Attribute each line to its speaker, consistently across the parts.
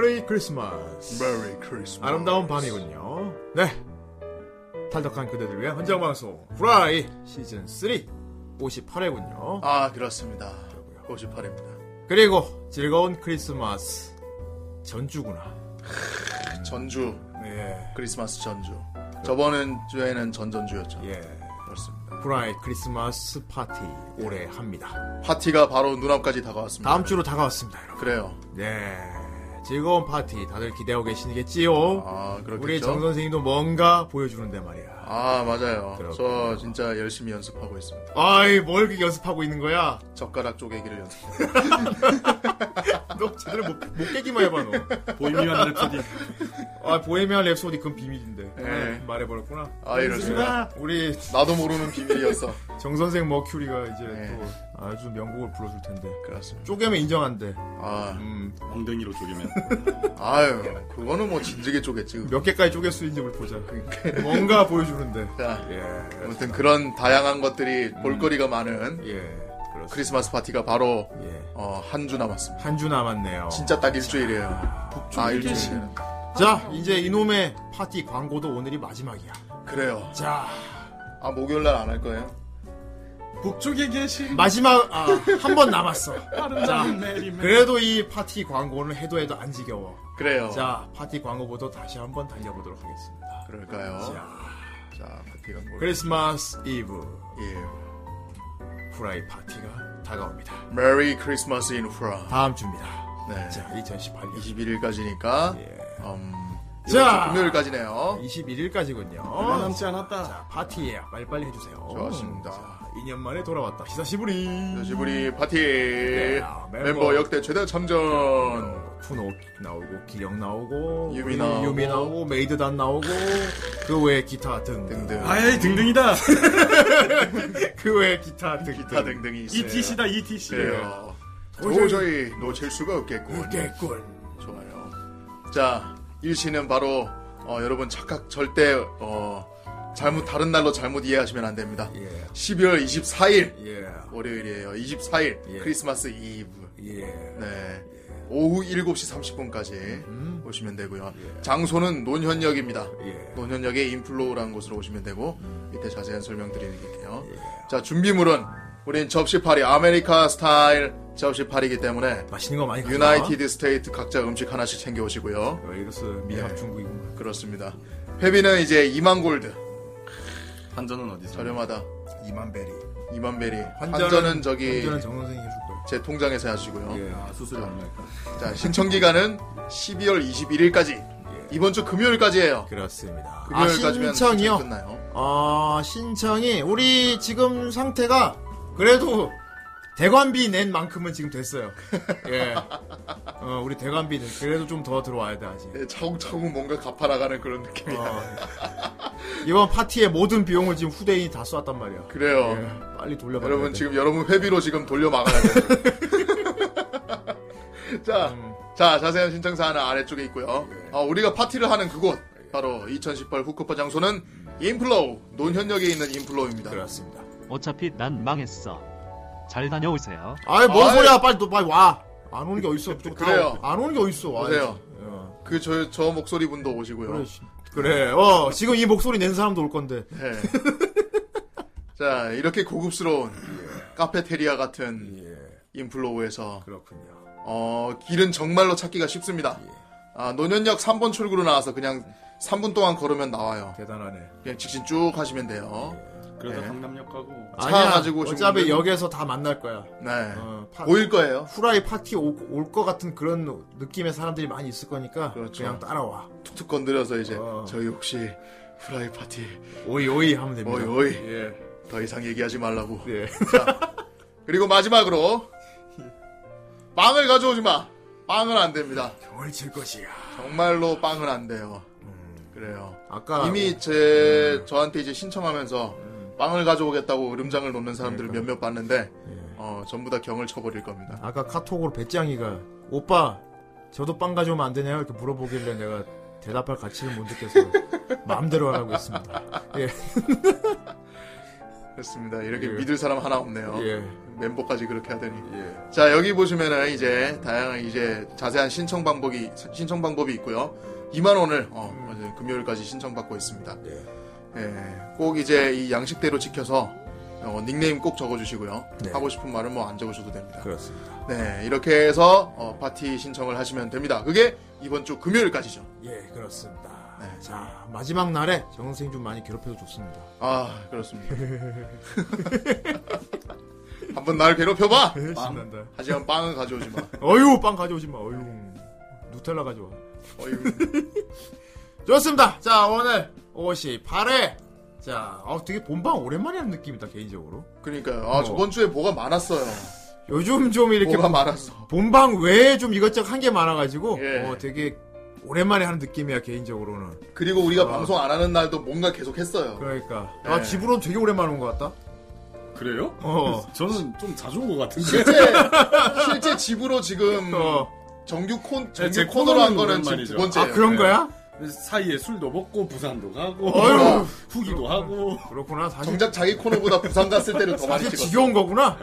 Speaker 1: 네, 크리스마스.
Speaker 2: 메리 크리스마스.
Speaker 1: 아름다운 밤이군요. 네. 탈덕한 그대들 위한 현장 방송 후라이 시즌 3 58회군요.
Speaker 2: 아, 그렇습니다. 58입니다.
Speaker 1: 그리고 즐거운 크리스마스 전주구나.
Speaker 2: 그 전주.
Speaker 1: 예.
Speaker 2: 크리스마스 전주. 저번 주에는 전전주였죠.
Speaker 1: 예.
Speaker 2: 그렇습니다.
Speaker 1: 후라이 크리스마스 파티 올해 합니다.
Speaker 2: 파티가 바로 눈앞까지 다가왔습니다.
Speaker 1: 다음 주로 다가왔습니다, 여러분.
Speaker 2: 그래요.
Speaker 1: 네. 즐거운 파티 다들 기대하고 계시겠지요?
Speaker 2: 아,
Speaker 1: 우리 정
Speaker 2: 그렇겠죠.
Speaker 1: 선생님도 뭔가 보여주는데 말이야.
Speaker 2: 아, 맞아요.
Speaker 1: 그렇군요.
Speaker 2: 저 진짜 열심히 연습하고 있습니다.
Speaker 1: 아이, 뭘 그렇게 연습하고 있는 거야?
Speaker 2: 젓가락 쪼개기를 연습하고.
Speaker 1: 너 제대로 못, 못 깨기만 해봐, 너.
Speaker 3: 보이미안 랩소디
Speaker 1: 아, 보헤미안 랩소디 그건 비밀인데. 아, 네.
Speaker 2: 예.
Speaker 1: 말해버렸구나.
Speaker 2: 아, 이럴 수가.
Speaker 1: 우리
Speaker 2: 나도 모르는 비밀이었어.
Speaker 1: 정선생 머큐리가 이제
Speaker 2: 예.
Speaker 1: 또 아주 명곡을 불러줄 텐데.
Speaker 2: 그렇습니다.
Speaker 1: 쪼개면 인정한대.
Speaker 2: 아,
Speaker 1: 음,
Speaker 3: 엉덩이로 쪼개면
Speaker 2: 아유, 그거는 뭐 진즉에 쪼겠지.
Speaker 1: 몇 개까지 쪼갤 수 있는지 우리 보자.
Speaker 2: 그러니까.
Speaker 1: 뭔가 보여주는데.
Speaker 2: 자,
Speaker 1: 예.
Speaker 2: 그러니까 아무튼 그런 다양한 것들이
Speaker 1: 음.
Speaker 2: 볼거리가 많은
Speaker 1: 예. 그렇습니다.
Speaker 2: 크리스마스 파티가 바로 어,
Speaker 1: 예.
Speaker 2: 한 주 남았습니다.
Speaker 1: 한 주 남았네요.
Speaker 2: 그 진짜 딱 일주일이에요. 아, 일주일.
Speaker 1: 자, 이제 이놈의 파티 광고도 오늘이 마지막이야.
Speaker 2: 그래요.
Speaker 1: 자,
Speaker 2: 아, 목요일 날 안 할 거예요?
Speaker 3: 북쪽에 계신
Speaker 1: 마지막, 아, 한 번 남았어.
Speaker 2: 네.
Speaker 3: 아름다운 메리 메리
Speaker 1: 그래도 이 파티 광고는 해도 해도 안 지겨워.
Speaker 2: 그래요.
Speaker 1: 자, 파티 광고부터 다시 한번 달려보도록 하겠습니다.
Speaker 2: 그럴까요?
Speaker 1: 자,
Speaker 2: 자, 파티가 뭘?
Speaker 1: 크리스마스 이브
Speaker 2: 예.
Speaker 1: 후라이 파티가 다가옵니다.
Speaker 2: 메리 크리스마스 인 후라.
Speaker 1: 다음 주입니다.
Speaker 2: 네.
Speaker 1: 자, 2018년
Speaker 2: 21일까지니까.
Speaker 1: 예.
Speaker 2: 음,
Speaker 1: 자.
Speaker 2: 자, 금요일까지네요.
Speaker 1: 21일까지군요.
Speaker 3: 얼마 남지 않았다
Speaker 1: 파티예요. 빨리빨리 해주세요.
Speaker 2: 좋았습니다.
Speaker 1: 2년 만에 돌아왔다. 히사시부리.
Speaker 2: 요시부리 파티
Speaker 1: 멤버.
Speaker 2: 네. 아, 멤버. 역대 최대 참전
Speaker 1: 어, 쿠노 나오고 기령 나오고
Speaker 2: 유미
Speaker 1: 우리
Speaker 2: 나오고.
Speaker 1: 유미 나오고 메이드단 나오고 그 외에 기타 등등
Speaker 2: 등등
Speaker 3: 아이 등등이다
Speaker 1: 그 외에 기타 등등
Speaker 2: 기타 등등이
Speaker 1: 예.
Speaker 2: 있어요.
Speaker 3: ETC다 ETC
Speaker 2: 그래요. 도저히 놓칠 수가 없겠군.
Speaker 1: 웃겠군
Speaker 2: 좋아요. 자, 일시는 바로 어, 여러분 착각 절대 어, 잘못 다른 날로 잘못 이해하시면 안 됩니다.
Speaker 1: 예.
Speaker 2: 12월 24일
Speaker 1: 예.
Speaker 2: 월요일이에요. 24일
Speaker 1: 예.
Speaker 2: 크리스마스 이브.
Speaker 1: 예.
Speaker 2: 네. 오후 7시 30분까지
Speaker 1: 음.
Speaker 2: 오시면 되고요. 장소는 논현역입니다.
Speaker 1: 예.
Speaker 2: 논현역의 인플로우라는 곳으로 오시면 되고 밑에 자세한 설명 드릴게요.
Speaker 1: 예.
Speaker 2: 자, 준비물은 우린 접시팔이 아메리카 스타일 접시팔이기 때문에
Speaker 1: 맛있는 거 많이 가져와.
Speaker 2: 유나이티드 스테이트 각자 음식 하나씩 챙겨 오시고요.
Speaker 1: 어, 이로써 미합
Speaker 2: 예.
Speaker 1: 중국이구만
Speaker 2: 그렇습니다. 회비는 이제 2만 골드.
Speaker 3: 반전은 어디서
Speaker 2: 저렴하다.
Speaker 1: 이만 베리
Speaker 2: 2만 베리. 환전은 저기 어?
Speaker 1: 환전은 정 선생이 해줄 예. 거야
Speaker 2: 제 통장에서 하시고요.
Speaker 3: 아 수수료 얼마일까
Speaker 1: 예.
Speaker 2: 자, 신청 기간은 12월 21일까지. 이번 주 금요일까지예요.
Speaker 1: 그렇습니다 예. 아
Speaker 2: 금요일까지면
Speaker 1: 신청이요
Speaker 2: 진짜 끝나요.
Speaker 1: 아 신청이 우리 지금 상태가 그래도 대관비 낸 만큼은 지금 됐어요. 예. 어, 우리 대관비는 그래도 좀 더 들어와야 돼 아직.
Speaker 2: 네, 차곡차곡 뭔가 갚아나가는 그런 느낌이야.
Speaker 1: 어. 이번 파티의 모든 비용을 지금 후대인이 다 쐈단 말이야.
Speaker 2: 그래요.
Speaker 1: 예, 빨리 돌려받아야
Speaker 2: 어. 여러분
Speaker 1: 돼.
Speaker 2: 지금 여러분 회비로 지금 돌려 막아야 돼요. 자,
Speaker 1: 음.
Speaker 2: 자 자세한 신청 사항은 아래쪽에 있고요.
Speaker 1: 네.
Speaker 2: 어, 우리가 파티를 하는 그곳 바로 2018 후쿠파 장소는 인플로우 논현역에 있는 인플로우입니다.
Speaker 1: 그렇습니다.
Speaker 4: 어차피 난 망했어. 잘 다녀오세요.
Speaker 1: 아이 뭔
Speaker 2: 아이.
Speaker 1: 소리야? 빨리 또 빨리 와. 안 오는 게 어딨어? 좀 가.
Speaker 2: 그래요.
Speaker 1: 안 오는 게 어딨어? 와야지.
Speaker 2: 오세요.
Speaker 1: 어.
Speaker 2: 그 저 저 목소리 분도 오시고요.
Speaker 1: 그래. 씨. 그래. 어 지금 이 목소리 낸 사람도 올 건데.
Speaker 2: 네. 자 이렇게 고급스러운 카페테리아 같은
Speaker 1: 예.
Speaker 2: 인플로우에서
Speaker 1: 그렇군요.
Speaker 2: 어, 길은 정말로 찾기가 쉽습니다.
Speaker 1: 예.
Speaker 2: 아, 논현역 3번 출구로 나와서 그냥 3분 동안 걸으면 나와요.
Speaker 1: 대단하네.
Speaker 2: 그냥 직진 쭉 하시면 돼요.
Speaker 3: 그래서
Speaker 1: 예.
Speaker 2: 네.
Speaker 3: 강남역 가고
Speaker 2: 차
Speaker 1: 아니야.
Speaker 2: 가지고 오신
Speaker 1: 어차피
Speaker 2: 분들?
Speaker 1: 역에서 다 만날 거야.
Speaker 2: 네.
Speaker 1: 어, 파,
Speaker 2: 보일 거예요.
Speaker 1: 후라이 파티 올 것 같은 그런 느낌의 사람들이 많이 있을 거니까 그
Speaker 2: 그렇죠.
Speaker 1: 냥 따라와.
Speaker 2: 툭툭 건드려서 이제
Speaker 1: 어.
Speaker 2: 저희 혹시 후라이 파티
Speaker 1: 오이 오이 하면 됩니다.
Speaker 2: 오이 오이
Speaker 1: 예.
Speaker 2: 더 이상 얘기하지 말라고.
Speaker 1: 예.
Speaker 2: 그리고 마지막으로 빵을 가져오지 마. 빵은 안 됩니다.
Speaker 1: 병을 칠 것이야.
Speaker 2: 정말로 빵은 안 돼요. 그래요.
Speaker 1: 아까 네. 음.
Speaker 2: 이미 제 저한테 이제 신청하면서 빵을 가져오겠다고 음장을 놓는 사람들을 몇몇 봤는데
Speaker 1: 예.
Speaker 2: 어, 전부 다 경을 쳐버릴 겁니다.
Speaker 1: 아까 카톡으로 배짱이가 오빠 저도 빵 가져오면 안 되냐요? 이렇게 물어보길래 내가 대답할 가치를 못 느껴서 마음대로 하라고 했습니다. 예.
Speaker 2: 그렇습니다. 이렇게
Speaker 1: 예.
Speaker 2: 믿을 사람 하나 없네요.
Speaker 1: 예.
Speaker 2: 멤버까지 그렇게 하더니.
Speaker 1: 예.
Speaker 2: 자 여기 보시면은 이제 다양한 이제 자세한 신청 방법이 신청 방법이 있고요. 2만 원을 어, 어제 금요일까지 신청받고 있습니다.
Speaker 1: 음. 예.
Speaker 2: 예, 꼭 이제 이 양식대로 지켜서 어, 닉네임 꼭 적어주시고요.
Speaker 1: 네.
Speaker 2: 하고 싶은 말은 뭐 안 적으셔도 됩니다.
Speaker 1: 그렇습니다.
Speaker 2: 네 이렇게 해서 어, 파티 신청을 하시면 됩니다. 그게 이번 주 금요일까지죠.
Speaker 1: 예, 그렇습니다.
Speaker 2: 네.
Speaker 1: 자, 마지막 날에 정 선생님 좀 많이 괴롭혀도 좋습니다.
Speaker 2: 아 그렇습니다. 한번 날 괴롭혀봐.
Speaker 1: 신난다.
Speaker 2: 하지만 빵은 가져오지 마.
Speaker 1: 어휴, 빵 가져오지 마. 어휴. 누텔라 가져와.
Speaker 2: 어이구.
Speaker 1: 좋습니다. 자, 오늘 58회. 자, 아, 되게 본방 오랜만에 하는 느낌이다, 개인적으로.
Speaker 2: 그러니까요. 아
Speaker 1: 뭐.
Speaker 2: 저번 주에 뭐가 많았어요.
Speaker 1: 요즘 좀 이렇게
Speaker 2: 뭐가 많았어.
Speaker 1: 본방 외에 좀 이것저것 한 게 많아가지고,
Speaker 2: 예. 어.
Speaker 1: 어, 되게 오랜만에 하는 느낌이야, 개인적으로는.
Speaker 2: 그리고 우리가
Speaker 1: 아.
Speaker 2: 방송 안 하는 날도 뭔가 계속 했어요.
Speaker 1: 그러니까. 아,
Speaker 2: 예.
Speaker 1: 집으로 되게 오랜만에 온 것 같다?
Speaker 5: 그래요?
Speaker 1: 어.
Speaker 5: 저는 좀 자주 온 것 같은데.
Speaker 2: 실제 실제 집으로 지금
Speaker 1: 어.
Speaker 2: 정규 콘
Speaker 5: 네,
Speaker 2: 정규
Speaker 5: 제
Speaker 2: 코너로 한 거는 지금
Speaker 5: 코너는
Speaker 2: 두
Speaker 5: 오랜만이죠.
Speaker 2: 번째예요.
Speaker 1: 아, 그런
Speaker 5: 네.
Speaker 1: 거야?
Speaker 5: 사이에 술도 먹고 부산도 가고
Speaker 1: 어휴.
Speaker 5: 후기도 하고
Speaker 1: 그렇구나. 사실,
Speaker 2: 정작 자기 코너보다 부산 갔을 때를 더 많이
Speaker 1: 사실
Speaker 2: 찍었어. 음.
Speaker 1: 지겨운 거구나?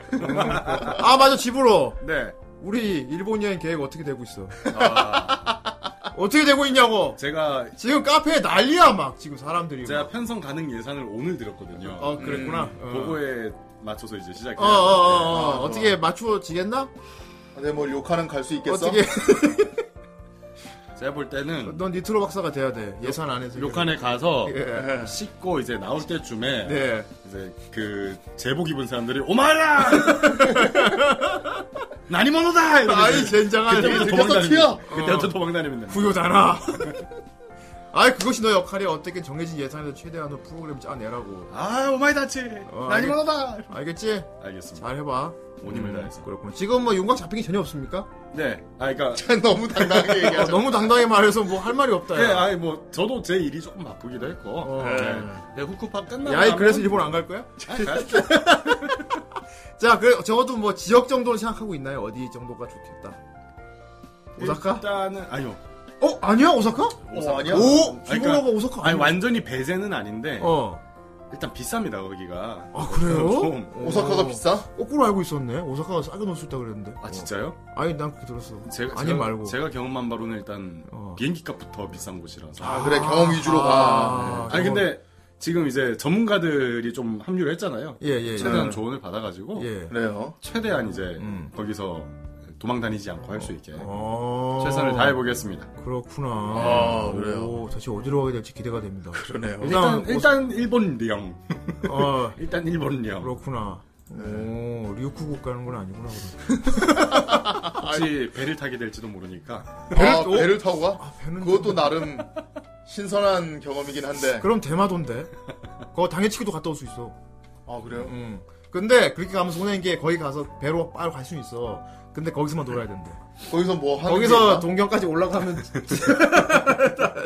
Speaker 1: 아, 맞아, 집으로.
Speaker 5: 네.
Speaker 1: 우리 일본 여행 계획 어떻게 되고 있어?
Speaker 5: 아,
Speaker 1: 어떻게 되고 있냐고!
Speaker 5: 제가
Speaker 1: 지금 카페에 난리야, 막, 지금 사람들이.
Speaker 5: 제가
Speaker 1: 막.
Speaker 5: 편성 가능 예산을 오늘 드렸거든요.
Speaker 1: 어, 그랬구나. 어.
Speaker 5: 보고에 맞춰서 이제 시작해요.
Speaker 1: 어, 어, 어, 어.
Speaker 2: 음, 아,
Speaker 1: 어떻게 맞추어지겠나?
Speaker 2: 근데 아, 네, 뭘 욕하는 갈 수 있겠어?
Speaker 1: 어떻게? 어.
Speaker 5: 네. 제가 볼 때는
Speaker 1: 넌 니트로 박사가 돼야 돼. 예산 안에서.
Speaker 5: 욕한에 가서
Speaker 1: 예.
Speaker 2: 예.
Speaker 5: 씻고 이제 나올 때쯤에
Speaker 1: 네.
Speaker 5: 이제 그 제복 입은 사람들이 오마라 나니모노다
Speaker 1: 아이
Speaker 5: 이러면서
Speaker 1: 젠장한
Speaker 5: 그때부터
Speaker 2: 이렇게
Speaker 5: 도망
Speaker 2: 해서 튀어!
Speaker 5: 다니면 그때부터 도망 다니면
Speaker 1: 구요다나. 아이 그것이 너 역할이 어떻게 정해진 예산에서 최대한으로 프로그램 짜내라고.
Speaker 5: 아 오마이다치
Speaker 1: 어,
Speaker 5: 나니모노다
Speaker 1: 알겠지?
Speaker 5: 알겠습니다.
Speaker 1: 잘 해봐.
Speaker 5: 온 힘을
Speaker 1: 음,
Speaker 5: 다해서.
Speaker 1: 그렇군. 지금 뭐 윤곽 잡힌 게 전혀 없습니까?
Speaker 5: 네, 아 그러니까
Speaker 2: 너무 당당하게
Speaker 1: 어,
Speaker 2: 얘기하죠.
Speaker 1: 너무 당당히 말해서 뭐 할 말이 없다.
Speaker 5: 네,
Speaker 1: 야.
Speaker 5: 아니 뭐 저도 제 일이 조금 바쁘기도 했고.
Speaker 1: 어.
Speaker 5: 네. 네, 후쿠파 끝나고.
Speaker 1: 야이
Speaker 5: 나면- 아,
Speaker 1: 그래서 일본 안 갈 거야? 자, 그래 적어도 뭐 지역 정도는 생각하고 있나요? 어디 정도가 좋겠다. 오사카?
Speaker 5: 일단은 아니요.
Speaker 1: 어 아니야 오사카?
Speaker 2: 어, 아니야?
Speaker 1: 오
Speaker 5: 그러니까-
Speaker 1: 피부로가 오사카
Speaker 5: 아니
Speaker 1: 아니야?
Speaker 5: 완전히 배제는 아닌데
Speaker 1: 어.
Speaker 5: 일단 비쌉니다 거기가.
Speaker 1: 아 그래요?
Speaker 5: 좀.
Speaker 2: 오사카가
Speaker 1: 어.
Speaker 2: 비싸?
Speaker 1: 거꾸로 알고 있었네. 오사카가 싸게 놀 수 있다 그랬는데.
Speaker 5: 아 진짜요?
Speaker 1: 어. 아니 난 그렇게 들었어.
Speaker 5: 제가
Speaker 1: 아니
Speaker 5: 제가-
Speaker 1: 말고.
Speaker 5: 제가 경험한 바로는 일단
Speaker 1: 어.
Speaker 5: 비행기 값부터 비싼 곳이라서.
Speaker 2: 아 그래 경험 위주로
Speaker 1: 아.
Speaker 2: 가.
Speaker 5: 네. 아니 근데 지금 이제 전문가들이 좀 합류를 했잖아요.
Speaker 1: 예, 예.
Speaker 5: 최대한 네.
Speaker 2: 네.
Speaker 5: 조언을 받아가지고
Speaker 1: 예.
Speaker 2: 그래요.
Speaker 5: 최대한 이제
Speaker 1: 음.
Speaker 5: 거기서 도망 다니지 않고 할 수 있게
Speaker 1: 어.
Speaker 5: 최선을 다해보겠습니다.
Speaker 1: 그렇구나.
Speaker 2: 아, 그래요?
Speaker 1: 오, 도대체 어디로 가게 될지 기대가 됩니다.
Speaker 2: 그러네요.
Speaker 1: 일단
Speaker 5: 일단
Speaker 1: 옷-
Speaker 5: 일단 일본령.
Speaker 1: 어,
Speaker 5: 일단 일본령.
Speaker 1: 그렇구나.
Speaker 2: 네.
Speaker 1: 오, 리우쿠국 가는 건 아니구나. 그럼.
Speaker 5: 혹시 배를 타게 될지도 모르니까.
Speaker 1: 배를
Speaker 2: 아,
Speaker 1: 또-
Speaker 2: 배를 타고 가?
Speaker 1: 배는
Speaker 2: 그것도 나름 신선한 경험이긴 한데.
Speaker 1: 그럼 대마도인데. 그거 당해치기도 갔다 올 수 있어.
Speaker 2: 아 그래요?
Speaker 1: 음. 근데 그렇게 가면 손해인 게 거기 가서 배로 빠로 갈 수 있어. 근데 거기서만 놀아야 된대.
Speaker 2: 거기서 뭐 하는 게
Speaker 1: 거기서
Speaker 2: 있나?
Speaker 1: 동경까지 올라가면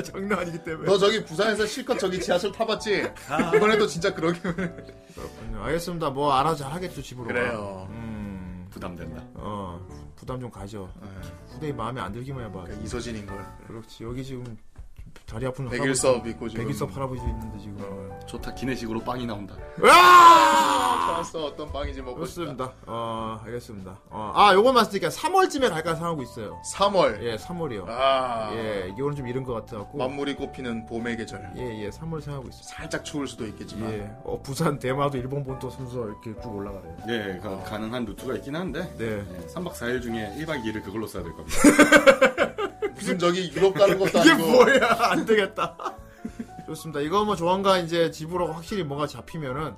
Speaker 1: 장난 아니기 때문에.
Speaker 2: 너 저기 부산에서 실컷 저기 지하철 타봤지? 이번에도 진짜 그러게
Speaker 1: 그렇군요. 알겠습니다. 뭐 알아서 잘 하겠죠 집으로.
Speaker 2: 그래요.
Speaker 1: 음,
Speaker 5: 부담된다.
Speaker 1: 어 부담 좀 가져.
Speaker 2: 네.
Speaker 1: 후대에 마음에 안 들기만 해봐.
Speaker 2: 그러니까 이서진인 걸
Speaker 1: 그렇지 여기 지금 다리 아픈
Speaker 2: 백일섭 어. 있고 지금
Speaker 1: 백일섭 할아버지 있는데 지금.
Speaker 5: 좋다. 기내식으로 빵이 나온다.
Speaker 1: 으아!
Speaker 2: 좋았어 어떤 빵인지 먹고 싶다
Speaker 1: 그렇습니다. 어 알겠습니다. 어, 아 요건 말씀드릴게요. 3월쯤에 갈까 생각하고 있어요.
Speaker 2: 3월
Speaker 1: 예 3월이요.
Speaker 2: 아
Speaker 1: 예 이게 오늘 좀 이른 것 같아갖고.
Speaker 2: 만물이 꽃피는 봄의 계절
Speaker 1: 예예 3월 생각하고 있어요.
Speaker 2: 살짝 추울 수도 있겠지만
Speaker 1: 예, 어, 부산, 대마도, 일본 본토 순서 이렇게 쭉 올라가래요.
Speaker 5: 예, 그 가능한 루트가 있긴 한데.
Speaker 1: 네.
Speaker 5: 예, 3박 4일 중에 1박 2일을 그걸로 써야 될 겁니다.
Speaker 2: 무슨 저기 유럽 가는 것도
Speaker 1: 이게
Speaker 2: 아니고
Speaker 1: 뭐야 안 되겠다 좋습니다 이거 뭐 조만간 이제 집으로 확실히 뭐가 잡히면은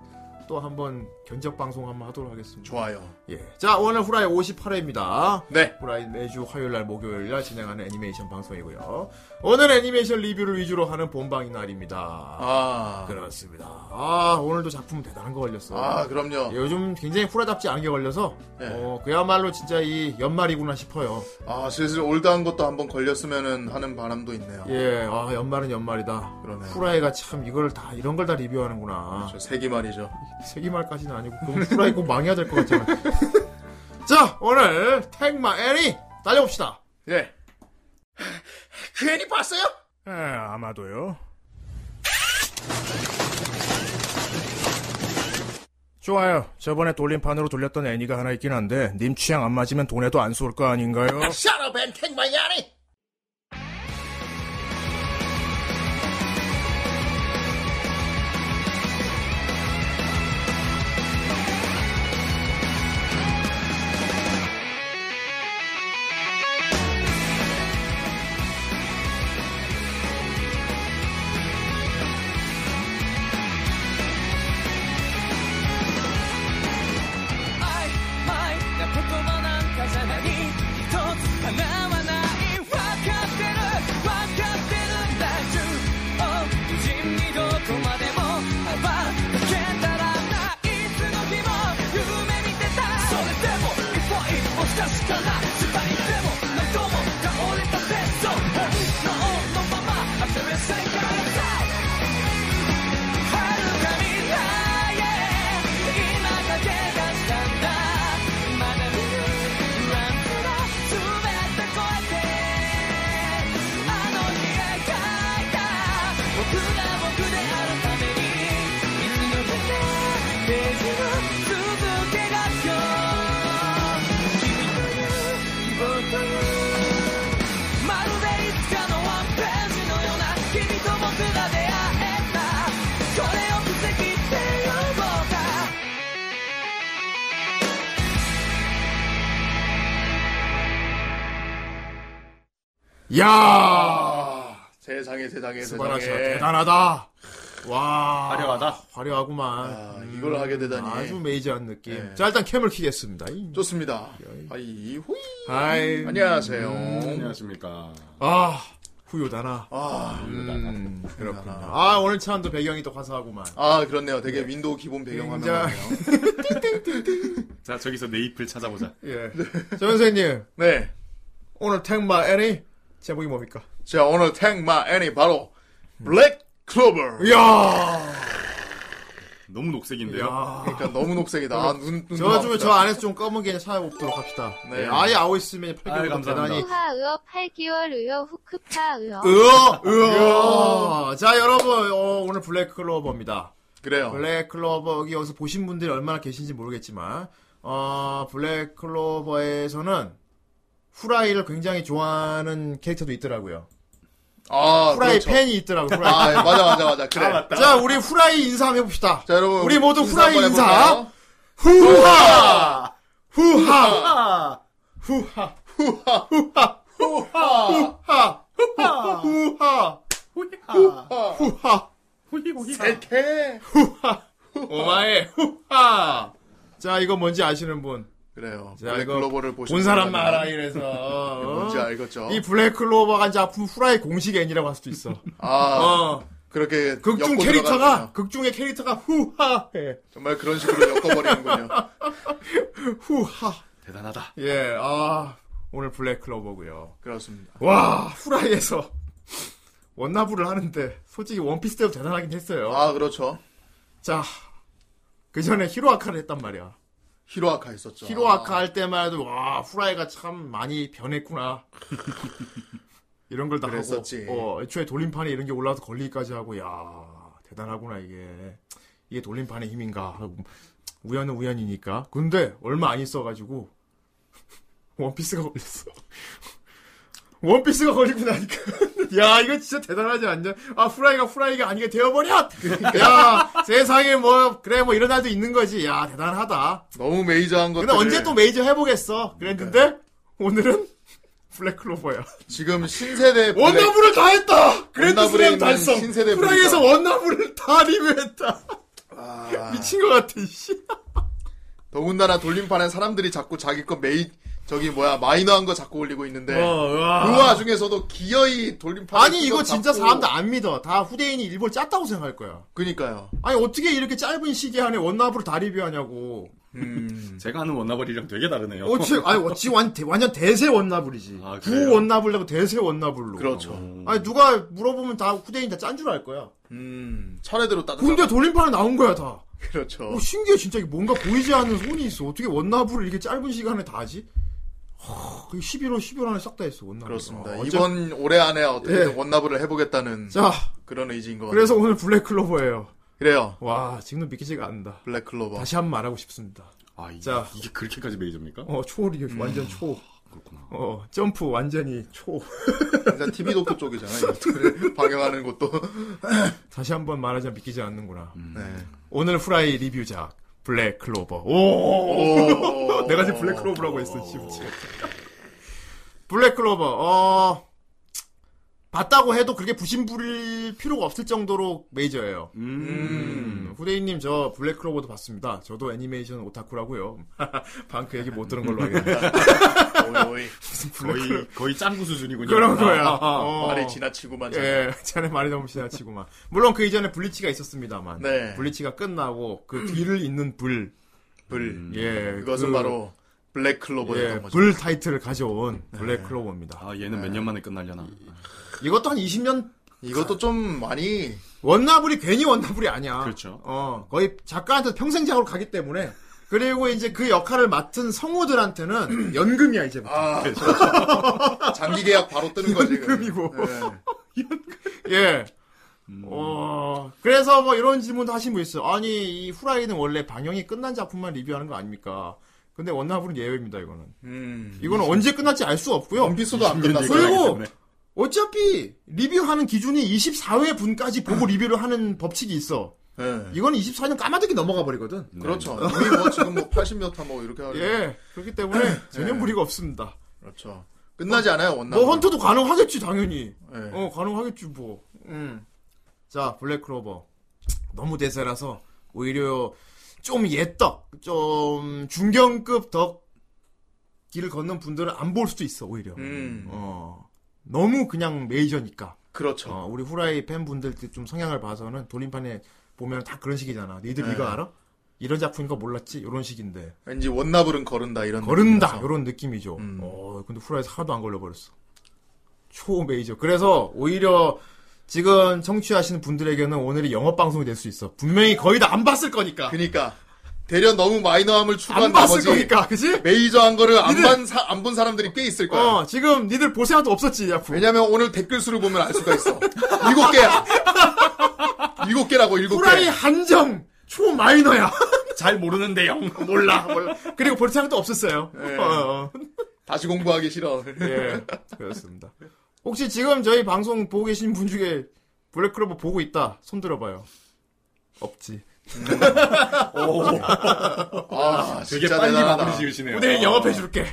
Speaker 1: 또 한번 견적 방송 한번 하도록 하겠습니다
Speaker 2: 좋아요
Speaker 1: 예. 자 오늘 후라이 58회입니다
Speaker 2: 네
Speaker 1: 후라이 매주 화요일날 목요일날 진행하는 애니메이션 방송이고요 오늘 애니메이션 리뷰를 위주로 하는 본방이 날입니다
Speaker 2: 아,
Speaker 1: 그렇습니다 아 오늘도 작품 대단한 거 걸렸어
Speaker 2: 아 그럼요
Speaker 1: 요즘 굉장히 후라답지 않은 게 걸려서
Speaker 2: 예.
Speaker 1: 어, 그야말로 진짜 이 연말이구나 싶어요
Speaker 2: 아 슬슬 올드한 것도 한번 걸렸으면 하는 바람도 있네요
Speaker 1: 예, 아, 연말은 연말이다.
Speaker 2: 그러네요. 아,
Speaker 1: 후라이가 참 이걸 다 이런 걸 다 리뷰하는구나.
Speaker 2: 저 세기 말이죠
Speaker 1: 세기말까지는 아니고 그럼 후라이 꼭 망해야 될 것 같잖아. 자, 오늘 택마 애니 달려봅시다.
Speaker 2: 예 그 애니 봤어요?
Speaker 1: 에, 아마도요. 좋아요. 저번에 돌림판으로 돌렸던 애니가 하나 있긴 한데 님 취향 안 맞으면 돈에도 안 쏠 거 아닌가요?
Speaker 2: 샤라 벤탱 마야니!
Speaker 6: 曖昧な言葉なんかじゃない一つ叶わない分かってる分かってるんだ中央無尽にどこまでも幅かけたらないつの日も夢見てたそれでも一歩一歩確かな世界でも何度も倒れたテスト本能のまま新しい世界だ遥か未来へ今駆け出したんだまだ見ぬ不安すら全て越えてあの日描いた僕が僕であるためにいつの間にページを続けがよ君という希望というまるでいつかのワンページのような君と僕が出会えたこれを奇跡って呼ぼうか
Speaker 1: 야
Speaker 2: 아, 세상에, 세상에,
Speaker 1: 스바라샤
Speaker 2: 세상에.
Speaker 1: 대단하다. 와
Speaker 3: 화려하다.
Speaker 1: 화려하구만.
Speaker 2: 아, 이걸 하게 되다니.
Speaker 1: 음, 아주 메이저한 느낌.
Speaker 2: 예.
Speaker 1: 자 일단 캠을 키겠습니다. 이-
Speaker 2: 좋습니다. 아이, 호이.
Speaker 1: 아이,
Speaker 2: 안녕하세요.
Speaker 5: 음.
Speaker 1: 음.
Speaker 3: 안녕하십니까.
Speaker 1: 아 후요다나.
Speaker 2: 아,
Speaker 1: 음, 그렇군요. 아 오늘 참또 배경이 또 화사하구만.
Speaker 2: 아, 그렇네요. 되게 윈도우 기본 배경 화면
Speaker 1: 굉장히-
Speaker 2: 같네요.
Speaker 3: 자, 저기서 네이플 찾아보자.
Speaker 1: 예. 저 선생님
Speaker 2: 네.
Speaker 1: 오늘 택마 애니 제목이 뭡니까?
Speaker 2: 자, 오늘 택마 애니 바로 블랙
Speaker 1: 음.
Speaker 2: 클로버.
Speaker 1: 이야.
Speaker 3: 너무 녹색인데요.
Speaker 2: 그러니까 너무 녹색이다. 아, 눈, 눈.
Speaker 1: 저 좀
Speaker 2: 아프다.
Speaker 1: 저 안에서 좀 검은 게 찾아보도록 합시다.
Speaker 2: 네.
Speaker 1: 예, 아예 아오이스맨 8개월
Speaker 3: 감사합니다.
Speaker 1: 대단히
Speaker 7: 후하 의어 8개월 의어 후크파 의어
Speaker 1: 으어 으어 자 여러분 어, 오늘 블랙클로버입니다
Speaker 2: 그래요.
Speaker 1: 블랙클로버 여기 여기서 보신 분들이 얼마나 계신지 모르겠지만 어 블랙클로버에서는 후라이를 굉장히 좋아하는 캐릭터도 있더라고요
Speaker 2: 아,
Speaker 1: 후라이
Speaker 2: 그렇죠.
Speaker 1: 팬이 있더라고 후라이
Speaker 2: 아, 예, 맞아, 맞아, 맞아. 그래.
Speaker 1: 자 우리 후라이 인사 한번 해봅시다
Speaker 2: 자, 여러분.
Speaker 1: 우리 모두 후라이
Speaker 2: 한번
Speaker 1: 인사.
Speaker 2: 해볼까요?
Speaker 1: 후하 후하 후하 후하 후하
Speaker 2: 아,
Speaker 1: 후하 후하
Speaker 2: 아,
Speaker 1: 후하
Speaker 2: 세태.
Speaker 1: 오마에 후하 자 이거 뭔지 아시는 분
Speaker 2: 그래요.
Speaker 1: 자,
Speaker 2: 블랙
Speaker 1: 이거
Speaker 2: 클로버를 보신
Speaker 1: 본 사람
Speaker 2: 분들은
Speaker 1: 말아 이래서 어?
Speaker 2: 뭔지 알겠죠?
Speaker 1: 이 블랙클로버가 이제 앞으로 후라이 공식 애니라고 할 수도 있어.
Speaker 2: 아,
Speaker 1: 어,
Speaker 2: 그렇게
Speaker 1: 극중
Speaker 2: 엮고
Speaker 1: 캐릭터가
Speaker 2: 들어가는군요.
Speaker 1: 극중의 캐릭터가 후하해 예.
Speaker 2: 정말 그런 식으로 엮어버리는군요.
Speaker 1: 후하
Speaker 3: 대단하다.
Speaker 1: 예, 아 오늘 블랙클로버고요.
Speaker 2: 그렇습니다.
Speaker 1: 와 후라이에서 원나부를 하는데 솔직히 원피스 때도 대단하긴 했어요.
Speaker 2: 아, 그렇죠.
Speaker 1: 자그 전에 히로아카를 했단 말이야.
Speaker 2: 히로아카 했었죠.
Speaker 1: 히로아카 할 때만 해도 와 후라이가 참 많이 변했구나. 이런 걸 다 하고
Speaker 2: 그랬었지.
Speaker 1: 어, 애초에 돌림판에 이런 게 올라와서 걸리기까지 하고 야 대단하구나 이게 이게 돌림판의 힘인가 하고 우연은 우연이니까 근데 얼마 안 있어가지고 원피스가 걸렸어 원피스가 걸리고 나니까 야 이거 진짜 대단하지 않냐 아 후라이가 후라이가 아니게 되어버려 야 세상에 뭐 그래 뭐 이런 날도 있는 거지 야 대단하다
Speaker 2: 너무 메이저한 것.
Speaker 1: 근데 언제 또 메이저 해보겠어. 그랬는데 오늘은 블랙클로버야.
Speaker 2: 지금 신세대 블랙-
Speaker 1: 원나블을 다 했다. 그랜드
Speaker 2: 원나블에
Speaker 1: 슬램
Speaker 2: 있는
Speaker 1: 달성.
Speaker 2: 신세대
Speaker 1: 프라이에서
Speaker 2: 분이다.
Speaker 1: 원나블을 다 리뷰했다.
Speaker 2: 아,
Speaker 1: 미친 것 같아. 씨.
Speaker 2: 더군다나 돌림판에 사람들이 자꾸 자기 거 메이 저기 뭐야 마이너한 거 자꾸 올리고 있는데 그
Speaker 1: 와.
Speaker 2: 와중에서도 기어이 돌림판
Speaker 1: 어. 아니 이거 진짜 사람들 안 믿어. 다 후대인이 일본 짰다고 생각할 거야.
Speaker 2: 그니까요.
Speaker 1: 아니 어떻게 이렇게 짧은 시기 안에 원나블을 다 리뷰하냐고.
Speaker 2: 음.
Speaker 3: 제가 아는 원나벌이랑 되게 다르네요.
Speaker 1: 어찌 아니 어찌 완, 대- 완전 대세 원나블이지.
Speaker 3: 아, 그래요?
Speaker 1: 구 원나블이고 대세 원나블로.
Speaker 2: 그렇죠.
Speaker 3: 음.
Speaker 1: 아니 누가 물어보면 다 후대인 다 짠 줄 알 거야.
Speaker 2: 음. 차례대로 따뜻.
Speaker 1: 근데 돌림판에 나온 거야 다.
Speaker 2: 그렇죠.
Speaker 1: 어, 신기해 진짜 이게 뭔가 보이지 않는 손이 있어 어떻게 원나블을 이렇게 짧은 시간에 다 하지? 허, 11월 12월 안에 싹 다 했어 원나블
Speaker 2: 그렇습니다.
Speaker 1: 어, 어째-
Speaker 2: 이번 올해 안에 어떻게든
Speaker 1: 예.
Speaker 2: 원나블을 해보겠다는
Speaker 1: 자
Speaker 2: 그런 의지인 것 같아요.
Speaker 1: 그래서 오늘 블랙클로버예요
Speaker 2: 그래요.
Speaker 1: 와 지금도 믿기지가 않는다.
Speaker 2: 블랙클로버.
Speaker 1: 다시 한 번 말하고 싶습니다.
Speaker 3: 아, 이,
Speaker 1: 자.
Speaker 3: 이게 그렇게까지 메이저입니까?
Speaker 1: 어 초월이
Speaker 2: 음.
Speaker 1: 완전 초.
Speaker 3: 그렇구나.
Speaker 1: 어 점프 완전히 초.
Speaker 2: 일단 TV 도쿄 쪽이잖아. 이것들을 방영하는 곳도.
Speaker 1: 다시 한 번 말하자면 믿기지 않는구나.
Speaker 2: 네.
Speaker 1: 오늘 후라이 리뷰작 블랙 클로버. 오.
Speaker 2: 오.
Speaker 1: 내가 지금 블랙 클로버라고 했어 지금. 블랙 클로버. 어 봤다고 해도 그렇게 부심부릴 필요가 없을 정도로 메이저예요.
Speaker 2: 음.
Speaker 3: 음.
Speaker 1: 음, 후대인님 저 블랙클로버도 봤습니다. 저도 애니메이션 오타쿠라고요. 방크 얘기 못 들은 걸로 하겠네.
Speaker 2: 오이, 오이.
Speaker 3: 거의, 거의 짱구 수준이군요.
Speaker 1: 그런 거야.
Speaker 2: 아,
Speaker 1: 어.
Speaker 2: 말이 지나치고만.
Speaker 1: 예, 자네 말이 너무 지나치구만. 물론 그 이전에 블리치가 있었습니다만,
Speaker 2: 네.
Speaker 1: 블리치가 끝나고 그 뒤를 잇는 불,
Speaker 2: 불.
Speaker 1: 예,
Speaker 2: 그것은
Speaker 1: 그,
Speaker 2: 바로 블랙클로버였던
Speaker 1: 예,
Speaker 2: 거죠.
Speaker 1: 불 타이틀을 가져온 블랙클로버입니다.
Speaker 3: 아, 얘는 몇 년 만에 끝날려나.
Speaker 1: 이것도 한 20년
Speaker 2: 이것도 좀 많이
Speaker 1: 원나블이 괜히 원나블이 아니야.
Speaker 3: 그렇죠.
Speaker 1: 어, 거의 작가한테 평생작으로 가기 때문에. 그리고 이제 그 역할을 맡은 성우들한테는 연금이야 이제.
Speaker 2: 아 장기 계약 바로 뜨는 거지.
Speaker 1: 그렇죠. 연금이고.
Speaker 2: 예.
Speaker 1: 예. 어, 그래서 뭐 이런 질문도 하신 분 있어요. 아니, 이 후라이는 원래 방영이 끝난 작품만 리뷰하는 거 아닙니까? 근데 원나블은 예외입니다, 이거는.
Speaker 2: 음.
Speaker 1: 이거는 언제 끝날지 알 수 없고요.
Speaker 2: 원피스도 안 끝났어.
Speaker 1: 그리고 어차피 리뷰하는 기준이 24회 분까지 보고 리뷰를 하는 법칙이 있어.
Speaker 2: 예.
Speaker 1: 이거는 24년 까마득히 넘어가 버리거든.
Speaker 3: 네.
Speaker 2: 그렇죠. 이미 뭐 지금 뭐 80몇 화뭐 이렇게 하려.
Speaker 1: 예. 그렇기 때문에 전혀 무리가 없습니다.
Speaker 2: 그렇죠. 끝나지 않아요 원나.
Speaker 1: 뭐 헌터도 가능하겠지, 당연히.
Speaker 2: 예.
Speaker 1: 어, 가능하겠지, 뭐. 음. 자, 블랙크로버. 너무 대세라서, 오히려, 좀 옛떡, 좀, 중견급 덕, 길을 걷는 분들은 안 볼 수도 있어, 오히려.
Speaker 2: 음.
Speaker 1: 어. 너무 그냥 메이저니까.
Speaker 2: 그렇죠.
Speaker 1: 어, 우리 후라이 팬분들 좀 성향을 봐서는 돌림판에 보면 다 그런 식이잖아. 니들
Speaker 2: 네.
Speaker 1: 이거 알아? 이런 작품인 거 몰랐지? 이런 식인데.
Speaker 2: 왠지 원나블은 거른다 이런.
Speaker 1: 거른다!
Speaker 2: 느낌이라서.
Speaker 1: 이런 느낌이죠.
Speaker 2: 음.
Speaker 1: 어, 근데 후라이에서 하나도 안 걸려버렸어. 초 메이저. 그래서 오히려 지금 청취하시는 분들에게는 오늘이 영업방송이 될 수 있어. 분명히 거의 다 안 봤을 거니까.
Speaker 2: 그니까 그러니까 대려 너무 마이너함을 추구한
Speaker 1: 안 봤을
Speaker 2: 나머지
Speaker 1: 거니까. 그지?
Speaker 2: 메이저한 거를
Speaker 1: 니들-
Speaker 2: 안본안본 사람들이 꽤 있을 거야.
Speaker 1: 어, 지금 니들 볼 생각도 없었지, 이 작품.
Speaker 2: 왜냐면 오늘 댓글 수를 보면 알 수가 있어. 일곱 개야. 일곱 개라고 일곱
Speaker 1: 후라이
Speaker 2: 개.
Speaker 1: 한정! 초 마이너야.
Speaker 3: 잘 모르는데요.
Speaker 1: 몰라, 몰라. 그리고 볼 생각도 없었어요.
Speaker 2: 예.
Speaker 1: 어, 어.
Speaker 2: 다시 공부하기 싫어.
Speaker 1: 예, 그렇습니다. 혹시 지금 저희 방송 보고 계신 분 중에 블랙클로버 보고 있다. 손 들어봐요. 없지.
Speaker 2: 아,
Speaker 3: 되게
Speaker 2: 진짜
Speaker 3: 빨리
Speaker 2: 대단하다. 예,
Speaker 3: 마무리 지으시네요. 어.
Speaker 1: 오늘 영업해줄게.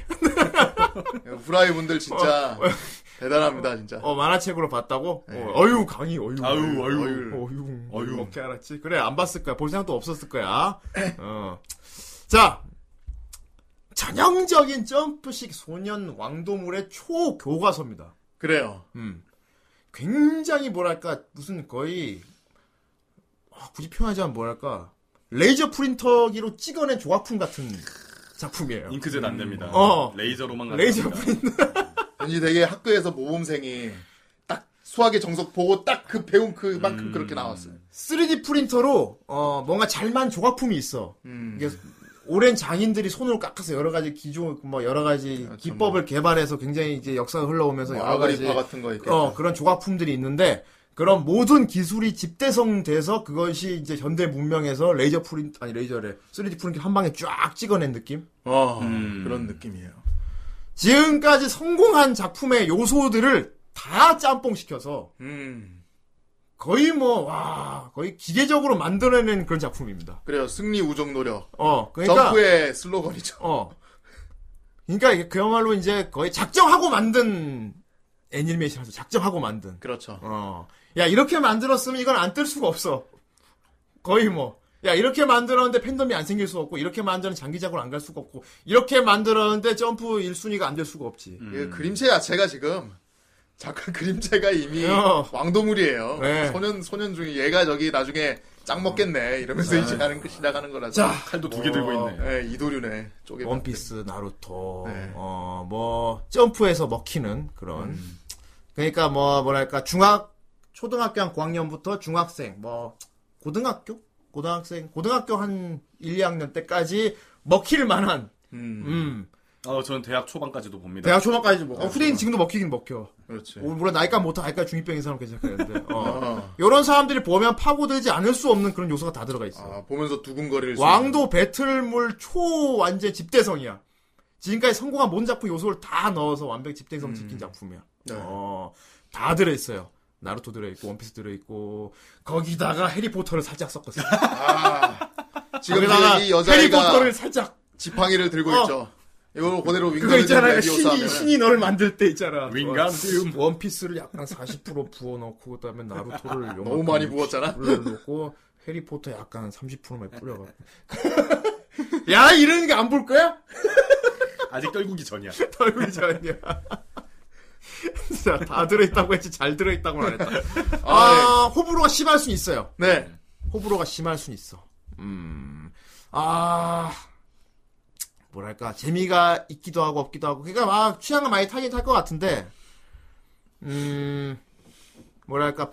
Speaker 2: 후라이 분들 진짜 대단합니다, 진짜.
Speaker 1: 어, 만화책으로 봤다고? 어, 휴 강의, 어유.
Speaker 3: 아유, 아유.
Speaker 1: 어유.
Speaker 3: 어휴.
Speaker 1: 어유. 어떻게 알았지? 그래, 안 봤을 거야. 볼 생각도 없었을 거야. 어. 자. 전형적인 점프식 소년 왕도물의 초교과서입니다.
Speaker 2: 그래요.
Speaker 1: 음. 굉장히 뭐랄까 무슨 거의 아, 굳이 표현하자면 뭐랄까 레이저 프린터기로 찍어낸 조각품 같은 작품이에요.
Speaker 3: 잉크젯 안 됩니다.
Speaker 1: 어.
Speaker 3: 레이저로만 가는
Speaker 1: 레이저
Speaker 3: 겁니다.
Speaker 1: 프린터.
Speaker 2: 왠지 되게 학교에서 모범생이 딱 수학의 정석 보고 딱 그 배운 그만큼
Speaker 1: 음.
Speaker 2: 그렇게 나왔어요.
Speaker 1: 3D 프린터로 어, 뭔가 잘만 조각품이 있어.
Speaker 2: 음.
Speaker 1: 이게 오랜 장인들이 손으로 깎아서 여러 가지 기종 뭐 여러 가지
Speaker 2: 그렇죠,
Speaker 1: 기법을 개발해서 굉장히 이제 역사가 흘러오면서
Speaker 2: 뭐
Speaker 1: 여러 가지
Speaker 2: 아그리파 같은 거 있고.
Speaker 1: 어, 그런 조각품들이 있는데 그런 모든 기술이 집대성돼서 그것이 이제 현대 문명에서 레이저 프린트 아니 레이저래 3D 프린트 한 방에 쫙 찍어낸 느낌.
Speaker 2: 어,
Speaker 3: 음.
Speaker 2: 그런 느낌이에요.
Speaker 1: 지금까지 성공한 작품의 요소들을 다 짬뽕 시켜서
Speaker 2: 음.
Speaker 1: 거의 뭐 와 거의 기계적으로 만들어낸 그런 작품입니다.
Speaker 2: 그래요. 승리 우정 노력.
Speaker 1: 어 그러니까
Speaker 2: 점프의 슬로건이죠.
Speaker 1: 어 그러니까 이게 그야말로 이제 거의 작정하고 만든 애니메이션에서 작정하고 만든
Speaker 2: 그렇죠.
Speaker 1: 어. 야, 이렇게 만들었으면 이건 안 뜰 수가 없어. 거의 뭐. 야, 이렇게 만들었는데 팬덤이 안 생길 수 없고, 이렇게 만들었는데 장기작으로 안 갈 수가 없고, 이렇게 만들었는데 점프 1순위가 안 될 수가 없지.
Speaker 2: 이 그림체 자체가 지금 잠깐 그림체가 이미
Speaker 1: 어.
Speaker 2: 왕도물이에요.
Speaker 1: 네.
Speaker 2: 소년 소년 중에 얘가 저기 나중에 짱 먹겠네 이러면서 이제 하는 그 시작하는 거라서.
Speaker 1: 자,
Speaker 3: 칼도 두 개 들고
Speaker 1: 어.
Speaker 3: 있네.
Speaker 2: 예, 이도류네 쪽에.
Speaker 1: 원피스, 나루토,
Speaker 2: 네.
Speaker 1: 어, 뭐, 점프에서 먹히는 그런. 그러니까 뭐, 뭐랄까, 중학, 초등학교 한 고학년부터 중학생, 뭐, 고등학교? 고등학생, 고등학교 한 1, 2학년 때까지 먹힐 만한
Speaker 2: 음. 네,
Speaker 1: 음.
Speaker 3: 어, 저는 대학 초반까지도 봅니다.
Speaker 1: 대학 초반까지 뭐 어, 후대인 지금도 먹히긴 먹혀.
Speaker 2: 그렇지.
Speaker 1: 오, 물론 나이가 못하 나이까 중이병인 사람 괜찮겠는데. 어.
Speaker 2: 아,
Speaker 1: 이런 사람들이 보면 파고들지 않을 수 없는 그런 요소가 다 들어가 있어.
Speaker 2: 아, 보면서 두근거릴 수
Speaker 1: 왕도 배틀물 초 완전 집대성이야. 지금까지 성공한 몬 작품 요소를 다 넣어서 완벽히 집대성 지킨 작품이야.
Speaker 2: 음. 네.
Speaker 1: 어, 다 들어있어요. 나루토 들어있고 원피스 들어있고 거기다가 해리포터를 살짝 섞었어요.
Speaker 2: 아, 지금
Speaker 1: 거기다가
Speaker 2: 이 여자애가
Speaker 1: 해리포터를 살짝
Speaker 2: 지팡이를 들고
Speaker 1: 어.
Speaker 2: 있죠. 이거 그대로
Speaker 1: 그거
Speaker 2: 윙가드
Speaker 1: 있잖아요.
Speaker 2: 레비오사
Speaker 1: 신이 신이 너를 만들 때 있잖아.
Speaker 3: 윙감 띄움.
Speaker 1: 원피스를 약간 40% 부어 넣고 그다음에 나루토를
Speaker 2: 너무 많이 부었잖아.
Speaker 1: 물 넣고 해리포터 약간 30%만 뿌려갖고. 야 이런 게 안 볼 거야?
Speaker 3: 아직 떨구기 전이야.
Speaker 1: 털고 전이야. 진짜 다 들어있다고 했지 잘 들어있다고는 안 했다.
Speaker 2: 아,
Speaker 1: 아 호불호가 심할 순 있어요.
Speaker 2: 네.
Speaker 1: 호불호가 심할 순 있어. 음. 아 뭐랄까 재미가 있기도 하고 없기도 하고 그러니까 막 취향을 많이 타긴 탈 것 같은데 음 뭐랄까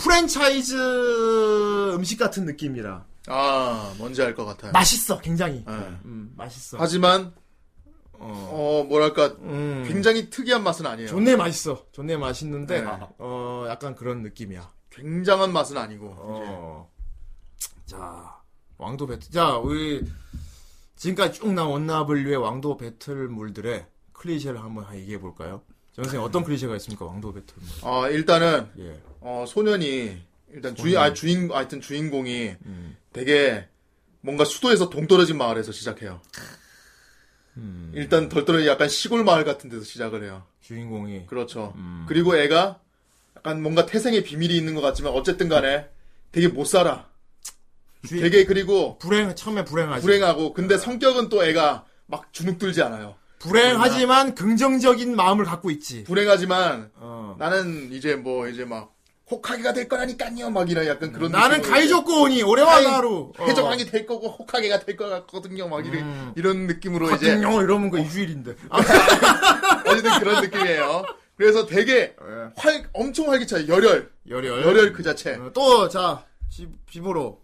Speaker 1: 프랜차이즈 음식 같은 느낌이라
Speaker 2: 아, 뭔지 알 것 같아요.
Speaker 1: 맛있어 굉장히
Speaker 2: 네.
Speaker 1: 음, 맛있어
Speaker 2: 하지만
Speaker 1: 어.
Speaker 2: 어 뭐랄까
Speaker 1: 음.
Speaker 2: 굉장히 특이한 맛은 아니에요.
Speaker 1: 존내 맛있어 존내 맛있는데
Speaker 2: 네.
Speaker 1: 어 약간 그런 느낌이야
Speaker 2: 굉장한 맛은 아니고.
Speaker 1: 어. 자, 왕도 배틀. 자, 우리 지금까지 쭉 나온 원나블류의 왕도 배틀물들의 클리셰를 한번 얘기해 볼까요? 정선생 어떤 클리셰가 있습니까? 왕도 배틀물.
Speaker 2: 아 일단은
Speaker 1: 예.
Speaker 2: 어 소년이 음. 일단 주인 아 주인 하여튼 주인공이 되게 뭔가 수도에서 동떨어진 마을에서 시작해요. 음. 일단 덜떨어진 약간 시골 마을 같은 데서 시작을 해요.
Speaker 1: 주인공이
Speaker 2: 그렇죠. 그리고 애가 약간 뭔가 태생의 비밀이 있는 것 같지만 어쨌든 간에 되게 못 살아.
Speaker 1: 주인-
Speaker 2: 되게 그리고
Speaker 1: 불행 처음에 불행하지.
Speaker 2: 불행하고 근데 성격은 또 애가 막 주눅들지 않아요.
Speaker 1: 불행하지만 긍정적인 마음을 갖고 있지.
Speaker 2: 불행하지만
Speaker 1: 어.
Speaker 2: 나는 이제 뭐 이제 막 혹하게가 될 거라니까요. 막 이런 약간 그런
Speaker 1: 나는
Speaker 2: 느낌으로 어.
Speaker 1: 가이조코 오니 오래와 나루. 어.
Speaker 2: 해적왕이 될 거고 혹하게가 될 거 같거든요. 막 이런
Speaker 1: 음.
Speaker 2: 이런 느낌으로
Speaker 1: 같은
Speaker 2: 이제
Speaker 1: 영어 이러면 그 이주일인데. 아,
Speaker 2: 어쨌든 그런 느낌이에요. 그래서 되게
Speaker 1: 네.
Speaker 2: 활 엄청 활기차요. 열혈
Speaker 1: 열혈.
Speaker 2: 열혈 그 자체.
Speaker 1: 어, 또, 자, 집, 집으로.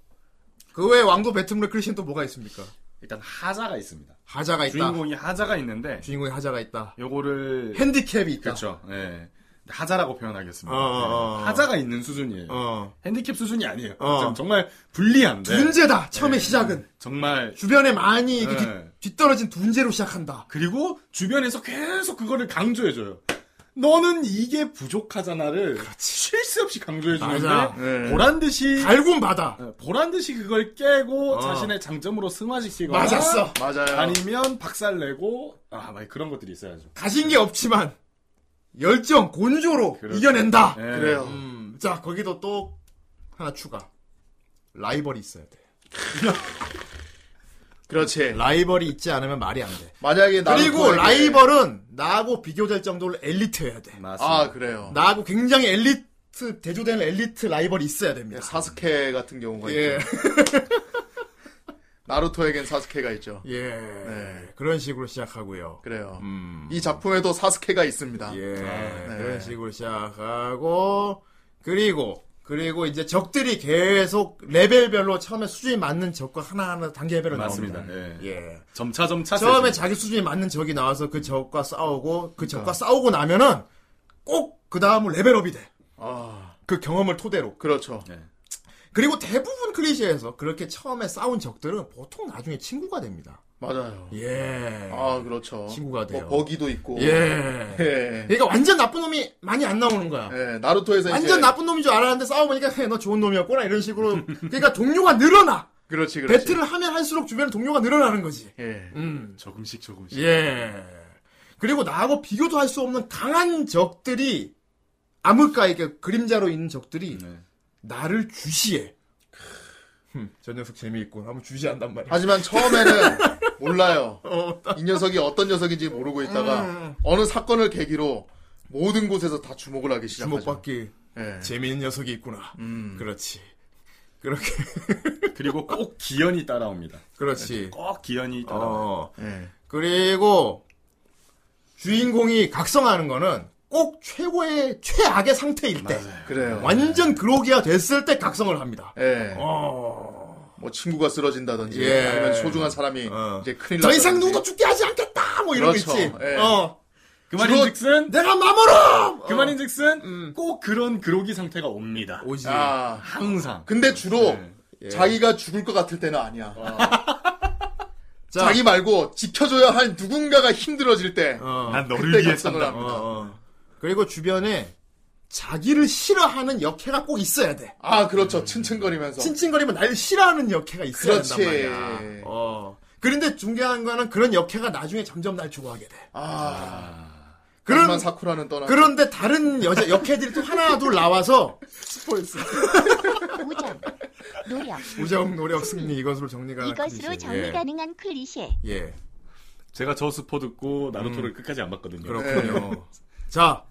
Speaker 1: 그 외에 왕도 배틀물의 클리셰는 또 뭐가 있습니까?
Speaker 3: 일단 하자가 있습니다.
Speaker 1: 하자가 있다.
Speaker 3: 주인공이 하자가 있는데
Speaker 1: 주인공이 하자가 있다.
Speaker 3: 요거를
Speaker 1: 핸디캡이 있다.
Speaker 3: 그렇죠. 예. 하자라고 표현하겠습니다.
Speaker 1: 어, 어, 어.
Speaker 3: 예. 하자가 있는 수준이에요.
Speaker 1: 어.
Speaker 3: 핸디캡 수준이 아니에요.
Speaker 1: 어.
Speaker 3: 좀 정말
Speaker 5: 네.
Speaker 3: 불리한데
Speaker 1: 둔재다. 처음에 시작은
Speaker 3: 정말
Speaker 1: 주변에 많이 그
Speaker 3: 네.
Speaker 1: 뒤, 뒤떨어진 둔재로 시작한다.
Speaker 3: 그리고 주변에서 계속 그거를 강조해줘요. 너는 이게 부족하잖아를 쉴 새 없이
Speaker 1: 맞아.
Speaker 3: 강조해주는데
Speaker 2: 네.
Speaker 3: 보란 듯이
Speaker 1: 갈굼 바다.
Speaker 5: 네.
Speaker 3: 보란 듯이 그걸 깨고
Speaker 1: 어.
Speaker 3: 자신의 장점으로 승화시키거나
Speaker 1: 맞았어.
Speaker 2: 맞아요.
Speaker 3: 아니면 박살내고 아, 막 그런 것들이 있어야죠.
Speaker 1: 가진 게 없지만 열정 곤조로
Speaker 3: 그렇죠.
Speaker 1: 이겨낸다.
Speaker 3: 예.
Speaker 2: 그래요.
Speaker 1: 음, 자 거기도 또 하나 추가. 라이벌이 있어야 돼.
Speaker 2: 그렇지.
Speaker 1: 라이벌이 있지 않으면 말이 안 돼.
Speaker 2: 만약에 나루토에게-
Speaker 1: 음. 그리고 라이벌은 나하고 비교될 정도로 엘리트여야 돼.
Speaker 5: 음.
Speaker 3: 맞습니다.
Speaker 2: 아 그래요.
Speaker 1: 나하고 굉장히 엘리트 대조되는 엘리트 라이벌이 있어야 됩니다.
Speaker 2: 네, 사스케 같은 경우가
Speaker 1: 예.
Speaker 2: 있죠. 나루토에겐 사스케가 있죠.
Speaker 1: 예.
Speaker 3: 네.
Speaker 1: 그런 식으로 시작하고요.
Speaker 2: 그래요.
Speaker 1: 음.
Speaker 2: 이 작품에도 사스케가 있습니다.
Speaker 1: 예.
Speaker 3: 아,
Speaker 2: 네.
Speaker 1: 그런 식으로 시작하고 그리고 그리고 이제 적들이 계속 레벨별로 처음에 수준이 맞는 적과 하나하나 단계별로
Speaker 3: 맞습니다.
Speaker 1: 나옵니다.
Speaker 3: 예.
Speaker 1: 예.
Speaker 3: 점차 점차
Speaker 1: 처음에
Speaker 3: 세죠.
Speaker 1: 자기 수준이 맞는 적이 나와서 그 적과 싸우고 그
Speaker 3: 아.
Speaker 1: 적과 싸우고 나면은 꼭 그 다음은 레벨업이 돼.
Speaker 2: 아
Speaker 1: 그 경험을 토대로.
Speaker 2: 그렇죠.
Speaker 1: 그리고 대부분 클리셰에서 그렇게 처음에 싸운 적들은 보통 나중에 친구가 됩니다.
Speaker 2: 맞아요.
Speaker 1: 예.
Speaker 2: 아 그렇죠.
Speaker 1: 친구가 돼요.
Speaker 2: 뭐 버기도 있고.
Speaker 1: 예.
Speaker 2: 예.
Speaker 1: 그러니까 완전 나쁜 놈이 많이 안 나오는 거야.
Speaker 2: 예, 나루토에서
Speaker 1: 완전
Speaker 2: 이제-
Speaker 1: 나쁜 놈인 줄 알았는데 싸워보니까 헤, 너 좋은 놈이었구나 이런 식으로 그러니까 동료가 늘어나
Speaker 2: 그렇지 그렇지.
Speaker 1: 배틀을 하면 할수록 주변에 동료가 늘어나는 거지
Speaker 2: 예.
Speaker 1: 음.
Speaker 3: 조금씩 조금씩
Speaker 1: 예 그리고 나하고 비교도 할 수 없는 강한 적들이 암흑가의 그 그림자로 있는 적들이
Speaker 3: 네.
Speaker 1: 나를 주시해 흠, 저 녀석 재미있고 한번 주시한단 말이야
Speaker 2: 하지만 처음에는 몰라요.
Speaker 1: 어,
Speaker 2: 이 녀석이 어떤 녀석인지 모르고 있다가
Speaker 1: 음.
Speaker 2: 어느 사건을 계기로 모든 곳에서 다 주목을 하기 시작하죠.
Speaker 1: 주목받기
Speaker 2: 예.
Speaker 1: 재미있는 녀석이 있구나
Speaker 2: 음.
Speaker 1: 그렇지 그렇게
Speaker 3: 그리고 꼭 기연이 따라옵니다.
Speaker 1: 그렇지
Speaker 3: 꼭 기연이 따라옵니다.
Speaker 1: 어
Speaker 2: 예.
Speaker 1: 그리고 주인공이 각성하는 거는 꼭 최고의 최악의 상태일 때
Speaker 2: 그래요.
Speaker 1: 완전 그로기가 됐을 때 각성을 합니다.
Speaker 2: 예.
Speaker 1: 어.
Speaker 2: 뭐 친구가 쓰러진다든지
Speaker 1: 예.
Speaker 2: 아니면 소중한 사람이
Speaker 1: 어.
Speaker 2: 이제 큰일
Speaker 1: 더 이상
Speaker 2: 났다든지.
Speaker 1: 누구도 죽게 하지 않겠다. 뭐 이런
Speaker 2: 그렇죠.
Speaker 1: 거 있지.
Speaker 2: 예.
Speaker 1: 어.
Speaker 3: 그만인즉슨
Speaker 1: 내가 마모름! 어.
Speaker 3: 그만인즉슨 꼭 그런 그로기 상태가 옵니다.
Speaker 1: 오지.
Speaker 2: 아,
Speaker 3: 항상.
Speaker 2: 근데 주로
Speaker 3: 네.
Speaker 1: 예. 어.
Speaker 2: 자기가 죽을 것 같을 때는 아니야.
Speaker 1: 자.
Speaker 2: 자기 말고 지켜줘야 할 누군가가 힘들어질 때.
Speaker 1: 어.
Speaker 3: 난
Speaker 2: 그때
Speaker 3: 너를 위해
Speaker 2: 각성을
Speaker 3: 산다.
Speaker 1: 어,
Speaker 2: 합니다.
Speaker 1: 어. 그리고 주변에 자기를 싫어하는 역해가 꼭 있어야 돼.
Speaker 2: 아, 그렇죠. 츤츤거리면서.
Speaker 1: 칭칭거리면 날 싫어하는 역해가 있어야
Speaker 2: 그렇지.
Speaker 1: 된단 말이야. 어. 그런데 중요한 거는 그런 역해가 나중에 점점 날 좋아하게 돼.
Speaker 2: 아, 그런
Speaker 1: 그런
Speaker 2: 사쿠라는 떠나.
Speaker 1: 그런데 다른 여자 역해들이 또 하나 둘 나와서
Speaker 8: 우정, 노력,
Speaker 1: 우정 노력 승리 이것으로 정리가
Speaker 8: 이것으로 정리
Speaker 1: 예.
Speaker 8: 가능한 클리셰.
Speaker 2: 네.
Speaker 1: 예.
Speaker 3: 제가 저 스포 듣고 나루토를 끝까지 안 봤거든요.
Speaker 1: 음. 그렇군요. 자.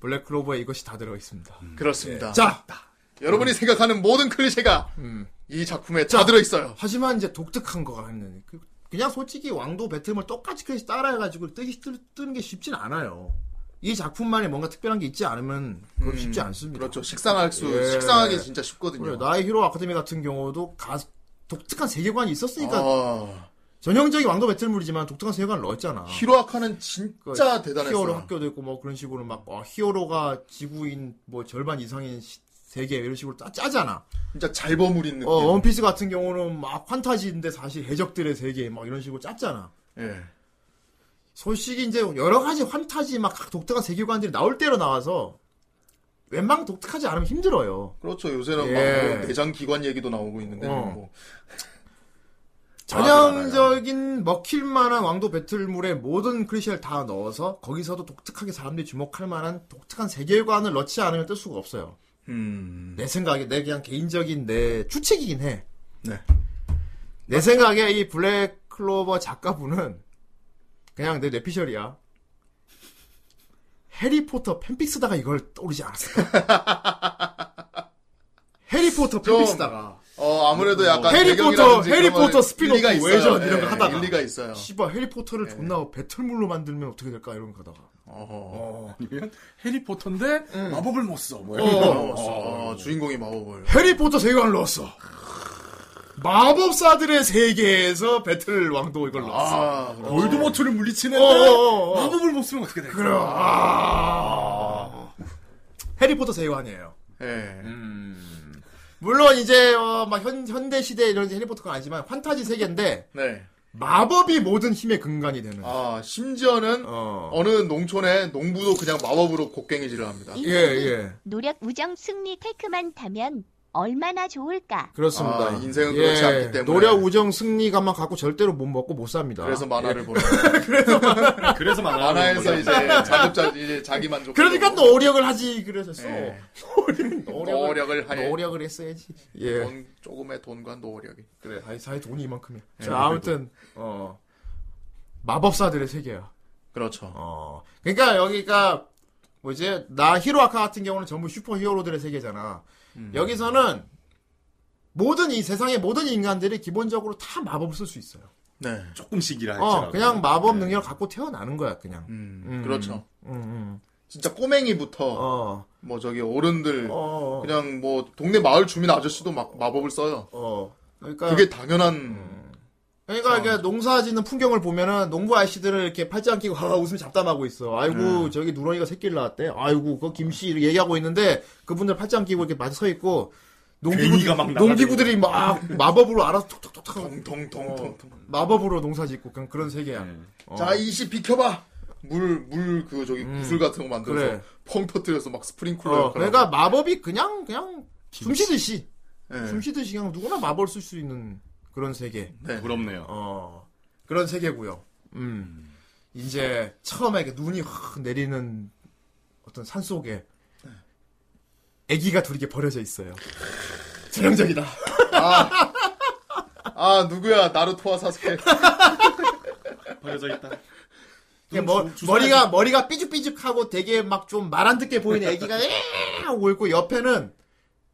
Speaker 1: 블랙클로버에 이것이 다 들어 있습니다.
Speaker 2: 음. 그렇습니다. 자,
Speaker 1: 자,
Speaker 2: 여러분이 생각하는 모든 클리셰가 음, 이 작품에 다 들어있어요.
Speaker 1: 하지만 이제 독특한 거가 있는 그- 그냥 솔직히 왕도 배틀물 똑같이 그래서 따라해가지고 뜨기 뜨, 는게 쉽진 않아요. 이 작품만에 뭔가 특별한 게 있지 않으면 그건 쉽지 않습니다.
Speaker 2: 그렇죠. 식상할 수,
Speaker 1: 예.
Speaker 2: 식상하기 진짜 쉽거든요.
Speaker 1: 그래요. 나의 히로 아카데미 같은 경우도 가- 독특한 세계관이 있었으니까
Speaker 2: 아,
Speaker 1: 전형적인 왕도 배틀물이지만 독특한 세계관을 넣었잖아.
Speaker 2: 히로아카는
Speaker 1: 그
Speaker 2: 진짜 대단했어요.
Speaker 1: 히어로 학교도 있고 뭐 그런 식으로 막 어, 히어로가 지구인 뭐 절반 이상인 시- 세계 이런 식으로 짜, 짜잖아.
Speaker 2: 진짜 잘 버무린 느낌.
Speaker 1: 어, 원피스 같은 경우는 막 판타지인데 사실 해적들의 세계 막 이런 식으로 짰잖아.
Speaker 2: 예.
Speaker 1: 솔직히 이제 여러 가지 환타지 막 각 독특한 세계관들이 나올 때로 나와서 웬만큼 독특하지 않으면 힘들어요.
Speaker 2: 그렇죠. 요새는
Speaker 1: 예.
Speaker 2: 막뭐 내장 기관 얘기도 나오고 있는데.
Speaker 1: 어.
Speaker 2: 뭐.
Speaker 1: 전형적인 먹힐 만한 왕도 배틀물에 모든 클리셰를 다 넣어서 거기서도 독특하게 사람들이 주목할 만한 독특한 세계관을 넣지 않으면 뜰 수가 없어요.
Speaker 2: 음.
Speaker 1: 내 생각에 내 그냥 개인적인 내 추측이긴 해.
Speaker 2: 네.
Speaker 1: 내 생각에 이 블랙 클로버 작가분은 그냥 내 뇌피셜이야. 해리포터 팬픽 쓰다가 이걸 떠오르지 않았을까? 해리포터
Speaker 2: 좀-
Speaker 1: 팬픽 쓰다가 뭐
Speaker 2: 어, 아무래도 약간
Speaker 1: 해리포터,
Speaker 2: 배경이라든지 그런
Speaker 1: 해리포터
Speaker 2: 거는
Speaker 1: 스피노프
Speaker 2: 일리가 있어요.
Speaker 1: 외전 이런 거
Speaker 2: 예,
Speaker 1: 하다가.
Speaker 2: 일리가 있어요.
Speaker 1: 씨발 해리포터를 존나 배틀물로 만들면 어떻게 될까 이런 거 하다가
Speaker 2: 어허.
Speaker 3: 아니면 해리포터인데
Speaker 1: 음.
Speaker 3: 마법을 못 써. 뭐
Speaker 2: 어,
Speaker 3: 이런 거.
Speaker 2: 어, 어, 주인공이 마법을.
Speaker 1: 해리포터 세계관을 넣었어. 마법사들의 세계에서 배틀 왕도 이걸 넣었어.
Speaker 2: 아, 그렇죠.
Speaker 3: 볼드모트를 물리치는데
Speaker 1: 어어어어.
Speaker 3: 마법을 못 쓰면 어떻게 될까?
Speaker 1: 그래. 아. 해리포터 세계관이에요.
Speaker 2: 예.
Speaker 3: 음.
Speaker 1: 물론 이제 어, 막 현, 현대 시대 이런 해리포터가 아니지만 환타지 세계인데
Speaker 2: 네.
Speaker 1: 마법이 모든 힘의 근간이 되는.
Speaker 2: 아, 심지어는
Speaker 1: 어.
Speaker 2: 어느 농촌에 농부도 그냥 마법으로 곡괭이질을 합니다.
Speaker 8: 이
Speaker 1: 예, 예.
Speaker 8: 노력, 우정, 승리 테크만 다면 얼마나 좋을까?
Speaker 1: 그렇습니다. 예.
Speaker 2: 아, 인생은 그렇지 않기 때문에.
Speaker 1: 노력, 우정, 승리감만 갖고 절대로 못 먹고 못 삽니다.
Speaker 2: 그래서 만화를 보는
Speaker 3: 그래서 막
Speaker 2: 만화에서 이제 자급자 이제 자기 만족.
Speaker 1: 아, 그러니까 노력을 하지 그러셨어.
Speaker 2: 예.
Speaker 1: 노력을
Speaker 2: 노력을 하여
Speaker 1: 노력을 했어야지. 예.
Speaker 2: 돈 조금의 돈과 노력이.
Speaker 1: 그래. 예, 아이 사이 돈이 이만큼이야. 자, 아무튼 어 마법사들의 세계야.
Speaker 2: 그렇죠.
Speaker 1: 어. 그러니까 여기가 뭐지? 나 히로아카 같은 경우는 전부 슈퍼히어로들의 세계잖아.
Speaker 2: 음.
Speaker 1: 여기서는 모든 이 세상의 모든 인간들이 기본적으로 다 마법을 쓸 수 있어요.
Speaker 2: 네.
Speaker 3: 조금씩이라
Speaker 1: 어,
Speaker 3: 했더라고요.
Speaker 1: 그냥 마법 능력 을 갖고 태어나는 거야, 그냥.
Speaker 2: 음,
Speaker 1: 음.
Speaker 2: 그렇죠.
Speaker 1: 음, 음.
Speaker 2: 진짜 꼬맹이부터
Speaker 1: 어,
Speaker 2: 뭐 저기 어른들
Speaker 1: 어, 어,
Speaker 2: 그냥 뭐 동네 마을 주민 아저씨도 막 마법을 써요.
Speaker 1: 어. 그러니까
Speaker 2: 그게 당연한
Speaker 1: 그러니까 이게 농사짓는 풍경을 보면은 농부 아저씨들을 이렇게 팔짱 끼고 하하 웃음 잡담하고 있어. 아이고 저기 누렁이가 새끼를 낳았대. 아이고 그 김씨 이렇게 얘기하고 있는데 그분들 팔짱 끼고 이렇게 마주 서 있고 농기구
Speaker 3: 괭이가 막 나가지고.
Speaker 1: 농기구들이 막 마법으로 알아서 톡톡톡톡
Speaker 2: 덩덩덩덩.
Speaker 1: 마법으로 농사짓고 그냥 그런 세계야. 어. 음.
Speaker 2: 자, 이씨 비켜봐. 물 물 그 저기 구슬 같은 거 만들어서
Speaker 1: 그래.
Speaker 2: 펑 터뜨려서 막 스프링클러.
Speaker 1: 어,
Speaker 2: 역할하고.
Speaker 1: 그러니까 마법이 그냥 그냥 숨 쉬듯이
Speaker 2: 예.
Speaker 1: 숨 쉬듯이 그냥 누구나 마법을 쓸 수 있는 그런 세계.
Speaker 2: 네.
Speaker 3: 부럽네요.
Speaker 1: 어 그런 세계고요. 음 이제 처음에 이렇게 눈이 확 내리는 어떤 산 속에 아기가 둘이 이렇게 버려져 있어요. 전형적이다.
Speaker 2: 아 누구야 나루토와 사스케.
Speaker 1: 네.
Speaker 3: 버려져 있다.
Speaker 1: 이게 뭐, 머,
Speaker 3: 주-
Speaker 1: 머리가 머리가 삐죽삐죽하고 되게 막 좀 말 안 듣게 보이는 아기가 에 하고 있고 옆에는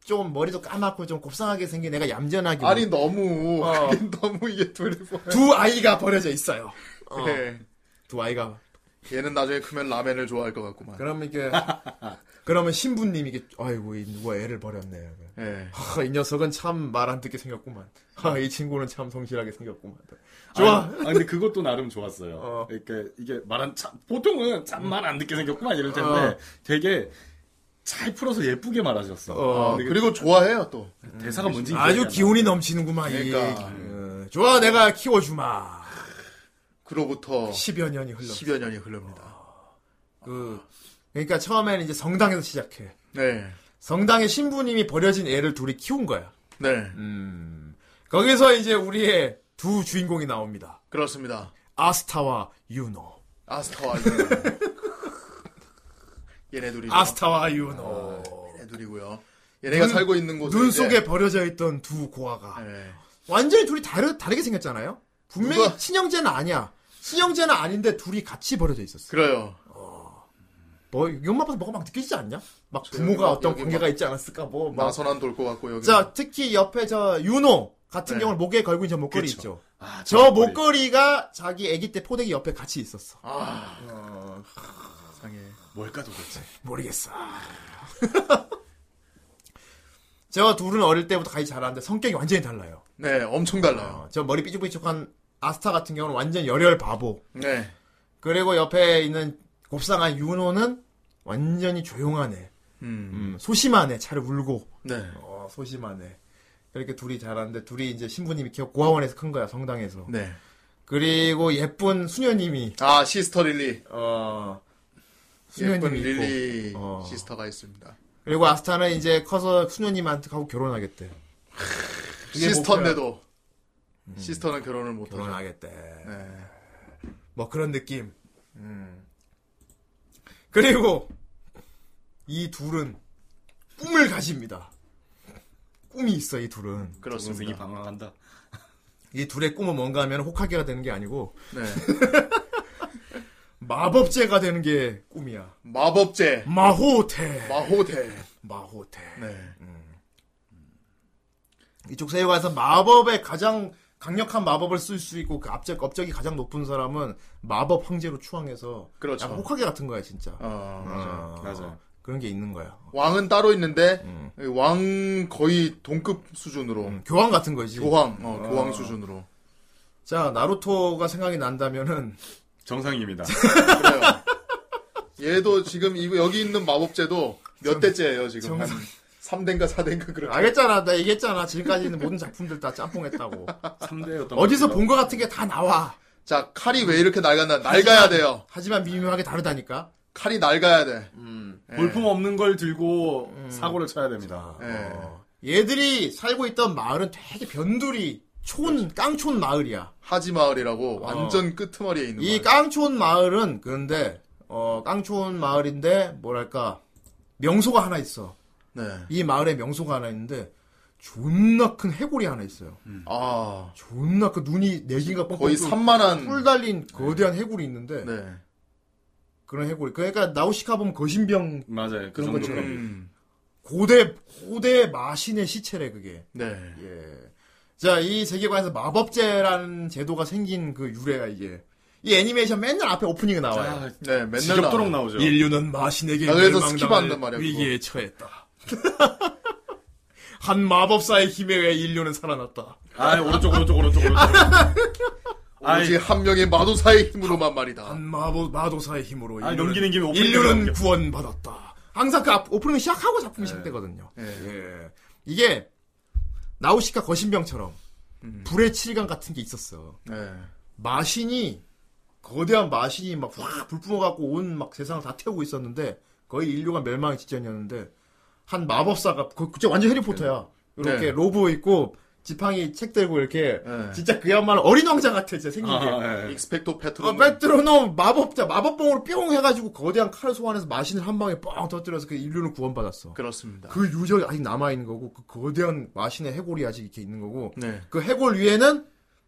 Speaker 1: 좀 머리도 까맣고 좀 곱상하게 생긴 애가 얌전하게
Speaker 2: 아니 너무
Speaker 1: 어.
Speaker 2: 그게 너무 이게 둘이 뭐.
Speaker 1: 두 아이가 버려져 있어요. 어,
Speaker 2: 예.
Speaker 1: 두 아이가
Speaker 2: 얘는 나중에 크면 라멘을 좋아할 것 같구만.
Speaker 1: 그럼 이게 그러면 신부님이 이게 아이고 이 누가 애를 버렸네.
Speaker 2: 예.
Speaker 1: 하, 이 녀석은 참 말 안 듣게 생겼구만. 하, 이 친구는 참 성실하게 생겼구만. 좋아.
Speaker 3: 아, 아, 근데 그것도 나름 좋았어요.
Speaker 1: 어.
Speaker 3: 그러니까 이게 말한 참, 보통은 참 말 안 듣게 생겼구만 이럴 텐데
Speaker 1: 어.
Speaker 3: 되게 잘 풀어서 예쁘게 말하셨어.
Speaker 1: 어,
Speaker 3: 아,
Speaker 2: 어,
Speaker 3: 근데 그
Speaker 2: 그리고 좋아해요 또.
Speaker 3: 대사가 뭔지
Speaker 1: 아주
Speaker 3: 기억이 안
Speaker 1: 기운이 넘치는구만.
Speaker 2: 그러니까.
Speaker 1: 이, 어, 좋아, 내가 키워주마.
Speaker 2: 그로부터
Speaker 1: 10여 년이 흘렀어. 아.
Speaker 2: 10여 년이 흐릅니다.
Speaker 1: 그, 그러니까 처음에는 이제 성당에서 시작해.
Speaker 2: 네.
Speaker 1: 성당에 신부님이 버려진 애를 둘이 키운 거야.
Speaker 2: 네.
Speaker 1: 음. 거기서 이제 우리의 두 주인공이 나옵니다.
Speaker 2: 그렇습니다.
Speaker 1: 아스타와 유노.
Speaker 2: 아스타와 유노. 얘네 둘이.
Speaker 1: 아스타와 유노.
Speaker 2: 얘네 둘이고요. 얘네가
Speaker 1: 눈-
Speaker 2: 살고 있는 곳은
Speaker 1: 어. 눈
Speaker 2: 이제-
Speaker 1: 속에 버려져 있던 두 고아가
Speaker 2: 네.
Speaker 1: 완전히 둘이 다르, 다르게 생겼잖아요. 분명히
Speaker 2: 누가-
Speaker 1: 친형제는 아니야. 친형제는 아닌데 둘이 같이 버려져 있었어.
Speaker 2: 그래요.
Speaker 1: 뭐 이것만 봐서 뭐가 막 느껴지지 않냐? 막
Speaker 2: 저
Speaker 1: 부모가
Speaker 2: 여기-
Speaker 1: 어떤
Speaker 2: 여기
Speaker 1: 관계가
Speaker 2: 막-
Speaker 1: 있지 않았을까? 뭐 막.
Speaker 2: 마선한 돌 것 같고 여기.
Speaker 1: 자 특히 옆에 저 유노 같은
Speaker 2: 네.
Speaker 1: 경우는 목에 걸고 있는 저 목걸이
Speaker 3: 그쵸.
Speaker 1: 있죠.
Speaker 3: 아,
Speaker 1: 저 목걸이가 자기 아기 때 포대기 옆에 같이 있었어.
Speaker 2: 아. 상해.
Speaker 3: 뭘까 도대체.
Speaker 1: 모르겠어. 저 둘은 어릴 때부터 같이 자랐는데 성격이 완전히 달라요.
Speaker 2: 네, 엄청 달라요.
Speaker 1: 어, 저 머리 삐죽삐죽한 아스타 같은 경우는 완전 열혈 바보.
Speaker 2: 네.
Speaker 1: 그리고 옆에 있는 곱상한 윤호는 완전히 조용한 애.
Speaker 2: 음.
Speaker 1: 음, 소심한 애. 잘 울고.
Speaker 2: 네.
Speaker 1: 어, 소심한 애. 그렇게 둘이 자랐는데 둘이 이제 신부님이 키워 고아원에서 큰 거야 성당에서.
Speaker 2: 네.
Speaker 1: 그리고 예쁜 수녀님이
Speaker 2: 아, 시스터 릴리.
Speaker 1: 어
Speaker 2: 예쁜
Speaker 1: 수녀님이 있고.
Speaker 2: 릴리
Speaker 1: 어.
Speaker 2: 시스터가 있습니다.
Speaker 1: 그리고 아스타는 이제 커서 수녀님한테 하고 결혼하겠대. 그게
Speaker 2: 시스터인데도 음. 시스터는 결혼을 못하죠.
Speaker 1: 결혼하겠대.
Speaker 2: 네.
Speaker 1: 뭐 그런 느낌. 음. 그리고 이 둘은 꿈을 가집니다. 꿈이 있어 이 둘은.
Speaker 3: 동생이
Speaker 2: 그렇습니다.
Speaker 3: 방황한다.
Speaker 1: 이 둘의 꿈은 뭔가 하면 호카게가 되는 게 아니고
Speaker 2: 네.
Speaker 1: 마법제가 되는 게 꿈이야.
Speaker 2: 마법제
Speaker 1: 마호테.
Speaker 2: 마호대.
Speaker 1: 마호테.
Speaker 2: 네.
Speaker 1: 이쪽 세계관에서 마법의 가장 강력한 마법을 쓸 수 있고 그 업적, 업적이 가장 높은 사람은 마법 황제로 추앙해서
Speaker 2: 그렇죠.
Speaker 1: 약간 호카게 같은 거야 진짜.
Speaker 2: 어, 맞아요.
Speaker 1: 어,
Speaker 3: 맞아요.
Speaker 1: 그런 게 있는 거야.
Speaker 2: 왕은 따로 있는데 왕 거의 동급 수준으로
Speaker 1: 음, 아. 교황 같은 거지.
Speaker 2: 교황, 어, 교황 수준으로.
Speaker 1: 자, 나루토가 생각이 난다면은
Speaker 3: 정상입니다.
Speaker 2: 그래요. 얘도 지금 이거 여기 있는 마법제도 몇 대째예요 지금 한
Speaker 1: 정상.
Speaker 2: 3대인가 4대인가 그렇게.
Speaker 1: 알겠잖아. 나 얘기했잖아. 지금까지 있는 모든 작품들 다 짬뽕했다고.
Speaker 3: 3대였던
Speaker 1: 어디서 본 거 같은 게 다 나와.
Speaker 2: 자 칼이 왜 이렇게 낡았나? 낡아야 돼요.
Speaker 1: 하지만 미묘하게 다르다니까.
Speaker 2: 칼이 낡아야 돼.
Speaker 3: 볼품 없는 걸 들고
Speaker 1: 음.
Speaker 3: 사고를 쳐야 됩니다.
Speaker 2: 예.
Speaker 1: 어, 얘들이 살고 있던 마을은 되게 변두리 촌
Speaker 2: 그렇죠.
Speaker 1: 깡촌 마을이야.
Speaker 2: 하지 마을이라고 완전 끄트머리에 있는
Speaker 1: 이
Speaker 2: 그렇죠. 마을.
Speaker 1: 깡촌 마을은 그런데 어, 깡촌 마을인데 뭐랄까 명소가 하나 있어.
Speaker 2: 네.
Speaker 1: 이 마을에 명소가 하나 있는데 존나 큰 해골이 하나 있어요.
Speaker 2: 아
Speaker 1: 존나 그 눈이 네 개가 뻥뻥
Speaker 2: 거의
Speaker 1: 뚫-
Speaker 2: 산만한.
Speaker 1: 뿔 달린 거대한 해골이 있는데
Speaker 2: 네.
Speaker 1: 그런 해골이 그러니까 나우시카 보면 거신병
Speaker 3: 맞아요. 그
Speaker 1: 예. 그런
Speaker 3: 정도.
Speaker 1: 것처럼.
Speaker 2: 음.
Speaker 1: 고대 고대 마신의 시체래 그게
Speaker 2: 네.
Speaker 1: 예. 자 이 세계관에서 마법제라는 제도가 생긴 그 유래야 이게 이 애니메이션 맨날 앞에 오프닝에 나와요
Speaker 3: 아,
Speaker 2: 네. 맨날
Speaker 3: 지겹도록
Speaker 2: 나와요.
Speaker 3: 나오죠.
Speaker 1: 인류는 마신에게
Speaker 2: 나 아, 그래서
Speaker 1: 멸망당할
Speaker 2: 스킵한단 말이야,
Speaker 1: 위기에 처했다 한 마법사의 힘에 의해 인류는 살아났다
Speaker 3: 아, 오른쪽, 오른쪽, 오른쪽,
Speaker 1: 아,
Speaker 3: 오른쪽. 아이,
Speaker 2: 오직 한 명의 마도사의 힘으로만 말이다.
Speaker 1: 한 마법 마도사의 힘으로
Speaker 3: 아,
Speaker 1: 인류는-
Speaker 3: 넘기는 김에 오프닝
Speaker 1: 인류는
Speaker 3: 넘겨.
Speaker 1: 구원받았다 항상 그 앞- 오프닝 시작하고 작품이 시작되거든요
Speaker 2: 예.
Speaker 1: 예. 이게 나우시카 거신병처럼
Speaker 2: 음.
Speaker 1: 불의 칠감 같은 게 있었어.
Speaker 2: 네.
Speaker 1: 마신이 거대한 마신이 막 확 불뿜어 갖고 온 막 세상을 다 태우고 있었는데 거의 인류가 멸망의 직전이었는데 한 마법사가 그 진짜 완전 해리포터야. 이렇게
Speaker 2: 네.
Speaker 1: 로브 입고 지팡이 책 들고 이렇게
Speaker 2: 네.
Speaker 1: 진짜 그야말로 어린 왕자 같아 진짜 생긴 게.
Speaker 3: 아, 예.
Speaker 2: 익스펙토
Speaker 1: 어,
Speaker 2: 페트론.
Speaker 1: 메트로놈 마법자 마법봉으로 뿅 해가지고 거대한 칼을 소환해서 마신을 한 방에 뻥 터뜨려서 그 인류는 구원받았어.
Speaker 2: 그렇습니다.
Speaker 1: 그 유적이 아직 남아있는 거고, 그 거대한 마신의 해골이 아직 이렇게 있는 거고,
Speaker 2: 네.
Speaker 1: 그 해골 위에는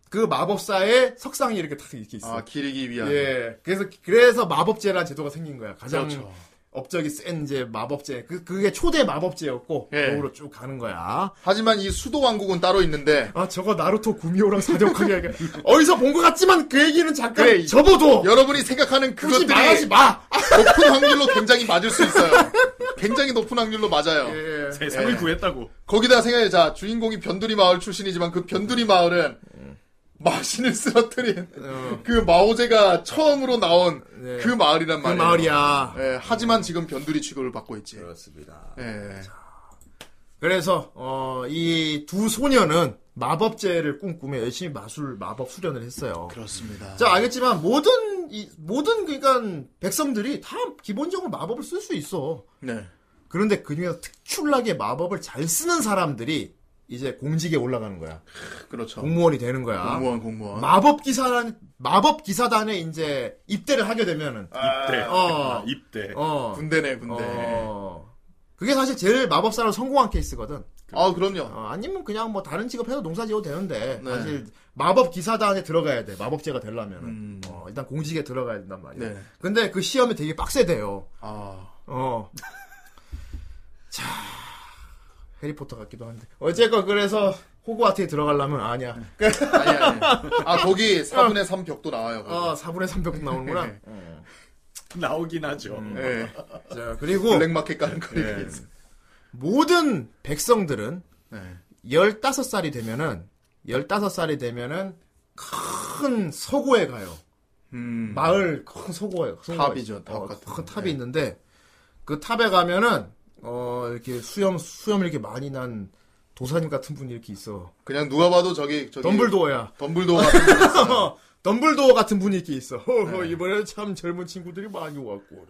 Speaker 1: 그 마법사의 석상이 이렇게 예. 탁 이렇게 있어.
Speaker 2: 아 기르기 위한.
Speaker 1: 예. 그래서, 그래서 마법제라는 제도가 생긴 거야. 가장
Speaker 2: 그렇죠.
Speaker 1: 업적이 센 이제 마법제 그 그게 초대 마법제였고
Speaker 2: 예.
Speaker 1: 거기로 쭉 가는 거야.
Speaker 2: 하지만 이 수도 왕국은 따로 있는데
Speaker 1: 아 저거 나루토 구미호랑 사적하게 하게 어디서 본 것 같지만 그 얘기는 잠깐
Speaker 2: 그래, 이-
Speaker 1: 접어둬.
Speaker 2: 여러분이 생각하는
Speaker 1: 굳이
Speaker 2: 그것들이
Speaker 1: 말하지 마. 아!
Speaker 2: 높은 확률로 굉장히 맞을 수 있어요. 굉장히 높은 확률로 맞아요.
Speaker 1: 예.
Speaker 3: 세상을 구했다고.
Speaker 2: 거기다 생각해 자 주인공이 변두리 마을 출신이지만 그 변두리 마을은 마신을 쓰러뜨린
Speaker 1: 어,
Speaker 2: 그 마오제가 처음으로 나온
Speaker 1: 네.
Speaker 2: 그 마을이란
Speaker 1: 그
Speaker 2: 말이에요.
Speaker 1: 마을이야.
Speaker 2: 예, 하지만 지금 변두리 취급을 받고 있지.
Speaker 9: 그렇습니다.
Speaker 2: 예.
Speaker 1: 그래서 어, 이 두 소녀는 마법제를 꿈꾸며 열심히 마술 마법 수련을
Speaker 2: 그렇죠.
Speaker 1: 했어요.
Speaker 2: 그렇습니다.
Speaker 1: 자 알겠지만 모든 이- 모든 그러니까 백성들이 다 기본적으로 마법을 쓸 수 있어.
Speaker 2: 네.
Speaker 1: 그런데 그중에서 특출나게 마법을 잘 쓰는 사람들이 이제 공직에 올라가는 거야.
Speaker 2: 그렇죠.
Speaker 1: 공무원이 되는 거야.
Speaker 2: 공무원, 공무원.
Speaker 1: 마법 기사단 마법 기사단에 이제 입대를 하게 되면은
Speaker 3: 입대. 아,
Speaker 1: 어.
Speaker 3: 입대.
Speaker 1: 어
Speaker 2: 군대네, 군대.
Speaker 1: 어. 그게 사실 제일 마법사로 성공한 케이스거든.
Speaker 2: 아, 그럼요.
Speaker 1: 어, 아니면 그냥 뭐 다른 직업 해도 농사 지어도 되는데
Speaker 2: 네.
Speaker 1: 사실 마법 기사단에 들어가야 돼 마법제가 되려면
Speaker 2: 음.
Speaker 1: 은 어, 일단 공직에 들어가야 된단 말이야
Speaker 2: 네.
Speaker 1: 근데 그 시험이 되게 빡세대요
Speaker 2: 아,
Speaker 1: 어. 자 해리포터 같기도 한데 어쨌건 그래서 호그와트에 들어가려면 아니야
Speaker 2: 네. 아니, 아니. 아, 거기 4분의 3 벽도 나와요. 거기.
Speaker 1: 어 4분의 300
Speaker 2: 네.
Speaker 1: 나오는구나
Speaker 3: 나오긴 하죠.
Speaker 2: 예.
Speaker 1: 자 그리고
Speaker 2: 블랙마켓 가는 거리가
Speaker 3: 예.
Speaker 2: 있어.
Speaker 1: 모든 백성들은
Speaker 2: 네.
Speaker 1: 15살이 되면은 15살이 되면은 큰 서고에 가요
Speaker 2: 음.
Speaker 1: 마을 큰 서고예요. 서고가
Speaker 2: 탑이죠,
Speaker 1: 있-
Speaker 2: 탑
Speaker 1: 어,
Speaker 2: 같은
Speaker 1: 큰
Speaker 2: 거.
Speaker 1: 탑이
Speaker 2: 네.
Speaker 1: 있는데 그 탑에 가면은 어 이렇게 수염 수염 이렇게 많이 난 도사님 같은 분이 이렇게 있어.
Speaker 2: 그냥 누가 봐도 저기, 저기.
Speaker 1: 덤블도어야.
Speaker 2: 덤블도어 같은 분 있어요.
Speaker 1: 어, 덤블도어 같은 분이 이렇게 있어. 허허,
Speaker 2: 네.
Speaker 1: 이번에 참 젊은 친구들이 많이 왔고.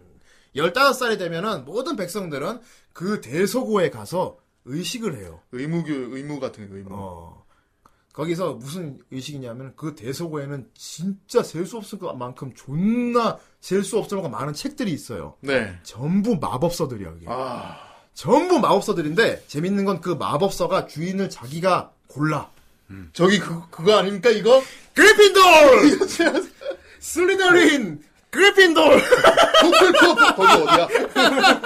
Speaker 1: 15살이 되면은 모든 백성들은 그 대서고에 가서 의식을 해요.
Speaker 2: 의무교, 의무 같은 거, 의무.
Speaker 1: 어. 거기서 무슨 의식이냐면 그 대서고에는 진짜 셀 수 없을 것만큼 존나 셀 수 없을 만큼 많은 책들이 있어요.
Speaker 2: 네.
Speaker 1: 전부 마법서들이야. 이게.
Speaker 2: 아,
Speaker 1: 전부 마법서들인데 재밌는 건 그 마법서가 주인을 자기가 골라.
Speaker 2: 저기 그, 그거 아닙니까, 이거?
Speaker 1: 그리핀돌, 슬리더린, 그리핀돌.
Speaker 2: 토플토 거기 어디야?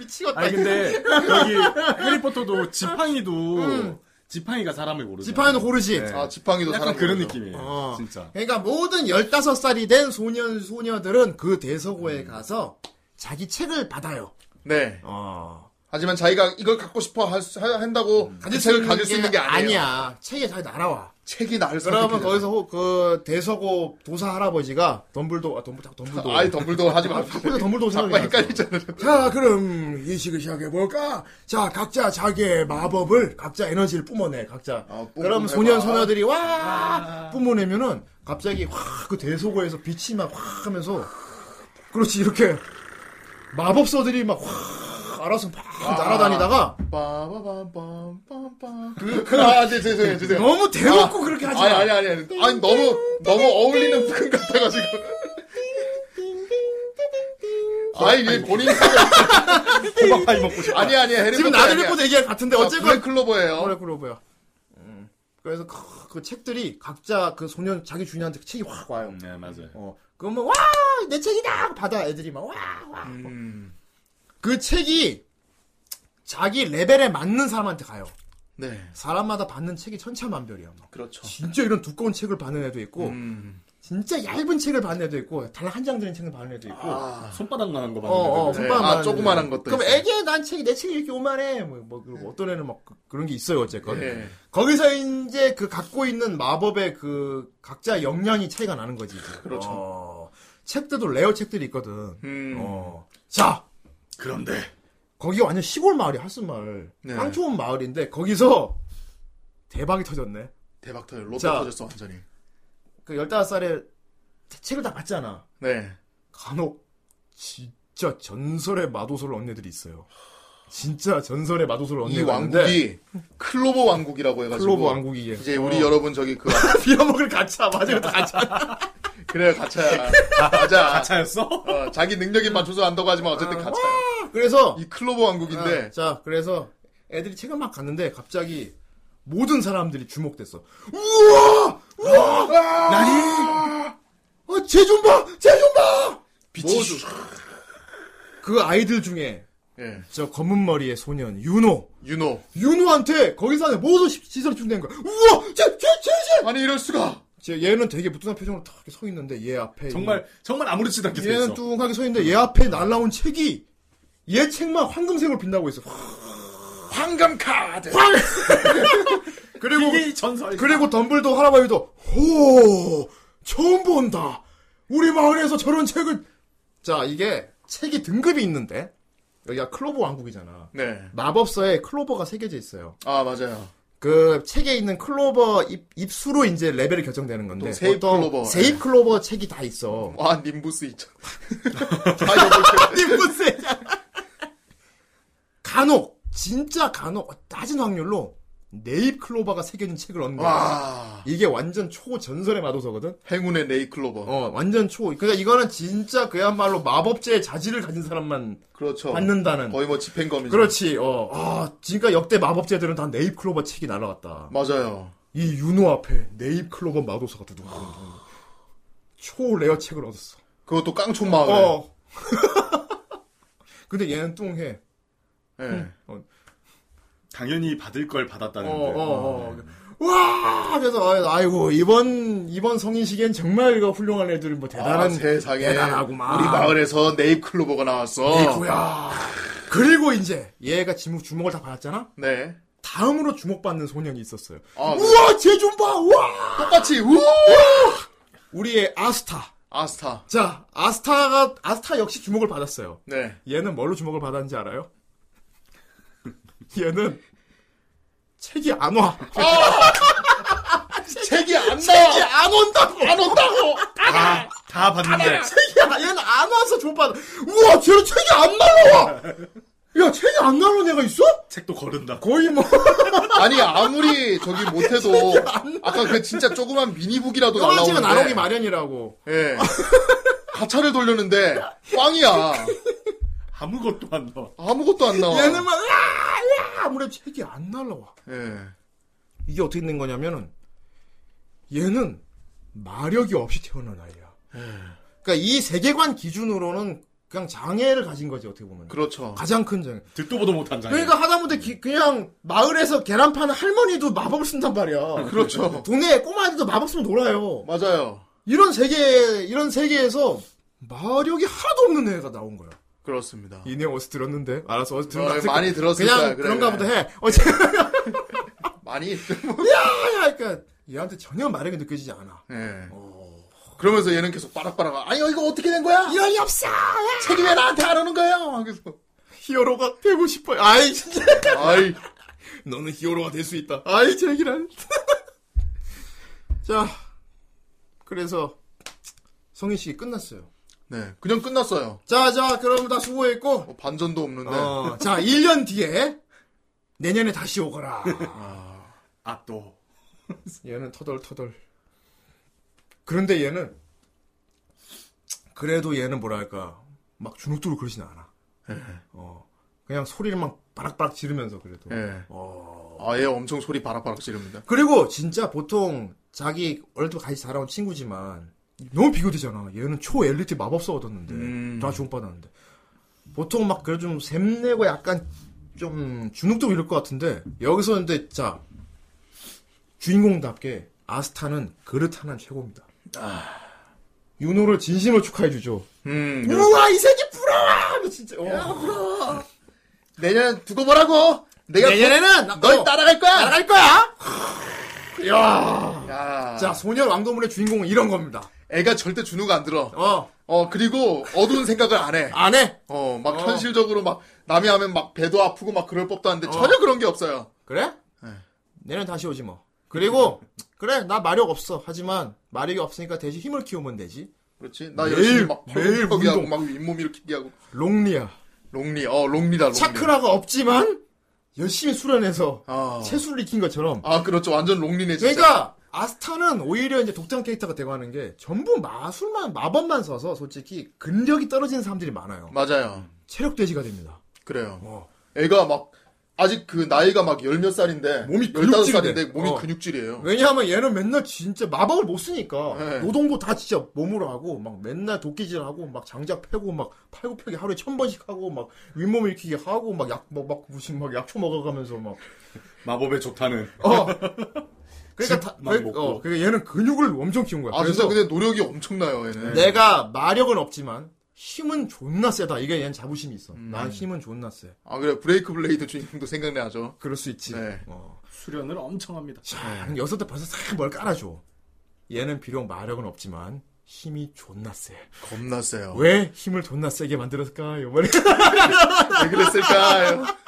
Speaker 1: 미치겠다.
Speaker 3: 아니 근데 여기 해리포터도 지팡이도 지팡이가 사람을 고르죠.
Speaker 1: 음. 지팡이는 고르지.
Speaker 3: 네.
Speaker 2: 아, 지팡이도
Speaker 3: 약간
Speaker 2: 사람
Speaker 3: 그런
Speaker 2: 모르죠.
Speaker 3: 느낌이에요.
Speaker 1: 어.
Speaker 3: 진짜.
Speaker 1: 그러니까 모든 15살이 된 소년 소녀들은 그 대서고에 가서 자기 책을 받아요.
Speaker 2: 네.
Speaker 1: 어.
Speaker 2: 하지만 자기가 이걸 갖고 싶어 할, 수- 하- 한다고 그 책을 가질 수 있는 게 아니에요.
Speaker 1: 아니야. 책에 잘 날아와.
Speaker 2: 책이 나를
Speaker 1: 그러면
Speaker 2: 선택해요.
Speaker 1: 거기서 호- 그 대서고 도사 할아버지가 덤블도 아 덤블 덤블도
Speaker 2: 아이 덤블도어 하지 마.
Speaker 1: 덤블도 덤블도
Speaker 2: 자꾸
Speaker 1: 생각이 났어.
Speaker 2: 그러니까 헷갈리잖아요.
Speaker 1: 자, 그럼 이식을 시작해 볼까? 자, 각자 자기의 마법을 각자 에너지를 뿜어내. 각자.
Speaker 2: 아, 뿜-
Speaker 1: 그럼
Speaker 2: 뿜-
Speaker 1: 소년
Speaker 2: 해봐. 아.
Speaker 1: 소녀들이 와 뿜어내면은 갑자기 확 그 대소고에서 빛이 막 확 하면서 그렇지 이렇게 마법서들이 막 확 알아서 막 날아다니다가
Speaker 2: 빠바밤밤밤밤. 그, 그, 아, 네, 죄송해요, 죄송해요.
Speaker 1: 너무 대놓고 그렇게 뭐 하지 마.
Speaker 2: 아니, 아니, 아니, 아니. 아니, 너무, 너무 어울리는 부분 같아가지고. 아이, 얘 본인이.
Speaker 3: 호박파이 먹고 싶다.
Speaker 2: 아니, 그 아니, 해리
Speaker 1: 지금 나들 보고 얘기할 것 같은데 어쨌건
Speaker 2: 아, 클로버예요
Speaker 1: 그래 그러고요. 음. 그래서 그, 그 책들이 각자 그 소년 자기 주인한테 그 책이 확 와요.
Speaker 2: 음.
Speaker 3: 네 맞아요.
Speaker 1: 어, 그러면 와, 내 책이다! 하고 받아, 애들이 막 와, 와.
Speaker 2: 음,
Speaker 1: 그 책이 자기 레벨에 맞는 사람한테 가요.
Speaker 2: 네,
Speaker 1: 사람마다 받는 책이 천차만별이야. 막.
Speaker 2: 그렇죠.
Speaker 1: 진짜 이런 두꺼운 책을 받는 애도 있고,
Speaker 2: 음.
Speaker 1: 진짜 얇은 책을 받는 애도 있고, 달랑 한장 들린 책을 받는 애도 있고.
Speaker 2: 아,
Speaker 3: 손바닥 나는 거
Speaker 1: 어,
Speaker 3: 봤는데.
Speaker 1: 어,
Speaker 2: 네.
Speaker 1: 손바닥
Speaker 2: 아,
Speaker 1: 많은
Speaker 2: 조그만한
Speaker 1: 애들.
Speaker 2: 것도
Speaker 1: 그럼
Speaker 2: 있어요.
Speaker 1: 애기야, 난 책이, 내 책이 이렇게 오만해. 뭐, 뭐, 그리고 어떤 애는 막 그, 런게 있어요, 어쨌건.
Speaker 2: 네.
Speaker 1: 거기서 이제 그 갖고 있는 마법의 그 각자 역량이 차이가 나는 거지. 이제.
Speaker 2: 그렇죠.
Speaker 1: 어, 책들도 레어 책들이 있거든.
Speaker 2: 음,
Speaker 1: 어. 자,
Speaker 3: 그런데
Speaker 1: 거기가 완전 시골 마을이야, 할순 마을.
Speaker 2: 네.
Speaker 1: 땅 좋은 마을인데, 거기서 대박이 터졌네.
Speaker 2: 대박 터요. 로또
Speaker 1: 자.
Speaker 2: 터졌어, 완전히.
Speaker 1: 그 15살에 책을 다 봤잖아.
Speaker 2: 네.
Speaker 1: 간혹, 진짜 전설의 마도소를 얻는 애들이 있어요. 진짜 전설의 마도소를 얻는
Speaker 2: 이
Speaker 1: 애가 있는데,
Speaker 2: 왕국이 클로버 왕국이라고 해가지고.
Speaker 1: 클로버 왕국이.
Speaker 2: 이제 우리 여러분 저기 그
Speaker 1: 빌어먹을 가차, 맞아, 요 가차.
Speaker 2: 그래 가차야 맞아
Speaker 3: 가차였어?
Speaker 2: 어, 자기 능력에 맞춰서 안다고 하지만 어쨌든 가차야
Speaker 1: 그래서,
Speaker 2: 이 클로버 왕국인데
Speaker 1: 아, 자, 그래서 애들이 책을 막 갔는데, 갑자기 모든 사람들이 주목됐어. 우와! 우와! 어,
Speaker 2: 뭐
Speaker 1: 나니! 아, 쟤좀 봐! 쟤 좀 봐!
Speaker 2: 빛이 슉
Speaker 1: 그 아이들 중에
Speaker 2: 예.
Speaker 1: 저 검은 머리의 소년 윤호
Speaker 2: 윤호.
Speaker 1: 윤호한테 거기 사는 모든 시- 시설이 준비된 거야. 우와, 쟤쟤쟤쟤
Speaker 2: 아니 이럴 수가.
Speaker 1: 얘는 되게 무뚝뚝한 표정으로 탁 이렇게 서 있는데 얘 앞에
Speaker 3: 정말 정말 아무렇지도 않게 서
Speaker 1: 얘는
Speaker 3: 있어.
Speaker 1: 뚱하게 서 있는데 얘 앞에 날라온 책이 얘 책만 황금색으로 빛나고 있어.
Speaker 2: 황금 카드.
Speaker 1: 그리고
Speaker 3: 이게 전설.
Speaker 1: 그리고 덤블도 할아버지도 호 처음 본다. 우리 마을에서 저런 책을 자 이게 책이 등급이 있는데 여기가 클로버 왕국이잖아.
Speaker 2: 네.
Speaker 1: 마법서에 클로버가 새겨져 있어요.
Speaker 2: 아 맞아요.
Speaker 1: 그 책에 있는 클로버 입, 입수로 이제 레벨이 결정되는 건데
Speaker 2: 또 세잎
Speaker 1: 보통
Speaker 2: 클로버.
Speaker 1: 세잎 클로버 책이 다 있어.
Speaker 2: 와 님부스 있죠. 다 여볼게요.
Speaker 1: 뒷부세 간혹 진짜 간혹 낮은 확률로 네잎 클로버가 새겨진 책을
Speaker 2: 아.
Speaker 1: 얻는 거야.
Speaker 2: 와
Speaker 1: 이게 완전 초전설의 마도서거든.
Speaker 2: 행운의 네이클로버.
Speaker 1: 어, 완전 초. 그러니까 이거는 진짜 그야말로 마법제의 자질을 가진 사람만
Speaker 2: 그렇죠.
Speaker 1: 받는다는.
Speaker 2: 거의 뭐 집행검이죠.
Speaker 1: 그렇지. 어, 아, 지금까 역대 마법제들은 다 네잎 클로버 책이 날아갔다.
Speaker 2: 맞아요.
Speaker 1: 이 윤호 앞에 네잎 클로버 마도서가 두둥두둥. 초 레어 책을 얻었어.
Speaker 2: 그것도 깡촌 마을.
Speaker 1: 어. 근데 얘는 뚱해.
Speaker 2: 예.
Speaker 1: 음.
Speaker 3: 당연히 받을 걸
Speaker 2: 네.
Speaker 3: 받았다는데.
Speaker 1: 어, 어,
Speaker 2: 아,
Speaker 1: 어.
Speaker 3: 네.
Speaker 1: 와! 그래서, 아이, 아이고, 이번, 이번 성인식엔 정말 이거 훌륭한 애들, 뭐, 대단한.
Speaker 2: 아, 세상에
Speaker 1: 대단하구만.
Speaker 2: 우리 마을에서 네이클로버가 나왔어.
Speaker 1: 이구야. 그리고 이제, 얘가 주목, 주목을 다 받았잖아?
Speaker 2: 네.
Speaker 1: 다음으로 주목받는 소년이 있었어요.
Speaker 2: 아, 네.
Speaker 1: 우와, 쟤 좀 봐! 와!
Speaker 2: 똑같이 우
Speaker 1: 우리의 아스타.
Speaker 2: 아스타.
Speaker 1: 자, 아스타가, 아스타 역시 주목을 받았어요.
Speaker 2: 네.
Speaker 1: 얘는 뭘로 주목을 받았는지 알아요? 얘는, 책이 안 와.
Speaker 2: 책이 안 나와.
Speaker 1: 아! 책이 안 온다고! 안 온다고!
Speaker 3: 다, 다
Speaker 1: 아,
Speaker 3: 봤는데.
Speaker 1: 네. 책이야. 얘는 안 와서 좆받아. 우와, 쟤는 책이 안 날라와. 야, 책이 안 날라온 애가 있어?
Speaker 3: 책도 거른다.
Speaker 1: 거의 뭐.
Speaker 2: 아니 아무리 저기 못해도 아까 그 진짜 조그만 미니북이라도
Speaker 1: 떨어지면
Speaker 2: 날라오는데.
Speaker 1: 안 오기 마련이라고.
Speaker 2: 예. 가차를 돌렸는데 꽝이야.
Speaker 3: 아무것도 안 나와.
Speaker 2: 아무것도 안 나와.
Speaker 1: 얘는 뭐 막, 야, 야! 아무래도 책이 안 날라와.
Speaker 2: 예.
Speaker 1: 이게 어떻게 된 거냐면은, 얘는 마력이 없이 태어난 아이야. 그니까 이 세계관 기준으로는 그냥 장애를 가진 거지, 어떻게 보면.
Speaker 2: 그렇죠.
Speaker 1: 가장 큰 장애.
Speaker 3: 듣도 보도 못한 장애.
Speaker 1: 그러니까 하다못해 기- 그냥 마을에서 계란 파는 할머니도 마법을 쓴단 말이야.
Speaker 2: 그렇죠.
Speaker 1: 동네에 꼬마애들도 마법 쓰면 놀아요.
Speaker 2: 맞아요.
Speaker 1: 이런 세계 이런 세계에서 마력이 하나도 없는 애가 나온 거야.
Speaker 2: 그렇습니다.
Speaker 1: 이네 어디서 들었는데? 알아서 어디서
Speaker 2: 어,
Speaker 1: 들었는데?
Speaker 2: 많이 들었을
Speaker 1: 그냥
Speaker 2: 거야, 그래.
Speaker 1: 그런가 보다 해. 어제
Speaker 2: 많이.
Speaker 1: 그러니까 얘한테 전혀 마력이 느껴지지 않아.
Speaker 2: 예. 그러면서 얘는 계속 빠락빠락. 아니 이거 어떻게 된 거야?
Speaker 1: 이런이 없어.
Speaker 2: 책이 왜그 나한테 안 오는 거야? 하면서.
Speaker 1: 히어로가 되고 싶어요. 아이 진짜.
Speaker 2: 아이.
Speaker 1: 너는 히어로가 될 수 있다. 아이 제기란. 자, 그래서 성인식이 끝났어요.
Speaker 2: 네. 그냥 끝났어요.
Speaker 1: 자, 자, 그럼 다 수고했고
Speaker 2: 뭐 반전도 없는데.
Speaker 1: 어, 자, 1년 뒤에 내년에 다시 오거라.
Speaker 3: 아, 또.
Speaker 1: 얘는 터덜터덜. 그런데 얘는 그래도 얘는 뭐랄까 막 주눅들고 그러진 않아. 어, 그냥 소리를 막 바락바락 지르면서 그래도.
Speaker 2: 예.
Speaker 1: 어.
Speaker 2: 아, 얘 엄청 소리 바락바락 지릅니다. 그리고
Speaker 1: 그리고 진짜 보통 자기 어릴 때 같이 자라온 친구지만 너무 비교되잖아. 얘는 초 엘리트 마법사 얻었는데
Speaker 2: 음.
Speaker 1: 나 주목받았는데 보통 막 그래 좀 샘내고 약간 좀 주눅도 이럴 것 같은데 여기서 근데 자 주인공답게 아스타는 그릇 하나 최고입니다. 윤호를 진심으로 축하해주죠.
Speaker 2: 아. 음,
Speaker 1: 우와 이 새끼 부러워! 진짜 어.
Speaker 2: 내년엔 두고 보라고. 내가
Speaker 1: 내년에는 나-
Speaker 2: 널
Speaker 1: 어,
Speaker 2: 따라갈 거야.
Speaker 1: 따라갈 거야. 야.
Speaker 2: 야,
Speaker 1: 자 소년 왕도물의 주인공은 이런 겁니다.
Speaker 2: 애가 절대 준우가 안 들어.
Speaker 1: 어,
Speaker 2: 어, 그리고 어두운 생각을 안 해.
Speaker 1: 안 해?
Speaker 2: 어, 막
Speaker 1: 어.
Speaker 2: 현실적으로 막 남이 하면 막 배도 아프고 막 그럴 법도 한데 전혀 그런 게 없어요.
Speaker 1: 그래?
Speaker 2: 네.
Speaker 1: 내년 다시 오지 뭐. 그리고 그래 나 마력 없어. 하지만 마력이 없으니까 대신 힘을 키우면 되지.
Speaker 2: 그렇지? 나
Speaker 1: 매일,
Speaker 2: 열심히 막
Speaker 1: 매일
Speaker 2: 펄럭펄럭이 하고
Speaker 1: 운동.
Speaker 2: 막 윗몸 일으키기 하고
Speaker 1: 롱리야.
Speaker 2: 롱리, 어, 롱리다 롱리.
Speaker 1: 차크라가 없지만 열심히 수련해서
Speaker 2: 아,
Speaker 1: 체수를 익힌 것처럼.
Speaker 2: 아, 그렇죠. 완전 롱리네 진짜.
Speaker 1: 그러니까 아스타는 오히려 이제 독특한 캐릭터가 되고 하는 게 전부 마술만 마법만 써서 솔직히 근력이 떨어지는 사람들이 많아요.
Speaker 2: 맞아요.
Speaker 1: 체력 돼지가 됩니다.
Speaker 2: 그래요.
Speaker 1: 어.
Speaker 2: 애가 막 아직 그 나이가 막 열 몇 살인데
Speaker 1: 몸이
Speaker 2: 열다섯
Speaker 1: 근육질인데.
Speaker 2: 살인데 몸이
Speaker 1: 어.
Speaker 2: 근육질이에요.
Speaker 1: 왜냐하면 얘는 맨날 진짜 마법을 못 쓰니까
Speaker 2: 네.
Speaker 1: 노동도 다 진짜 몸으로 하고 막 맨날 도끼질하고 막 장작 패고 막 팔굽혀기 하루에 천 번씩 하고 막 윗몸 일으키기 하고 막 약 뭐, 막 막 무슨 막 약초 먹어가면서 막
Speaker 3: 마법의 좋다는.
Speaker 1: 어. 그러니까
Speaker 3: 집
Speaker 1: 다,
Speaker 3: 많이
Speaker 1: 그-
Speaker 3: 먹고.
Speaker 1: 어, 그러니까 얘는 근육을 엄청 키운 거야.
Speaker 2: 아 진짜 근데 노력이 엄청나요 얘는.
Speaker 1: 내가 마력은 없지만 힘은 존나 세다. 이게 얘는 자부심이 있어. 난 힘은 존나 세.
Speaker 2: 아 그래 브레이크 블레이드 주인공도 생각나죠.
Speaker 1: 그럴 수 있지.
Speaker 2: 네.
Speaker 1: 어.
Speaker 3: 수련을 엄청 합니다.
Speaker 1: 자, 여섯 대 벌써 싹 뭘 깔아줘. 얘는 비록 마력은 없지만 힘이 존나 세.
Speaker 2: 겁나 세요. 왜,
Speaker 1: 왜 힘을 존나 세게 만들었을까요? 뭐
Speaker 2: 그랬을까요?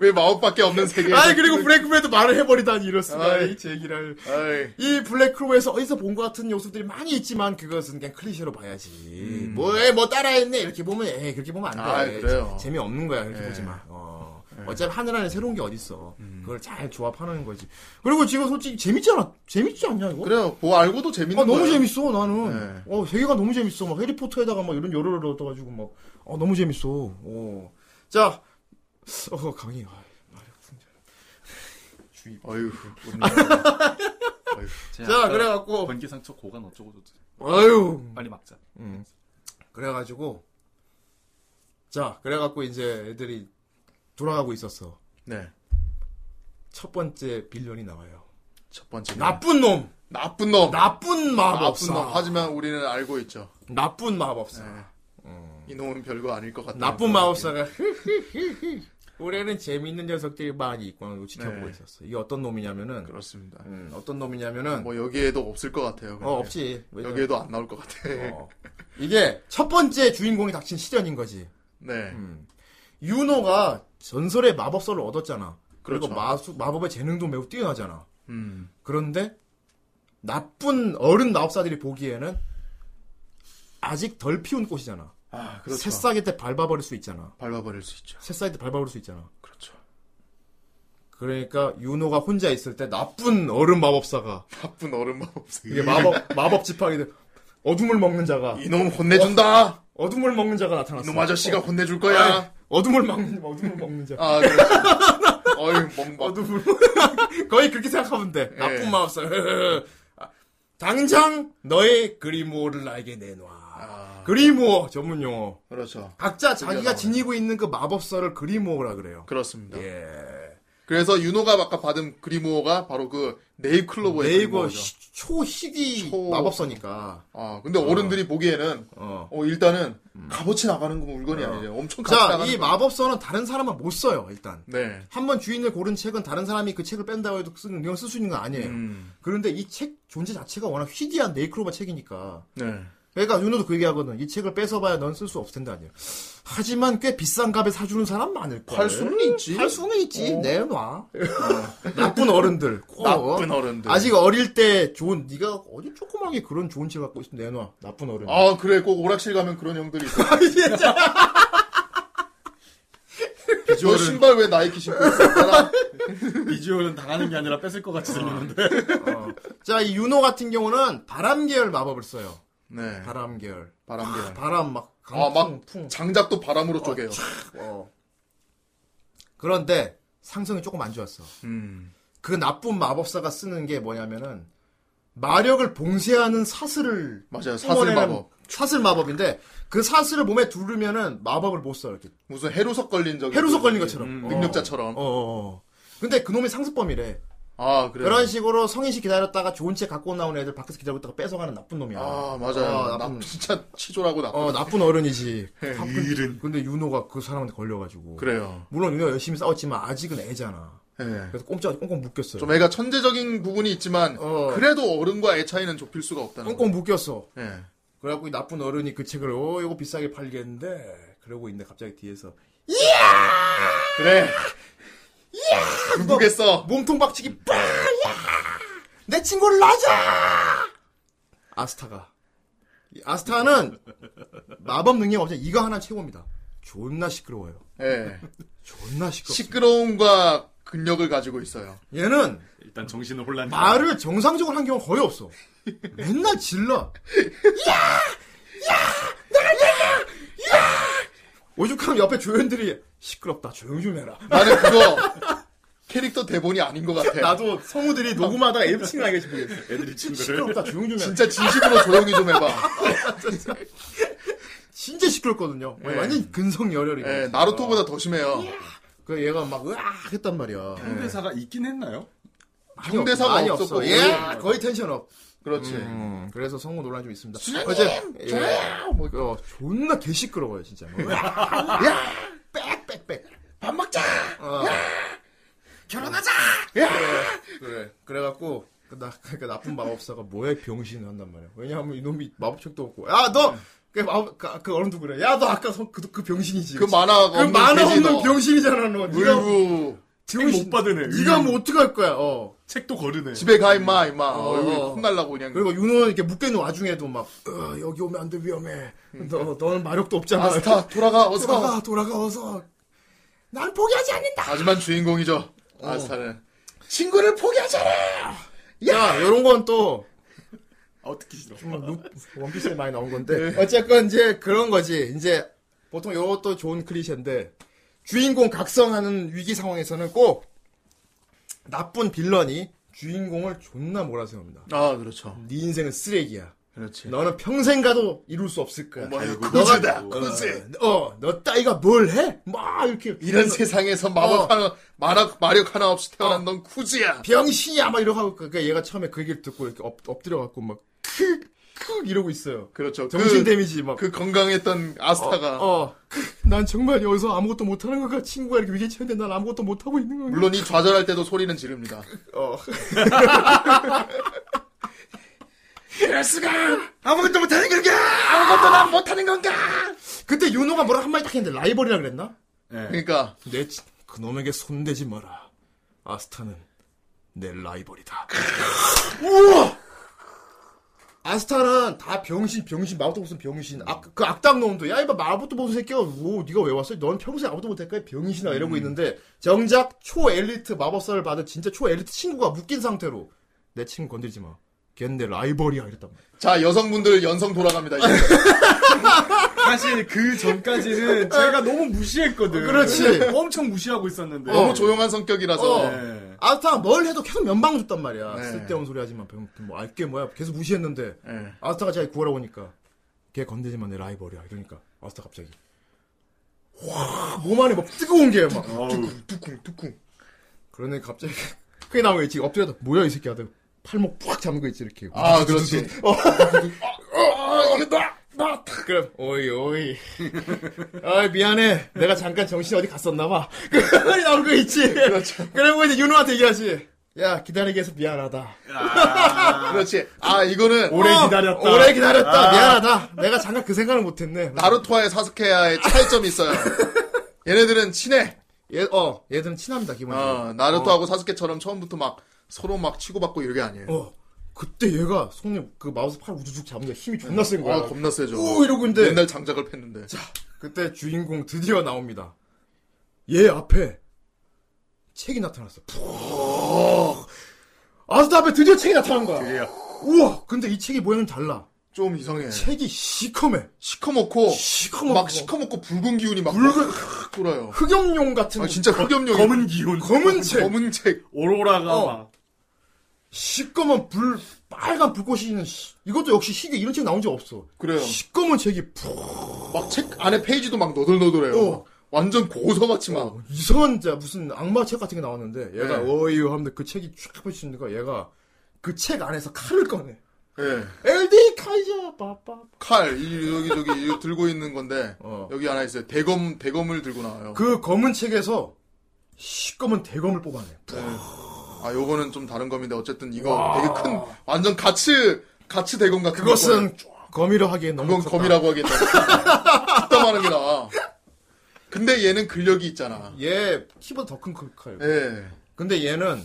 Speaker 2: 왜 마법밖에 없는 세계에.
Speaker 1: 아 그리고 블랙크로에도 말을 해버리다니 이럴 수가
Speaker 2: 예, 네, 아이. 예.
Speaker 1: 이 제기랄.
Speaker 2: 아이,
Speaker 1: 이 블랙크로에서 어디서 본 것 같은 요소들이 많이 있지만 그것은 그냥 클리셰로 봐야지. 뭐에 뭐 따라했네 이렇게 보면 에이 그렇게 보면 안 돼.
Speaker 2: 음. 아이, 그래요.
Speaker 1: 재미 없는 거야 그렇게
Speaker 2: 예. 음.
Speaker 1: 보지 마. 어. 어차피 하늘 안에 새로운 게 어딨어. 그걸 잘 조합하는 거지. 그리고 지금 솔직히 재밌잖아. 재밌지 않냐 이거?
Speaker 2: 그래요. 뭐 알고도 재밌는
Speaker 1: 아, 너무
Speaker 2: 거예요.
Speaker 1: 재밌어, 나는.
Speaker 2: 네.
Speaker 1: 어, 세계가 너무 재밌어. 막 해리포터에다가 막 이런 여러를 얻어가지고 막, 어, 너무 재밌어. 어. 자, 어, 강의. 아, 마력 풍자.
Speaker 2: 어휴. 웃네.
Speaker 1: 아,
Speaker 2: 어휴.
Speaker 1: 자, 그래갖고,
Speaker 3: 번개상처 고관 어쩌고 저쩌고.
Speaker 1: 아유.
Speaker 3: 빨리 막자.
Speaker 1: 음. 그래가지고, 자, 그래갖고 이제 애들이 돌아가고 있었어.
Speaker 2: 네.
Speaker 1: 첫 번째 빌런이 나와요.
Speaker 2: 첫 번째.
Speaker 1: 나쁜 놈!
Speaker 2: 나쁜
Speaker 1: 네.
Speaker 2: 놈.
Speaker 1: 나쁜
Speaker 2: 나쁜
Speaker 1: 마법사.
Speaker 2: 놈. 하지만 우리는 알고 있죠.
Speaker 1: 나쁜 마법사.
Speaker 2: 이놈은 별거 아닐 것 같다.
Speaker 1: 나쁜 마법사가 올해는 재미있는 녀석들이 많이 있고 지켜보고
Speaker 2: 네.
Speaker 1: 있었어. 이게 어떤 놈이냐면은
Speaker 2: 그렇습니다.
Speaker 1: 음, 어떤 놈이냐면은
Speaker 2: 뭐 여기에도 없을 것 같아요. 근데.
Speaker 1: 어 없지 왜냐면-
Speaker 2: 여기에도 안 나올 것 같아.
Speaker 1: 어. 이게 첫 번째 주인공이 닥친 시련인 거지.
Speaker 2: 네.
Speaker 1: 음. 유노가 전설의 마법서를 얻었잖아. 그리고
Speaker 2: 그렇죠.
Speaker 1: 마수 마법의 재능도 매우 뛰어나잖아.
Speaker 2: 음.
Speaker 1: 그런데 나쁜 어른 마법사들이 보기에는 아직 덜 피운 꽃이잖아.
Speaker 2: 아, 그렇죠.
Speaker 1: 새싹일 때 밟아버릴 수 있잖아.
Speaker 2: 밟아버릴 수 있죠.
Speaker 1: 새싹일 때 밟아버릴 수 있잖아.
Speaker 2: 그렇죠.
Speaker 1: 그러니까 윤호가 혼자 있을 때 나쁜 얼음 마법사가
Speaker 2: 나쁜 어른 마법사.
Speaker 1: 이게 마법 마법 지팡이들 어둠을 먹는 자가
Speaker 2: 이놈 혼내준다.
Speaker 1: 어둠을 먹는 자가 나타났어.
Speaker 2: 이놈 아저씨가 혼내줄 거야.
Speaker 1: 어둠을 먹는 어둠을 먹는 자.
Speaker 2: 아, 그렇죠. 어이, 멍
Speaker 1: 어둠을 거의 그렇게 생각하면
Speaker 2: 예.
Speaker 1: 돼. 나쁜 마법사. 아, 당장 너의 그리모어를 나에게 내놔.
Speaker 2: 아,
Speaker 1: 그리모어 전문 용어.
Speaker 2: 그렇죠.
Speaker 1: 각자 자기가
Speaker 2: 나오네. 그러니까.
Speaker 1: 지니고 있는 그 마법사를 그리모어라 그래요.
Speaker 2: 그렇습니다.
Speaker 1: 예.
Speaker 2: 그래서 윤호가 아까 받은 그리모어가 바로 그 네이클로버의
Speaker 1: 음, 네이버
Speaker 2: 그리모어죠.
Speaker 1: 시- 초희귀
Speaker 2: 초-
Speaker 1: 마법사니까.
Speaker 2: 아, 근데 어른들이 보기에는
Speaker 1: 어.
Speaker 2: 어, 일단은 값어치 나가는 거 물건이 아니에요. 엄청 값
Speaker 1: 자,
Speaker 2: 나가는
Speaker 1: 이
Speaker 2: 거.
Speaker 1: 마법서는 다른 사람은 못 써요, 일단.
Speaker 2: 네.
Speaker 1: 한 번 주인을 고른 책은 다른 사람이 그 책을 뺀다고 해도 쓰는 능력을 쓸수 있는 건 아니에요.
Speaker 2: 음.
Speaker 1: 그런데 이 책 존재 자체가 워낙 희귀한 네이크로바 책이니까.
Speaker 2: 네.
Speaker 1: 그러니까 윤호도 그 얘기하거든. 이 책을 뺏어봐야 넌 쓸 수 없을 텐데 아니에요. 하지만 꽤 비싼 값에 사주는 사람 많을 거야.
Speaker 2: 팔 수는 있지.
Speaker 1: 할 수는 있지. 네,
Speaker 2: 어.
Speaker 1: 내놔. 나쁜 어른들. 꼭.
Speaker 2: 나쁜 어른들.
Speaker 1: 아직 어릴 때 좋은 네가 어디 조그맣게 그런 좋은 책 갖고 있으면 네, 내놔. 나쁜 어른.
Speaker 2: 아 그래 꼭 오락실 가면 그런 형들이 있어. 너
Speaker 1: 비주얼은
Speaker 2: 신발 왜 나이키 신고 있어? 따라.
Speaker 3: 비주얼은 당하는 게 아니라 뺏을 것 같이 들리는데.
Speaker 1: 어. 자, 이 윤호 같은 경우는 바람 계열 마법을 써요.
Speaker 2: 네.
Speaker 1: 바람 계열.
Speaker 2: 바람개.
Speaker 1: 바람 막
Speaker 2: 아,
Speaker 1: 강풍
Speaker 2: 막
Speaker 1: 풍.
Speaker 2: 장작도 바람으로 쪼개요.
Speaker 1: 어. 그런데 상성이 조금 안 좋았어.
Speaker 2: 음.
Speaker 1: 그 나쁜 마법사가 쓰는 게 뭐냐면은 마력을 봉쇄하는 사슬을
Speaker 2: 맞아요. 사슬
Speaker 1: 뿜어내는
Speaker 2: 마법.
Speaker 1: 사슬 마법인데 그 사슬을 몸에 두르면은 마법을 못 써. 이렇게
Speaker 2: 무슨 해루석 걸린 적이.
Speaker 1: 해루석 걸린 것처럼.
Speaker 2: 음,
Speaker 1: 어.
Speaker 2: 능력자처럼.
Speaker 1: 어. 어, 어. 근데 그놈이 상습범이래.
Speaker 2: 아 그래.
Speaker 1: 그런 식으로 성인식 기다렸다가 좋은 책 갖고 나오는 애들 밖에서 기다리고 있다가 뺏어가는 나쁜 놈이야.
Speaker 2: 아 맞아요.
Speaker 1: 어,
Speaker 2: 나
Speaker 1: 나쁜-
Speaker 2: 진짜 치졸하고 나쁜.
Speaker 1: 어, 나쁜 어른이지. 아, 근-
Speaker 3: 이른.
Speaker 1: 근데 윤호가 그 사람한테 걸려가지고.
Speaker 2: 그래요.
Speaker 1: 물론 윤호가 열심히 싸웠지만 아직은 애잖아.
Speaker 2: 예.
Speaker 1: 그래서 꼼짝, 꽁꽁 묶였어요.
Speaker 2: 좀 애가 천재적인 부분이 있지만
Speaker 1: 어.
Speaker 2: 그래도 어른과 애 차이는 좁힐 수가 없다는 거.
Speaker 1: 꽁꽁 묶였어.
Speaker 2: 예.
Speaker 1: 그래갖고 이 나쁜 어른이 그 책을, 어, 이거 비싸게 팔겠는데. 그러고 있는데 갑자기 뒤에서
Speaker 2: 그래. 누구겠어?
Speaker 1: 몸통 박치기 빵! 야! 내 친구를 놔줘! 아스타가. 이 아스타는 마법 능력 없지 이거 하나 최고입니다. 존나 시끄러워요.
Speaker 2: 예.
Speaker 1: 존나 시끄러워.
Speaker 2: 시끄러움과 근력을 가지고 있어요.
Speaker 1: 얘는
Speaker 3: 일단 정신은 혼란.
Speaker 1: 말을 정상적으로 한 경우 는 거의 없어. 맨날 질러. 야! 야! 내가 얘가! 야! 오죽하면 옆에 조연들이 시끄럽다. 조용 좀 해라.
Speaker 2: 나는 그거 캐릭터 대본이 아닌 것 같아.
Speaker 1: 나도 성우들이 녹음하다가 애칭 나게 싶겠어.
Speaker 3: 애들이 친구를.
Speaker 1: 네. 시끄럽다 조용 좀 해.
Speaker 2: 진짜 진심으로 조용히 좀 해봐.
Speaker 1: 진짜 시끄럽거든요.
Speaker 2: 예.
Speaker 1: 완전 근성 열혈이고.
Speaker 2: 예, 나루토보다 더 심해요.
Speaker 1: 그 얘가 막 으악 했단 말이야.
Speaker 3: 네. 상대사가 있긴 했나요?
Speaker 1: 많이
Speaker 2: 상대사가
Speaker 1: 네. 없- 많이
Speaker 2: 없었고,
Speaker 1: 없어. 네.
Speaker 2: 예.
Speaker 1: 거의, 거의 텐션 업.
Speaker 2: 그렇지.
Speaker 1: 음, 그래서 성우 논란 좀 있습니다.
Speaker 2: 수장님,
Speaker 1: 어제-
Speaker 2: 네. 좋아요!
Speaker 1: 뭐, 어, 존나 개 시끄러워요 진짜. 뭐, 으악, 으악, 빽빽빽.
Speaker 2: 밥 먹자.
Speaker 1: 어. 네.
Speaker 2: 결혼하자.
Speaker 1: 그래. 그래갖고 그 나, 그러니까 나쁜 마법사가 뭐에 병신을 한단 말이야. 왜냐하면 이놈이 마법책도 없고. 야 너. 그 마법 그, 그 어른도 그래. 야 너 아까 성, 그, 그 병신이지.
Speaker 2: 그 만화
Speaker 1: 그 만화 없는 병신이잖아 너. 네가
Speaker 2: 울고
Speaker 1: 병신-
Speaker 3: 못 받은 애.
Speaker 1: 네가 뭐 어떻게 할 거야. 어.
Speaker 3: 책도 거르네.
Speaker 2: 집에 가 임마 임마.
Speaker 1: 어.
Speaker 2: 얼굴 혼날라고 그냥.
Speaker 1: 그리고 윤호는 이렇게 묶여있는 와중에도 막 어, 여기 오면 안 돼 위험해. 너 너는 마력도 없잖아.
Speaker 2: 아스타 돌아가 어서.
Speaker 1: 돌아가 돌아가 어서. 난 포기하지 않는다.
Speaker 2: 하지만 주인공이죠.
Speaker 1: 어.
Speaker 2: 아스타는 친구를 포기하잖아.
Speaker 1: 야 이런 건또
Speaker 3: 아, 어떻게 싫어.
Speaker 1: 원피스에 많이 나온 건데 어쨌건 이제 그런 거지 이제 보통 이것도 좋은 클리셰인데 주인공 각성하는 위기 상황에서는 꼭 나쁜 빌런이 주인공을 존나 몰아세웁니다
Speaker 2: 아 그렇죠.
Speaker 1: 네 인생은 쓰레기야
Speaker 2: 그렇지.
Speaker 1: 너는 평생 가도 이룰 수 없을 거야
Speaker 2: 뭐야
Speaker 3: 아이고,
Speaker 2: 쿠즈다
Speaker 3: 너가-
Speaker 2: 쿠즈.
Speaker 1: 어너 따위가 뭘 해? 막 이렇게
Speaker 2: 이런 세상에서
Speaker 1: 어.
Speaker 2: 마법 하나 마력 마력 하나 없이 태어난 넌 쿠즈야.
Speaker 1: 병신이야 막 이러고 하고 그러니까 얘가 처음에 그 얘기를 듣고 이렇게 엎, 엎드려 갖고 막크크 이러고 있어요
Speaker 2: 그렇죠.
Speaker 1: 정신
Speaker 2: 그,
Speaker 1: 데미지 막
Speaker 2: 그 건강했던 아스타가
Speaker 1: 어, 난 정말 여기서 아무것도 못하는 건가? 친구가 이렇게 위기에 처했는데 난 아무것도 못하고 있는 건가?
Speaker 2: 물론 이 좌절할 때도 소리는 지릅니다.
Speaker 1: 어.
Speaker 3: 아무것도 못하는 걸까?
Speaker 2: 아무것도 난 못하는 건가?
Speaker 1: 그때 윤호가 뭐라 한 마디 딱 했는데 라이벌이라 그랬나?
Speaker 3: 네.
Speaker 2: 그러니까
Speaker 1: 내 친- 그놈에게 손대지 마라. 아스타는 내 라이벌이다. 우와! 아스타는 다 병신, 병신, 마법도 무슨 병신. 악, 그 악당 놈도, 야, 이봐, 마법도 무슨 새끼야. 오, 네가왜 왔어? 넌 평소에 아무도 못할 거야. 병신아. 이러고 있는데, 정작 초엘리트 마법사를 받은 진짜 초엘리트 친구가 묶인 상태로, 내 친구 건들지 마. 걘 내 라이벌이야. 이랬단 말이야.
Speaker 2: 자 여성분들 연성 돌아갑니다. 이제.
Speaker 3: 사실 그 전까지는 제가 너무 무시했거든.
Speaker 1: 그렇지.
Speaker 3: 엄청 무시하고 있었는데.
Speaker 2: 너무 조용한 성격이라서
Speaker 1: 어.
Speaker 3: 네.
Speaker 1: 아스타가 뭘 해도 계속 면방 줬단 말이야.
Speaker 2: 네.
Speaker 1: 쓸데없는 소리 하지 마. 병- 뭐, 알게 뭐야. 계속 무시했는데,
Speaker 2: 예.
Speaker 1: 아스타가 자기 구하러 오니까 걔 건드리지만 내 라이벌이야 이러니까 아스타 갑자기 와몸 안에 막 뜨거운 게막
Speaker 3: 어우.
Speaker 2: 뚜쿵 뚜쿵.
Speaker 1: 그러네 갑자기 그게 나온 거 있지 엎드려다 뭐야 이 새끼 하다 팔목 꽉 잡는 거 있지 어. 아, 이렇게
Speaker 2: 아 그렇지.
Speaker 1: 나 그럼 오이 오이 아 미안해 내가 잠깐 정신 어디 갔었나 봐 그걸 나온 거 있지 그렇죠 그러면 이제 윤호한테 얘기하지 야 기다리게 해서 미안하다
Speaker 2: 그렇지. 아 이거는
Speaker 3: 오래
Speaker 1: 어,
Speaker 3: 기다렸다.
Speaker 1: 오래 기다렸다 미안하다 내가 잠깐 그 생각을 못했네
Speaker 2: 나루토와의 사스케와의 차이점이 있어요. 얘네들은 친해.
Speaker 1: 얘, 어, 얘들은 친합니다, 기본적으로.
Speaker 2: 어, 나루토하고 사스케처럼 처음부터 막 서로 막 치고받고 이게 아니에요.
Speaker 1: 어, 그때 얘가 손님 그 마우스 팔 우두둑 잡는 게 힘이 존나 센 거야.
Speaker 2: 아, 겁나 세죠.
Speaker 1: 오 이러고 있는데
Speaker 2: 맨날 장작을 팼는데.
Speaker 1: 그때 주인공 드디어 나옵니다. 얘 앞에 책이 나타났어. 푹. 아스타 앞에 드디어 책이 나타난 거야. 우와, 근데 이 책이 모양은 달라.
Speaker 2: 좀 이상해.
Speaker 1: 책이 시커매.
Speaker 2: 시커멓고,
Speaker 1: 시커멓고.
Speaker 2: 네. 어, 막 시커멓고 붉은 기운이 막
Speaker 1: 붉은-
Speaker 2: 막 돌아요.
Speaker 1: 흑염룡 같은
Speaker 2: 아, 진짜 흑염룡이.
Speaker 3: 검은 기운.
Speaker 1: 검은 책.
Speaker 2: 검은 책.
Speaker 3: 오로라가
Speaker 1: 어.
Speaker 3: 막.
Speaker 1: 시꺼먼 불 빨간 불꽃이 있는 시- 이것도 역시 희귀 이런 책 나온 적 없어.
Speaker 2: 그래요.
Speaker 1: 시꺼먼 책이 푹
Speaker 2: 막 책 안에 페이지도 막 너덜너덜해요.
Speaker 1: 어.
Speaker 2: 완전 고서같이 막.
Speaker 1: 이상한 자 무슨 악마 책 같은 게 나왔는데 얘가
Speaker 2: 네.
Speaker 1: 어이유 하면 그 책이 쫙 펼치니까 얘가 그 책 안에서 칼을 꺼내
Speaker 2: 예.
Speaker 1: 엘디 카이저 빠빠
Speaker 2: 칼, 이, 여기, 저기, 이거 들고 있는 건데,
Speaker 1: 어.
Speaker 2: 여기 하나 있어요. 대검, 대검을 들고 나와요.
Speaker 1: 그 검은 책에서 시꺼먼 대검을 뽑아내
Speaker 2: 아, 요거는 좀 다른 검인데, 어쨌든 이거 되게 큰, 완전 가츠, 가츠 대검 같은
Speaker 1: 그것은 검이라 하기엔 너무
Speaker 2: 그건
Speaker 1: 컸다.
Speaker 2: 검이라고 하겠다. 죽다마는 게 나아. 근데 얘는 근력이 있잖아.
Speaker 1: 얘 키보다 더 큰 칼.
Speaker 2: 예.
Speaker 1: 근데 얘는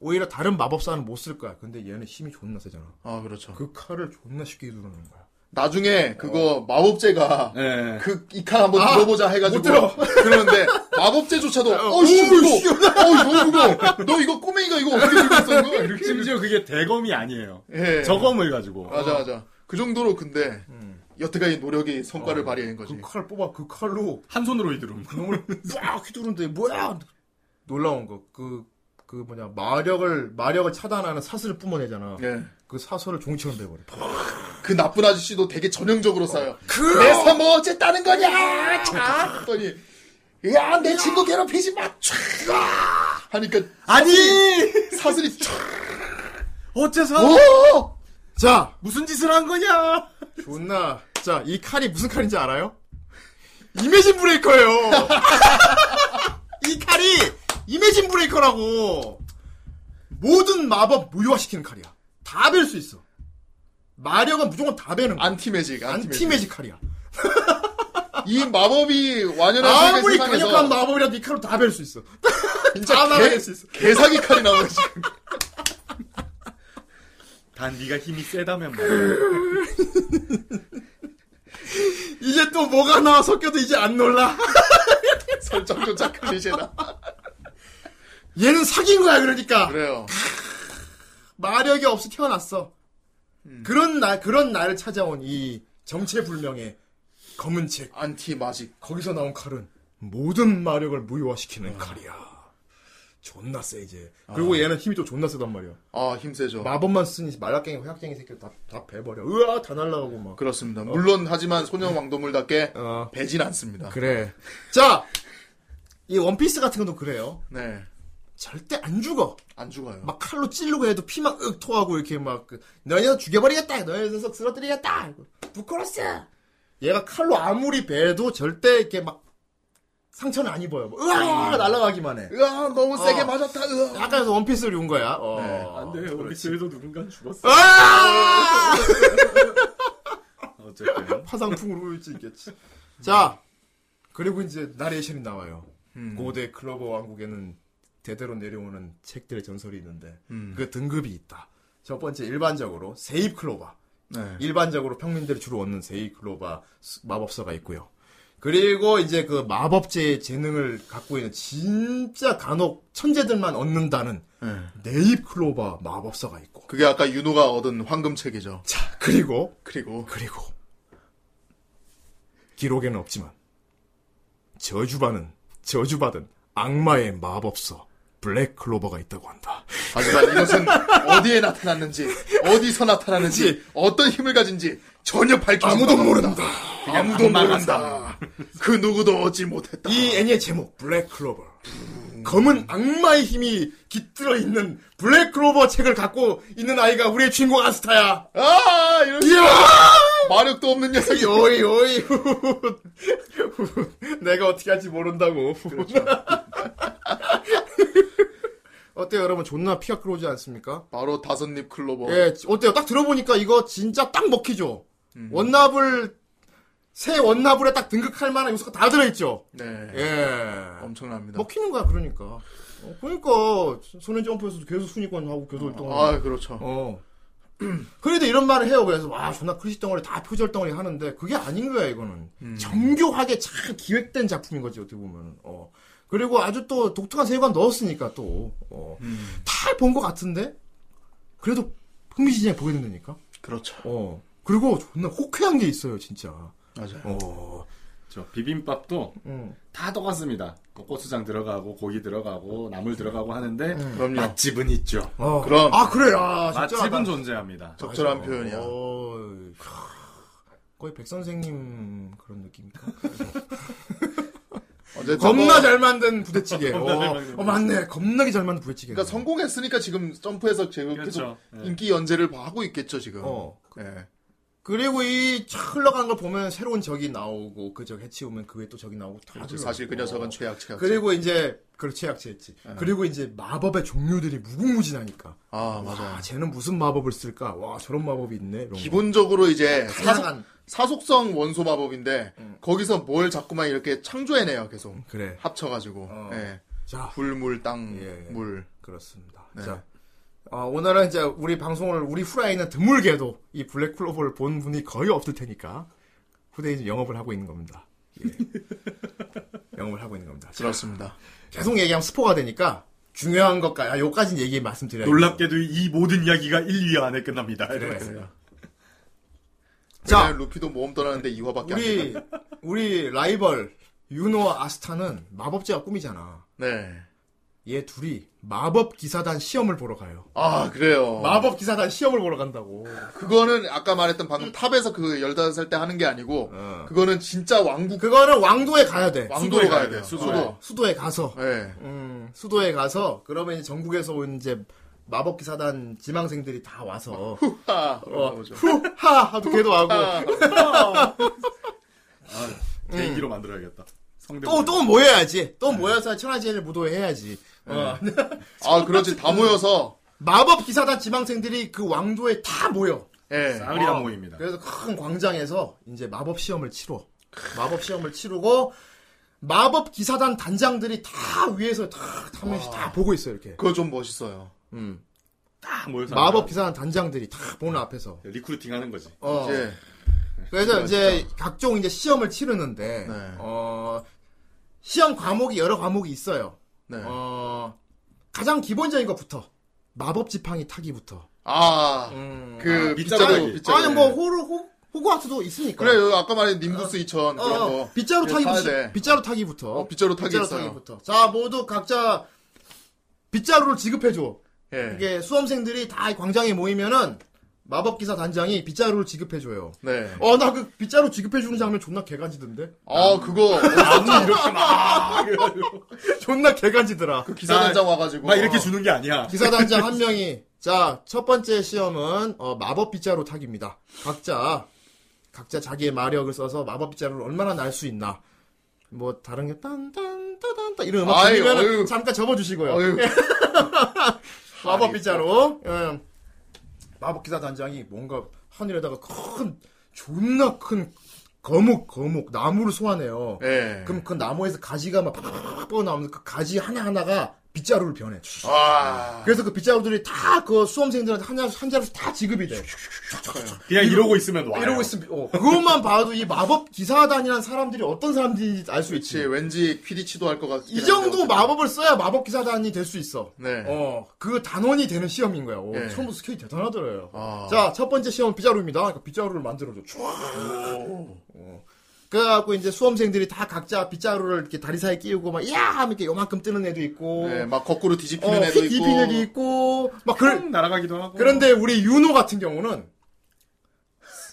Speaker 1: 오히려 다른 마법사는 못 쓸 거야. 근데 얘는 힘이 존나 세잖아.
Speaker 2: 아, 그렇죠.
Speaker 1: 그 칼을 존나 쉽게 누르는 거야.
Speaker 2: 나중에 그거 마법제가
Speaker 3: 네.
Speaker 2: 그 이 칼 한번
Speaker 1: 어. 아,
Speaker 2: 들어보자 해가지고
Speaker 1: 못 들어.
Speaker 2: 그러는데 마법제조차도
Speaker 1: 어,
Speaker 2: 어씨
Speaker 1: 오, 씨.
Speaker 2: 이거 어 너무 무거워 너 이거 꼬맹이가 이거 어떻게 들고 있었는 거야 이렇게
Speaker 3: 심지어 그게 대검이 아니에요.
Speaker 2: 예
Speaker 3: 저검을 가지고.
Speaker 2: 맞아 맞아 그 정도로 근데
Speaker 1: 음.
Speaker 2: 여태까지 노력이
Speaker 1: 어,
Speaker 2: 성과를 발휘한 거지
Speaker 1: 그 칼 뽑아 그 칼로
Speaker 3: 한 손으로 이드름.
Speaker 1: 그놈을 쫙 휘두르는데 뭐야 놀라운 거. 그, 그 뭐냐, 마력을, 마력을 차단하는 사슬을 뿜어내잖아.
Speaker 2: 예.
Speaker 1: 그 사슬을 종이처럼 돼버려.
Speaker 2: 그 나쁜 아저씨도 되게
Speaker 1: 어.
Speaker 2: 전형적으로 싸요. 그래서 뭐 어쨌다는 거냐? 자, 했더니 야, 내 친구 괴롭히지 마. 촤악! 하니까
Speaker 3: 아니!
Speaker 2: 사슬이 촤악!
Speaker 3: 어째서?
Speaker 2: 오!
Speaker 1: 자!
Speaker 3: 무슨 짓을 한 거냐?
Speaker 1: 존나. 자, 이 칼이 무슨 칼인지 알아요? 이매진 브레이커예요. 이 칼이 이매진 브레이커라고. 모든 마법 무효화시키는 칼이야. 다 벨 수 있어. 마력은 무조건 다 베는 거야.
Speaker 2: 안티 매직,
Speaker 1: 안티
Speaker 2: 안티 매직.
Speaker 1: 매직 칼이야.
Speaker 2: 이 마법이 완연한
Speaker 1: 아무리
Speaker 2: 세상에서
Speaker 1: 강력한 마법이라도 이 칼로 다 벨 수 있어. 다
Speaker 2: 진짜
Speaker 1: 날아갈
Speaker 2: 개,
Speaker 1: 수 있어.
Speaker 2: 개사기 칼이 나오네 지금.
Speaker 3: 단 네가 힘이 세다면 말이야.
Speaker 1: 이제 또 뭐가 나와 섞여도 이제 안 놀라.
Speaker 2: 설정조차 클리셰다.
Speaker 1: 얘는 사귄 거야 그러니까.
Speaker 2: 그래요.
Speaker 1: 마력이 없이 태어났어. 그런 날 그런 날을 찾아온 이 정체불명의 검은 책
Speaker 2: 안티 마직.
Speaker 1: 거기서 나온 칼은 모든 마력을 무효화시키는 칼이야. 존나 세 이제. 그리고 얘는 힘이 또 존나 세단 말이야.
Speaker 2: 아, 힘세죠.
Speaker 1: 마법만 쓰니 말라깽이 허약쟁이 새끼 다다 배버려. 으아 다 날라가고 막.
Speaker 2: 그렇습니다. 물론 하지만 소년 왕도물답게
Speaker 1: 어.
Speaker 2: 배진 않습니다.
Speaker 1: 그래. 자, 이 원피스 같은 것도 그래요.
Speaker 2: 네.
Speaker 1: 절대 안 죽어.
Speaker 2: 안 죽어요.
Speaker 1: 막 칼로 찌르고 해도 피막 윽 토하고 이렇게 막 그, 너희는 죽여버리겠다 너희 녀석 쓰러뜨리겠다 부끄러스 얘가 칼로 아무리 베도 절대 이렇게 막 상처는 안 입어요 뭐, 으아 날아가기만 해
Speaker 2: 으아, 너무 세게
Speaker 1: 어.
Speaker 2: 맞았다. 으아.
Speaker 1: 약간 그래서 원피스를 온 거야 어.
Speaker 3: 안 돼. 우리 집에도 누군가 죽었어.
Speaker 1: 아!
Speaker 3: 어쨌든.
Speaker 1: 화상풍으로 울지 있겠지 자 그리고 이제 나레이션이 나와요 고대 클로버 왕국에는 대대로 내려오는 책들의 전설이 있는데 그 등급이 있다 첫 번째 일반적으로 세입 클로버
Speaker 2: 네.
Speaker 1: 일반적으로 평민들이 주로 얻는 세이클로바 수- 마법사가 있고요. 그리고 이제 그 마법제의 재능을 갖고 있는 진짜 간혹 천재들만 얻는다는
Speaker 2: 네.
Speaker 1: 네잎 클로바 마법사가 있고.
Speaker 2: 그게 아까 윤호가 얻은 황금책이죠.
Speaker 1: 자, 그리고
Speaker 2: 그리고
Speaker 1: 그리고 기록에는 없지만 저주받은 저주받은 악마의 마법사 블랙 클로버가 있다고 한다.
Speaker 2: 하지만 이것은 어디에 나타났는지, 어디서 나타났는지, 어떤 힘을 가진지 전혀 밝히지
Speaker 1: 네. 아무도 모른다.
Speaker 2: 아무도 모른다. 그 누구도 얻지 못했다.
Speaker 1: 이 애니의 제목 블랙 클로버 검은 악마의 힘이 깃들어 있는 블랙 클로버 책을 갖고 있는 아이가 우리의 주인공 아스타야
Speaker 2: 아, 이런
Speaker 1: 이야
Speaker 2: 마력도 없는 녀석이
Speaker 1: 요이 요이 후. 내가 어떻게 할지 모른다고 어때요 여러분 존나 피가 끓어오지 않습니까?
Speaker 2: 바로 다섯잎 클로버.
Speaker 1: 예 어때요 딱 들어보니까 이거 진짜 딱 먹히죠
Speaker 2: 음.
Speaker 1: 원나블 새 원나블에 딱 등극할 만한 요소가 다 들어있죠
Speaker 2: 네.
Speaker 1: 예
Speaker 2: 엄청납니다.
Speaker 1: 먹히는 거야 그러니까. 어, 그러니까 소년 점프에서도 계속 순위권하고 계속 1등.
Speaker 2: 아, 그렇죠.
Speaker 1: 어. 그래도 이런 말을 해요. 그래서 와 존나 크리시 덩어리 다 표절 덩어리 하는데 그게 아닌 거야 이거는. 정교하게 잘 기획된 작품인 거지 어떻게 보면. 어. 그리고 아주 또 독특한 세계관 넣었으니까 또. 어. 다 본 것 같은데 그래도 흥미진진하게 보게 된다니까.
Speaker 2: 그렇죠.
Speaker 1: 어. 그리고 존나 호쾌한 게 있어요 진짜.
Speaker 2: 맞아요.
Speaker 1: 어.
Speaker 3: 저 비빔밥도
Speaker 1: 음.
Speaker 3: 다 똑같습니다. 뭐 고추장 들어가고 고기 들어가고 나물 들어가고 하는데
Speaker 2: 그럼요.
Speaker 3: 맛집은 있죠.
Speaker 1: 어.
Speaker 2: 그럼.
Speaker 1: 아 그래. 음. 아 진짜.
Speaker 3: 맛집은
Speaker 1: 나-
Speaker 3: 존재합니다.
Speaker 2: 적절한
Speaker 1: 맞아.
Speaker 2: 표현이야.
Speaker 1: 어, 캬. 거의 백 선생님 그런 느낌입니까?
Speaker 2: 어쨌든
Speaker 1: 겁나
Speaker 2: 뭐,
Speaker 1: 잘 만든 부대찌개.
Speaker 3: 겁나 잘
Speaker 1: 어,
Speaker 3: 만든
Speaker 1: 어, 맞네. 겁나게 잘 만든 부대찌개.
Speaker 2: 그러니까 성공했으니까 지금 점프해서 제가
Speaker 3: 그렇죠.
Speaker 2: 계속
Speaker 1: 음.
Speaker 3: 예.
Speaker 2: 인기 연재를 하고 있겠죠 지금.
Speaker 1: 어.
Speaker 2: 예.
Speaker 1: 그리고 이 촥 흘러가는 걸 보면 새로운 적이 나오고 그 적 해치우면 그 외에 또 적이 나오고 다
Speaker 2: 그렇죠.
Speaker 1: 흘러.
Speaker 2: 사실 그 녀석은 네.
Speaker 1: 어.
Speaker 2: 최악치가.
Speaker 1: 그리고 이제 그렇지 약치했지. 그리고 이제 마법의 종류들이 무궁무진하니까.
Speaker 2: 아
Speaker 1: 아,
Speaker 2: 맞아.
Speaker 1: 쟤는 무슨 마법을 쓸까? 와, 저런 마법이 있네. 이런 거.
Speaker 2: 기본적으로 이제 사속,
Speaker 1: 다양한
Speaker 2: 사속성 원소 마법인데
Speaker 1: 음.
Speaker 2: 거기서 뭘 자꾸만 이렇게 창조해내요 계속
Speaker 1: 그래.
Speaker 2: 합쳐가지고
Speaker 1: 음. 어.
Speaker 2: 예.
Speaker 1: 자,
Speaker 2: 불물
Speaker 1: 예, 예.
Speaker 2: 땅물
Speaker 1: 그렇습니다.
Speaker 2: 네.
Speaker 1: 자, 어, 오늘은 이제 우리 방송을 우리 후라이는 드물게도 이 블랙 클로버를 본 분이 거의 없을 테니까 후대인 영업을 하고 있는 겁니다. 예. 영업을 하고 있는 겁니다. 자,
Speaker 2: 그렇습니다.
Speaker 1: 계속 얘기하면 스포가 되니까 중요한 것까지 아, 요까진 얘기 말씀드려야
Speaker 3: 놀랍게도 이 모든 이야기가 1위 안에 끝납니다.
Speaker 1: 그래.
Speaker 2: 자
Speaker 1: 자,
Speaker 2: 루피도 모험 떠나는데 2화밖에 안 돼.
Speaker 1: 우리 우리 라이벌 윤호와 아스타는 마법제가 꿈이잖아.
Speaker 2: 네.
Speaker 1: 얘 둘이 마법 기사단 시험을 보러 가요.
Speaker 2: 아, 그래요.
Speaker 1: 마법 기사단 시험을 보러 간다고.
Speaker 2: 그거는 아까 말했던 방금 탑에서 그 15살 때 하는 게 아니고,
Speaker 1: 음. 어.
Speaker 2: 그거는 진짜 왕국,
Speaker 1: 그거는 왕도에 가야 돼.
Speaker 2: 왕도로 가야
Speaker 3: 가야
Speaker 2: 돼요.
Speaker 3: 돼요,
Speaker 2: 수도.
Speaker 3: 수도에.
Speaker 1: 수도에 가서
Speaker 2: 예.
Speaker 1: 음, 수도에 가서 그러면 이제 전국에서 온 이제 마법 기사단 지망생들이 다 와서
Speaker 2: 아,
Speaker 1: 어,
Speaker 2: 어.
Speaker 1: 후하 하도 걔도 와고
Speaker 2: 아,
Speaker 3: 대기로 아, 만들어야겠다. 성대.
Speaker 1: 음. 또 또 모여야지. 또 모여서 천하제를 무도해야지. 어.
Speaker 2: 아, 그렇지.
Speaker 1: 음.
Speaker 2: 다 모여서,
Speaker 1: 마법 기사단 지망생들이 그 왕도에 다 모여.
Speaker 2: 예.
Speaker 1: 아.
Speaker 3: 쌍리라 네, 모입니다.
Speaker 1: 그래서 큰 광장에서 이제 마법 시험을 치러. 마법 시험을 치르고 마법 기사단 단장들이 다 위에서 다 타면서 다 보고 있어요 이렇게.
Speaker 2: 그거 좀 멋있어요.
Speaker 1: 음.
Speaker 3: 딱 아, 모여서 네,
Speaker 1: 마법 기사단 단장들이 다 보는 앞에서.
Speaker 3: 리크루팅 하는 거지.
Speaker 1: 어.
Speaker 2: 예.
Speaker 1: 그래서 이제 각종 이제 시험을 치르는데
Speaker 2: 그렇죠. 네.
Speaker 1: 어, 시험 과목이 여러 과목이 있어요.
Speaker 2: 네.
Speaker 1: 어, 가장 기본적인 것부터 마법 지팡이 타기부터.
Speaker 2: 아,
Speaker 1: 음.
Speaker 2: 그,
Speaker 3: 아,
Speaker 2: 빗자루,
Speaker 3: 빗자루.
Speaker 2: 빗자루.
Speaker 1: 아니 뭐 호르 호 호그와트도 있으니까.
Speaker 2: 그렇죠. 그래요. 아까 말한 님부스 2000
Speaker 1: 어,
Speaker 2: 그런
Speaker 1: 어,
Speaker 2: 거.
Speaker 1: 빗자루
Speaker 2: 예,
Speaker 1: 타기부터.
Speaker 2: 타야 돼.
Speaker 1: 빗자루 타기부터.
Speaker 2: 어, 빗자루 타기
Speaker 1: 빗자루
Speaker 2: 있어요.
Speaker 1: 타기부터. 자 모두 각자 빗자루를 지급해 줘.
Speaker 2: 예.
Speaker 1: 이게 수험생들이 다 이 광장에 모이면은 마법 기사 단장이 빗자루를 지급해 줘요.
Speaker 2: 네.
Speaker 1: 어 나 그 빗자루 지급해 주는 장면 존나 개간지던데.
Speaker 2: 아, 그거.
Speaker 3: 나무 이렇게 막. 그래가지고.
Speaker 1: 존나 개간지더라.
Speaker 2: 그 기사단장 와가지고.
Speaker 3: 막 이렇게 주는 게 아니야.
Speaker 1: 기사단장 한 명이 자 첫 번째 시험은 어, 마법 빗자루 타기입니다. 각자 각자 자기의 마력을 써서 마법 빗자루를 얼마나 날 수 있나. 뭐 다른 게 딴딴 따단 따 이런 음악
Speaker 2: 아유,
Speaker 1: 들리면
Speaker 2: 아유.
Speaker 1: 잠깐 접어주시고요. 예.
Speaker 2: 어휴.
Speaker 1: 마법 빗자루. 음. 마법 기사단장이 뭔가 하늘에다가 큰 존나 큰 거목 거목 나무를 소환해요.
Speaker 2: 예.
Speaker 1: 그럼 그 나무에서 가지가 막 팍팍 뻗어나오면서 그 가지 하나하나가 빗자루를 변해.
Speaker 2: 아.
Speaker 1: 그래서 그 빗자루들이 다 그 수험생들한테 한 자루 한 자루씩 다 지급이 돼.
Speaker 3: 그냥 이러고 있으면 와.
Speaker 1: 이러고 있으면 어, 그것만 봐도 이 마법 기사단이란 사람들이 어떤 사람들인지 알 수
Speaker 2: 그치.
Speaker 1: 있지.
Speaker 2: 왠지 퀴디치도 할 것 같긴
Speaker 1: 이
Speaker 2: 한데
Speaker 1: 정도
Speaker 2: 어쨌든.
Speaker 1: 마법을 써야 마법 기사단이 될 수 있어.
Speaker 2: 네.
Speaker 1: 어, 그 단원이 되는 시험인 거야. 오,
Speaker 2: 예.
Speaker 1: 처음부터 스케일이 대단하더래요.
Speaker 2: 아.
Speaker 1: 자, 첫 번째 시험은 빗자루입니다. 그러니까 빗자루를 만들어줘. 촤악. 어. 그래갖고 이제 수험생들이 다 각자 빗자루를 이렇게 다리 사이에 끼우고 막, 야! 하면 이렇게 요만큼 뜨는 애도 있고,
Speaker 2: 예, 막 거꾸로 뒤집히는
Speaker 1: 어,
Speaker 2: 애도
Speaker 1: 휙
Speaker 2: 있고.
Speaker 1: 입히는 애도 있고, 막,
Speaker 3: 그
Speaker 1: 그런,
Speaker 3: 날아가기도 하고.
Speaker 1: 그런데 우리 윤호 같은 경우는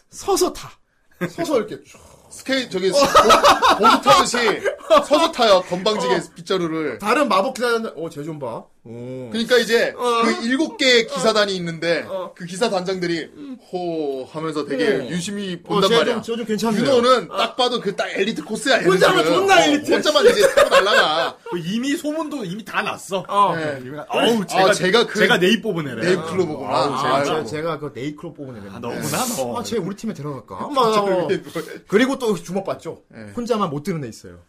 Speaker 1: 서서 타. 서서 이렇게 쭉.
Speaker 2: 스케이, 저기, 보드 타듯이 서서 타요. 건방지게
Speaker 1: 어.
Speaker 2: 빗자루를.
Speaker 1: 다른 마법 기사는 어쟤 좀 봐. 오.
Speaker 2: 그러니까 이제
Speaker 1: 어.
Speaker 2: 그 일곱 개의 기사단이 있는데
Speaker 1: 어.
Speaker 2: 그 기사 단장들이 호 하면서 되게
Speaker 1: 음.
Speaker 2: 유심히 본단 말이야.
Speaker 1: 어쟤좀쟤좀 괜찮네.
Speaker 2: 유도는 딱 봐도 그 딱 엘리트 코스야. 얘는
Speaker 1: 혼자만
Speaker 2: 지금.
Speaker 1: 존나
Speaker 2: 어,
Speaker 1: 엘리트야,
Speaker 2: 혼자만 이제 타고 날라가.
Speaker 3: 그 이미 소문도 이미 다 났어.
Speaker 1: 어.
Speaker 2: 네.
Speaker 3: 이미 나- 어우, 제가,
Speaker 2: 제가 그-
Speaker 3: 제가 네이 뽑은 애래.
Speaker 2: 네이클로 보구나.
Speaker 1: 아,
Speaker 2: 아유.
Speaker 1: 제가, 제가 그 네이크로 뽑은 애가.
Speaker 3: 아, 너구나, 너.
Speaker 1: 아쟤 우리 팀에 데려갈까? 네. 막, 어. 그리고 또 주목받죠.
Speaker 2: 예.
Speaker 1: 혼자만 못 드는 애 있어요.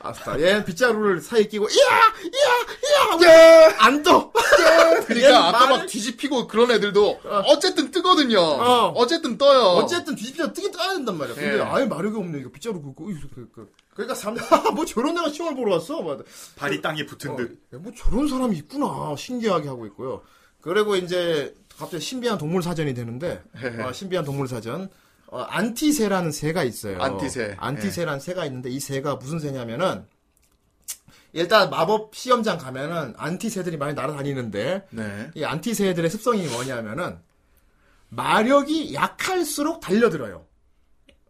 Speaker 1: 아싸. 얘 빗자루를 사이에 끼고 이야 이야 이야 왜안 떠. 얘는
Speaker 2: 그러니까 아까
Speaker 1: 말을-
Speaker 2: 막 뒤집히고 그런 애들도 어쨌든 뜨거든요.
Speaker 1: 어.
Speaker 2: 어. 쨌든 떠요.
Speaker 1: 어쨌든 뒤집혀 뜨긴 떠야 된단 말이야. 근데
Speaker 2: 예.
Speaker 1: 아예 마력이 없네. 이거 빗자루 긁고. 이거 그- 그러니까 사람 뭐 저런 애가 시험을 보러 왔어. 막
Speaker 3: 발이 땅에 붙은 듯.
Speaker 1: 어, 야, 뭐 저런 사람이 있구나 신기하게 하고 있고요. 그리고 이제 갑자기 신비한 동물 사전이 되는데
Speaker 2: 네.
Speaker 1: 어, 신비한 동물 사전 어, 안티새라는 새가 있어요.
Speaker 2: 안티새. 네.
Speaker 1: 안티새라는 새가 있는데 이 새가 무슨 새냐면은 일단 마법 시험장 가면은 안티새들이 많이 날아다니는데
Speaker 2: 네.
Speaker 1: 이 안티새들의 습성이 뭐냐면은 마력이 약할수록 달려들어요.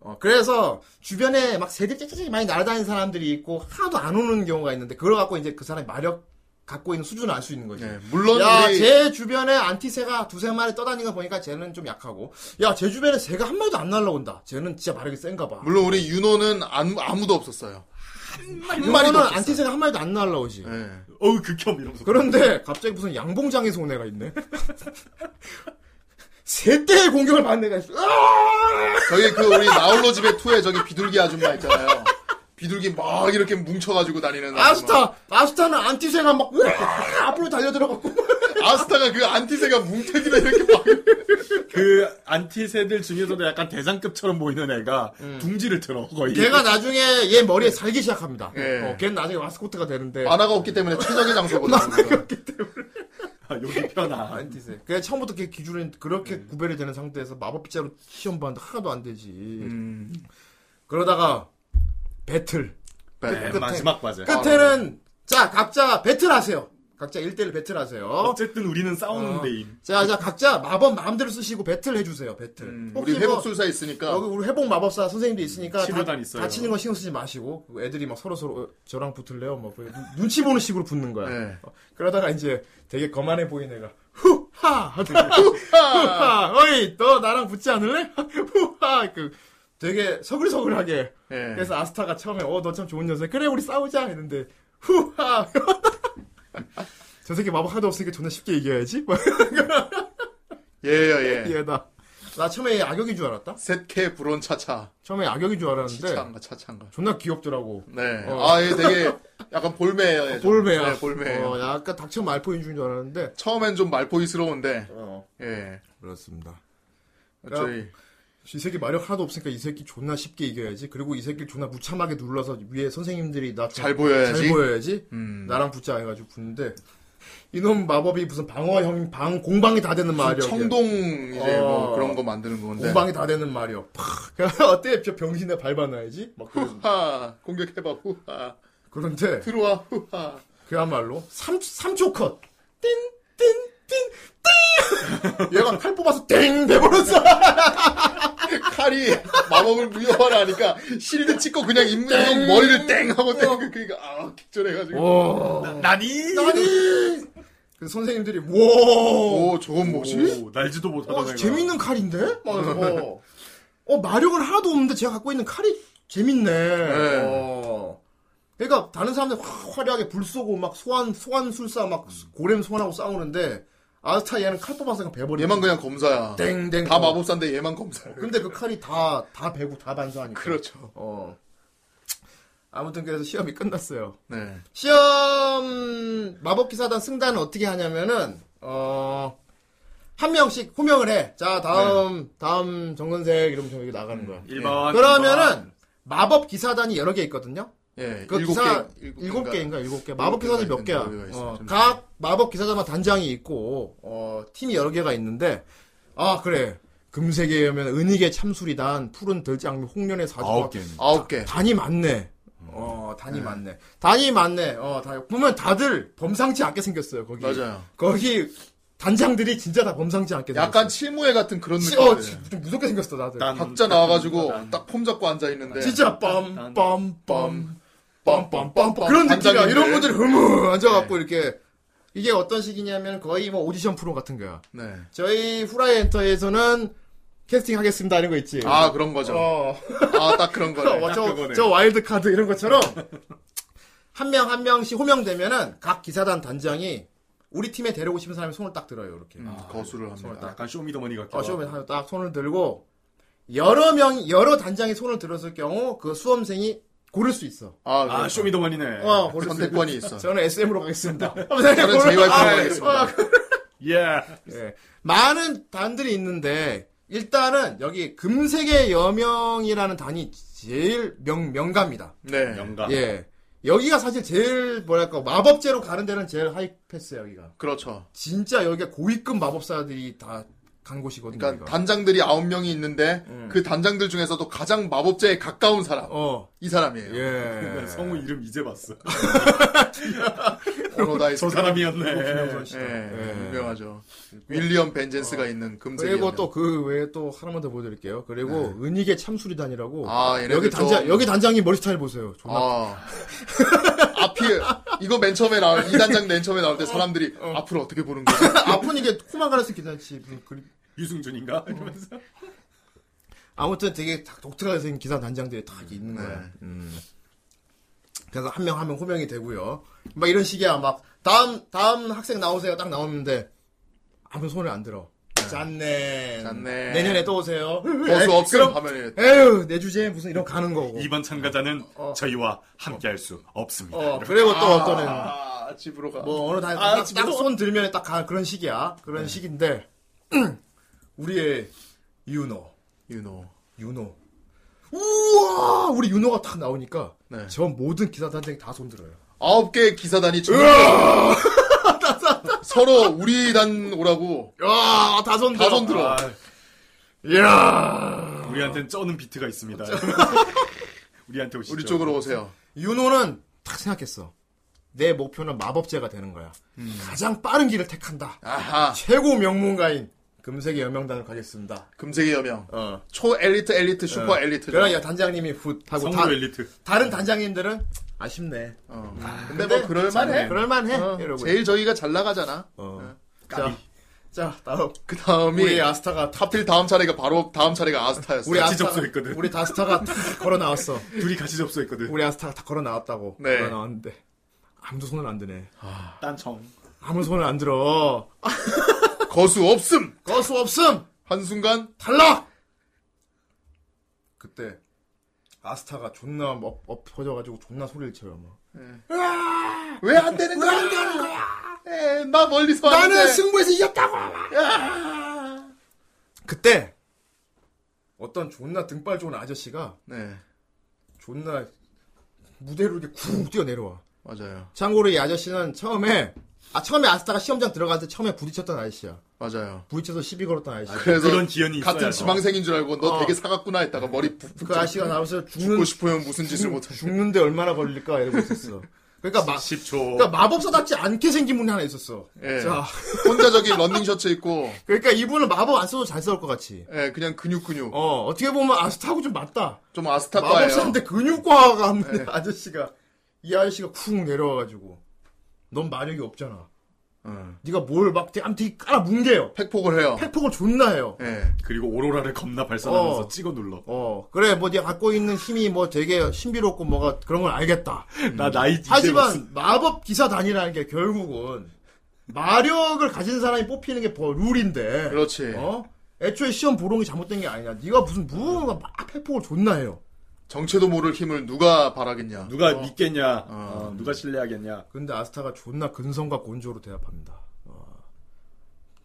Speaker 1: 어, 그래서 주변에 막 새들 째째째 많이 날아다니는 사람들이 있고 하나도 안 오는 경우가 있는데 그걸 갖고 이제 그 사람이 마력 갖고 있는 수준을 알 수 있는 거지.
Speaker 2: 네. 물론
Speaker 1: 야,
Speaker 2: 우리
Speaker 1: 제 주변에 안티새가 두세 마리 떠다니는 거 보니까 쟤는 좀 약하고, 야, 제 주변에 새가 한 마리도 안 날라온다. 쟤는 진짜 마력이 센가 봐.
Speaker 2: 물론 우리 윤호는 아무, 아무도 없었어요.
Speaker 1: 한 마리는 안티새가 한 마리도 안 날라오지.
Speaker 2: 네.
Speaker 3: 어우, 극혐 이러면서.
Speaker 1: 그런데 갑자기 무슨 양봉장에서 온 애가 있네. 세 대의 공격을 받는 애가 있어. 으아!
Speaker 2: 저기 그 우리 나홀로 집에 투에 저기 비둘기 아줌마 있잖아요. 비둘기 막 이렇게 뭉쳐가지고 다니는 아줌마.
Speaker 1: 아스타, 아스타는 안티새가 막 으아! 앞으로 달려들어갖고
Speaker 2: 아스타가 그 안티세가 뭉태기다 이렇게 막
Speaker 3: 그 안티새들 중에서도 약간 대장급처럼 보이는 애가 둥지를 틀어, 거의.
Speaker 1: 걔가 나중에 얘 머리에 살기 시작합니다.
Speaker 2: 예. 아,
Speaker 1: 어, 걔는 나중에 마스코트가 되는데
Speaker 2: 만화가 없기 때문에 최적의 장소거든요.
Speaker 3: 아, 여기 편하.
Speaker 1: 안티새. 그냥 처음부터 걔 기준은 그렇게 구별이 되는 상태에서 마법 빗자루 시험 봤는데 하나도 안 되지. 그러다가 배틀.
Speaker 2: 네.
Speaker 3: 네, 마지막 과제.
Speaker 1: 끝에는 어? 자, 각자 배틀하세요. 각자 1대1 배틀하세요.
Speaker 3: 어쨌든 우리는 싸우는
Speaker 1: 어.
Speaker 3: 데임.
Speaker 1: 자, 자, 각자 마법 마음대로 쓰시고 배틀 해주세요, 배틀.
Speaker 3: 음.
Speaker 2: 우리
Speaker 1: 뭐-
Speaker 2: 회복술사 있으니까
Speaker 1: 여기 우리 회복 마법사 선생님도 있으니까
Speaker 3: 치료단
Speaker 1: 다,
Speaker 3: 있어요.
Speaker 1: 다치는 건 신경 쓰지 마시고 그 애들이 막 서로 서로 저랑 붙을래요. 막 그래. 눈- 눈치 보는 식으로 붙는 거야.
Speaker 2: 네.
Speaker 1: 어, 그러다가 이제 되게 거만해 보이는 애가 후하 그- 후하 어이 너 나랑 붙지 않을래? 후하 그 되게 서글서글하게
Speaker 2: 예.
Speaker 1: 그래서 아스타가 처음에 어 너 참 좋은 녀석 그래 우리 싸우자 했는데 후하 저 새끼 마법 하나도 없으니까 존나 쉽게 이겨야지
Speaker 2: 예예예
Speaker 1: 얘다 나 처음에 악역인 줄 알았다
Speaker 2: 셋케 불온 차차
Speaker 1: 처음에 악역인 줄 알았는데
Speaker 2: 차차인가 차차인가
Speaker 1: 존나 귀엽더라고.
Speaker 2: 네.
Speaker 1: 네. 어.
Speaker 2: 아, 예, 되게 약간 볼매예요. 좀.
Speaker 1: 볼매야.
Speaker 2: 네, 볼매예요.
Speaker 1: 어, 약간 닥쳐 말포인 줄 알았는데.
Speaker 2: 처음엔 좀 말포이스러운데,
Speaker 1: 어,
Speaker 2: 예.
Speaker 1: 그렇습니다.
Speaker 2: 저희,
Speaker 1: 이 새끼 마력 하나도 없으니까 이 새끼 존나 쉽게 이겨야지. 그리고 이 새끼를 존나 무참하게 눌러서 위에 선생님들이 나
Speaker 2: 잘
Speaker 1: 좀-
Speaker 2: 보여야지.
Speaker 1: 잘 보여야지.
Speaker 2: 음.
Speaker 1: 나랑 붙자 해가지고 붙는데 이놈 마법이 무슨 방어형 방 공방이 다 되는 마력이야.
Speaker 2: 청동, 이제
Speaker 1: 어.
Speaker 2: 뭐 그런 거 만드는 건데.
Speaker 1: 공방이 다 되는 마력. 팍. 그래서 어때? 저 병신에 밟아놔야지. 막 그래서.
Speaker 2: 후하, 공격해봐, 후하.
Speaker 1: 그런데
Speaker 2: 들어와, 후하.
Speaker 1: 그야말로 3, 삼초 컷. 띵, 띵, 띵, 띵! 얘가 칼 뽑아서 땡! 돼버렸어!
Speaker 2: 칼이 마법을 무효화를 하니까 실드 찍고 그냥 입문 머리를 땡
Speaker 1: 어.
Speaker 2: 하고 땡. 그러니까, 아, 기절해가지고.
Speaker 1: 오.
Speaker 3: 나니?
Speaker 1: 아니! 그 선생님들이, 와!
Speaker 2: 오, 어, 저건 뭐지?
Speaker 3: 오, 날지도 못하던
Speaker 1: 어,
Speaker 3: 애가.
Speaker 1: 재밌는 칼인데? 막, 어. 어, 마력은 하나도 없는데 제가 갖고 있는 칼이 재밌네. 어. 그러니까 다른 사람들 확 화려하게 불 쏘고 막 소환, 소환술사 막 고렘 소환하고 싸우는데 아스타 얘는 칼 뽑아서 그냥 베버리
Speaker 2: 얘만 그냥 검사야.
Speaker 1: 어. 땡땡.
Speaker 2: 다 마법사인데 얘만 검사.
Speaker 1: 근데 그 칼이 다, 다 베고 다 반사하니까.
Speaker 2: 그렇죠.
Speaker 1: 어. 아무튼 그래서 시험이 끝났어요.
Speaker 2: 네.
Speaker 1: 시험 마법기사단 승단은 어떻게 하냐면은 어. 한 명씩 호명을 해. 자, 다음 다음 정선생 이러면서 여기 나가는
Speaker 5: 음.
Speaker 1: 거야.
Speaker 5: 아,
Speaker 3: 1번.
Speaker 1: 그러면은 마법 기사단이 여러 개 있거든요.
Speaker 2: 예,
Speaker 1: 그
Speaker 2: 일곱
Speaker 1: 기사
Speaker 2: 개, 그러니까 일곱
Speaker 1: 일곱
Speaker 2: 개인가?
Speaker 1: 개인가 일곱 개. 마법 기사단이 몇 개야?
Speaker 2: 개가 있는데
Speaker 1: 어,
Speaker 2: 좀-
Speaker 1: 각 마법 기사단마다 단장이 있고 어, 팀이 여러 개가 있는데 아 그래 금색에 오면 은익의 참수리단, 푸른 들장미, 홍련의 사주.
Speaker 9: 아홉 개.
Speaker 2: 아홉 개.
Speaker 1: 예, 단이 많네. 어, 단이 많네. 단이 많네. 어, 다, 보면 다들 범상치 않게 생겼어요, 거기.
Speaker 2: 맞아요.
Speaker 1: 거기, 단장들이 진짜 다 범상치 않게 생겼어요.
Speaker 2: 약간 칠무회 같은 그런 느낌.
Speaker 1: 어, 지- 좀 무섭게 생겼어, 다들.
Speaker 3: 난-
Speaker 2: 각자 나와가지고 딱 폼 잡고 앉아 있는데.
Speaker 1: 진짜
Speaker 3: 난-
Speaker 1: 네. 빰빰빰. 빰빰빰빰.
Speaker 2: 빰빰빰빰.
Speaker 1: 그런 느낌이야.
Speaker 2: 단장님들.
Speaker 1: 이런 분들이 네. 흐무 앉아갖고 이렇게. 이게 어떤 식이냐면 거의 뭐 오디션 프로 같은 거야.
Speaker 2: 네.
Speaker 1: 저희 후라이 엔터에서는 캐스팅 하겠습니다. 이런 거 있지.
Speaker 2: 아 그런 거죠.
Speaker 1: 예. 어.
Speaker 2: 아 딱 그런 거네.
Speaker 1: 어, 저,
Speaker 3: 그거네.
Speaker 1: 저 와일드 카드 이런 것처럼 한 명 한 명씩 호명되면은 각 기사단 단장이 우리 팀에 데려오고 싶은 사람이 손을 딱 들어요 이렇게.
Speaker 2: 음. 거수를 합니다.
Speaker 3: 약간 쇼미더머니 같기도
Speaker 1: 어, 처음에 하나 딱 손을 들고 여러 명 여러 단장이 손을 들었을 경우 그 수험생이 고를 수 있어.
Speaker 2: 아,
Speaker 3: 하고. 아,
Speaker 2: 그렇죠.
Speaker 3: 쇼미더머니네.
Speaker 1: 어, 고를 수 있어.
Speaker 2: 선택권이 있어.
Speaker 1: 저는 SM으로 가겠습니다.
Speaker 2: 저는 JYP 로 가겠습니다.
Speaker 3: 예.
Speaker 1: 아, 그 예. 많은 단들이 있는데 일단은 여기 금색의 여명이라는 단이 제일 명 명가입니다.
Speaker 2: 네.
Speaker 5: 아.
Speaker 3: 영감.
Speaker 1: 예. 여기가 사실 제일 뭐랄까 마법제로 가는 데는 제일 하이 패스야 여기가.
Speaker 2: 그렇죠.
Speaker 1: 진짜 여기가 고위급 마법사들이 다 간 곳이거든요.
Speaker 2: 그러니까
Speaker 1: 여기가.
Speaker 2: 단장들이 아홉 명이 있는데
Speaker 1: 음.
Speaker 2: 그 단장들 중에서도 가장 마법제에 가까운 사람
Speaker 1: 어.
Speaker 2: 이 사람이에요.
Speaker 1: 예.
Speaker 3: 성우 이름 이제 봤어.
Speaker 2: 오노다이스.
Speaker 3: 저 사람이었네.
Speaker 1: 어, 김영선 씨.
Speaker 2: 예,
Speaker 1: 예. 어.
Speaker 2: 유명하죠. 윌리엄 벤젠스가 있는 금색.
Speaker 1: 그리고 또 그 외에 또 하나만 더 보여드릴게요. 그리고 은익의 참수리단이라고.
Speaker 2: 네. 아, 얘네들
Speaker 1: 여기 단장
Speaker 2: 좀-
Speaker 1: 여기 단장이 머리 스타일 보세요. 존나
Speaker 2: 아. 앞이, 이거 맨 처음에 나올, 이 단장 맨 처음에 나올 때 사람들이 앞으로 어떻게 보는 거지?
Speaker 1: 아픈 이게 코만 갈아서 그- 기다지. 어.
Speaker 3: 유승준인가? 이러면서.
Speaker 1: 아무튼 되게 다 독특하게 생긴 기사 단장들이 다 있는 거야.
Speaker 2: 네.
Speaker 1: 음. 그래서 한 명 한 명 호명이 되고요. 막 이런 식이야. 막 다음 다음 학생 나오세요. 딱 나오는데 아무 손을 안 들어. 짠네.
Speaker 2: 잤네.
Speaker 1: 내년에 또 오세요.
Speaker 2: 버스 없음
Speaker 1: 네, 그럼
Speaker 2: 하면
Speaker 1: 에휴 내 주제에 무슨 이런 가는 거고.
Speaker 3: 이번 참가자는 저희와 함께할 수 없습니다.
Speaker 1: 어 그리고 또 어떤 애는
Speaker 2: 아, 집으로 가.
Speaker 1: 뭐 어느 날
Speaker 3: 아,
Speaker 1: 딱
Speaker 3: 집에서?
Speaker 1: 손 들면 딱 가- 그런 식이야. 그런 식인데 우리의 유노
Speaker 2: 유노.
Speaker 1: 윤호. 우와! 우리 윤호가 탁 나오니까
Speaker 2: 네.
Speaker 1: 저 모든 기사 단장이 다 손들어요.
Speaker 2: 아홉 개 기사단이 전- 서로 우리 단 오라고
Speaker 1: 야, 다 손들어.
Speaker 2: 다 손들어.
Speaker 1: 이야.
Speaker 3: 아, 우리한텐 쩌는 비트가 있습니다. 우리한테 오시죠.
Speaker 2: 우리 쪽으로 오세요.
Speaker 1: 윤호는 탁 생각했어. 내 목표는 마법제가 되는 거야. 가장 빠른 길을 택한다.
Speaker 2: 아하.
Speaker 1: 최고 명문가인 금색의 여명단을 가겠습니다.
Speaker 2: 금색의 여명.
Speaker 1: 어.
Speaker 2: 초 엘리트 엘리트 슈퍼
Speaker 1: 네.
Speaker 2: 엘리트죠.
Speaker 1: 그러나 야 단장님이 훗 하고
Speaker 3: 성부
Speaker 1: 다,
Speaker 3: 엘리트.
Speaker 1: 다른 단장님들은 아쉽네.
Speaker 2: 어. 근데 뭐 그럴만해.
Speaker 1: 그럴만해.
Speaker 2: 어,
Speaker 1: 아, 이러고.
Speaker 2: 제일 저희가 잘 나가잖아.
Speaker 1: 어. 자, 자 다음
Speaker 2: 그 다음이
Speaker 1: 우리 아스타가 탑
Speaker 2: 하필 다음 차례가 바로 다음 차례가 아스타였어.
Speaker 1: 우리
Speaker 3: 같이
Speaker 1: 아스타가-
Speaker 3: 접수했거든.
Speaker 1: 우리 다스타가 다 걸어 나왔어.
Speaker 3: 둘이 같이 접수했거든.
Speaker 1: 우리 아스타가 다 걸어 나왔다고.
Speaker 2: 네.
Speaker 1: 걸어 나왔는데 아무도 손을 안 드네.
Speaker 3: 딴청.
Speaker 1: 아무 손을 안 들어.
Speaker 2: 거수 없음.
Speaker 1: 거수 없음.
Speaker 2: 한 순간
Speaker 1: 탈락. 그때 아스타가 존나 엎, 엎어져가지고 존나 소리를 쳐요. 막.
Speaker 2: 왜 안 되는 거야? 안 되는 거야? 에, 나 멀리서 왔는데.
Speaker 1: 승부에서 이겼다고. 그때 어떤 존나 등발 좋은 아저씨가
Speaker 2: 네
Speaker 1: 존나 무대로 이렇게 쿵 뛰어 내려와.
Speaker 2: 맞아요
Speaker 1: 참고로 이 아저씨는 처음에 아 처음에 아스타가 시험장 들어갈 때 처음에 부딪혔던 아저씨야.
Speaker 2: 맞아요.
Speaker 1: 부딪혀서 시비 걸었던 아저씨.
Speaker 2: 그래서
Speaker 3: 그런 기연이 있어야
Speaker 2: 같은 지망생인 줄 알고 너
Speaker 1: 어.
Speaker 2: 되게 사갔구나 했다가 머리 푹푹
Speaker 1: 그 아저씨가 나와서 죽는
Speaker 2: 죽고 싶으면 무슨 짓을 못하지
Speaker 1: 죽는데 얼마나 걸릴까 이러고 있었어. 그러니까 마,
Speaker 3: 10초.
Speaker 1: 그러니까 마법사답지 않게 생긴 분이 하나 있었어.
Speaker 2: 예.
Speaker 1: 자,
Speaker 2: 혼자적인 런닝 셔츠 입고
Speaker 1: 그러니까 이분은 마법 안 써도 잘 싸울 것 같이.
Speaker 2: 예, 그냥 근육 근육
Speaker 1: 어, 어떻게 보면 아스타하고 좀 맞다.
Speaker 2: 좀 아스타과예요.
Speaker 1: 마법사인데 근육과가 없는 아저씨가 이 아저씨가 쿵 내려와가지고 넌 마력이 없잖아.
Speaker 2: 응.
Speaker 1: 네가 뭘막 암튼 깔아 뭉개요.
Speaker 2: 팩폭을 해요.
Speaker 1: 팩폭을 존나 해요.
Speaker 2: 예.
Speaker 3: 그리고 오로라를 겁나 발산하면서
Speaker 1: 어.
Speaker 3: 찍어 눌러.
Speaker 1: 어 그래 뭐 네가 갖고 있는 힘이 뭐 되게 신비롭고 뭐가 그런 걸 알겠다.
Speaker 3: 나 나이 이제
Speaker 1: 음. 하지만
Speaker 3: 무슨-
Speaker 1: 마법 기사단이라는 게 결국은 마력을 가진 사람이 뽑히는 게 버- 룰인데.
Speaker 2: 그렇지.
Speaker 1: 어? 애초에 시험 보는 게 잘못된 게 아니야. 네가 무슨 무언가 막 팩폭을 존나 해요.
Speaker 2: 정체도 모를 힘을 누가 바라겠냐.
Speaker 3: 누가 믿겠냐? 어, 누가 신뢰하겠냐?
Speaker 1: 근데 아스타가 존나 근성과 곤조로 대답합니다. 어,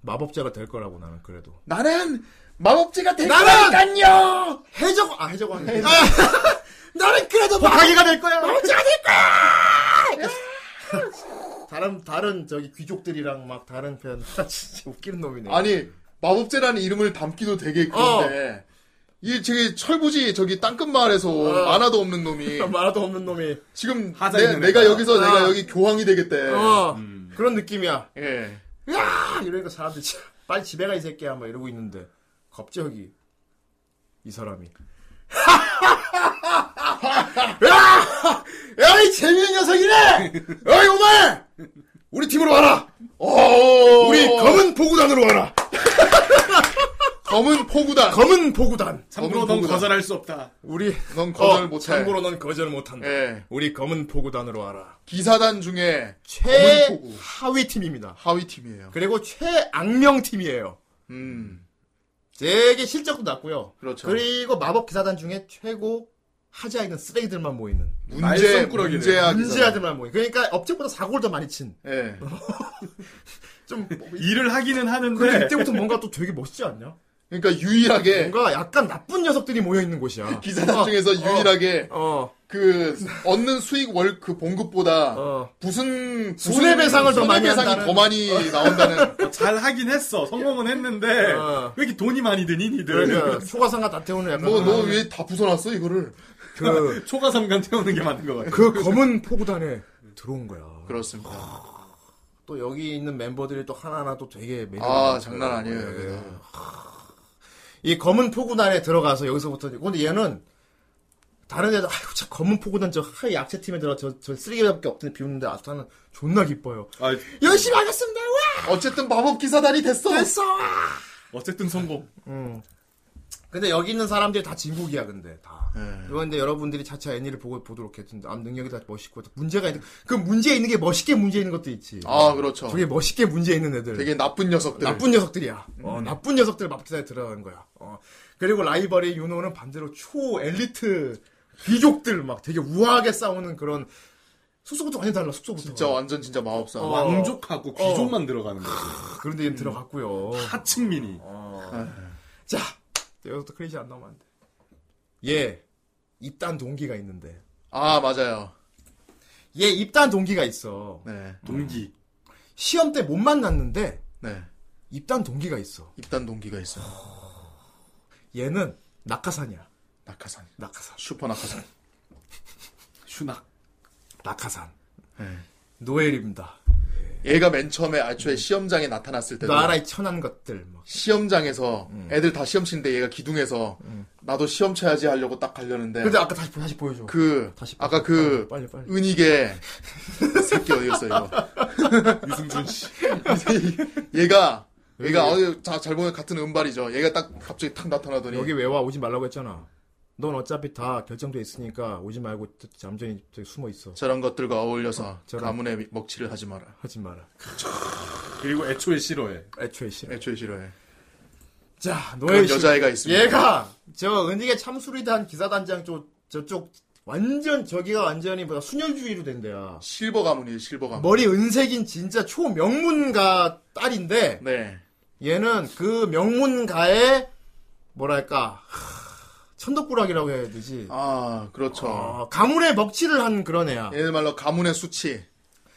Speaker 1: 마법자가 될 거라고 나는 그래도.
Speaker 2: 나는 마법제가 될
Speaker 1: 나는!
Speaker 2: 거니까요.
Speaker 1: 해적 아 해적 왕. 아, 나는 그래도 마법자가 될 거야. 마법자가 될 거야. 다른 다른 저기 귀족들이랑 막 다른 편 아, 진짜 웃기는 놈이네.
Speaker 2: 아니 마법제라는 이름을 담기도 되게
Speaker 1: 어.
Speaker 2: 그런데 이 저기 철부지 저기 땅끝 마을에서 만화도 없는 놈이
Speaker 1: 말아도 없는 어. 놈이.
Speaker 2: 지금
Speaker 3: 하자
Speaker 2: 내,
Speaker 3: 있는
Speaker 2: 내가
Speaker 3: 애가.
Speaker 2: 여기서
Speaker 1: 아.
Speaker 2: 내가 여기 교황이 되겠대.
Speaker 1: 어 그런 느낌이야.
Speaker 2: 예.
Speaker 1: 야 아, 이러니까 사람들이 참, 빨리 집에 가 이 새끼야 막 이러고 있는데 갑자기 이 사람이 야야이 재미있는 녀석이네 어이 오마에 우리 팀으로 와라
Speaker 2: 오,
Speaker 1: 우리 검은 보구단으로 와라
Speaker 2: 검은 포구다.
Speaker 1: 검은 보구단
Speaker 3: 참고로 넌
Speaker 2: 거부다.
Speaker 3: 거절할 수 없다.
Speaker 1: 우리
Speaker 2: 넌 거절
Speaker 1: 어,
Speaker 2: 못해.
Speaker 1: 참고로 넌 거절 못한다
Speaker 2: 예.
Speaker 1: 우리 검은 보구단으로 와라
Speaker 2: 기사단 중에 검은 포구.
Speaker 1: 최하위 팀입니다
Speaker 2: 하위 팀이에요.
Speaker 1: 그리고 최악명 팀이에요
Speaker 2: 음.
Speaker 1: 되게 실적도 낮고요.
Speaker 2: 그렇죠.
Speaker 1: 그리고 마법 기사단 중에 최고 하자 있는 쓰레기들만 모이는
Speaker 2: 문제
Speaker 3: 말썽꾸러기네.
Speaker 2: 문제야 기사단.
Speaker 1: 문제아들만 모이. 그러니까 업체보다 사고를 더 많이 친.
Speaker 2: 예.
Speaker 1: 좀
Speaker 2: 네.
Speaker 3: 일을 하기는
Speaker 1: 근데
Speaker 3: 하는데
Speaker 1: 이때부터 뭔가 또 되게 멋있지 않냐?
Speaker 2: 그러니까 유일하게
Speaker 1: 뭔가 어, 약간 나쁜 녀석들이 모여 있는 곳이야.
Speaker 2: 기사단 중에서 유일하게
Speaker 1: 어,
Speaker 2: 그 얻는 수익 월 그 봉급보다
Speaker 1: 어.
Speaker 2: 무슨 무슨
Speaker 1: 손해배상을 더 많이
Speaker 2: 손해배상이
Speaker 1: 한다는-
Speaker 2: 더 많이 나온다는
Speaker 3: 잘 하긴 했어. 성공은 했는데
Speaker 1: 어.
Speaker 3: 왜 이렇게 돈이 많이 드니 니들?
Speaker 1: 그러니까 초과상과 다태우는 약간
Speaker 2: 뭐 너 왜 다 부숴놨어 이거를
Speaker 1: 그,
Speaker 3: 초과삼간 태우는 게 맞는 것 같아.
Speaker 1: 그 검은 포구단에 들어온 거야.
Speaker 2: 그렇습니다
Speaker 1: 또 여기 있는 멤버들이 또 하나하나 또 되게 매력
Speaker 2: 아 장난 아니에요 여기가.
Speaker 1: 이 검은 포구단에 들어가서 여기서부터 근데 얘는 다른 애들 아이고 참 검은 포구단 저 하이 약체 팀에 들어 저, 저 쓰레기밖에 없더니 비웃는데 아스타는 존나 기뻐요.
Speaker 3: 아,
Speaker 1: 열심히 하겠습니다. 와
Speaker 2: 어쨌든 마법 기사단이 됐어
Speaker 1: 됐어. 와!
Speaker 3: 어쨌든 성공.
Speaker 1: 근데 여기 있는 사람들이 다 진국이야 근데 다.
Speaker 2: 네.
Speaker 1: 그런데 여러분들이 차차 애니를 보고 보도록 했는데 암 능력이 다 멋있고 다 문제가 있는 그 문제 있는 게 멋있게 문제 있는 것도 있지.
Speaker 2: 아 그렇죠
Speaker 1: 저게 멋있게 문제 있는 애들.
Speaker 2: 되게 나쁜 녀석들
Speaker 1: 나쁜 녀석들이야.
Speaker 2: 음.
Speaker 1: 어,
Speaker 2: 네.
Speaker 1: 나쁜 녀석들 마피사에 들어간 거야. 어. 그리고 라이벌이 윤호는 반대로 초 엘리트 귀족들 막 되게 우아하게 싸우는 그런 숙소부터 완전 달라 숙소부터.
Speaker 2: 진짜 완전 진짜 마법사
Speaker 1: 어.
Speaker 3: 왕족하고 귀족만 들어가는 거지.
Speaker 1: 아, 그런데
Speaker 2: 음.
Speaker 1: 얘는 들어갔고요.
Speaker 3: 하층민이.
Speaker 1: 자 여기서 크레이지 안 나오면 안 돼. 얘 입단 동기가 있는데
Speaker 2: 아 맞아요
Speaker 1: 얘 입단 동기가 있어.
Speaker 2: 네
Speaker 3: 동기.
Speaker 1: 시험 때 못 만났는데
Speaker 2: 네.
Speaker 1: 입단 동기가 있어.
Speaker 2: 입단 동기가 있어
Speaker 1: 얘는 낙하산이야.
Speaker 2: 낙하산
Speaker 1: 낙하산.
Speaker 2: 슈퍼 낙하산
Speaker 3: 슈낙.
Speaker 2: 네.
Speaker 1: 낙하산. 노엘입니다.
Speaker 2: 얘가 맨 처음에 애초에 시험장에 나타났을 때도
Speaker 1: 나라의 음. 천한 것들 막
Speaker 2: 시험장에서 애들 다 시험 치는데 얘가 기둥에서 나도 시험 쳐야지 하려고 딱 가려는데
Speaker 1: 음. 근데 아까 다시 다시 보여줘.
Speaker 2: 그
Speaker 1: 다시
Speaker 2: 아까
Speaker 1: 빨리,
Speaker 2: 그
Speaker 1: 빨리, 빨리, 빨리.
Speaker 2: 은익의 새끼 어디였어 이거
Speaker 3: 유승준 씨.
Speaker 2: 얘가 얘가 어디 자, 잘 보면 같은 은발이죠 얘가 딱 갑자기 탁 나타나더니
Speaker 1: 여기 왜 와? 오지 말라고 했잖아. 넌 어차피 다 결정돼 있으니까 오지 말고 잠전히 저기 숨어 있어.
Speaker 2: 저런 것들과 어울려서
Speaker 1: 저런-
Speaker 2: 가문의 먹칠을 하지 마라
Speaker 1: 하지 마라.
Speaker 3: 그리고 애초에 싫어해.
Speaker 1: 애초에 싫어.
Speaker 2: 애초에 싫어해
Speaker 1: 자,
Speaker 2: 그런
Speaker 1: 노엘 씨.
Speaker 2: 여자애가 있습니다
Speaker 1: 얘가 저 은익의 참수리단 기사단장 쪽 저쪽 완전 저기가 완전히 뭐야 순혈주의로 된 데야.
Speaker 2: 실버 가문이에요 실버 가문
Speaker 1: 머리 은색인 진짜 초명문가 딸인데
Speaker 2: 네
Speaker 1: 얘는 그 명문가의 뭐랄까 하, 천덕꾸락이라고 해야 되지.
Speaker 2: 아, 그렇죠.
Speaker 1: 어, 가문의 먹칠을 한 그런 애야.
Speaker 2: 얘들 말로 가문의 수치.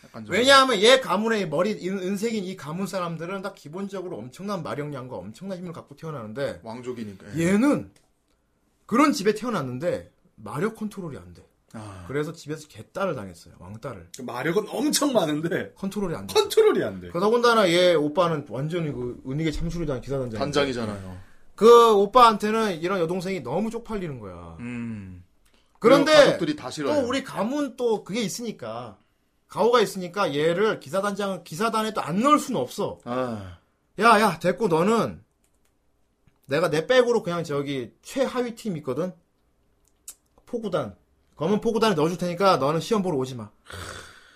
Speaker 2: 약간 좀.
Speaker 1: 아. 왜냐하면 얘 가문의 머리 은- 은색인 이 가문 사람들은 다 기본적으로 엄청난 마력량과 엄청난 힘을 갖고 태어나는데
Speaker 2: 왕족이니까.
Speaker 1: 얘는 그런 집에 태어났는데 마력 컨트롤이 안 돼.
Speaker 2: 아.
Speaker 1: 그래서 집에서 개딸을 당했어요. 왕딸을.
Speaker 3: 그 마력은 엄청 많은데
Speaker 1: 컨트롤이 안 돼.
Speaker 3: 컨트롤이
Speaker 2: 네.
Speaker 3: 안 돼.
Speaker 1: 그러다군다나 얘 오빠는 완전히 그 은익의 참수리단 기사단장.
Speaker 2: 단장이잖아요.
Speaker 1: 그 오빠한테는 이런 여동생이 너무 쪽팔리는 거야.
Speaker 2: 음. 그리고
Speaker 1: 네. 그런데
Speaker 2: 가족들이 다 싫어요.
Speaker 1: 또 우리 가문 또 그게 있으니까 가오가 있으니까 얘를 기사단장 기사단에 또 안 넣을 수는 없어.
Speaker 2: 아,
Speaker 1: 야, 야, 됐고, 너는, 내가 내 백으로 그냥 저기, 최하위 팀 있거든? 포구단. 검은 포구단에 넣어줄 테니까 너는 시험 보러 오지 마.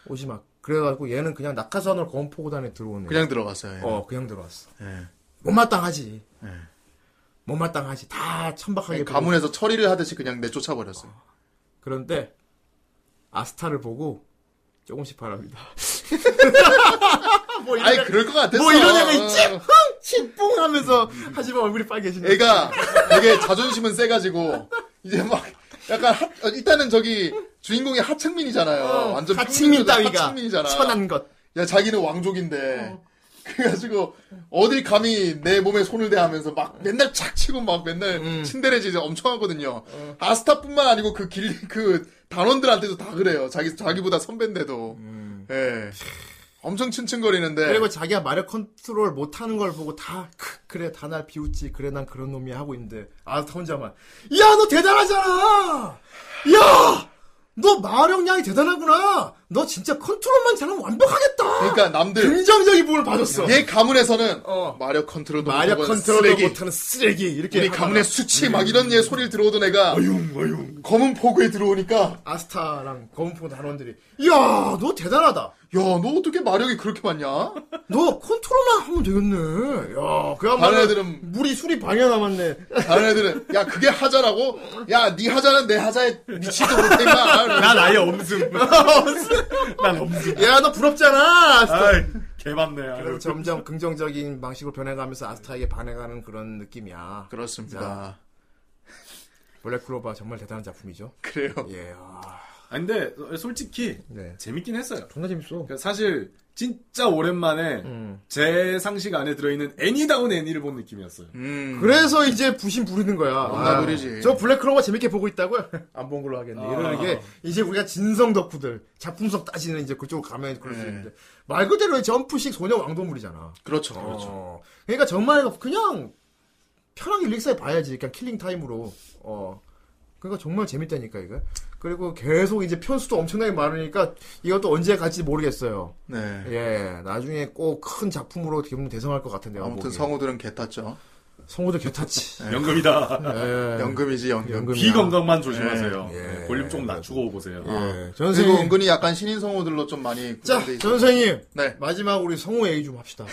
Speaker 1: 오지 마. 그래가지고 얘는 그냥 낙하산으로 검은 포구단에 들어오네.
Speaker 2: 그냥 들어갔어요. 얘는.
Speaker 1: 어, 그냥 들어왔어.
Speaker 2: 예.
Speaker 1: 못마땅하지.
Speaker 2: 예.
Speaker 1: 못마땅하지. 다 천박하게.
Speaker 2: 그냥
Speaker 1: 보고.
Speaker 2: 가문에서 처리를 하듯이 그냥 내쫓아 버렸어요.
Speaker 1: 그런데, 아스타를 보고, 조금씩 바랍니다. 뭐 이런,
Speaker 2: 아니,
Speaker 1: 애가-
Speaker 2: 그럴 것 같았어. 음.
Speaker 1: 뭐 이런 애가 있지? 흥! 치뽕! 하면서, 하지만 얼굴이 빨개지네.
Speaker 2: 애가 되게 자존심은 세 가지고 이제 막 약간 하, 어, 일단은 저기 주인공이 하층민이잖아요. 어, 완전
Speaker 1: 어, 하층민
Speaker 2: 평민들
Speaker 1: 따위가
Speaker 2: 하층민이잖아.
Speaker 1: 천한 것.
Speaker 2: 야 자기는 왕족인데 그래가지고 어딜 감히 내 몸에 손을 대하면서 막 맨날 착 치고 막 맨날
Speaker 1: 음.
Speaker 2: 친데레지 엄청 하거든요.
Speaker 1: 어.
Speaker 2: 아스타뿐만 아니고 그 길 그 단원들한테도 다 그래요. 자기 자기보다 선배인데도 예 엄청 츤츤거리는데
Speaker 1: 음. 그리고 자기가 마력 컨트롤 못하는 걸 보고 다 크, 그래 다 날 비웃지 그래 난 그런 놈이야 하고 있는데 아스타 혼자만 야 너 대단하잖아 야 너 마력량이 대단하구나 너 진짜 컨트롤만 잘하면 완벽하겠다
Speaker 2: 그러니까 남들
Speaker 1: 긍정적인 부분을 봐줬어
Speaker 2: 얘 가문에서는
Speaker 1: 어.
Speaker 2: 마력 컨트롤도
Speaker 1: 마력
Speaker 2: 못하고
Speaker 1: 컨트롤을
Speaker 2: 쓰레기.
Speaker 1: 못하는 쓰레기 이렇게
Speaker 2: 우리
Speaker 1: 하다가 음.
Speaker 2: 가문의 수치 막 이런 얘 소리를 들어오던 애가 검은 포구에 들어오니까
Speaker 1: 아스타랑 검은포 단원들이 야 너 대단하다
Speaker 2: 야 너 어떻게 마력이 그렇게 많냐?
Speaker 1: 너 컨트롤만 하면 되겠네 야 그야말로
Speaker 2: 다른 애들은
Speaker 1: 물이 술이 반이나 남았네
Speaker 2: 다른 애들은 야 그게 하자라고? 야 네 하자는 내 하자에 미치도 못해가
Speaker 3: 난 아예 없음. 난 없음.
Speaker 1: 야 너 부럽잖아 아스타.
Speaker 3: 아이, 그렇죠. 개맞네. 아유.
Speaker 1: 그래서 점점 긍정적인 방식으로 변해가면서 아스타에게 반해가는 그런 느낌이야.
Speaker 2: 그렇습니다
Speaker 1: 블랙 클로버 정말 대단한 작품이죠.
Speaker 2: 그래요
Speaker 1: 예. 아,
Speaker 3: 아, 근데 솔직히
Speaker 1: 네. 음.
Speaker 3: 재밌긴 했어요.
Speaker 1: 존나 재밌어.
Speaker 3: 그러니까 사실 진짜 오랜만에
Speaker 1: 음.
Speaker 3: 제 상식 안에 들어있는 애니다운 애니를 본 느낌이었어요.
Speaker 2: 음
Speaker 1: 그래서 이제 부심 부리는 거야.
Speaker 2: 겁나
Speaker 1: 아,
Speaker 2: 부리지.
Speaker 1: 저 블랙 클로버 재밌게 보고 있다고요? 안 본 걸로 하겠네.
Speaker 3: 아.
Speaker 1: 이러는 게 이제 우리가 진성 덕후들 작품석 따지는 이제 그쪽으로 가면 그럴 수
Speaker 2: 네.
Speaker 1: 있는데 말 그대로 점프식 소녀 왕도물이잖아.
Speaker 2: 그렇죠 그렇죠
Speaker 1: 어. 그러니까 정말 그냥 편하게 릴렉스에 봐야지. 그냥 킬링 타임으로. 어. 그러니까 정말 재밌다니까 이거. 그리고 계속 이제 편수도 엄청나게 많으니까 이것도 언제 갈지 모르겠어요.
Speaker 2: 네
Speaker 1: 예, 나중에 꼭 큰 작품으로 기분 대성할 것 같은데요.
Speaker 2: 아무튼
Speaker 1: 보기에.
Speaker 2: 성우들은 개탔죠
Speaker 1: 성우도 개탔지.
Speaker 3: 네. 연금이다.
Speaker 1: 예.
Speaker 2: 연금이지 연금
Speaker 1: 연금이야.
Speaker 3: 귀 건강만 조심하세요.
Speaker 1: 예.
Speaker 3: 예. 볼륨 좀 낮추고 보세요.
Speaker 1: 예.
Speaker 2: 아. 그리고
Speaker 1: 전생님.
Speaker 2: 은근히 약간 신인 성우들로 좀 많이
Speaker 1: 자,
Speaker 2: 구분돼 있어요.
Speaker 1: 전생님.
Speaker 2: 네
Speaker 1: 마지막 우리 성우 얘기 좀 합시다.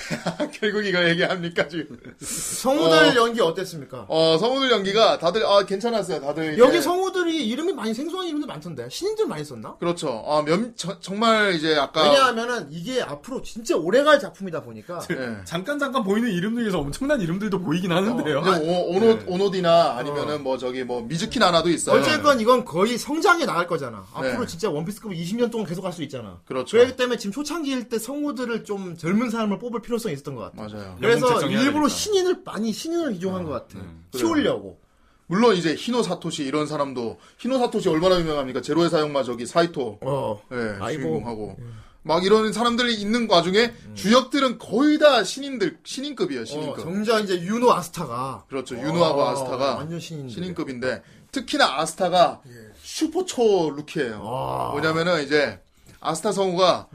Speaker 2: 결국 이거 얘기합니까 지금
Speaker 1: 성우들 연기 어땠습니까?
Speaker 2: 어 성우들 연기가 다들 아 괜찮았어요 다들 네. 이게-
Speaker 1: 여기 성우들이 이름이 많이 생소한 이름들 많던데 신인들 많이 썼나?
Speaker 2: 그렇죠 아몇 정말 이제 아까
Speaker 1: 왜냐하면은 이게 앞으로 진짜 오래갈 작품이다 보니까
Speaker 2: 예.
Speaker 3: 네. 잠깐 잠깐 보이는 이름 중에서 엄청난 이름들도 보이긴 하는데요.
Speaker 2: 이제 오, 오노, 오노디나 아니면은 뭐 저기 뭐 미즈키 나나도 있어요.
Speaker 1: 어쨌건 이건 거의 성장해 나갈 거잖아. 앞으로
Speaker 2: 네.
Speaker 1: 진짜 원피스급 20년 동안 계속 할 수 있잖아.
Speaker 2: 그렇죠.
Speaker 1: 그렇기 때문에 지금 초창기일 때 성우들을 좀 젊은 사람을 뽑을 필요성이 있었던 것 같아.
Speaker 2: 맞아요.
Speaker 1: 그래서
Speaker 3: 영웅 책정해야
Speaker 1: 일부러
Speaker 3: 되니까.
Speaker 1: 신인을 많이 신인을 이용한
Speaker 2: 음,
Speaker 1: 것 같아. 키우려고.
Speaker 2: 물론 이제 히노 사토시 이런 사람도 히노 사토시 얼마나 유명합니까? 제로의 사용마 저기 사이토
Speaker 1: 어.
Speaker 2: 예,
Speaker 1: 아이고.
Speaker 2: 주인공하고 막 이런 사람들이 있는 과중에 주역들은 거의 다 신인들 신인급이에요 신인급.
Speaker 1: 어, 정작 이제 윤호 아스타가
Speaker 2: 그렇죠 윤호하고 아, 스타가
Speaker 1: 완전 신인
Speaker 2: 신인급인데 특히나 아스타가 슈퍼초 루키예요.
Speaker 1: 아. 음.
Speaker 2: 뭐냐면은 이제 아스타 성우가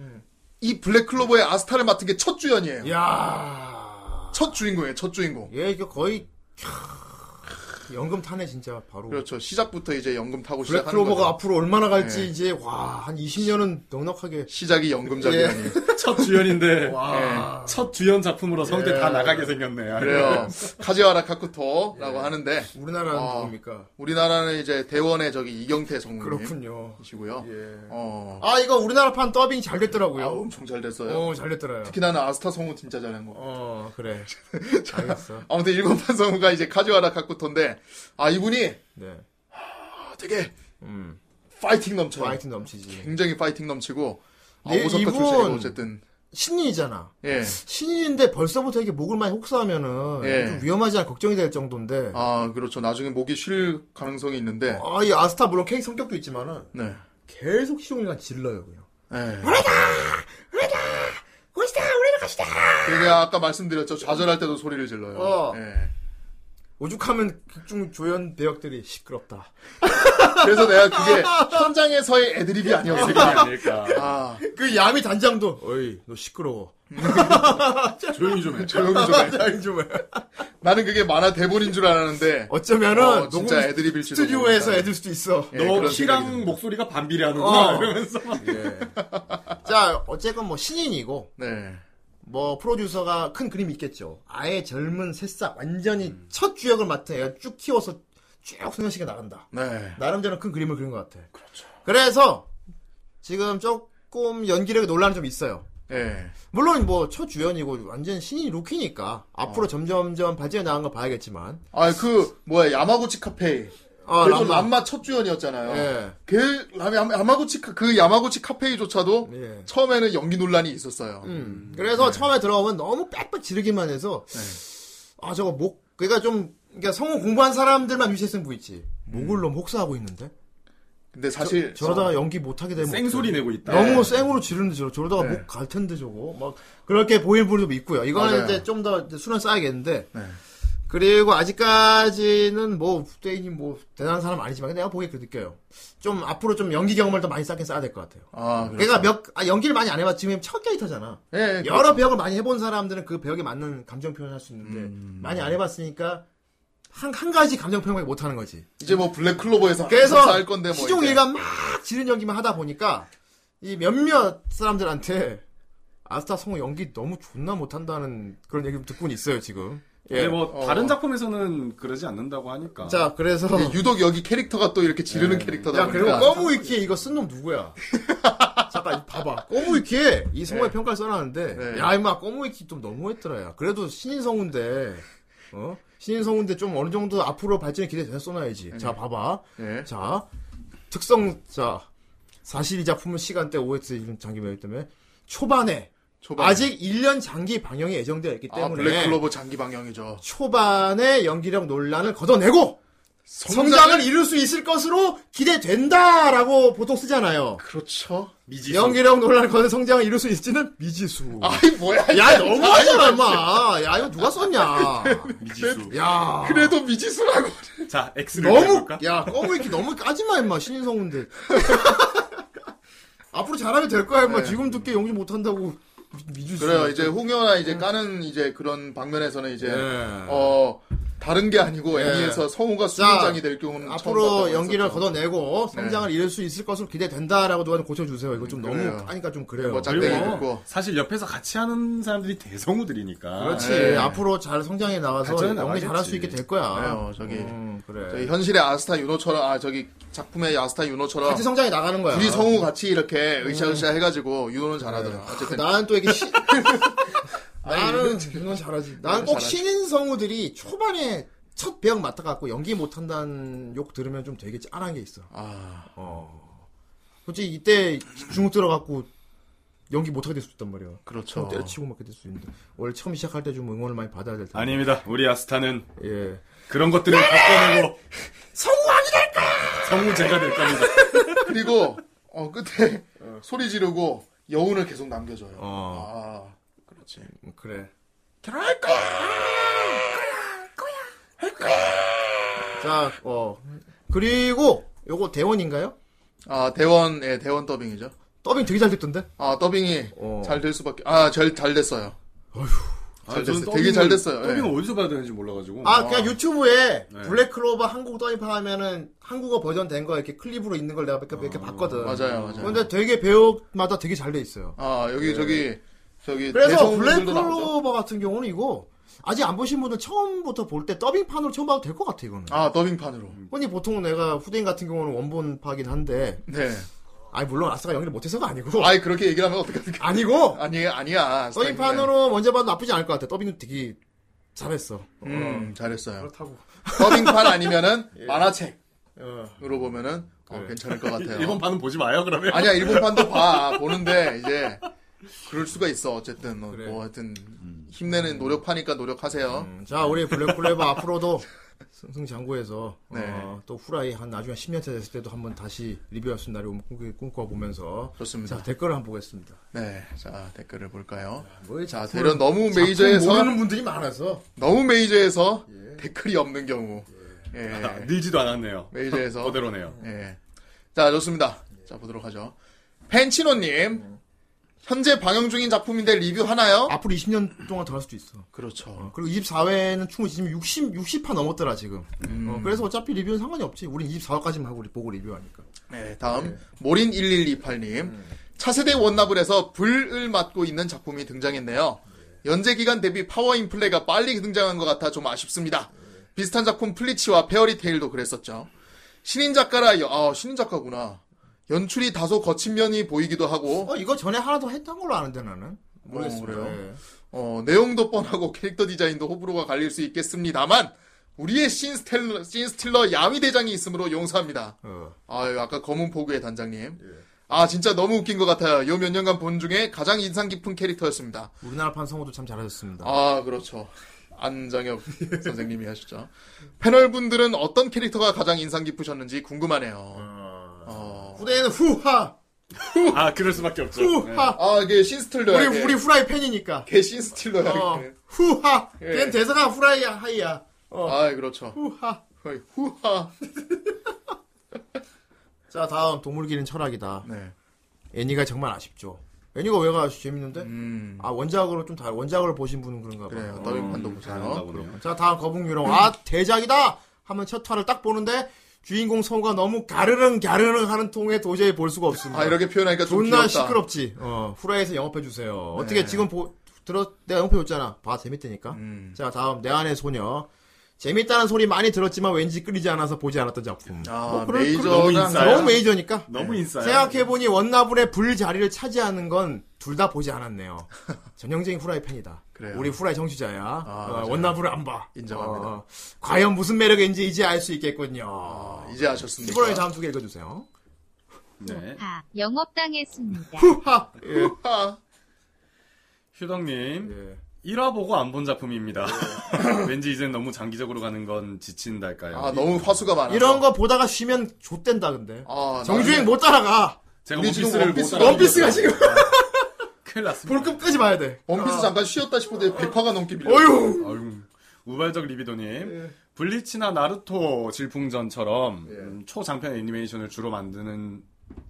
Speaker 2: 이 블랙클로버의 아스타를 맡은 게 첫 주연이에요.
Speaker 1: 야.
Speaker 2: 첫 주인공이에요. 첫 주인공.
Speaker 1: 얘 이거 거의 캬, 연금 타네 진짜 바로.
Speaker 2: 그렇죠. 시작부터 이제 연금 타고 시작하는 거죠.
Speaker 1: 블랙클로버가 앞으로 얼마나 갈지
Speaker 2: 예.
Speaker 1: 이제 와 한 20년은 넉넉하게.
Speaker 2: 시작이 연금작이라니.
Speaker 1: 예.
Speaker 3: 첫 주연인데
Speaker 1: 와.
Speaker 3: 첫 주연 작품으로 성대 다 나가게 생겼네.
Speaker 2: 그래요. 카지와라 카쿠토라고
Speaker 1: 예.
Speaker 2: 하는데
Speaker 1: 우리나라는
Speaker 2: 아.
Speaker 1: 누굽니까?
Speaker 2: 우리나라는 이제 대원의 저기 이경태
Speaker 1: 음.
Speaker 2: 성우님이시고요.
Speaker 1: 그렇군요. 예.
Speaker 2: 어.
Speaker 1: 아 이거 우리나라판 더빙 잘 됐더라고요.
Speaker 2: 아, 엄청 잘 됐어요.
Speaker 1: 어, 잘 됐더라요.
Speaker 2: 특히 나는 아스타 성우 진짜 잘한 거.
Speaker 1: 어, 그래. 알겠어.
Speaker 2: 아무튼 일본판 성우가 이제 카지와라 카쿠토인데 아 이분이
Speaker 1: 네.
Speaker 2: 아, 되게
Speaker 1: 음.
Speaker 2: 파이팅 넘쳐요.
Speaker 1: 파이팅 넘치지.
Speaker 2: 굉장히 파이팅 넘치고 아,
Speaker 1: 네,
Speaker 2: 오사카
Speaker 1: 이분- 네.
Speaker 2: 출신이고 어쨌든
Speaker 1: 신인이잖아.
Speaker 2: 예.
Speaker 1: 신인인데 벌써부터 이게 목을 많이 혹사하면은
Speaker 2: 예.
Speaker 1: 좀 위험하지 않아 걱정이 될 정도인데. 아,
Speaker 2: 아 그렇죠. 나중에 목이 쉴 가능성이 있는데
Speaker 1: 이 아스타 물론 케이 성격도 있지만은
Speaker 2: 네.
Speaker 1: 계속 시종일관 질러요, 그냥.
Speaker 2: 예.
Speaker 1: 고시다, 우리는 가시다.
Speaker 2: 그게 아까 말씀드렸죠. 좌절할 때도 소리를 질러요.
Speaker 1: 어.
Speaker 2: 예.
Speaker 1: 오죽하면 극중 조연 배역들이 시끄럽다.
Speaker 2: 그래서 내가 그게 현장에서의 애드립이 아니었어.
Speaker 3: 아닐까.
Speaker 2: 아,
Speaker 1: 그 야미 단장도 어이, 너 시끄러워.
Speaker 3: 조용히 좀 해.
Speaker 2: 조용히 좀 해.
Speaker 1: 야, 좀 해.
Speaker 2: 나는 그게 만화 대본인 줄 알았는데.
Speaker 1: 어쩌면은
Speaker 2: 어,
Speaker 1: 녹음
Speaker 2: 진짜 애드립일지도
Speaker 1: 스튜디오에서
Speaker 2: 모른다.
Speaker 1: 애들 수도 있어.
Speaker 2: 예,
Speaker 3: 너
Speaker 2: 그런 생각이
Speaker 3: 키랑
Speaker 2: 듭니다.
Speaker 3: 목소리가 반비례하는구나
Speaker 1: 어.
Speaker 3: 이러면서
Speaker 1: 예. 자, 어쨌건 뭐 신인이고,
Speaker 2: 네.
Speaker 1: 뭐 프로듀서가 큰 그림이 있겠죠. 아예 젊은 새싹, 완전히
Speaker 2: 음.
Speaker 1: 첫 주역을 맡은 애가 쭉 키워서 쭉 소년시가 나간다.
Speaker 2: 네.
Speaker 1: 나름대로 큰 그림을 그린 것 같아.
Speaker 2: 그렇죠.
Speaker 1: 그래서 지금 조금 연기력에 논란이 좀 있어요.
Speaker 2: 예.
Speaker 1: 물론 뭐 첫 주연이고 완전 신인 루키니까
Speaker 2: 어.
Speaker 1: 앞으로 점점점 발전해 나간 걸 봐야겠지만.
Speaker 2: 아, 그, 뭐야, 야마구치 카페이.
Speaker 1: 아,
Speaker 2: 계속
Speaker 1: 람마.
Speaker 2: 람마 첫 주연이었잖아요.
Speaker 1: 예.
Speaker 2: 그, 람- 야마- 야마구치, 카- 그 야마구치 카페이조차도
Speaker 1: 예.
Speaker 2: 처음에는 연기 논란이 있었어요.
Speaker 1: 음. 그래서
Speaker 2: 네.
Speaker 1: 처음에 들어오면 너무 빽빽 지르기만 해서 아 저거 목 그러니까 좀 그러니까 성우 공부한 사람들만 위치했으면 보이지 목을 너무 혹사하고 있는데
Speaker 2: 근데 음. 사실. 어,
Speaker 1: 저러다가 연기 못하게 되면
Speaker 3: 생소리 내고 있다.
Speaker 1: 네, 너무 쌩으로 지르는데 저 저러다가
Speaker 2: 네.
Speaker 1: 목 갈 텐데 저거 막 그렇게 보일 분도 있고요 이거는
Speaker 2: 맞아요.
Speaker 1: 이제 좀 더 수련 쌓아야겠는데
Speaker 2: 네.
Speaker 1: 그리고 아직까지는 뭐 후대인이 뭐 대단한 사람 은 아니지만 내가 보기에 그렇게 느껴요 좀 앞으로 좀 연기 경험을 더 많이 쌓긴 쌓아야 될 것 같아요
Speaker 2: 아, 그래.
Speaker 1: 그러니까 몇 아, 연기를 많이 안 해봤 지금 첫 캐릭터잖아
Speaker 2: 예, 예,
Speaker 1: 여러 배역을 많이 해본 사람들은 그 배역에 맞는 감정 표현을 할 수 있는데
Speaker 2: 음.
Speaker 1: 많이 안 해봤으니까 한, 한 가지 감정 표현밖에 못하는 거지.
Speaker 2: 이제 뭐 블랙클로버에서
Speaker 1: 그래서
Speaker 2: 할 건데 뭐. 이제.
Speaker 1: 시종일관 막 지른 연기만 하다 보니까 이 몇몇 사람들한테 아스타 성우 연기 너무 존나 못한다는 그런 얘기 듣고는 있어요 지금.
Speaker 3: 근데 뭐
Speaker 2: 어.
Speaker 3: 다른 작품에서는 그러지 않는다고 하니까.
Speaker 1: 예. 자 그래서
Speaker 2: 근데 유독 여기 캐릭터가 또 이렇게 지르는 캐릭터다
Speaker 1: 네. 야
Speaker 2: 보니까.
Speaker 1: 그리고 꺼무위키에 이거 쓴 놈 누구야? 잠깐 봐봐. 꺼무위키에 이 성우의
Speaker 2: 네.
Speaker 1: 평가를 써놨는데
Speaker 2: 네.
Speaker 1: 야 임마 꺼무위키 좀 너무했더라 야. 그래도 신인 성우인데 어? 신인 성우인데 좀 어느 정도 앞으로 발전이 기대돼서 써놔야지.
Speaker 2: 네.
Speaker 1: 자 봐봐.
Speaker 2: 예.
Speaker 1: 자 특성 자 42자 품은 시간대 OX 이런 장기 매입 때문에 초반에
Speaker 2: 초반에.
Speaker 1: 아직 1년 장기 방영이 예정되어 있기
Speaker 2: 아,
Speaker 1: 때문에
Speaker 2: 블랙클로버 장기 방영이죠.
Speaker 1: 초반에 연기력 논란을 걷어내고 성장을, 이룰 수 있을 것으로 기대된다라고 보통 쓰잖아요.
Speaker 2: 그렇죠.
Speaker 3: 미지.
Speaker 1: 연기력 논란을 걷어 성장을 이룰 수 있을지는 미지수.
Speaker 2: 아이 뭐야?
Speaker 1: 야 너무하잖아 임마. 야 이거 누가 썼냐.
Speaker 3: 미지수.
Speaker 1: 야
Speaker 2: 그래도 미지수라고.
Speaker 3: 자, X를
Speaker 1: 너무
Speaker 3: 해볼까?
Speaker 1: 야 꺼무이키 너무 까지마 임마 신인성우인데. 앞으로 잘하면 될 거야 임마.
Speaker 2: 네.
Speaker 1: 지금 듣게 용기 못한다고 미- 미지수.
Speaker 2: 그래요. 이제 홍연아 이제 까는 이제 그런 방면에서는 이제
Speaker 1: 예.
Speaker 2: 어 다른 게 아니고
Speaker 1: 예.
Speaker 2: 애니에서 성우가
Speaker 1: 자,
Speaker 2: 수장이 될 경우는
Speaker 1: 앞으로 연기를
Speaker 2: 그렇죠.
Speaker 1: 걷어내고 성장을 이룰 수 있을 것으로 기대된다라고 누가 좀 고쳐주세요. 이거 좀
Speaker 2: 네. 음, 그래요.
Speaker 1: 너무 까니까 좀 그래요.
Speaker 2: 뭐 짝대기
Speaker 3: 그리고
Speaker 2: 듣고.
Speaker 3: 사실 옆에서 같이 하는 사람들이 대성우들이니까.
Speaker 1: 그렇지.
Speaker 2: 예. 아,
Speaker 1: 앞으로 잘 성장해 나가서
Speaker 3: 발전해
Speaker 1: 연기 잘할
Speaker 3: 나가겠지.
Speaker 1: 수 있게 될 거야.
Speaker 2: 그래요. 네, 어, 저기
Speaker 1: 음, 그래.
Speaker 2: 저기 현실의 아스타 윤호처럼 아 저기 작품의 아스타 윤호처럼
Speaker 1: 같이 성장해 나가는 거야.
Speaker 2: 둘이 성우 같이 이렇게 으쌰으쌰 해가지고 윤호는 잘하더라.
Speaker 1: 그
Speaker 2: 어쨌든
Speaker 1: 나는 또 이게 시... 나는 그건 잘하지. 나는 꼭
Speaker 2: 잘하지.
Speaker 1: 신인 성우들이 초반에 첫 배역 맡아갖고 연기 못한다는 욕 들으면 좀 되게 짠한 게 있어.
Speaker 2: 아
Speaker 1: 솔직히 이때 중국 들어갖고 연기 못하게 될 수도 있단 말이야.
Speaker 2: 그렇죠.
Speaker 1: 처음 때려치고 막 그럴 수 있는데 원래 처음 시작할 때 좀 응원을 많이 받아야 될 텐데
Speaker 3: 아닙니다. 우리 아스타는
Speaker 1: 예
Speaker 3: 그런 것들을 바꿔내고
Speaker 1: 성공하기 될 거야
Speaker 3: 성우제가 될 겁니다.
Speaker 2: 어. 그리고 어 끝에 소리 지르고 여운을 계속 남겨줘요.
Speaker 1: 어.
Speaker 2: 아,
Speaker 5: 그렇지.
Speaker 1: 그래.
Speaker 2: 결혼할 거야.
Speaker 1: 자, 어. 그리고 요거 대원인가요?
Speaker 2: 아 대원, 예 대원 더빙이죠.
Speaker 1: 더빙 되게 잘 됐던데.
Speaker 2: 아 더빙이
Speaker 1: 어.
Speaker 2: 잘 될 수밖에. 아잘잘 됐어요. 잘 됐어요.
Speaker 5: 저는
Speaker 2: 되게
Speaker 5: 더빙을-
Speaker 2: 잘 됐어요. 예.
Speaker 5: 더빙을 어디서 봐야 되는지 몰라가지고.
Speaker 1: 아, 그냥 유튜브에
Speaker 5: 네.
Speaker 1: 블랙클로버 한국 더빙하면은 한국어 버전 된 거 이렇게 클립으로 있는 걸 내가 몇 개 봤거든.
Speaker 2: 맞아요, 맞아요.
Speaker 1: 근데 되게 배우마다 되게 잘 돼 있어요.
Speaker 2: 아 여기 저기 저기
Speaker 1: 네. 그래서
Speaker 2: 대성분들도 나오죠?
Speaker 1: 블랙클로버 같은 경우는 이거 아직 안 보신 분들 처음부터 볼 때 더빙판으로 처음 봐도 될 것 같아 이거는.
Speaker 2: 아 더빙판으로.
Speaker 1: 흔히 보통 내가 후대인 같은 경우는 원본파긴 한데
Speaker 2: 네.
Speaker 1: 아니 물론 아싸가 연기를 못해서가 아니고
Speaker 2: 아이 그렇게 얘기를 하면 어떡하지?
Speaker 1: 아니고
Speaker 2: 아니 아니야.
Speaker 1: 더빙판으로 먼저 봐도 나쁘지 않을 것 같아. 더빙은 되게 잘했어.
Speaker 2: 음 잘했어요.
Speaker 1: 그렇다고. 예.
Speaker 2: 더빙판 아니면은 만화책으로
Speaker 1: 어.
Speaker 2: 보면은 어,
Speaker 1: 그래.
Speaker 2: 괜찮을 것 같아요.
Speaker 5: 일본 반은 보지 마요 그러면.
Speaker 2: 아니야 일본판도 봐 보는데 이제 그럴 수가 있어 어쨌든 뭐,
Speaker 1: 그래.
Speaker 2: 뭐 하여튼 힘내는 노력하니까 노력하세요.
Speaker 1: 음, 자 우리 블랙클로버 앞으로도 승승장구해서 어,
Speaker 2: 네.
Speaker 1: 또 후라이 한 나중에 10년 차 됐을 때도 한번 다시 리뷰할 수 있는 날이 꿈- 꿈꿔보면서
Speaker 2: 좋습니다.
Speaker 1: 자 댓글을 한번 보겠습니다.
Speaker 2: 네, 자 댓글을 볼까요?
Speaker 1: 뭘
Speaker 2: 자
Speaker 1: 작품을-
Speaker 2: 대련 너무
Speaker 1: 작품
Speaker 2: 메이저에서
Speaker 1: 모르는 분들이 많아서
Speaker 2: 너무 메이저에서 댓글이 없는 경우. 예.
Speaker 5: 아, 늘지도 않았네요.
Speaker 2: 메이저에서.
Speaker 5: 그대로네요.
Speaker 2: 예. 자, 좋습니다. 자, 보도록 하죠. 펜치노님, 현재 방영 중인 작품인데 리뷰 하나요?
Speaker 1: 앞으로 20년 동안 더 할 수도 있어.
Speaker 2: 아, 그렇죠.
Speaker 1: 어, 그리고 24회는 충분히 지금 60, 60화 넘었더라 지금.
Speaker 2: 음.
Speaker 1: 어, 그래서 어차피 리뷰는 상관이 없지. 우린 24화까지만 하고 우리 보고 리뷰하니까.
Speaker 2: 네, 다음. 모린1128님, 차세대 원나블에서 불을 맡고 있는 작품이 등장했네요. 연재기간 대비 파워인플레가 빨리 등장한 것 같아 좀 아쉽습니다. 비슷한 작품 플리치와 페어리테일도 그랬었죠. 신인 작가라, 여- 아, 신인 작가구나. 연출이 다소 거친 면이 보이기도 하고,
Speaker 1: 어 이거 전에 하나 더 했던 걸로 아는데 예. 나는. 모르겠어요.
Speaker 2: 그래요? 어, 내용도 뻔하고 캐릭터 디자인도 호불호가 갈릴 수 있겠습니다만 우리의 신스텔러, 신스틸러 야위 대장이 있으므로 용서합니다.
Speaker 1: 어.
Speaker 2: 아유, 아까 검은 포구의 단장님.
Speaker 1: 예.
Speaker 2: 아, 진짜 너무 웃긴 것 같아요. 요 몇 년간 본 중에 가장 인상 깊은 캐릭터였습니다.
Speaker 1: 우리나라판 성우도 참 잘하셨습니다.
Speaker 2: 아, 그렇죠. 안장혁 선생님이 하시죠. 패널 분들은 어떤 캐릭터가 가장 인상 깊으셨는지 궁금하네요.
Speaker 1: 아.
Speaker 2: 어.
Speaker 1: 후대에는 후하
Speaker 5: 아 그럴 수밖에 없죠.
Speaker 1: 후하.
Speaker 2: 아, 이게 신스틸러야.
Speaker 1: 우리 우리 후라이 팬이니까.
Speaker 2: 개 신스틸러야.
Speaker 1: 어,
Speaker 2: 이게.
Speaker 1: 후하.
Speaker 2: 예.
Speaker 1: 걘 대사가 후라이야 하이야.
Speaker 2: 아, 그렇죠.
Speaker 1: 후하.
Speaker 2: 거의 후하.
Speaker 1: 자 다음 동물기는 철학이다.
Speaker 2: 네.
Speaker 1: 애니가 정말 아쉽죠. 애니가 왜 가시 재밌는데?
Speaker 2: 음.
Speaker 1: 아 원작으로 좀 다 원작을 보신 분은 그런가 봐요.
Speaker 2: 그래요.
Speaker 1: 음,
Speaker 2: 더빙판도
Speaker 5: 잘한다
Speaker 2: 보세요.
Speaker 5: 보네요.
Speaker 1: 자, 다음 거북유령. 아, 대작이다! 하면 첫 화를 딱 보는데, 주인공 성우가 너무 가르릉, 가르릉 하는 통에 도저히 볼 수가 없습니다.
Speaker 2: 아 이렇게 표현하니까 좀
Speaker 1: 존나
Speaker 2: 귀엽다.
Speaker 1: 시끄럽지. 어, 후라이에서 영업해주세요.
Speaker 2: 네.
Speaker 1: 어떻게 지금 보, 들었, 내가 영업해줬잖아. 봐, 재밌다니까.
Speaker 2: 음.
Speaker 1: 자, 다음, 내 안의 소녀. 재밌다는 소리 많이 들었지만 왠지 끌리지 않아서 보지 않았던 작품.
Speaker 2: 아
Speaker 1: 뭐 그럴-
Speaker 5: 너무
Speaker 2: 메이저랑
Speaker 5: 인싸야.
Speaker 1: 너무 메이저니까.
Speaker 5: 너무
Speaker 2: 네. 아,
Speaker 5: 인싸야.
Speaker 1: 생각해보니 원나블의 불 자리를 차지하는 건 둘 다 보지 않았네요. 전형적인 후라이 팬이다.
Speaker 2: 그래요.
Speaker 1: 우리 후라이 정치자야. 어,
Speaker 2: 맞아요.
Speaker 1: 원나블을 안 봐.
Speaker 2: 인정합니다.
Speaker 1: 어, 과연 무슨 매력인지 이제 알 수 있겠군요.
Speaker 2: 아, 이제 아셨습니까?
Speaker 1: 이번에 다음 두 개 읽어주세요.
Speaker 5: 네.
Speaker 7: 아, 영업당했습니다.
Speaker 1: 후하. 예.
Speaker 2: 아,
Speaker 5: 휴덕님
Speaker 1: 예.
Speaker 5: 1화 보고 안 본 작품입니다. 왠지 이젠 너무 장기적으로 가는 건 지친달까요.
Speaker 2: 아 너무 화수가 많아.
Speaker 1: 이런 거 보다가 쉬면 좆된다 근데.
Speaker 2: 아,
Speaker 1: 정주행 뭐- 못
Speaker 2: 나는-
Speaker 1: 따라가.
Speaker 5: 제가
Speaker 2: 우리 지금
Speaker 5: 원피스를
Speaker 2: 원피스-
Speaker 5: 못 따라-
Speaker 1: 원피스가 지금
Speaker 5: 큰일 났습니다.
Speaker 1: 볼 끝까지 봐야 돼.
Speaker 2: 원피스 잠깐 쉬었다 싶은데 100화가 넘게 밀려.
Speaker 1: 아. 어휴.
Speaker 5: 아유, 우발적 리비도님
Speaker 1: 예.
Speaker 5: 블리치나 나루토 질풍전처럼 음, 초장편 애니메이션을 주로 만드는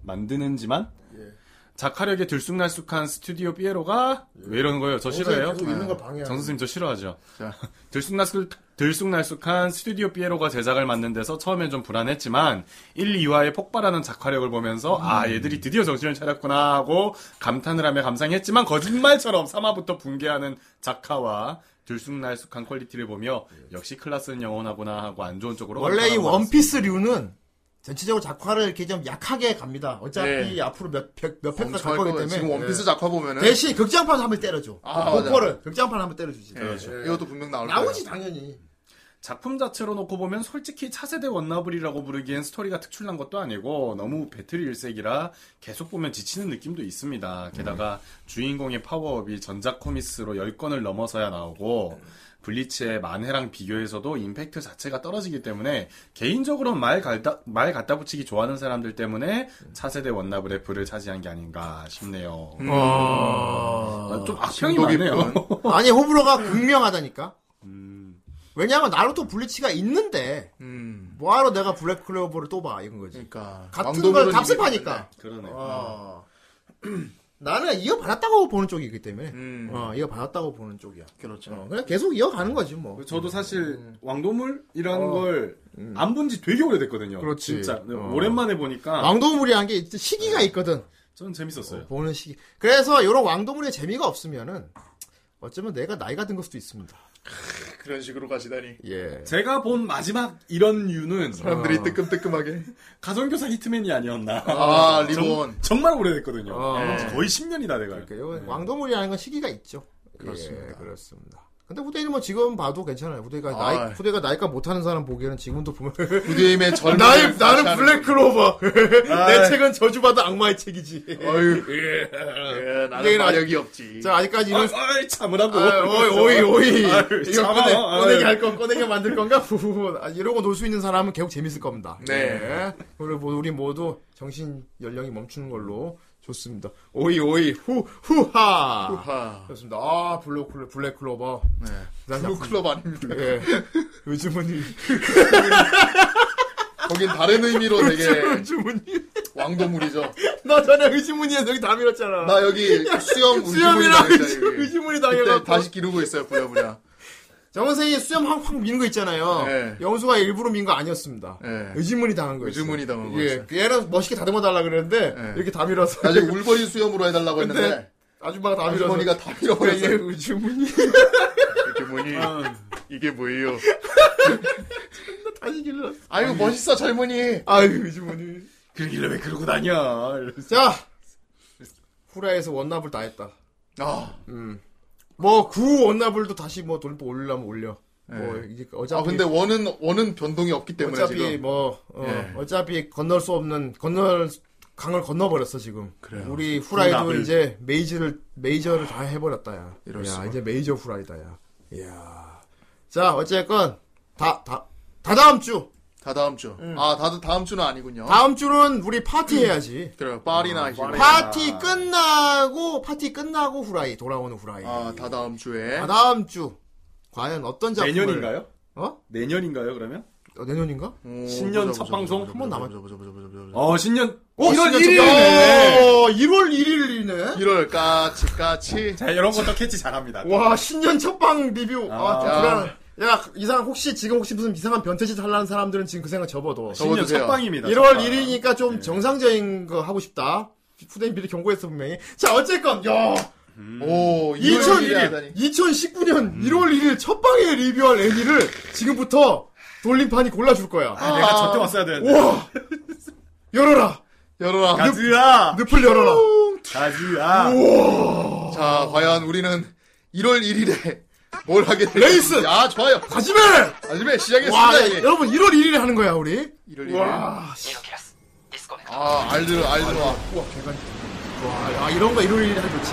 Speaker 5: 만드는지만
Speaker 1: 예.
Speaker 5: 작화력에 들쑥날쑥한 스튜디오 피에로가 왜 이러는 거예요? 저 싫어해요?
Speaker 1: 계속 있는 걸 방해하는.
Speaker 5: 정 선생님 저 싫어하죠.
Speaker 2: 자.
Speaker 5: 들쑥날쑥 들쑥날쑥한 스튜디오 피에로가 제작을 만든 데서 처음엔 좀 불안했지만 1, 2화의 폭발하는 작화력을 보면서
Speaker 1: 음.
Speaker 5: 아 얘들이 드디어 정신을 차렸구나 하고 감탄을 하며 감상했지만 거짓말처럼 3화부터 붕괴하는 작화와 들쑥날쑥한 퀄리티를 보며 역시 클라스는 영원하구나 하고 안 좋은 쪽으로
Speaker 1: 예. 원래 이
Speaker 5: 감탄하고
Speaker 1: 원피스류는 전체적으로 작화를 이렇게 좀 약하게 갑니다. 어차피
Speaker 2: 네.
Speaker 1: 앞으로 몇몇 편가
Speaker 2: 엄청
Speaker 1: 갈
Speaker 2: 할
Speaker 1: 거기
Speaker 2: 거예요.
Speaker 1: 때문에
Speaker 2: 지금 원피스
Speaker 1: 예.
Speaker 2: 작화 보면은
Speaker 1: 대신 극장판 한번 때려줘.
Speaker 2: 아,
Speaker 1: 목포를 극장판 한번 때려주지.
Speaker 2: 예,
Speaker 1: 그렇죠.
Speaker 2: 이것도 분명 나올 거예요.
Speaker 1: 나오지 당연히.
Speaker 5: 작품 자체로 놓고 보면 솔직히 차세대 원나블이라고 부르기엔 스토리가 특출난 것도 아니고 너무 배틀 일색이라 계속 보면 지치는 느낌도 있습니다. 게다가 주인공의 파워업이 전작 코미스로 10건을 넘어서야 나오고 블리츠의 만해랑 비교해서도 임팩트 자체가 떨어지기 때문에 개인적으로 말 갈다 말 갖다 붙이기 좋아하는 사람들 때문에 차세대 원나블 애플을 차지한 게 아닌가 싶네요. 아, 좀 악평이
Speaker 2: 심도
Speaker 5: 많네요.
Speaker 2: 깊은.
Speaker 1: 아니 호불호가 극명하다니까.
Speaker 5: 음,
Speaker 1: 왜냐하면 나루토 블리치가 있는데
Speaker 2: 음.
Speaker 1: 뭐하러 내가 블랙 클로버를 또 봐 이건 거지.
Speaker 2: 그러니까
Speaker 1: 같은
Speaker 2: 왕도물은
Speaker 1: 걸 답습하니까.
Speaker 5: 그러네.
Speaker 1: 어. 나는 이어받았다고 보는 쪽이기 때문에.
Speaker 2: 음.
Speaker 1: 어, 이어받았다고 보는 쪽이야.
Speaker 2: 그렇죠.
Speaker 1: 어, 그냥 계속 이어가는 거지 뭐.
Speaker 5: 저도 사실 왕도물 이라는 걸 안 본 지 되게 오래됐거든요.
Speaker 1: 어. 음. 그렇지.
Speaker 5: 진짜
Speaker 1: 어.
Speaker 5: 오랜만에 보니까
Speaker 1: 왕도물이라는 게 이제 시기가 있거든.
Speaker 5: 저는 재밌었어요.
Speaker 1: 어, 보는 시기. 그래서 이런 왕도물의 재미가 없으면은 어쩌면 내가 나이가 든 걸 수도 있습니다.
Speaker 2: 그런 식으로 가시다니.
Speaker 1: 예.
Speaker 5: 제가 본 마지막 이런 이유는
Speaker 1: 어.
Speaker 2: 사람들이 뜨끔뜨끔하게.
Speaker 5: 가정교사 히트맨이 아니었나.
Speaker 2: 어. 아, 리본.
Speaker 5: 정, 말 오래됐거든요.
Speaker 1: 어.
Speaker 5: 예. 거의 10년이 다 돼가요.
Speaker 1: 그러니까 이건 왕도물이라는 건 시기가 있죠.
Speaker 2: 그렇습니다.
Speaker 1: 예, 그렇습니다. 근데 후대인은 뭐 지금 봐도 괜찮아요. 예. 후대가 나이
Speaker 2: 아.
Speaker 1: 후대가 나이가 못하는 사람 보기에는 지금도 보면
Speaker 2: 부디임의 젊은.
Speaker 1: 나의 나는 블랙 크로버. 내 책은 저주받은 악마의 책이지.
Speaker 2: 어휴. 예, 나는 마력이 없지.
Speaker 1: 자 아직까지는
Speaker 5: 아, 아이,
Speaker 2: 그렇죠.
Speaker 5: 참으라고.
Speaker 1: 아, 오이 오이 오이
Speaker 5: 아유,
Speaker 1: 이거
Speaker 5: 참아.
Speaker 1: 꺼내,
Speaker 5: 아유.
Speaker 1: 꺼내게 할 건 꺼내게 만들 건가 후후. 아, 이러고 놀 수 있는 사람은 결국 재밌을 겁니다.
Speaker 2: 네.
Speaker 1: 예. 우리 모- 우리 모두 정신 연령이 멈추는 걸로 좋습니다. 오이 오이 후 후하.
Speaker 2: 하.
Speaker 1: 좋습니다. 아 블록 클로 블랙 클로버.
Speaker 2: 네.
Speaker 1: 대단히
Speaker 2: 블루 클럽 아닙니다.
Speaker 1: 아픕니다. 예. 요즘은 이-
Speaker 2: 거긴 다른 의미로 되게
Speaker 1: 요즘은 이-
Speaker 2: 왕도물이죠.
Speaker 1: 나 전에 의심문이에 여기 다 밀었잖아.
Speaker 2: 나 여기 수염 울주문이
Speaker 1: 수염이랑
Speaker 2: 당했다,
Speaker 1: 의심-
Speaker 2: 여기.
Speaker 1: 의심문이
Speaker 2: 그때
Speaker 1: 당해갖고
Speaker 2: 다시 기르고 있어요, 부랴부랴.
Speaker 1: 정선생이 수염 확, 확 미는 거 있잖아요.
Speaker 2: 네.
Speaker 1: 영수가 일부러 민 거 아니었습니다.
Speaker 2: 네.
Speaker 1: 의심문이 당한 거였어요.
Speaker 2: 의심문이 당한
Speaker 1: 예,
Speaker 2: 거였어요.
Speaker 1: 그 얘는 멋있게 다듬어 달라 그랬는데
Speaker 2: 네.
Speaker 1: 이렇게 다 밀어서
Speaker 2: 나중에 울버린 수염으로 해달라고
Speaker 1: 근데
Speaker 2: 했는데,
Speaker 1: 아줌마가 다 밀어서
Speaker 2: 할머니가 다
Speaker 1: 그래, 얘
Speaker 2: 잃어버렸어요.
Speaker 1: 의심문이
Speaker 2: 이게 뭐니? 이게 뭐예요?
Speaker 1: 다시 길렀어.
Speaker 2: 아이고, 멋있어, 젊은이.
Speaker 1: 아유 의심문이.
Speaker 5: 그러길래 왜 그러고 다녀. 이러면서.
Speaker 1: 자 후라이에서 원납을 다 했다.
Speaker 2: 아,
Speaker 1: 뭐 구 원납을도 다시 뭐 돌림 올리려면 올려. 뭐 이제 어차피
Speaker 2: 아 근데 원은, 원은 변동이 없기 때문에
Speaker 1: 어차피
Speaker 2: 지금.
Speaker 1: 뭐 어,
Speaker 2: 예.
Speaker 1: 어차피 건널 수 없는 건널 강을 건너버렸어 지금.
Speaker 2: 그래요. 음,
Speaker 1: 우리 후라이도
Speaker 5: 군락을.
Speaker 1: 이제 메이저를 메이저를 다 해버렸다 야.
Speaker 2: 이럴
Speaker 1: 야
Speaker 2: 수가.
Speaker 1: 이제 메이저 후라이다야. 이야. 자 어쨌건 다 다 다다음 주
Speaker 2: 다 다음 주. 아, 다 다음 주는 아니군요.
Speaker 1: 다음 주는 우리 파티
Speaker 2: 음.
Speaker 1: 해야지.
Speaker 2: 그래요. 파리나 이제.
Speaker 1: 파티
Speaker 2: 아.
Speaker 1: 끝나고 파티 끝나고 후라이 돌아오는 후라이.
Speaker 2: 아, 다 다음 주에.
Speaker 1: 다다음 주 과연 어떤 작품을
Speaker 5: 내년인가요?
Speaker 1: 어?
Speaker 5: 내년인가요, 그러면?
Speaker 1: 어, 내년인가?
Speaker 2: 오,
Speaker 5: 신년
Speaker 2: 보자,
Speaker 5: 첫
Speaker 2: 보자,
Speaker 5: 방송?
Speaker 2: 보자,
Speaker 1: 한번
Speaker 2: 보자,
Speaker 1: 남았-
Speaker 2: 보자, 보자, 보자, 보자, 보자.
Speaker 5: 어, 신년.
Speaker 1: 어,
Speaker 5: 1월
Speaker 1: 진짜
Speaker 5: 1일이네.
Speaker 1: 어, 1월 1일이네.
Speaker 2: 1월 까치 까치.
Speaker 5: 자, 이런 것도 캐치 잘합니다.
Speaker 1: 와 신년 첫방 리뷰. 아,
Speaker 5: 아.
Speaker 1: 불안. 야 이상 하혹시 지금 혹시 무슨 이상한 변태짓 하려는 사람들은 지금 그 생각 접어둬.
Speaker 5: 신년
Speaker 2: 적어두세요.
Speaker 5: 첫 방입니다. 예.
Speaker 1: 1월
Speaker 5: 첫 방.
Speaker 1: 1일이니까 좀 정상적인 거 하고 싶다. 후대인 미리 경고했어 분명히. 자 어쨌건 야 음.
Speaker 2: 오,
Speaker 1: 2001년 2019년
Speaker 5: 음.
Speaker 1: 1월 1일 첫 방에 리뷰할 애니를 지금부터 돌림판이 골라줄 거야.
Speaker 5: 아, 내가 저때 왔어야 되는데.
Speaker 1: 우와 열어라
Speaker 2: 열어라.
Speaker 5: 가즈야!
Speaker 1: 늪을 열어라.
Speaker 5: 가즈야!
Speaker 2: 자, 과연 우리는 1월 1일에 뭘 하게 될지. 레이스. 야, 좋아요.
Speaker 1: 가지매.
Speaker 2: 아침에
Speaker 1: 와
Speaker 2: 시작했습니다.
Speaker 5: 예.
Speaker 2: 이게.
Speaker 1: 여러분 1월 1일에 하는 거야 우리.
Speaker 2: 1월
Speaker 10: イ
Speaker 2: 1일.
Speaker 10: ロキラスディスコネクト
Speaker 2: 아, 알드 알드와.
Speaker 1: 와, 야, 아, 이런 거 1월 1일 하면 좋지.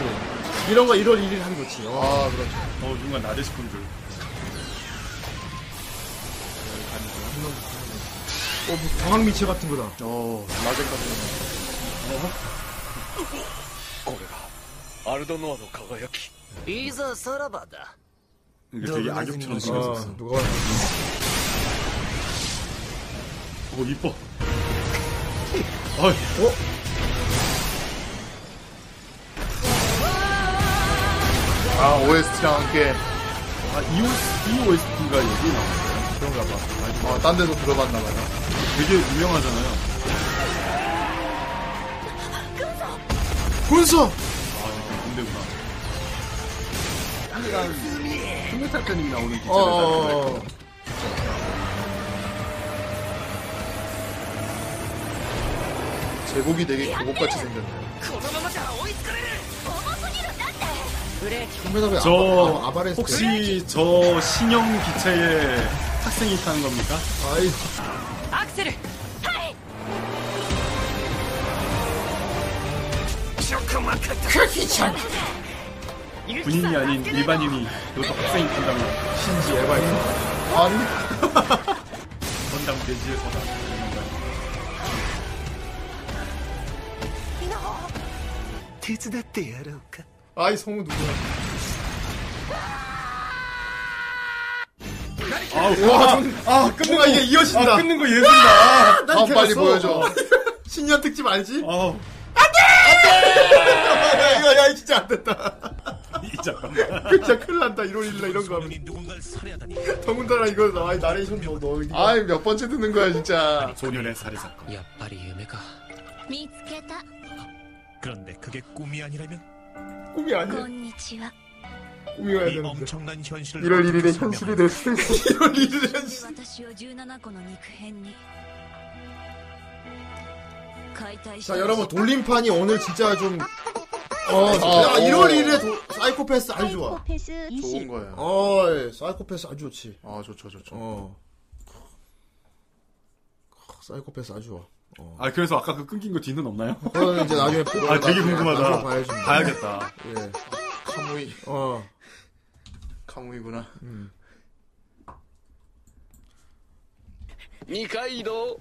Speaker 1: 이런 거 1월 1일 하면 좋지. 와.
Speaker 2: 아, 그렇죠.
Speaker 5: 어, 누군가 나대 싶은 줄.
Speaker 1: 어, 뭐 광학미체 같은 거다.
Speaker 2: 어, 라젠까지.
Speaker 10: アルドノアの輝きいざさらばだ
Speaker 5: 이게 되게 악역처럼 생겼었어.
Speaker 1: 네, 어, 누가.
Speaker 5: 어, 이뻐.
Speaker 2: 아, OST랑 함께.
Speaker 5: 아, 이 OS, 이 OST가 여기 나와요.
Speaker 2: 그런가 봐. 아, 딴 데서 들어봤나 봐요.
Speaker 5: 되게 유명하잖아요.
Speaker 1: 군소!
Speaker 5: 아, 이게 군대구나. 아, 네. 한국 작가님이 나오는 기체를
Speaker 1: 아, 네. 어,
Speaker 5: 어,
Speaker 1: 어, 어.
Speaker 2: 제목이 되게 교복같이 생겼네요.
Speaker 10: このままじゃ追いつかれる
Speaker 1: 컴퓨터에
Speaker 5: 저
Speaker 1: 아바, 아바레스.
Speaker 5: 혹시 저 신형 기체에 학생이 있다는 겁니까?
Speaker 10: アクセルはいちょくまかった
Speaker 5: 군인이 아닌 일반인이 노트 학생인 건담을
Speaker 11: 신지 에바입니다.
Speaker 2: 아니
Speaker 5: 건담 대지에서
Speaker 11: 아이 성우 누구야?
Speaker 1: 아, 끊는 거 이게 이어진다.
Speaker 5: 아 끊는 거 예술이다
Speaker 1: 난
Speaker 2: 다음 빨리
Speaker 1: 이렇게
Speaker 2: 보여줘.
Speaker 1: 신년 특집 알지?
Speaker 5: 어
Speaker 1: 야, 이거 야, 진짜 안 된다.
Speaker 5: 이- 잠깐만
Speaker 1: 진짜 큰일 난다. 이런 일이나 이런 거 하면. 더군다나 이거, 나- 아이, 나레이션 너, 너. 이거.
Speaker 2: 아이 몇 번째 듣는 거야 진짜.
Speaker 5: 소년의 살해 사건
Speaker 12: やっぱり夢か
Speaker 8: 見つけた
Speaker 13: 그런데 그게 꿈이 아니라면
Speaker 1: 꿈이 아니야.
Speaker 8: こんにちは
Speaker 1: 꿈이어야
Speaker 13: 이
Speaker 1: 되는데.
Speaker 13: 엄청난 현실을
Speaker 2: 1월 1일에
Speaker 13: 어떻게
Speaker 2: 현실이
Speaker 13: 설명할-
Speaker 2: 될 수도 있어.
Speaker 1: 1월 1일에
Speaker 8: 私を17個の肉片に解体し
Speaker 1: 자 여러분 돌림판이 오늘 진짜 좀 어,
Speaker 2: 아,
Speaker 1: 야,
Speaker 2: 어.
Speaker 1: 1월 1일에 도, 사이코패스 아주 좋아.
Speaker 8: 패스
Speaker 2: 좋은 거야.
Speaker 1: 어, 예, 사이코패스 아주 좋지.
Speaker 2: 아 좋죠 좋죠.
Speaker 1: 어. 크, 사이코패스 아주 좋아.
Speaker 5: 아 그래서 아까 그 끊긴 거 뒤는 없나요?
Speaker 1: 그거는 이제 나중에
Speaker 5: 아 되게 궁금하다
Speaker 1: 봐야지. 뭐.
Speaker 5: 봐야겠다
Speaker 1: 예.
Speaker 2: 카무이
Speaker 1: 어.
Speaker 2: 카무이구나.
Speaker 12: 二階堂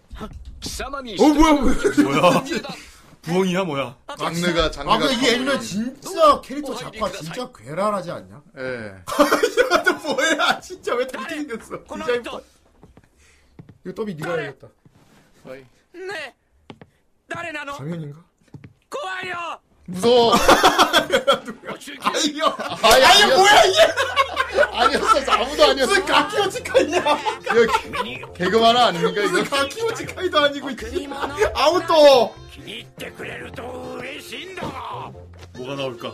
Speaker 12: 貴様に
Speaker 1: 어, 뭐야, 뭐야.
Speaker 5: 뭐야 부엉이야 뭐야
Speaker 2: 장르가
Speaker 1: 아,
Speaker 2: 장르가.
Speaker 1: 근데 이
Speaker 2: 카무이.
Speaker 1: 애니메 진짜 캐릭터 작화 진짜 괴랄하지 않냐?
Speaker 2: 예.
Speaker 1: 이러다 어. 뭐야? 진짜 왜 그렇게 생겼어? 디자인 봐. 이거 더비 니가 해야겠다.
Speaker 2: 어이.
Speaker 12: ねえ誰なの
Speaker 1: 장현인가?
Speaker 12: 怖いよ
Speaker 2: 무서워.
Speaker 1: 아니요.
Speaker 2: 아니, 아니 뭐야 이게? 아니었어 아무도 아니었어.
Speaker 1: 무슨 가키오치카이냐?
Speaker 2: 이거 개- 개그만 아닙니까 이거?
Speaker 1: 무슨 가키오치카이도 아니고 이 아웃도.
Speaker 12: 気に入ってくれると嬉しいんだ
Speaker 5: 뭐가 나올까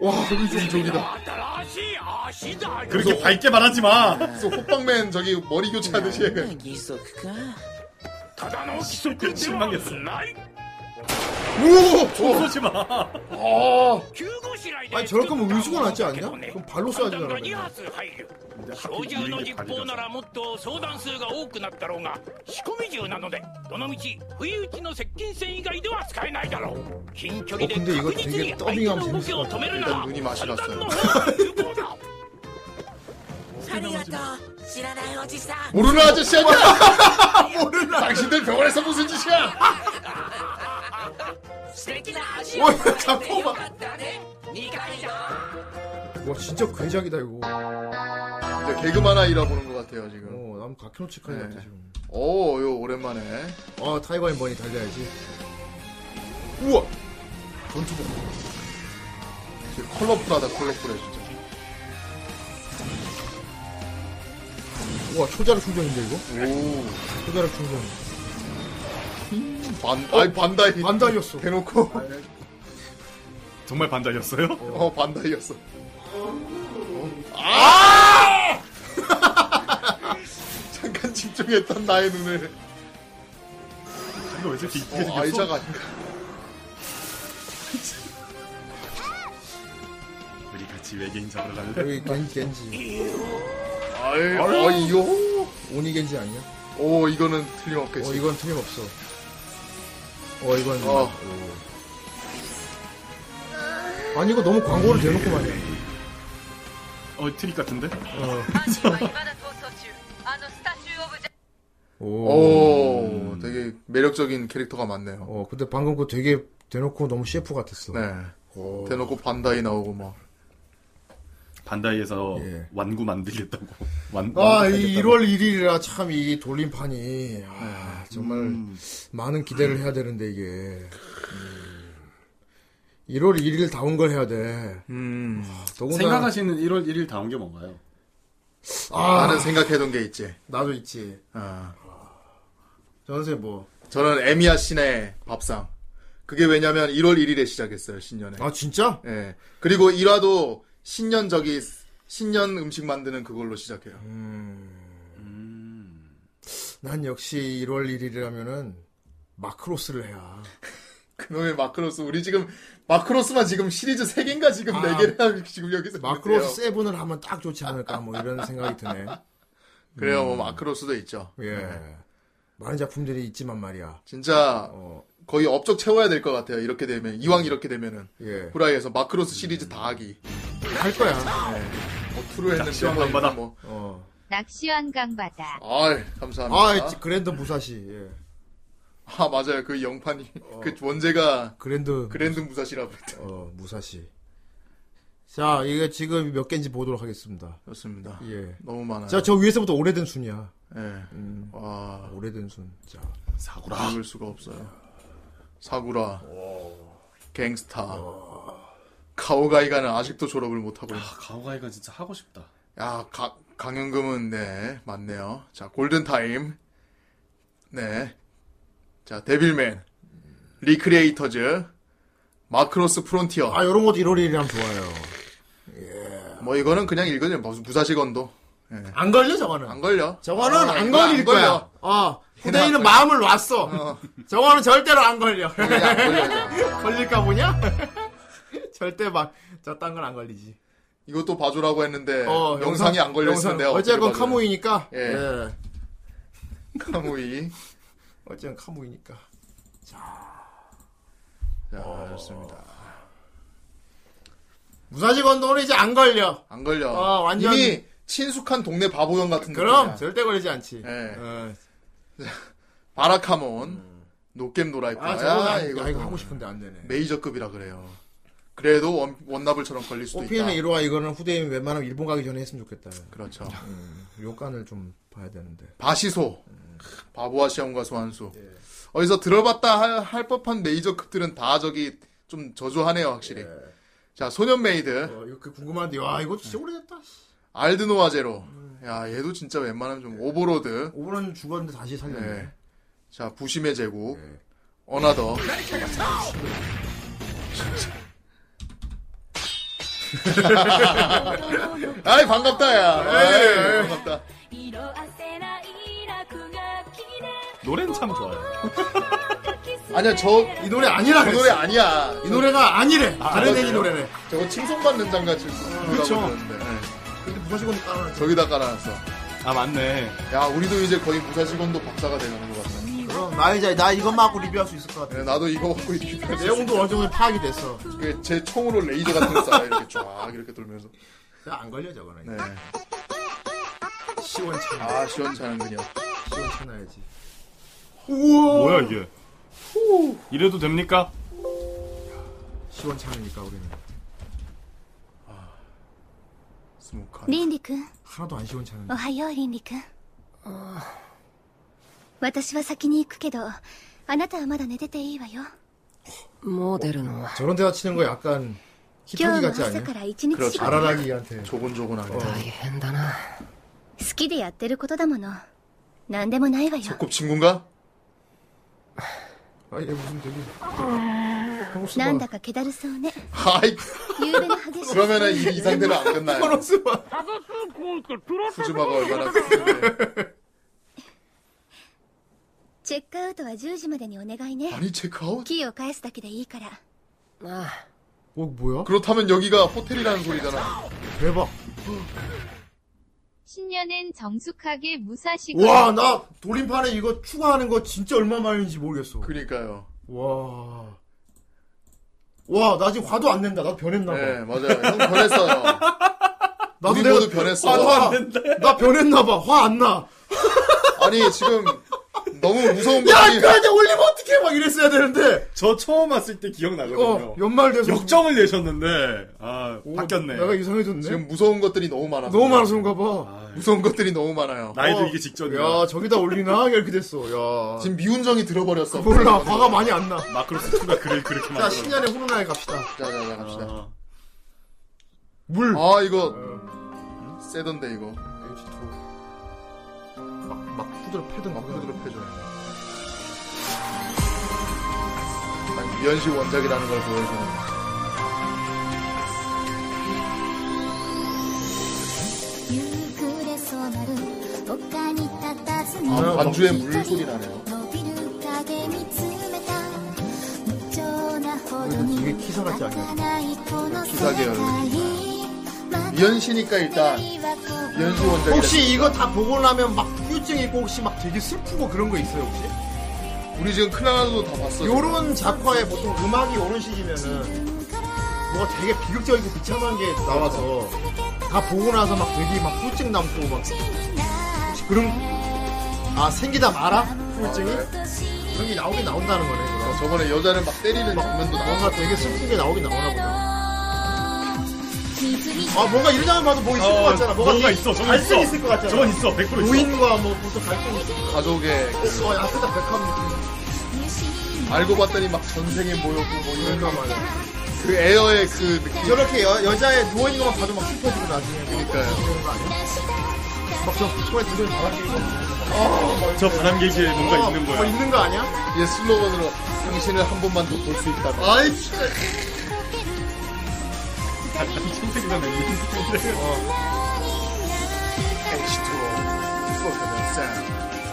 Speaker 1: 와, 이좀 종이다.
Speaker 12: 新しい足だよ
Speaker 5: 그렇게 밝게 말하지 마
Speaker 2: 그래서 호빵맨 저기 머리 교체하듯이
Speaker 1: 네.
Speaker 2: 해가지고.
Speaker 12: 義足かただの義足
Speaker 5: 신망했어
Speaker 12: ない
Speaker 5: 쏘지 마
Speaker 12: 急ごしらいで
Speaker 1: 아니 저럴 거면 의수가 낫지 않냐? 그럼 발로 쏴야지 나라.
Speaker 12: 発入る
Speaker 5: 근데
Speaker 12: 小
Speaker 5: 하필
Speaker 12: 銃の
Speaker 5: 이런 게
Speaker 12: 実砲な
Speaker 5: 발이라서
Speaker 12: らもっと相談数が多くなったろうが仕込み銃なのでどのみち不意打ちの接近戦以外では使えないだろう近距離で
Speaker 1: お근데이거
Speaker 12: 確実に
Speaker 1: 되게더빙
Speaker 12: 相
Speaker 1: 하면
Speaker 12: 手の動きを止めるなら
Speaker 2: 일단 눈이 맛이
Speaker 12: 弾
Speaker 2: 났어요.
Speaker 12: の方が有効だ
Speaker 2: 모르는 아저씨
Speaker 1: 뭐-
Speaker 2: 아니야? 모르는 당신들 병원에서 무슨 짓이야?
Speaker 12: 素敵な足
Speaker 1: を持っててよか
Speaker 12: かったね2回だ
Speaker 1: 와 진짜 괴작이다 이거.
Speaker 2: 이제 개그만 아 일하보는 것 같아요 지금.
Speaker 1: 어, 난 가키오치카이 같아
Speaker 2: 네.
Speaker 1: 지금.
Speaker 2: 오, 요 오랜만에.
Speaker 1: 아 타이거 앤 버니 달려야지. 우와. 전투복.
Speaker 2: 지금 컬러풀하다 컬러풀해 진짜.
Speaker 1: 우와 초자력 충전인데 이거?
Speaker 2: 오,
Speaker 1: 초자력 충전.
Speaker 2: 반, 아이 반다이.
Speaker 1: 어? 반달이었어.
Speaker 2: 대놓고.
Speaker 5: 정말 반달이었어요?
Speaker 2: 어, 반다이였어.
Speaker 1: 아!
Speaker 2: 아! 잠깐 집중했던 나의 눈을.
Speaker 5: 근데 왜 이렇게 이쁘게
Speaker 2: 어,
Speaker 5: 생겼어?
Speaker 2: 아이자가 아닌가.
Speaker 5: 우리 같이 외계인 잡으러 갈래?
Speaker 1: 여기 겐, 겐지.
Speaker 2: 아이, 어이요.
Speaker 1: 오니 겐지 아니야?
Speaker 2: 오, 이거는
Speaker 1: 어
Speaker 2: 틀림없겠지.
Speaker 1: 이건 틀림없어. 어 이건.
Speaker 2: 어.
Speaker 1: 오. 아니 이거 너무 광고를 대놓고 말이야.
Speaker 5: 어 트릭 같은데?
Speaker 14: 犯人は未だ逃走中あのスタチュー・オブ・ジャ
Speaker 1: 어.
Speaker 2: 어. 오, 되게 매력적인 캐릭터가 많네요.
Speaker 1: 음. 어 근데 방금 그거 되게 대놓고 너무 CF 같았어.
Speaker 2: 네.
Speaker 1: 오.
Speaker 2: 대놓고 반다이 나오고 막.
Speaker 5: 반다이에서
Speaker 1: 예.
Speaker 5: 완구 만들겠다고 완,
Speaker 1: 아, 이
Speaker 5: 완구하겠다고.
Speaker 1: 1월 1일이라 참 이 돌림판이 아, 정말
Speaker 5: 음.
Speaker 1: 많은 기대를 해야 되는데 이게 음. 1월 1일 다운 걸 해야 돼. 아,
Speaker 2: 음.
Speaker 1: 더군다나
Speaker 5: 생각하시는 1월 1일 다운 게 뭔가요?
Speaker 2: 아, 나는 생각해둔 게 있지.
Speaker 1: 나도 있지.
Speaker 2: 아.
Speaker 1: 전세 뭐.
Speaker 2: 저는 에미야 신의 밥상. 그게 왜냐면 1월 1일에 시작했어요, 신년에.
Speaker 1: 아 진짜?
Speaker 2: 예. 그리고 1화도 신년 저기, 신년 음식 만드는 그걸로 시작해요.
Speaker 1: 음. 난 역시 1월 1일이라면은 마크로스를 해야.
Speaker 2: 그놈의 마크로스. 우리 지금, 마크로스만 지금 시리즈 3개인가 지금
Speaker 1: 아.
Speaker 2: 4개를 지금 여기서.
Speaker 1: 마크로스 세븐을 하면 딱 좋지 않을까 뭐 이런 생각이 드네. 음.
Speaker 2: 그래요, 뭐 마크로스도 있죠.
Speaker 1: 네. 예. 많은 작품들이 있지만 말이야.
Speaker 2: 진짜,
Speaker 1: 어, 음.
Speaker 2: 거의 업적 채워야 될 것 같아요. 이렇게 되면 이왕 이렇게 되면은
Speaker 1: 예.
Speaker 2: 후라이에서 마크로스
Speaker 1: 음.
Speaker 2: 시리즈 다 하기.
Speaker 1: 할 거야.
Speaker 2: 뭐 투로 했는데
Speaker 1: 낚시왕
Speaker 2: 뭐
Speaker 1: 강바다.
Speaker 2: 뭐.
Speaker 1: 어.
Speaker 7: 낚시왕강 바다.
Speaker 2: 아 감사합니다.
Speaker 1: 아, 이 그랜드 무사시. 예.
Speaker 2: 아 맞아요. 그 영판이
Speaker 1: 어.
Speaker 2: 그 원제가
Speaker 1: 그랜드
Speaker 2: 그랜드 무사시라고 했죠.
Speaker 1: 어, 무사시. 자, 이게 지금 몇 개인지 보도록 하겠습니다.
Speaker 2: 좋습니다.
Speaker 1: 예.
Speaker 2: 너무 많아요.
Speaker 1: 자, 저 위에서부터 오래된 순이야.
Speaker 2: 예.
Speaker 1: 음,
Speaker 2: 와
Speaker 1: 오래된 순. 자,
Speaker 3: 사구라.
Speaker 2: 읽을 수가 없어요. 사구라, 갱스타, 카오가이가는 아직도 졸업을 못하고 있-
Speaker 3: 아, 가오가이가 진짜 하고 싶다.
Speaker 2: 야, 가, 강연금은 네 맞네요. 자 골든 타임, 네, 자 데빌맨, 리크리에이터즈, 마크로스 프론티어.
Speaker 1: 아, 요런 것도 1월 1일 하면 좋아요.
Speaker 2: 뭐 이거는 그냥 읽으면 무슨 무사시 건도
Speaker 1: 안 걸려, 저거는.
Speaker 2: 안 걸려.
Speaker 1: 저거는
Speaker 2: 어,
Speaker 1: 안
Speaker 2: 이거
Speaker 1: 걸릴 거야. 어, 후대인은 마음을 놨어. 저거는 절대로 안 걸려.
Speaker 2: 이거 안 걸려. 이거.
Speaker 1: 걸릴까 보냐? 절대 막, 저딴 건 안 걸리지. 어,
Speaker 2: 이것도 봐주라고 했는데 네, 영상이 안 걸렸을 텐데
Speaker 1: 어쨌건 카무이니까.
Speaker 2: 예.
Speaker 1: 예.
Speaker 2: 카무이.
Speaker 1: 어쨌건 카무이니까.
Speaker 2: 자
Speaker 1: 어.
Speaker 2: 좋습니다.
Speaker 1: 무사시 건도는 이제 안 걸려.
Speaker 2: 안 걸려.
Speaker 1: 어, 완전-
Speaker 2: 이미 친숙한 동네 바보형 같은
Speaker 1: 그럼
Speaker 2: 느낌이야.
Speaker 1: 절대 걸리지 않지.
Speaker 2: 예.
Speaker 1: 어,
Speaker 2: 바라카몬, 노겜 노라이프.
Speaker 1: 아, 저거 아, 이거, 이거 하고 싶은데 안 되네.
Speaker 2: 메이저급이라 그래요. 그래도 원, 원나블처럼 걸릴 수도 있다.
Speaker 1: OPM의 1화 어, 이거는 후대인 웬만하면 일본 가기 전에 했으면 좋겠다.
Speaker 2: 그렇죠.
Speaker 1: 요간을 좀 봐야 되는데.
Speaker 2: 바시소. 바보와 시험과 소환수.
Speaker 3: 예.
Speaker 2: 어디서 들어봤다 할, 할 법한 메이저급들은 다 저기 좀 저조하네요, 확실히.
Speaker 3: 예.
Speaker 2: 자, 소년메이드,
Speaker 1: 어, 이거 그 궁금한데, 와, 이것도 진짜 오래됐다.
Speaker 2: 알드노와 제로. 야, 얘도 진짜 웬만하면
Speaker 3: 예.
Speaker 2: 좀 오버로드.
Speaker 1: 5분은 죽었는데 다시 살렸네.
Speaker 2: 네. 자, 부심의 제국.
Speaker 3: 예.
Speaker 2: 어나더. 아이, 반갑다,
Speaker 3: 예.
Speaker 2: 야. 에이, 반갑다.
Speaker 3: 노래는 참 좋아요.
Speaker 2: 아니야, 저,
Speaker 1: 이 노래 아니라
Speaker 2: 이
Speaker 1: 그랬어.
Speaker 2: 노래 아니야.
Speaker 1: 이 노래가 아니래. 다른
Speaker 2: 맞아요.
Speaker 1: 애기 노래네.
Speaker 2: 저거 칭송받는 장가칠 수
Speaker 3: 그쵸.
Speaker 1: 근데 무사시건 따라.
Speaker 2: 저기다 깔아놨어.
Speaker 3: 아, 맞네.
Speaker 2: 야, 우리도 이제 거의 무사시건도 박사가 되는 것 같네.
Speaker 1: 그럼 나 이제 나 이것만 하고 리뷰할 수 있을 것 같아.
Speaker 2: 네, 나도 이거 갖고 이렇게
Speaker 1: 내용도 어느 정도 파악이 됐어.
Speaker 2: 그 제 총으로 레이저 같은 거 쏴요. 이렇게 쫙 이렇게 돌면서.
Speaker 1: 야, 안 걸려 저거는.
Speaker 2: 네.
Speaker 1: 시원찮아.
Speaker 2: 아, 시원찮은 그녀.
Speaker 1: 시원찮아야지.
Speaker 3: 뭐야, 이게. 이래도 됩니까?
Speaker 1: 시원찮으니까 우리는
Speaker 2: 스모카.
Speaker 8: リンリ君
Speaker 1: 하나도 안 시원찮은데.
Speaker 8: おはようリンリ君私は先に行くけどあなたはまだ寝てていいわよ
Speaker 15: もう出るの
Speaker 1: 아. 저런 데다 치는 거 약간 히터기
Speaker 8: 今日も
Speaker 1: 같지
Speaker 8: 朝
Speaker 1: 않냐?
Speaker 8: から一日仕事好
Speaker 1: 아라라기한테. 어.
Speaker 2: 조곤조곤하네.
Speaker 15: 大変だな
Speaker 8: きでやってることだもの何でもないわよ
Speaker 2: 곱친군가?
Speaker 1: 아, 얘 무슨 되게. 한국수
Speaker 8: なんだか気だるそうね
Speaker 2: 하이.
Speaker 8: 夕べの激しい
Speaker 2: 그러면은 이, 이 상태로 안 끝나요. 후즈마가 얼마나 네. 컸는데.
Speaker 8: チェックアウトは10時までにお願いね
Speaker 2: 아니, 체크아웃?
Speaker 8: キーを返すだけでいいから
Speaker 15: ああ
Speaker 1: 어, 뭐야?
Speaker 2: 그렇다면 여기가 호텔이라는 소리잖아.
Speaker 1: 그 대박.
Speaker 7: 신년엔 정숙하게 무사시고
Speaker 1: 와, 나 돌림판에 이거 추가하는 거 진짜 얼마 만인지 모르겠어.
Speaker 2: 그니까요.
Speaker 1: 와. 와, 나 지금 화도 안 낸다. 나 변했나 봐.
Speaker 2: 네, 맞아요. 형 변했어요. 우리 모두 변했어.
Speaker 1: 화도 안 낸다. 나 변했나 봐. 화 안 나.
Speaker 2: 아니 지금 너무 무서운
Speaker 1: 야, 그-
Speaker 2: 거지.
Speaker 1: 이거 아니야. 올리면 어떡해. 막 이랬어야 되는데.
Speaker 3: 저 처음 왔을 때
Speaker 1: 어,
Speaker 3: 기억나거든요.
Speaker 1: 연말 돼서.
Speaker 3: 역정을 내셨는데, 아,
Speaker 1: 오,
Speaker 3: 바뀌었네.
Speaker 1: 내가 이상해졌네.
Speaker 2: 지금 무서운 것들이 너무 많아.
Speaker 1: 너무 많아서인가 봐.
Speaker 2: 무서운 것들이 너무 많아요.
Speaker 3: 나이도
Speaker 1: 어,
Speaker 3: 이게 직전이야.
Speaker 1: 야, 저기다 올리나? 이렇게 됐어. 야.
Speaker 2: 지금 미운정이 들어버렸어.
Speaker 1: 몰라. 화가 많이 안
Speaker 3: 네.
Speaker 1: 나.
Speaker 3: 마크로스 2가 그를 그렇게
Speaker 1: 자,
Speaker 3: 만들어.
Speaker 1: 신년의 훈훈하게 갑시다.
Speaker 2: 자자자
Speaker 5: 아.
Speaker 2: 갑시다.
Speaker 5: 어,
Speaker 1: 물.
Speaker 2: 아
Speaker 3: 어.
Speaker 2: 이거 세던데 이거.
Speaker 1: 막, 막 후드로 패든
Speaker 2: 막
Speaker 1: 거.
Speaker 2: 후드로 패줘. 난 아, 미연식 원작이라는 걸 보여주는. 거야.
Speaker 8: 夕暮れそうなる丘に佇ずみ
Speaker 2: 아, 반주에 물소리 나네요.
Speaker 8: 伸びる影見つめた無情なほどに
Speaker 1: 이게 키사 같지 않냐?
Speaker 8: 儚いこの世
Speaker 2: 기사
Speaker 8: 界
Speaker 2: 계열. 미연시니까 일단 미연식 원작.
Speaker 3: 네,
Speaker 1: 혹시 이거 다 보고 나면 막 후유증 있고 혹시 막 되게 슬프고 그런 거 있어요 혹시?
Speaker 2: 우리 지금 클라라도 다 봤어.
Speaker 1: 요런 작화에 보통 음악이 요런 식이면은 뭐가 되게 비극적이고 비참한 게 나와서 다 보고 나서 막 되게 막 후증 남고 막 혹시 그런 아 생기다 마라 후증이 그런 게 나오긴 나온다는 거네. 그럼.
Speaker 2: 어, 저번에 여자를 막 때리는 장면도 나와.
Speaker 1: 뭔가 되게 슬픈 게 나오긴 나오나 보다. 아 뭔가 이런 장면 봐도 뭐 있을
Speaker 2: 어,
Speaker 1: 것 같잖아. 뭐가
Speaker 2: 뭔가
Speaker 1: 되게
Speaker 2: 있어, 저건
Speaker 1: 갈등
Speaker 2: 있어.
Speaker 1: 있을 것 같잖아.
Speaker 2: 저건 있어, 100% 있어.
Speaker 1: 노인과 뭐 무슨 갈등 있을 것
Speaker 2: 가족의
Speaker 1: 같아. 어, 아프다 백합 느낌.
Speaker 2: 알고 봤더니 막 전생에 모였고 뭐 이런 거 말이야. 그 에어의 그 느낌.
Speaker 1: 저렇게 여, 여자의 누워있는 것만 봐도 막 슬퍼지고 나중에.
Speaker 2: 그러니까요.
Speaker 1: 막저 손에 두손 잡아주고.
Speaker 5: 저 바람개기에 뭔가 있는 거야.
Speaker 1: 뭐 있는 거 아니야?
Speaker 2: 얘 예, 슬로건으로 당신을 한 번만 더 볼 수 있다.
Speaker 1: 아이, 진짜.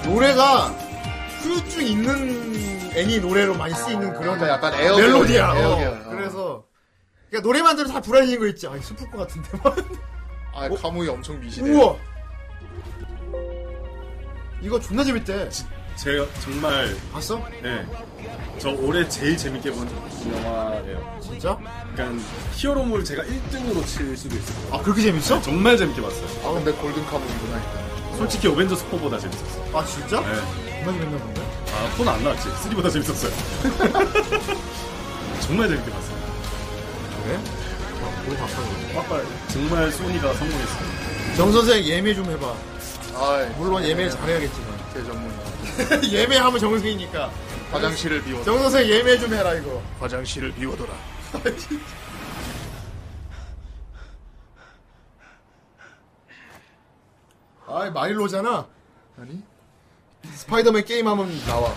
Speaker 1: 노래가 후유증 있는 애니 노래로 많이 쓰이는 그런
Speaker 2: 그러니까 약간 에어 계열,
Speaker 1: 멜로디야.
Speaker 2: 에어
Speaker 1: 어.
Speaker 2: 계열. 어.
Speaker 1: 그래서 그러니까 노래만 들어도 다 불안해진 거 있지. 아, 슬플 것 같은데. 막.
Speaker 2: 아, 카무이 엄청 미시네.
Speaker 1: 우와. 이거 존나 재밌대.
Speaker 5: 제가 정말
Speaker 1: 봤어?
Speaker 5: 네. 저 올해 제일 재밌게 본 영화예요.
Speaker 1: 진짜?
Speaker 5: 그러니까 히어로물 제가 1등으로 칠 수도 있어요.
Speaker 1: 아 그렇게 재밌어?
Speaker 5: 네, 정말 재밌게 봤어요.
Speaker 2: 아, 근데 골든 카무이구나.
Speaker 5: 솔직히 어벤져스 4보다 재밌었어요.
Speaker 1: 아 진짜?
Speaker 5: 네.
Speaker 1: 존나 재밌나 본데.
Speaker 5: 아, 4는 안 나왔지. 3보다 재밌었어요. 정말 재밌게 봤어요.
Speaker 1: 그래? 아, 보고 봤어. 그래.
Speaker 5: 아빠, 정말 소니가 성공했어요.
Speaker 1: 정 선생 예매 좀 해봐.
Speaker 2: 아이,
Speaker 1: 물론 예매를 잘해야겠지만.
Speaker 2: 제 전문.
Speaker 1: 예매하면 정 선생이니까.
Speaker 2: 화장실을 비워둬.
Speaker 1: 정 선생 예매 좀 해라 이거.
Speaker 2: 화장실을 비워둬라.
Speaker 1: 아 마일로잖아.
Speaker 2: 아니?
Speaker 1: 스파이더맨 게임하면 나와.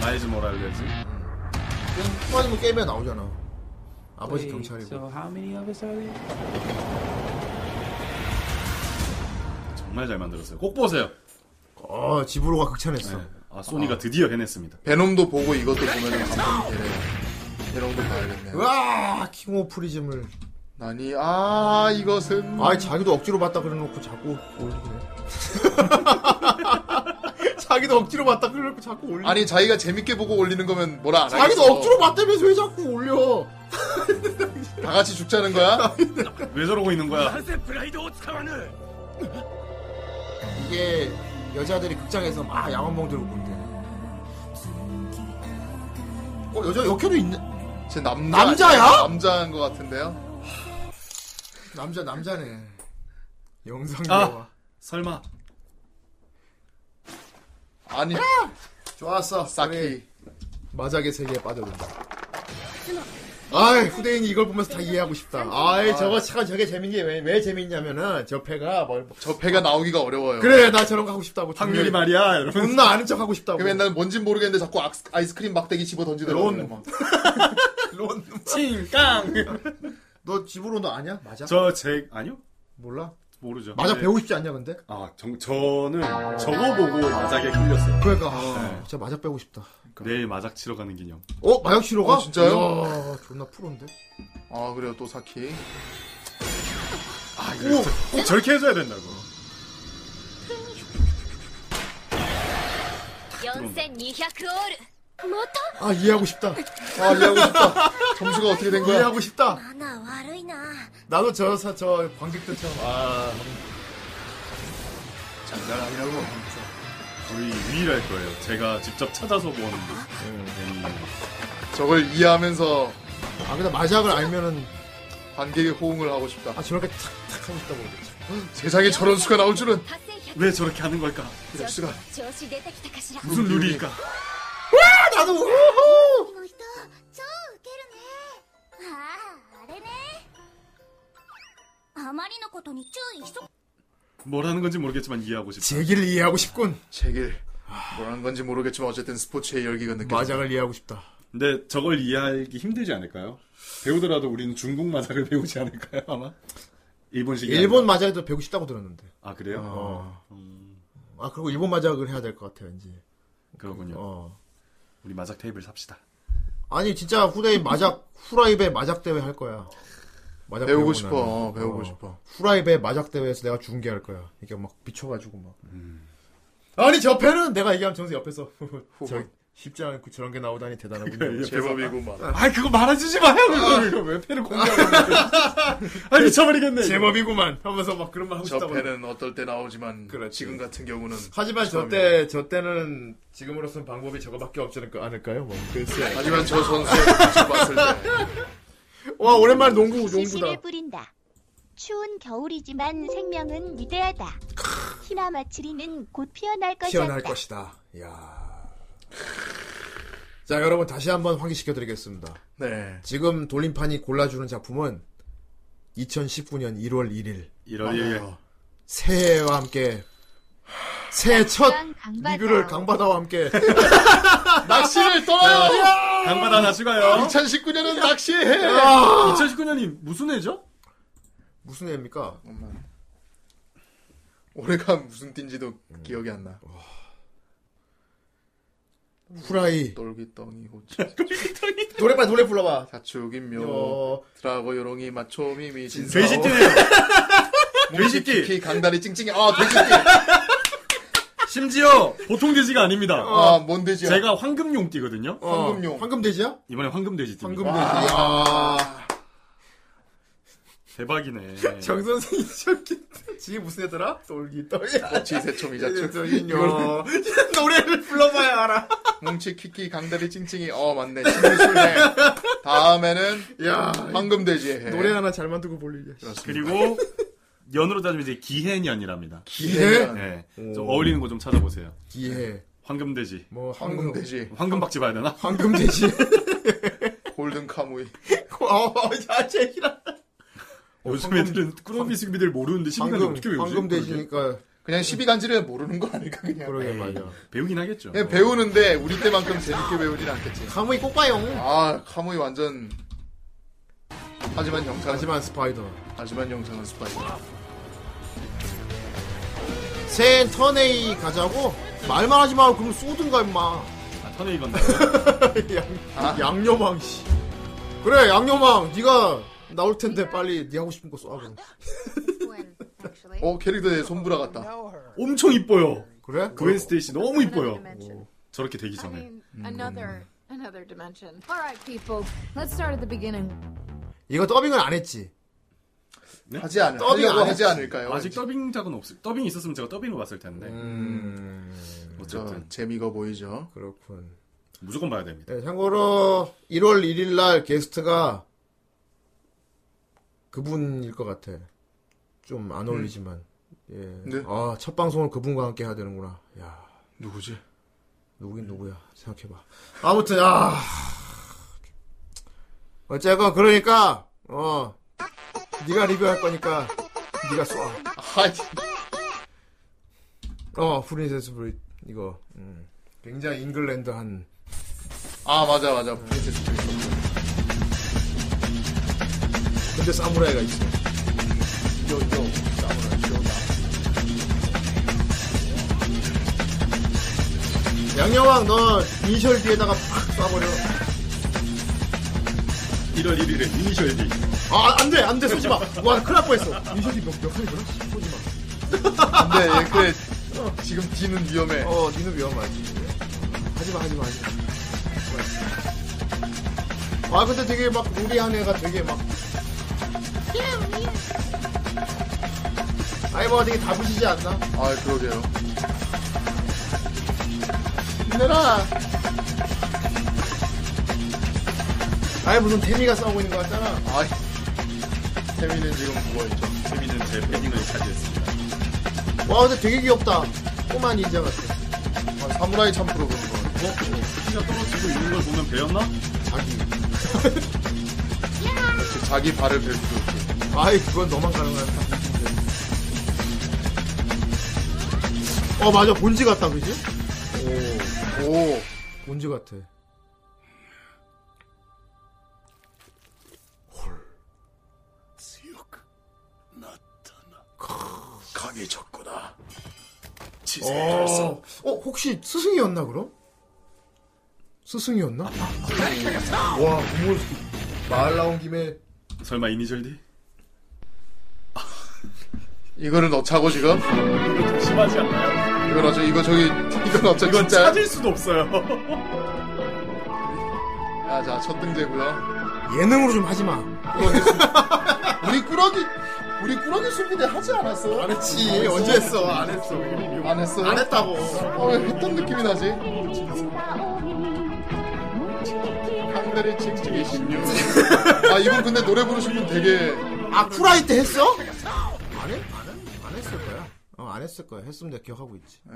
Speaker 5: 마이즈 모랄레즈.
Speaker 1: 스파이더맨 게임에 나오잖아. 아버지 경찰이고.
Speaker 5: 정말 잘 만들었어요. 꼭 보세요.
Speaker 1: 어 집으로가 극찬했어.
Speaker 5: 네. 아, 소니가 드디어 해냈습니다.
Speaker 2: 베놈도 보고 이것도 보면은 감동이 되네. 베놈도 봐야겠네.
Speaker 1: 으아 킹 오브 프리즘을.
Speaker 2: 아니, 아, 이것은.
Speaker 1: 아 자기도 억지로 봤다 그래놓고 자꾸 올리네. 자기도 억지로 봤다 그래놓고 자꾸 올리네.
Speaker 2: 아니, 자기가 재밌게 보고 올리는 거면 뭐라 안 하겠어.
Speaker 1: 자기도 억지로 봤다면서 왜 자꾸 올려?
Speaker 2: 다 같이 죽자는 거야?
Speaker 5: 왜 저러고 있는 거야?
Speaker 12: なぜプライドを使わぬ
Speaker 1: 이게 여자들이 극장에서 막 양원봉 들고 본대. 어 여자 역해도 있네.
Speaker 2: 제 남자.
Speaker 1: 남자야?
Speaker 2: 아니에요? 남자인 것 같은데요?
Speaker 1: 남자 남자네. 영상
Speaker 5: 아.
Speaker 1: 좋아.
Speaker 5: 설마.
Speaker 2: 아니,
Speaker 1: 좋았어. 우리
Speaker 2: 싸키.
Speaker 1: 마작의 세계에 빠져든다. 아이 후대인이 이걸 보면서 다 이해하고 싶다. 아이 저거 참 저게 재밌게 왜, 왜 재밌냐면은 저 패가 뭘
Speaker 2: 저 배가 나오기가 어려워요.
Speaker 1: 그래 나 저런 거 하고 싶다고
Speaker 5: 확률이 말이야, 여러분.
Speaker 1: 존나 아는 척 하고 싶다고.
Speaker 2: 그 맨날 뭔진 모르겠는데 자꾸 악스- 아이스크림 막대기 집어 던지더라고.
Speaker 1: 론. 론.
Speaker 5: 칭깡!
Speaker 1: 너 집으로 너 아냐? 맞아?
Speaker 5: 저, 제, 아니요?
Speaker 1: 몰라?
Speaker 5: 모르죠.
Speaker 1: 맞아
Speaker 5: 네.
Speaker 1: 배우고 싶지 않냐 근데?
Speaker 5: 아, 정, 저는 저거 보고 마작에 끌렸어요.
Speaker 1: 그러니까 아, 진짜 마작 빼고 싶다.
Speaker 5: 내일 마작 치러 가는 기념.
Speaker 1: 어 마작 시로가?
Speaker 2: 어, 진짜요?
Speaker 1: 이야, 존나 프로인데.
Speaker 2: 아, 그래요, 또 사키.
Speaker 5: 아, 이거 진짜 꼭 저렇게 해줘야 된다고.
Speaker 8: 4200オール
Speaker 1: 아 이해하고 싶다.
Speaker 2: 아, 이해하고 싶다. 점수가 어떻게 된 거야?
Speaker 1: 이해하고 싶다.
Speaker 8: マナー悪いな
Speaker 1: 나도 저저 저 관객들처럼 아
Speaker 2: 장난 아니라고.
Speaker 5: 거의 유일할 거예요. 제가 직접 찾아서 보는 게.
Speaker 2: 저걸 이해하면서
Speaker 1: 아 근데 마작을 알면은
Speaker 2: 관객의 호응을 하고 싶다.
Speaker 1: 아 저렇게 탁탁 하고 싶다고 그러겠지.
Speaker 2: 세상에 저런 수가 나올 줄은.
Speaker 8: 8100
Speaker 5: 왜 저렇게 하는 걸까?
Speaker 2: いや知らん
Speaker 8: 調子出てきたかしら
Speaker 5: 무슨 룰일까?
Speaker 1: 나도 우후!
Speaker 8: の人超ウケるねあああれねあまりのことに注意 しと
Speaker 5: 뭘 하는 건지 모르겠지만 이해하고 싶다.
Speaker 1: 제기를 이해하고 싶군.
Speaker 2: 제길. 뭐라는 건지 모르겠지만 어쨌든 스포츠의 열기가 느껴져.
Speaker 1: 마작을 이해하고 싶다.
Speaker 5: 근데 저걸 이해하기 힘들지 않을까요? 배우더라도 우리는 중국 마작을 배우지 않을까요, 아마? 일본식이.
Speaker 1: 일본
Speaker 5: 아니라.
Speaker 1: 마작도 배우고 싶다고 들었는데.
Speaker 5: 아, 그래요?
Speaker 1: 어.
Speaker 5: 음,
Speaker 1: 아 그리고 일본 마작을 해야 될 것 같아 왠지.
Speaker 5: 그러군요.
Speaker 1: 어.
Speaker 5: 우리 마작 테이블 삽시다.
Speaker 1: 아니 진짜 후대인 마작 후라이베 마작 대회 할 거야. 마작 아,
Speaker 2: 배우고
Speaker 1: 배우고
Speaker 2: 싶어.
Speaker 1: 나면.
Speaker 2: 어, 배우고
Speaker 1: 어.
Speaker 2: 싶어. 음.
Speaker 1: 후라이베 마작 대회에서 내가 중계할 거야. 이게 막 비춰가지고 막. 아니 저 팬은 내가 얘기하면 정수 옆에서 저 쉽지 않고 저런 게 나오다니
Speaker 2: 예,
Speaker 1: 대단하군요.
Speaker 2: 제법이구만.
Speaker 5: 아 그거 말아주지 마요 그거 이거 왜 패를 공개하고 아 미쳐버리겠네
Speaker 1: 제법이구만 하면서 막 그런 말 하고
Speaker 2: 저
Speaker 1: 싶다고.
Speaker 2: 패는 어떨 때 나오지만 지금 같은 경우는
Speaker 1: 하지만 저때 저 때는 지금으로서는 방법이 저거밖에 없지 않을까- 않을까요? 뭐 글쎄.
Speaker 2: 하지만 저 선수의 눈치 봤을
Speaker 1: 와 오랜만에 농구 농구다.
Speaker 8: 시시를 뿌린다. 추운 겨울이지만 생명은 위대하다. 희망마치리는 곧 피어날 것이다.
Speaker 1: 시원할 것이다. 야. 자 여러분 다시 한번 확인시켜드리겠습니다.
Speaker 2: 네.
Speaker 1: 지금 돌림판이 골라주는 작품은 2019년 1월 1일.
Speaker 5: 1월 1일.
Speaker 1: 새해와 함께 새해 첫 리뷰를 강바다와 함께
Speaker 2: 낚시를 떠나요.
Speaker 5: 강바다 하나 추가요
Speaker 2: 2019년은 낚시해.
Speaker 1: 아.
Speaker 5: 2019년이 무슨 해죠?
Speaker 1: 무슨 해입니까?
Speaker 2: 올해가 무슨 띠인지도 기억이 안 나.
Speaker 1: 후라이.
Speaker 2: 똘기덩이 호치.
Speaker 1: 노래봐 노래 불러봐.
Speaker 2: 자축인
Speaker 1: 요.
Speaker 2: 묘. 드라고 요롱이 마초미 미진.
Speaker 5: 음, 아, 어. 돼지띠네요.
Speaker 2: 돼지띠. 키키 강다리 찡찡이. 아 돼지띠.
Speaker 5: 심지어 보통 돼지가 아닙니다
Speaker 2: 아, 뭔 돼지야?
Speaker 5: 어. 제가 황금용띠거든요
Speaker 2: 황금용.
Speaker 1: 어. 황금돼지야?
Speaker 5: 이번에 황금돼지띠
Speaker 1: 황금돼지.
Speaker 2: 아,
Speaker 1: 야.
Speaker 5: 대박이네
Speaker 1: 정 선생이 저기 지게 무슨 애더라? 돌기 떠야.
Speaker 2: 꽃이 새초미 자축.
Speaker 1: 저기요. 노래를 불러봐야 알아.
Speaker 2: 뭉치 키키 강다리 찡찡이. 어 맞네. 진술해. 다음에는
Speaker 1: 야.
Speaker 2: 황금돼지에 해.
Speaker 1: 노래 하나 잘 만들고 볼 일이야.
Speaker 5: 그리고 연으로 따지면 이제 기해년이랍니다
Speaker 1: 기해년?
Speaker 5: 네.
Speaker 1: 오.
Speaker 5: 좀 어울리는 거 좀 찾아보세요
Speaker 1: 기해.
Speaker 5: 황금돼지
Speaker 1: 뭐
Speaker 2: 황금돼지.
Speaker 5: 황금박쥐 봐야 되나?
Speaker 1: 황금돼지.
Speaker 2: 골든 카무이.
Speaker 1: 어, 야, 제기라.
Speaker 5: 요즘 애들은 꾸러미 수비들 모르는데 신비가
Speaker 1: 황금,
Speaker 5: 어떻게 외우지?
Speaker 1: 황금돼지니까
Speaker 2: 그냥 시비간지를 모르는 거 아닐까 그냥.
Speaker 1: 그러게 맞아.
Speaker 5: 배우긴 하겠죠.
Speaker 1: 네,
Speaker 2: 그냥 배우는데 우리 때만큼 재밌게 배우진 않겠지.
Speaker 1: 카무이 꼭 봐요.
Speaker 2: 아, 카무이 완전. 하지만 영상.
Speaker 1: 하지만 스파이더.
Speaker 2: 하지만 영상은 스파이더.
Speaker 1: 센 턴에이 가자고 말만 하지 말고 그럼 쏘든가 임마.
Speaker 5: 아, 턴에 이건다.
Speaker 1: 아? 양념왕 씨. 그래 양념왕 네가 나올 텐데 빨리 네 하고 싶은 거 쏴. 그럼.
Speaker 2: 어, 캐릭터에 손부라 같다.
Speaker 5: 엄청 이뻐요.
Speaker 1: 그래?
Speaker 5: 그웬 스테이시 너무 이뻐요.
Speaker 7: dimension.
Speaker 5: 저렇게 되기 전에.
Speaker 7: Another, another dimension. All right, people, let's start at the beginning.
Speaker 1: 이거 더빙은 안 했지.
Speaker 2: 하지 않을.
Speaker 1: 더빙 안
Speaker 2: 하려고 하지
Speaker 1: 했지.
Speaker 2: 않을까요?
Speaker 5: 아직 더빙 작은 없을. 더빙 이 있었으면 제가 더빙으로 봤을 텐데.
Speaker 2: 저,
Speaker 1: 음.
Speaker 5: 어쨌든
Speaker 2: 재미가 보이죠.
Speaker 1: 그렇군.
Speaker 5: 무조건 봐야 됩니다.
Speaker 1: 네, 참고로 1월 1일 날 게스트가 그분일 것 같아. 좀 안 어울리지만. 예.
Speaker 2: 네.
Speaker 1: 아, 첫 방송을 그분과 함께 해야 되는구나. 야,
Speaker 2: 누구지?
Speaker 1: 누구긴 누구야. 생각해봐. 아무튼, 아. 어쨌건, 그러니까, 어. 네가 리뷰할 거니까, 네가 쏴. 어, 프린세스 브릿, 이거. 음. 굉장히 잉글랜드 한.
Speaker 2: 아, 맞아, 맞아. 프린세스 캐릭터.
Speaker 1: 근데 사무라이가 있어.
Speaker 2: 요, 요. 사무라이, 요, 나.
Speaker 1: 양양왕, 너 이니셜 뒤에다가 팍 쏴버려.
Speaker 5: 1월 1일에 이니셜 D.
Speaker 1: 아, 안 돼, 안 돼, 쏘지 마. 와, 큰일 날 뻔했어. 미션이 몇, 몇 칸이구나? 쏘지 마.
Speaker 2: 근데, 얘, 그래. 지금 D는 위험해.
Speaker 1: 어, 니는 위험하지. 하지 마, 하지 마, 하지 마. 아, 근데 되게 막, 요리한 애가 되게 막. 아이버가 되게 뭐 다부시지 않나?
Speaker 2: 아, 그러게요.
Speaker 1: 힘내라! 아예 무슨 태미가 싸우고 있는 거 같잖아.
Speaker 2: 아이. 태민은 지금 누워있죠.
Speaker 5: 재미는 제 패딩을 차지했습니다.
Speaker 1: 와, 근데 되게 귀엽다. 꼬마 닌자 같아.
Speaker 2: 아, 사무라이 참프로 보는 거.
Speaker 5: 어? 키가 떨어지고 있는 걸 보면 배웠나?
Speaker 1: 자기.
Speaker 2: 즉, 자기 발을 벨 수도 있고.
Speaker 1: 아이 그건 너만 가능한 어 맞아 본지 같다 그지?
Speaker 2: 오.
Speaker 1: 본지 같아 어,
Speaker 2: 강해졌구나.
Speaker 1: 어, 어 혹시 스승이었나 그럼? 스승이었나? 와 부모 말 나온 김에
Speaker 5: 설마 이니셜 D?
Speaker 2: 이거를 넣자고 지금?
Speaker 5: 심하지 않나요?
Speaker 2: 이거라죠. 이거 저기 이건 어쩌
Speaker 3: 이건
Speaker 2: 진짜.
Speaker 3: 찾을 수도 없어요.
Speaker 2: 아, 자, 첫 등재고요.
Speaker 1: 예능으로 좀 하지 마.
Speaker 2: 우리 꾸러기 우리 꾸러기 수비대 하지 않았어? 안
Speaker 9: 했지. 언제 했어? 안 했어.
Speaker 2: 안 했어.
Speaker 9: 안 했다고.
Speaker 2: 어, 왜 했던 느낌이 나지? 강대리 칙칙이 신유. 아, 이분 근데 노래 부르시면 되게
Speaker 9: 아, 쿠라이 때 했어?
Speaker 1: 안, 했, 안, 했, 안 했을 거야. 어, 안 했을 거야. 했으면 내가 기억하고 있지.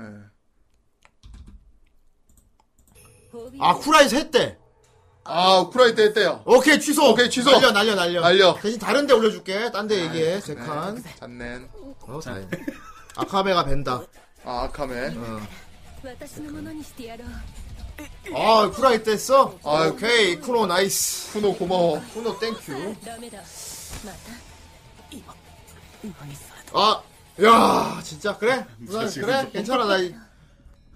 Speaker 9: 아, 쿠라이에서 했대.
Speaker 2: 아, 쿠라이 때 했대요.
Speaker 9: 오케이, 취소.
Speaker 2: 오케이, 취소.
Speaker 9: 날려, 날려, 날려.
Speaker 2: 날려. 아, 네.
Speaker 9: 대신 다른 데 올려줄게. 딴 데 얘기해, 세칸.
Speaker 2: 잔넨.
Speaker 9: 어, 다행. 아카메가 벤다.
Speaker 2: 아, 아카메.
Speaker 9: 아, 쿠라이 때 했어?
Speaker 2: 아,
Speaker 9: 오케이, 쿠노 나이스.
Speaker 2: 쿠노 고마워.
Speaker 9: 쿠노 땡큐. 아, 야, 진짜 그래? 무사
Speaker 2: 무사시
Speaker 9: 그래?
Speaker 2: 운동.
Speaker 9: 괜찮아, 나 이-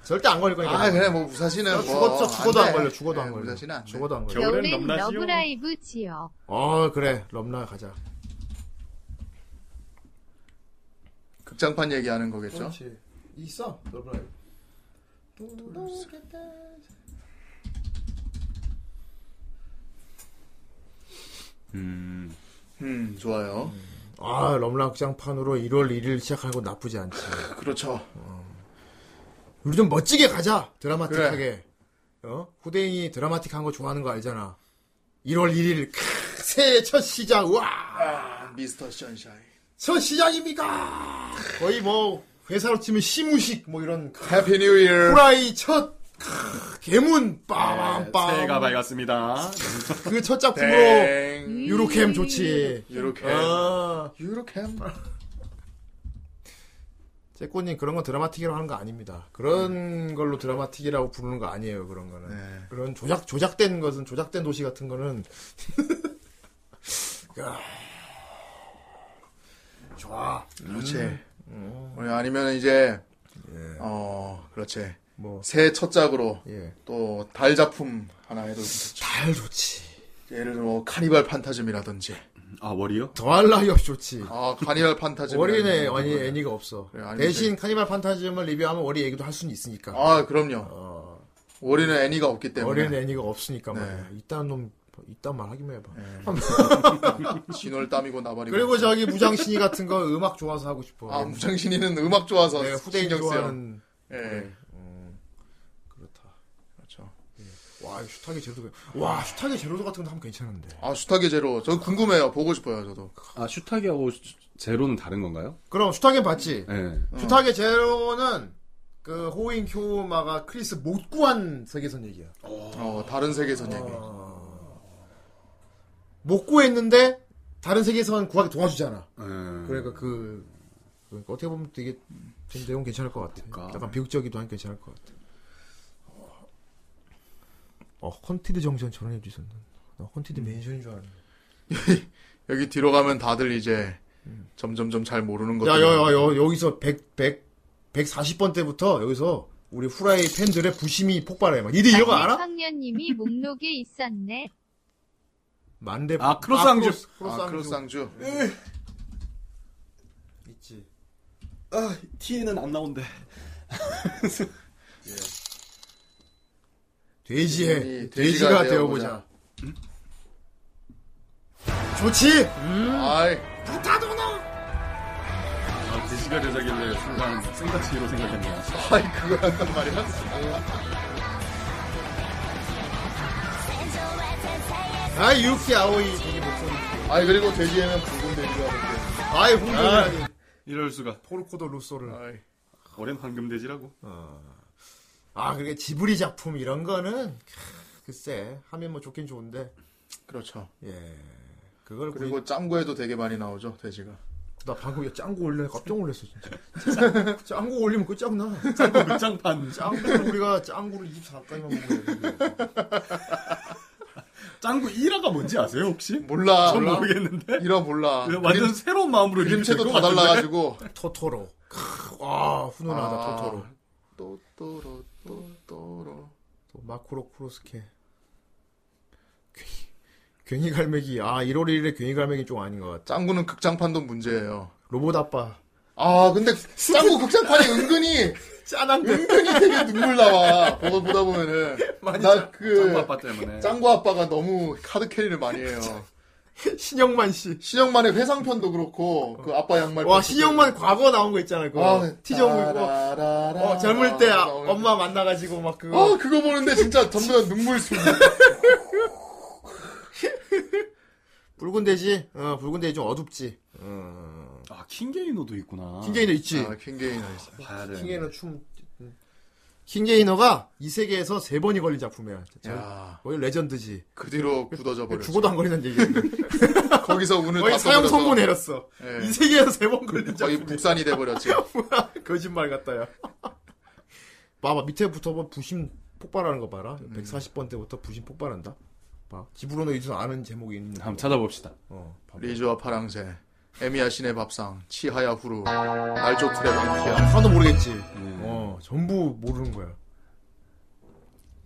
Speaker 9: 절대 안 걸릴 거니까.
Speaker 2: 아, 그래 뭐 무사시는 뭐
Speaker 9: 죽었어, 죽어도
Speaker 2: 안 돼.
Speaker 9: 안 걸려, 죽어도 안
Speaker 2: 네,
Speaker 9: 걸려.
Speaker 2: 무사시는 안 돼.
Speaker 9: 죽어도 안 걸려. 아,
Speaker 7: 겨울엔 러브라이브 지옥.
Speaker 1: 어, 그래. 럼나 가자.
Speaker 2: 극장판 얘기하는 거겠죠?
Speaker 9: 그렇지. 있어, 러브라이브.
Speaker 3: 음.
Speaker 2: 음, 좋아요.
Speaker 1: 아, 럼나 극장판으로 1월 1일 시작하고 나쁘지 않지.
Speaker 2: 그렇죠.
Speaker 1: 우리 좀 멋지게 가자. 드라마틱하게.
Speaker 9: 그래.
Speaker 1: 어? 후대인이 드라마틱한 거 좋아하는 거 알잖아. 1월 1일 크,
Speaker 9: 새해 첫 시작, 와!
Speaker 2: 미스터 션샤인.
Speaker 9: 첫 시작입니까? 거의 뭐, 회사로 치면 시무식, 뭐 이런.
Speaker 2: 해피 뉴 이어.
Speaker 9: 후라이 첫, 크, 개문,
Speaker 5: 네,
Speaker 9: 빠밤빵.
Speaker 3: 새해가 밝았습니다.
Speaker 9: 그 첫 작품으로,
Speaker 2: 땡.
Speaker 9: 유로캠 좋지.
Speaker 2: 유로캠.
Speaker 9: 아.
Speaker 2: 유로캠.
Speaker 1: 제꼬님 그런 건 드라마틱이라고 하는 거 아닙니다. 그런 걸로 드라마틱이라고 부르는 거 아니에요. 그런 거는 그런 조작 조작된 것은 조작된 도시 같은 거는 야, 좋아.
Speaker 2: 그렇지. 어.
Speaker 1: 음.
Speaker 2: 우리 아니면 이제 어 그렇지.
Speaker 1: 뭐.
Speaker 2: 새해 첫 작으로
Speaker 1: 예.
Speaker 2: 또 달 작품 하나 해도 좋죠.
Speaker 1: 달 좋지.
Speaker 2: 예를 들어 뭐 카니발 판타즘이라든지.
Speaker 3: 아 월이요?
Speaker 1: 더할 나위 없이 좋지.
Speaker 2: 아 카니발 판타즘.
Speaker 1: 월이네 아니 애니가 없어.
Speaker 2: 그래, 아니면
Speaker 1: 대신 카니발 판타즘을 리뷰하면 월이 얘기도 할 수는 있으니까. 어.
Speaker 2: 아 그럼요. 월이는 애니가 없기 때문에. 네.
Speaker 1: 월이는 애니가 없으니까 말이야. 이딴 놈 이딴 말 하기만 해봐.
Speaker 2: 진월 땀이고 나발이고.
Speaker 1: 그리고 저기 무장신이 같은 거 음악 좋아서 하고 싶어.
Speaker 2: 아 무장신이는 음악 좋아서
Speaker 1: 네, 후대인
Speaker 2: 신경 써요.
Speaker 1: 좋아하는. 네.
Speaker 2: 예.
Speaker 1: 그렇다.
Speaker 2: 그렇죠.
Speaker 1: 와, 슈타게 제로도. 와, 슈타게 제로도 같은 거 하면 괜찮은데.
Speaker 2: 아 슈타게 제로. 저 궁금해요. 보고 싶어요 저도.
Speaker 3: 아 슈타기하고 슈- 제로는 다른 건가요?
Speaker 1: 그럼 슈타게 봤지?
Speaker 3: 네.
Speaker 1: 슈타게 제로는 그 호잉 쿄마가 크리스 못 구한 세계선 얘기야.
Speaker 2: 어 다른 세계선 얘기.
Speaker 1: 못 구했는데 다른 세계선 구하기 도와주잖아.
Speaker 3: 음.
Speaker 1: 그러니까 그 그러니까 어떻게 보면 되게 좀 내용 괜찮을 것 같아. 약간 비극적이기도 한 괜찮을 것 같아. 어, 헌티드 정션 저런 애도 있었나? 나
Speaker 3: 음.
Speaker 1: 헌티드 맨션인 줄 알았네.
Speaker 2: 여기 뒤로 가면 다들 이제 점점점 잘 모르는 것들.
Speaker 1: 야, 야, 야, 야, 여기서 100, 100, 140번 때부터 여기서 우리 후라이 팬들의 부심이 폭발해. 막. 니들 이런 거 알아?
Speaker 7: 네, 황년님이 목록에 있었네.
Speaker 1: 만대.
Speaker 3: 아, 크로스 앙주.
Speaker 2: 아, 크로스 앙주.
Speaker 1: 있지.
Speaker 3: 아 TN은 안 나온대.
Speaker 1: 예. 돼지해.
Speaker 3: 예,
Speaker 2: 이
Speaker 1: 예, 돼지가 되어보자. 좋지?
Speaker 2: 아이,
Speaker 3: 아, 돼지가 되자길래 순간 생각치로 생각했네요.
Speaker 2: 아이 그거 한단 말이야.
Speaker 9: 아, 유키 아오이 되게 목소리.
Speaker 2: 아이 그리고 돼지에는 붉은 돼지가 있는데.
Speaker 9: 아이, 홍조라니.
Speaker 3: 이럴 수가.
Speaker 1: 포르코도 루소를.
Speaker 2: 아이.
Speaker 3: 오랜 황금 돼지라고.
Speaker 1: 아, 그게 지브리 작품 이런 거는 캬, 글쎄 하면 뭐 좋긴 좋은데
Speaker 2: 그렇죠.
Speaker 1: 예 그걸
Speaker 2: 그리고
Speaker 1: 그리고
Speaker 2: 짱구에도 되게 많이 나오죠 돼지가.
Speaker 1: 나 방금 야, 짱구 올래 깜짝 놀랐어 진짜 짱구 올리면 끝장나
Speaker 3: 극장판.
Speaker 1: 짱구를 우리가 짱구를 24까지만 먹는 거야
Speaker 3: 짱구 1화가 뭔지 아세요 혹시?
Speaker 2: 몰라.
Speaker 3: 전
Speaker 2: 몰라.
Speaker 3: 모르겠는데.
Speaker 2: 이런 몰라.
Speaker 3: 완전 새로운 마음으로
Speaker 2: 그림체도
Speaker 3: 리뷰될
Speaker 2: 다
Speaker 3: 것 같은데?
Speaker 2: 달라가지고.
Speaker 1: 토토로 크, 와 훈훈하다
Speaker 2: 아.
Speaker 1: 토토로
Speaker 2: 또또로 또또로.
Speaker 1: 또 마크로 크로스케 괜히 갈매기 아 1월 1일에 괜히 갈매기 좀 아닌 것 같아
Speaker 2: 짱구는 극장판도 문제예요.
Speaker 1: 로봇 아빠
Speaker 2: 아 근데 짱구 극장판이 은근히
Speaker 1: 짠한데
Speaker 2: 은근히 되게 눈물 나와 보다 보다 보면은 나그
Speaker 3: 짱구 아빠 때문에.
Speaker 2: 짱구 아빠가 너무 카드 캐리를 많이 해요.
Speaker 1: 그, 신영만 씨.
Speaker 2: 신영만의 회상편도 그렇고 그 아빠 양말.
Speaker 1: 와 신영만 과거 나온 거 있잖아요. 그거
Speaker 2: 아,
Speaker 1: 티저물 거. 어, 젊을 때 아, 어? 엄마 만나가지고 막
Speaker 2: 아
Speaker 1: 그거.
Speaker 2: 그거 보는데 진짜 전부 다 눈물 쏟.
Speaker 1: 붉은 돼지. 어 붉은 돼지 좀 어둡지. 어.
Speaker 3: 아 킹게이너도 있구나.
Speaker 1: 킹게이너 있지.
Speaker 2: 아 킹게이너 있어.
Speaker 3: 봐야 돼.
Speaker 1: 킹게이너 춤. 음. 킹게이너가 이 세계에서 세 번이 걸린 작품이야. 저-
Speaker 2: 야.
Speaker 1: 거의 레전드지.
Speaker 2: 그 뒤로 굳어져 버렸어.
Speaker 1: 죽어도 안 걸리는 얘기.
Speaker 2: 거기서 운을
Speaker 1: 거의
Speaker 2: 다
Speaker 1: 사형
Speaker 2: 써버려서.
Speaker 1: 선고 내렸어. 네.
Speaker 2: 예.
Speaker 1: 이 세계에서 세 번 걸린
Speaker 2: 거의
Speaker 1: 작품.
Speaker 2: 북산이 돼버렸지.
Speaker 1: 거짓말 같다야. 봐봐 밑에부터 봐 부심 폭발하는 거 봐라. 140번 때부터 부심 폭발한다. 봐 집으로는 이준 아는 제목이 있는.
Speaker 3: 한번 찾아봅시다.
Speaker 1: 어,
Speaker 2: 리조와 파랑새, 에미야 신의 밥상, 치하야 후루, 알조트레 방피야.
Speaker 1: 하나도 모르겠지. 어 전부 모르는 거야.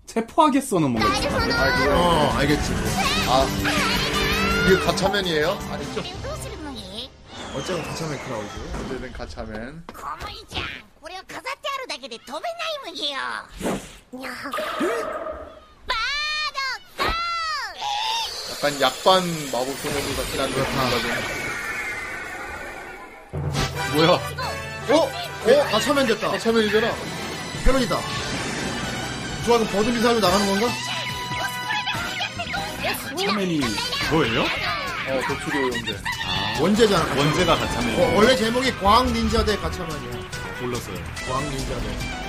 Speaker 3: 체포하겠어는 뭔가 있잖아.
Speaker 1: 어 알겠지.
Speaker 2: 아 이게 가차면이에요? 아니죠?
Speaker 1: 어쨌든 가차맨 크라우즈.
Speaker 2: 어쨌든 가차면.
Speaker 16: こもいちゃんこれを飾ってあるだけで飛べないむぎよにゃー
Speaker 2: 약간 약반 마법 소녀들 같긴 한데 그렇다. 뭐야?
Speaker 1: 어? 어? 가차면 됐다.
Speaker 2: 가차면이잖아.
Speaker 1: 패러디다. 좋아 그럼 버드 미사일로 나가는 건가?
Speaker 3: 가차맨이 뭐예요?
Speaker 2: 어 도출이 용제.
Speaker 1: 원제잖아.
Speaker 3: 원제가 가차맨.
Speaker 1: 어, 원래 제목이 광 닌자 대 가차면이야.
Speaker 3: 몰랐어요.
Speaker 1: 광 닌자 대.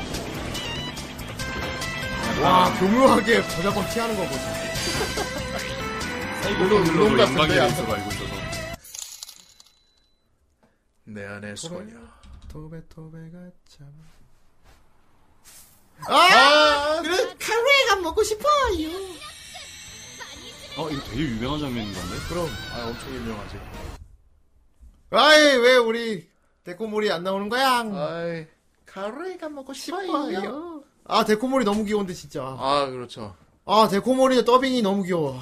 Speaker 1: 와 교묘하게 저작권 피하는 거 보지.
Speaker 2: 물론 물론 같은데
Speaker 3: 연방의
Speaker 2: 약간
Speaker 3: 수가 알고 있어서.
Speaker 2: 내 안에 소녀.
Speaker 1: 토베토베 가차.
Speaker 9: 아, 그래 카레가 먹고 싶어요.
Speaker 3: 어 이거 되게 유명한 장면인 건데.
Speaker 1: 그럼
Speaker 2: 아 엄청 유명하지.
Speaker 1: 아이 왜 우리 데코몰이 안 나오는 거야?
Speaker 2: 아이
Speaker 9: 카레가 먹고
Speaker 1: 싶어요. 아 데코몰이 너무 귀여운데 진짜.
Speaker 2: 아 그렇죠.
Speaker 1: 아 데코몰이 더빙이 너무 귀여워.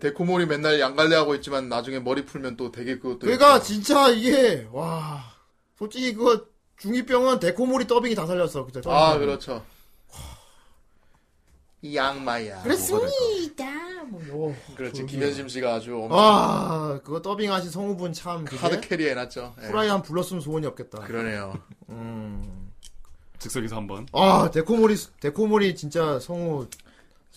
Speaker 2: 데코몰이 맨날 양갈래 하고 있지만 나중에 머리 풀면 또 되게 그것도.
Speaker 1: 그러니까 진짜 이게 와 솔직히 그거 중이병은 데코몰이 더빙이 다 살렸어 그죠?
Speaker 2: 아 그렇죠. 이 양마야.
Speaker 1: 뭐,
Speaker 2: 그렇지 김현심 씨가 아주 엄청
Speaker 1: 아 그거 더빙하신 성우분 참 그게
Speaker 2: 카드 어? 캐리 해놨죠. 예.
Speaker 1: 후라이 한 불렀으면 소원이 없겠다.
Speaker 2: 그러네요.
Speaker 1: 음.
Speaker 3: 즉석에서 한번.
Speaker 1: 아 데코몰이 데코몰이 진짜 성우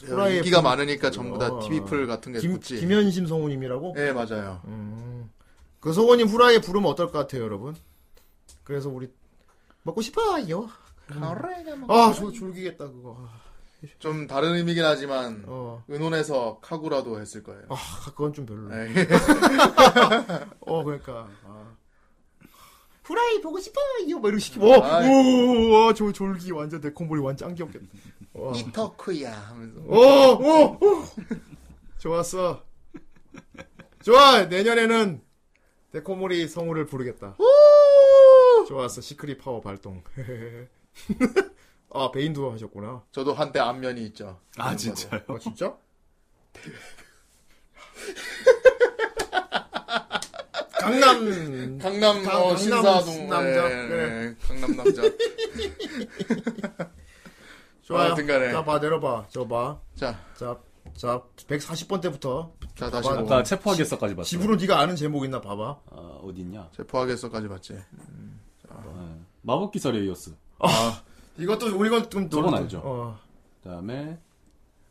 Speaker 1: 후라이
Speaker 2: 인기가 많으니까 전부 다
Speaker 1: 어.
Speaker 2: TV 풀 같은 게
Speaker 1: 김,
Speaker 2: 붙지.
Speaker 1: 김현심 성우님이라고?
Speaker 2: 예 맞아요.
Speaker 1: 그 성우님 후라이에 부르면 어떨 것 같아요 여러분? 그래서 우리 먹고 싶어요. 아, 저 졸기겠다 그거.
Speaker 2: 좀 다른 의미긴 하지만
Speaker 1: 어.
Speaker 2: 은혼해서 카구라도 했을 거예요. 네.
Speaker 1: 아, 그건 좀 별로.
Speaker 2: 에이.
Speaker 1: 어, 그러니까. 아.
Speaker 9: 후라이 보고 싶어요.
Speaker 1: 막 이러고 시키고. 어,
Speaker 2: 아이.
Speaker 1: 오, 와, 저 졸기 완전 데콤볼이 완전 짱겹겠다. 와.
Speaker 2: 이 터크야 하면서.
Speaker 1: 오, 오, 오. 어, 좋았어. 좋아, 내년에는 데코몰이 성우를 부르겠다. 좋았어, 시크릿 파워 발동. 아, 베인도 하셨구나.
Speaker 2: 저도 한때 안면이 있죠.
Speaker 3: 아 진짜요?
Speaker 1: 아, 진짜? 강남
Speaker 2: 강남
Speaker 1: 강-
Speaker 2: 어,
Speaker 1: 강남
Speaker 2: 신사동
Speaker 1: 남자. 네.
Speaker 2: 예, 예,
Speaker 1: 그래.
Speaker 2: 강남 남자.
Speaker 1: 좋아요.
Speaker 2: 아무튼간에.
Speaker 1: 자, 봐 내려봐. 저 봐.
Speaker 2: 자,
Speaker 1: 자, 자 140번 때부터
Speaker 2: 자 다시
Speaker 1: 봐봐.
Speaker 2: 뭐
Speaker 3: 아까 체포하겠어까지 봤어.
Speaker 1: 집으로 네가 아는 제목 있나 봐봐.
Speaker 3: 아 어딨냐?
Speaker 2: 체포하겠어까지 봤지.
Speaker 3: 아, 마법기사 레이어스.
Speaker 2: 아,
Speaker 1: 이것도 우리건 좀
Speaker 3: 저건
Speaker 1: 놀-
Speaker 3: 알죠.
Speaker 1: 어.
Speaker 3: 그다음에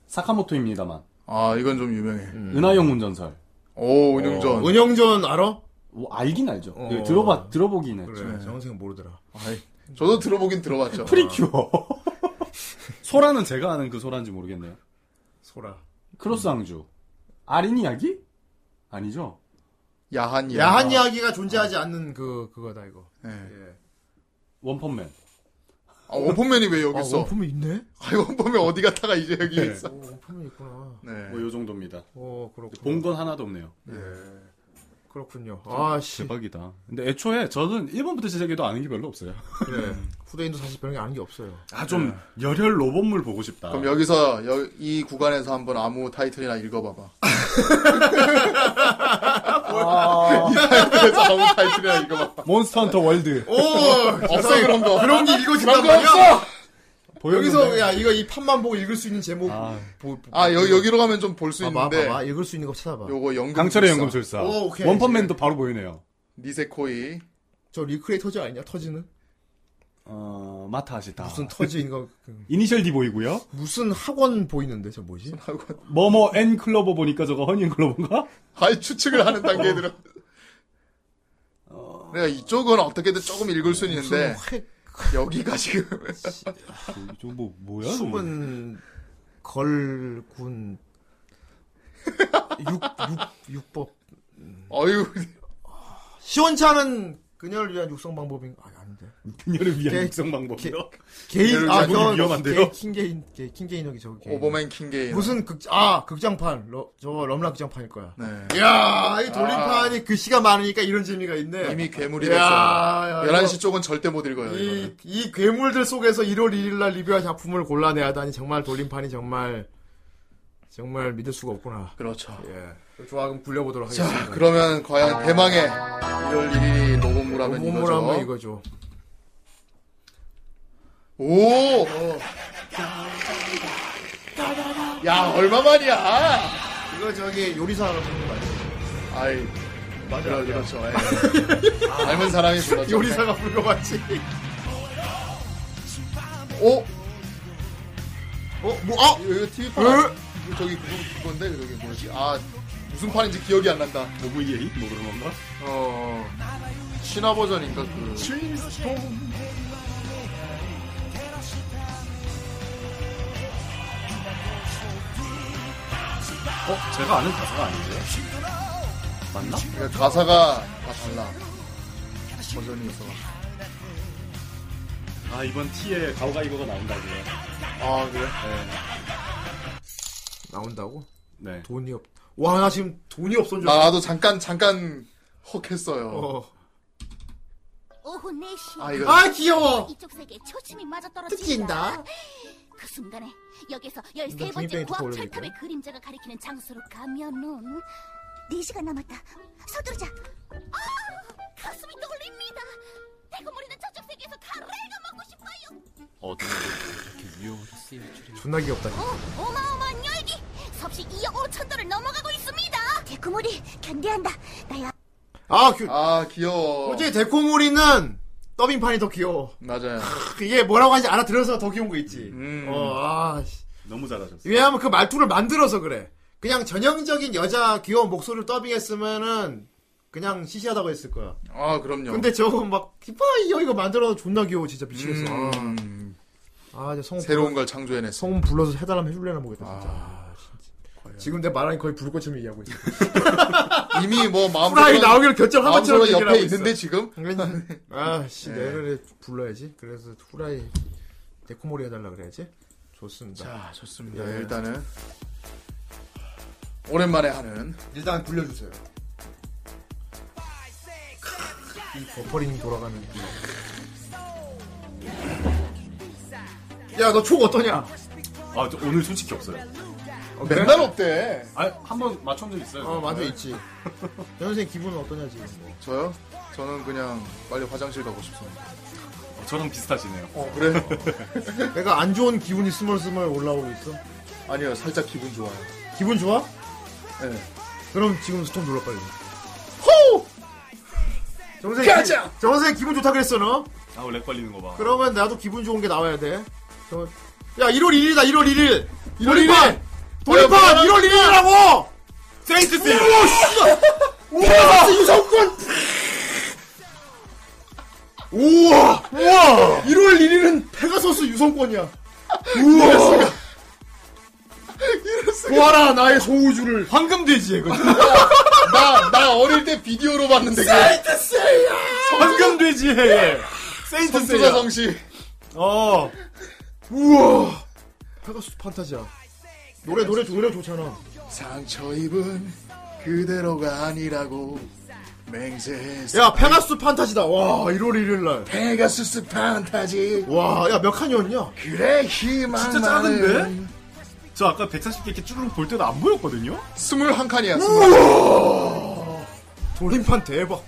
Speaker 3: 사카모토입니다만. 음.
Speaker 2: 아 이건 좀 유명해.
Speaker 3: 은하영 운전설.
Speaker 2: 오 은영전.
Speaker 1: 음. 어, 은영전 알아?
Speaker 3: 뭐 알긴 알죠.
Speaker 1: 어.
Speaker 3: 예, 들어봐 들어보긴 했죠.
Speaker 1: 그래. 정생 모르더라.
Speaker 2: 아이, 저도 들어보긴 들어봤죠.
Speaker 3: 프리큐어.
Speaker 1: 아.
Speaker 3: 소라는 제가 아는 그 소라인지 모르겠네요.
Speaker 1: 소라.
Speaker 3: 크로스 항주. 아린 이야기? 아니죠.
Speaker 2: 야한 이야기.
Speaker 1: 야한 이야기가 존재하지 않는 그 그거다 이거.
Speaker 2: 예.
Speaker 1: 예.
Speaker 3: 원펀맨.
Speaker 2: 아 원펀맨이 왜 여기
Speaker 1: 아,
Speaker 2: 있어?
Speaker 1: 원품이 있네?
Speaker 2: 아 원펀맨 어디 갔다가 이제 여기
Speaker 3: 네.
Speaker 2: 있어?
Speaker 1: 오, 원품이 있구나.
Speaker 2: 네.
Speaker 3: 뭐 요 정도입니다.
Speaker 1: 어, 그렇군.
Speaker 3: 본 건 하나도 없네요.
Speaker 1: 그렇군요. 아, 씨.
Speaker 3: 대박이다. 근데 애초에 저는 1번부터 시작해도 아는 게 별로 없어요.
Speaker 1: 그래. 예. 후대인도 사실 별게 아는 게 없어요.
Speaker 3: 아, 좀
Speaker 1: 네.
Speaker 3: 열혈 로봇물 보고 싶다.
Speaker 1: 아.
Speaker 2: 그럼 여기서 여- 이 구간에서 한번 아무 타이틀이나 읽어봐봐. 뭐야. 이날에 잡아온 타이틀이야, 이거 봐.
Speaker 5: 몬스터 헌터 월드.
Speaker 2: 오, 없어, 그런 거.
Speaker 1: 그런 게 읽어진단
Speaker 2: 그런 거
Speaker 1: 말이야?
Speaker 2: 없어!
Speaker 1: 여기서 야 이거 이 판만 보고 읽을 수 있는 제목 보- 보-
Speaker 2: 아, 여, 여기로 가면 좀 볼 수
Speaker 1: 봐봐,
Speaker 2: 있는데.
Speaker 1: 봐봐. 읽을 수 있는 거 찾아봐.
Speaker 2: 요거 연금.
Speaker 5: 강철의
Speaker 2: 술사.
Speaker 5: 연금술사.
Speaker 1: 오, 오케이.
Speaker 5: 원펀맨도 바로 보이네요.
Speaker 2: 니세코이.
Speaker 1: 저 리크레이 터지 아니냐? 터지는?
Speaker 5: 어, 마타 하시다.
Speaker 2: 아.
Speaker 1: 무슨 터지인 거
Speaker 5: 이니셜 D 보이고요.
Speaker 1: 무슨 학원 보이는데 저 뭐지?
Speaker 2: 학원.
Speaker 5: 뭐뭐 N 클로버 보니까 저거 허니 클로버인가?
Speaker 2: 아이, 추측을 하는 단계에 들어.
Speaker 1: 어.
Speaker 2: 내가 이쪽은 어떻게든 조금 읽을 수 있는데. 여기가 지금.
Speaker 5: 저뭐 뭐야?
Speaker 1: 숨은 걸군 육육육법
Speaker 2: 어유
Speaker 1: 시원찮은 그녀를 위한 육성 방법인가? 아 아닌데.
Speaker 5: 그녀를 위한
Speaker 1: 개-
Speaker 5: 육성 방법이요.
Speaker 1: 개인
Speaker 5: 아,
Speaker 1: 아저
Speaker 5: 위험한데요.
Speaker 1: 킹게인 개- 킹게인역이 저거. 개인.
Speaker 2: 오버맨 킹게인.
Speaker 1: 무슨 극아 극장판 러, 저 럼라 극장판일 거야.
Speaker 2: 네.
Speaker 1: 이야 이 돌림판이 글씨가 많으니까 이런 재미가 있네.
Speaker 2: 이미 괴물이
Speaker 1: 이야,
Speaker 2: 됐어.
Speaker 1: 야,
Speaker 2: 11시 쪽은 절대 못 읽어요.
Speaker 1: 이, 이 괴물들 속에서 1월 1일날 리뷰할 작품을 골라내야 하다니 정말 돌림판이 정말 정말 믿을 수가 없구나.
Speaker 2: 그렇죠.
Speaker 1: 예. 조금 굴려보도록
Speaker 2: 자,
Speaker 1: 하겠습니다.
Speaker 2: 그러면 과연 대망의 1월 1일이 녹음물하면
Speaker 1: 몸으로
Speaker 2: 이거죠.
Speaker 1: 한번 이거죠.
Speaker 2: 오! 야, 얼마만이야!
Speaker 1: 이거 저기 요리사 하나 보는 거 아니야?
Speaker 2: 아이. 맞아, 그렇죠. 예. 닮은 사람이 불렀죠.
Speaker 1: 요리사가 불러 봤지.
Speaker 2: 오!
Speaker 1: 어, 뭐, 아!
Speaker 2: 이거 TV판. 저기, 그거, 그건데, 저기 뭐지? 아, 무슨 판인지 기억이 안 난다.
Speaker 5: 노브이에 뭐 그런 건가?
Speaker 2: 어. 신화 버전인가, 그.
Speaker 5: 어, 제가 아는 가사가 아닌데요. 맞나?
Speaker 2: 그러니까 가사가 다 달라. 버전이 있어.
Speaker 5: 아 이번 T에 가오가 이거가 나온다고요.
Speaker 2: 아, 그래?
Speaker 1: 나온다고?
Speaker 5: 네.
Speaker 1: 돈이 없. 와, 나 지금 돈이 없어 줄.
Speaker 2: 나, 나도 잠깐, 잠깐, 헉 했어요.
Speaker 1: 어.
Speaker 8: 오후 4시
Speaker 2: 아, 이거- 아,
Speaker 1: 귀여워.
Speaker 8: 이쪽 세계 초침이 맞아
Speaker 1: 뜯긴다.
Speaker 8: 떨어진다. 그 순간에 여기서
Speaker 1: 이건
Speaker 8: 13번째
Speaker 1: 종이병이
Speaker 8: 고압
Speaker 1: 올려야
Speaker 8: 철탑의 그림자가 가리키는 장소로 가면은 4시간 남았다. 서두르자. 아, 가슴이 떨립니다. 대구머리는 저쪽 세계에서 다 레가 먹고 싶어요.
Speaker 5: 어떤 이렇게 위험을 쓰일 줄이.
Speaker 1: 존나 귀엽다. 진짜.
Speaker 8: 오, 어마어마한 열기. 섭씨 2억 5천 도를 넘어가고 있습니다. 대구머리 견디한다. 나야.
Speaker 1: 아, 그,
Speaker 2: 아, 귀여워.
Speaker 1: 솔직히 데코모리는 더빙판이 더 귀여워.
Speaker 2: 맞아요.
Speaker 1: 이게 뭐라고 하는지 알아들어서 더 귀여운 거 있지.
Speaker 2: 음.
Speaker 1: 어, 아, 씨.
Speaker 5: 너무 잘하셨어.
Speaker 1: 왜냐하면 그 말투를 만들어서 그래. 그냥 전형적인 여자 귀여운 목소리를 더빙했으면은 그냥 시시하다고 했을 거야.
Speaker 2: 아, 그럼요.
Speaker 1: 근데 저거 막 기뻐요 이거 만들어서 존나 귀여워 진짜 미치겠어.
Speaker 2: 음,
Speaker 1: 아, 이제 성
Speaker 2: 새로운 걸 창조해냈어.
Speaker 1: 성 불러서 해달라면 해줄래나 모르겠다 진짜. 아, 진짜. 지금 내 말하니 거의 부를 것처럼 얘기하고 있어.
Speaker 2: 이미 뭐
Speaker 1: 후라이
Speaker 2: 마음속으로
Speaker 1: 나오기로 결정한 것처럼
Speaker 2: 마음속으로
Speaker 1: 얘기를
Speaker 2: 옆에
Speaker 1: 하고 있어.
Speaker 2: 있는데 지금
Speaker 1: 아씨 네.
Speaker 2: 예.
Speaker 1: 내년에 불러야지. 그래서 후라이 데코모리 해달라 그래야지. 좋습니다.
Speaker 2: 자 좋습니다.
Speaker 1: 예.
Speaker 2: 네, 일단은 오랜만에 하는
Speaker 1: 일단 불려주세요. 이 버퍼링 돌아가는. 야, 너 촉 어떠냐?
Speaker 5: 아, 저 오늘 솔직히 없어요.
Speaker 1: 네.
Speaker 2: 맨날 없대.
Speaker 5: 아, 한번 맞춰본 적 있어요.
Speaker 1: 어, 맞아, 있지. 선생님 기분은 어떠냐, 지금. 뭐.
Speaker 2: 저요? 저는 그냥 빨리 화장실 가고 싶습니다.
Speaker 5: 어, 저랑 비슷하시네요.
Speaker 2: 어 그래?
Speaker 1: 내가 안 좋은 기분이 스멀스멀 올라오고 있어.
Speaker 2: 아니요 살짝 기분 좋아요.
Speaker 1: 기분 좋아?
Speaker 2: 예.
Speaker 1: 그럼 지금 스톱 눌러, 빨리.
Speaker 2: 호!
Speaker 1: 정선생님.
Speaker 2: 가자!
Speaker 1: 기- 정선생님 기분 좋다 그랬어, 너?
Speaker 5: 아, 원래 걸리는 거 봐.
Speaker 1: 그러면 나도 기분 좋은 게 나와야 돼. 저- 야, 1월 1일이다, 1월 1일! 1월 1일! 돌림판! 1월 1일이라고!
Speaker 5: 세인트 씨!
Speaker 1: 우와! 유성권! 우와! 우와! 1월 1일은 페가소스 유성권이야. 우와! 보아라 나의 소우주를
Speaker 5: 황금돼지, 이거.
Speaker 2: 나나 어릴 때 비디오로 봤는데 그
Speaker 5: 황금돼지 해. 세인트 씨.
Speaker 2: 선수자 성씨
Speaker 5: 어.
Speaker 1: 우와! 페가소스 판타지야. 노래 노래 노래 좋잖아.
Speaker 2: 상처 입은 그대로가 아니라고 맹세했어.
Speaker 1: 야 페가소스 판타지다. 와 1월 1일 날.
Speaker 2: 페가수스 판타지
Speaker 1: 와, 야 몇 칸이었냐?
Speaker 2: 그래 희망
Speaker 5: 진짜 작은데? 저 아까 140개 이렇게 쭈르륵 볼 때도 안 보였거든요?
Speaker 2: 21칸이야. 21칸.
Speaker 1: 돌림판 대박.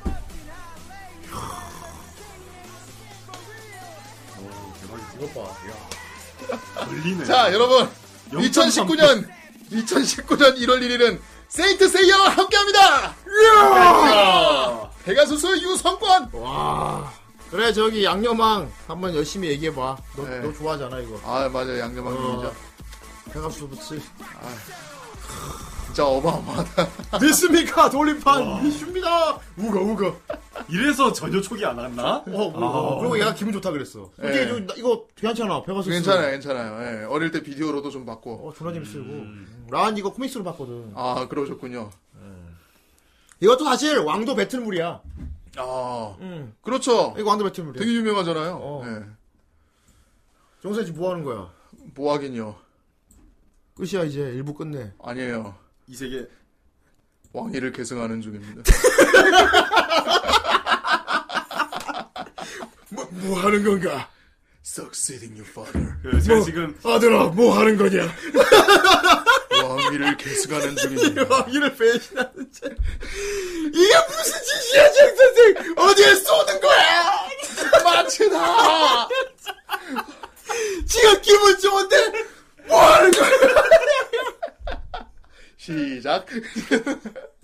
Speaker 2: 이것 봐.
Speaker 3: 걸리네.
Speaker 2: 자, 여러분. 2019년 2019년 1월 1일은 세인트 세이야와 함께합니다. 이야!
Speaker 1: 배가수스 유성권. 와. 그래 저기 양념왕 한번 열심히 얘기해 봐. 너,
Speaker 2: 네.
Speaker 1: 너 좋아하잖아 이거.
Speaker 2: 아, 맞아요. 양념왕 진짜.
Speaker 1: 배가수스 부츠.
Speaker 2: 진짜 어마어마하다.
Speaker 1: 됐습니까 돌림판 이슈입니다. 우거 우거.
Speaker 3: 이래서 전혀 촉이 안 왔나?
Speaker 1: 어, 그리고, 그리고 얘가 기분 좋다 그랬어.
Speaker 2: 예.
Speaker 1: 이게 좀, 나- 이거 네. 괜찮아 배가수스.
Speaker 2: 괜찮아요, 괜찮아요. 예, 어릴 때 비디오로도 좀 봤고.
Speaker 1: 어, 존나 재밌어, 이거. 난 이거 코믹스로 봤거든.
Speaker 2: 아, 그러셨군요.
Speaker 1: 이것도 사실 왕도 배틀물이야.
Speaker 2: 아,
Speaker 1: 음.
Speaker 2: 그렇죠.
Speaker 1: 이거 왕도 배틀물이야.
Speaker 2: 되게 유명하잖아요. 예.
Speaker 1: 정선 씨뭐 하는 거야?
Speaker 2: 뭐 하긴요.
Speaker 1: 끝이야 이제 일부 끝내.
Speaker 2: 아니에요.
Speaker 3: 이 세계
Speaker 2: 왕위를 계승하는 중입니다.
Speaker 1: 뭐, 뭐 하는 건가?
Speaker 2: Succeeding your father.
Speaker 3: 그 제가 지금
Speaker 1: 아들아 뭐 하는 거냐?
Speaker 2: 왕위를 계승하는 중입니다.
Speaker 1: 왕위를 배신하는 자. 이게 무슨 짓이야 정 선생? 어디에 쏘는 거야?
Speaker 2: 마치다.
Speaker 1: 지금 기분 좋은데 뭐 하는 거야?
Speaker 2: 시작.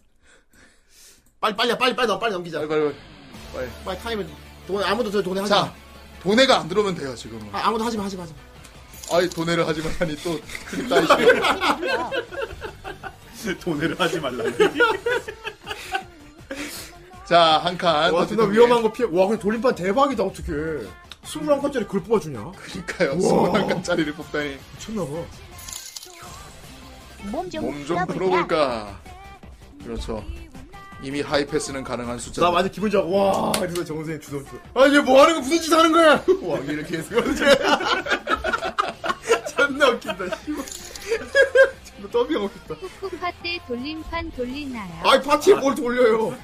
Speaker 1: 빨리 빨리 빨리 빨리 너 빨리 넘기자. 빨리
Speaker 2: 빨리 빨리
Speaker 1: 빨리 타임을 돈 아무도 저 돈에 하지
Speaker 2: 자,
Speaker 1: 마.
Speaker 2: 돈해가 안 들어오면 돼요 지금은.
Speaker 1: 아, 아무도 하지 마 하지 마. 하지 마.
Speaker 2: 아이 돈해를 하지 말라니 또 딸이
Speaker 3: 돈을 하지 말라니.
Speaker 2: 자, 한 칸.
Speaker 1: 와,
Speaker 2: 더
Speaker 1: 존나
Speaker 2: 뒤통수에.
Speaker 1: 아, 위험한 거 피해. 와, 근데 돌림판 대박이다, 어떡해. 21권짜리 그걸 뽑아주냐?
Speaker 2: 그러니까요. 스물한 칸짜리를 뽑다니.
Speaker 1: 미쳤나봐.
Speaker 2: 몸
Speaker 17: 몸좀
Speaker 2: 좀 풀어볼까. 그렇죠. 이미 하이패스는 가능한 숫자.
Speaker 1: 나 완전 기분 좋아. 와, 이러면서 정선생님 주섬 주섬. 아, 얘 뭐 하는 거, 무슨 짓 하는 거야?
Speaker 2: 왕위를 계승.
Speaker 1: 존나 웃긴다, 씨. 존나 더빙 웃긴다.
Speaker 7: 쿠파 때 돌림판 돌리나요?
Speaker 1: 아이, 파티에 뭘 돌려요.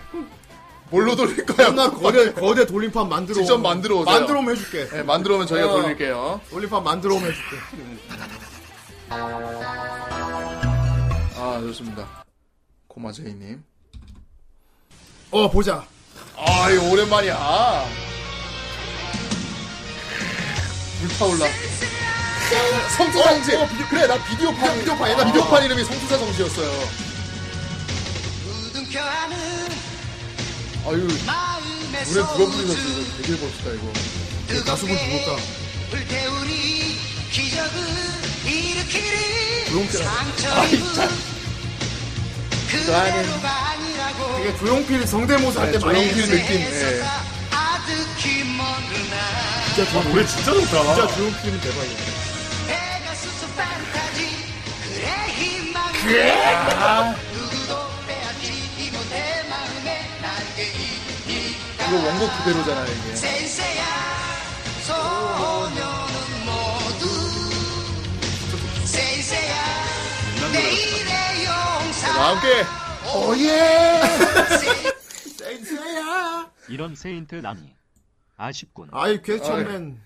Speaker 2: 뭘로 돌릴 거야?
Speaker 1: 존나 거대, 거대 돌림판 만들어.
Speaker 2: 직접 만들어 오세요.
Speaker 1: 만들어 오면 해줄게.
Speaker 2: 네, 만들어 오면 저희가
Speaker 1: 어.
Speaker 2: 돌릴게요.
Speaker 1: 돌림판 만들어 오면 해줄게.
Speaker 2: 아, 좋습니다. 고마제이님.
Speaker 1: 어, 보자.
Speaker 2: 아, 이거 오랜만이야. 불타올라. 성투사 정지. 그래, 나 어, 비디오판. 비디오판, 어. 얘가 비디오판 이름이 성투사 정지였어요. 아유, 노래 누가 부르셨어? 이거 되게 멋있다, 이거.
Speaker 1: 가수분 죽었다.
Speaker 6: 불태우니 기적을 일으키리
Speaker 1: 조용필.
Speaker 6: 상처 입은 그대로가 아니라고
Speaker 1: 이게 조용필 성대모사 할 때 많이
Speaker 2: 네,
Speaker 1: 네.
Speaker 2: 조용필 느낌. 예.
Speaker 6: 아득히 먼 날.
Speaker 1: 진짜 좋아.
Speaker 3: 노래 진짜 좋다.
Speaker 1: 진짜 조용필은 대박이야.
Speaker 6: 페가수스 판타지 그래 희망
Speaker 1: 그래?
Speaker 6: 아. 누구도 빼앗기지 못해 마음의 날개이니까
Speaker 2: 이거 원곡 그대로잖아요, 이게.
Speaker 6: 센세야 소녀는 모두 센세야 내일의 용사
Speaker 2: 함께. 어, 오예!
Speaker 1: 센스야!
Speaker 4: 이런 세인트 남이 아쉽군.
Speaker 1: 아이,
Speaker 2: 네.
Speaker 1: 괴처맨.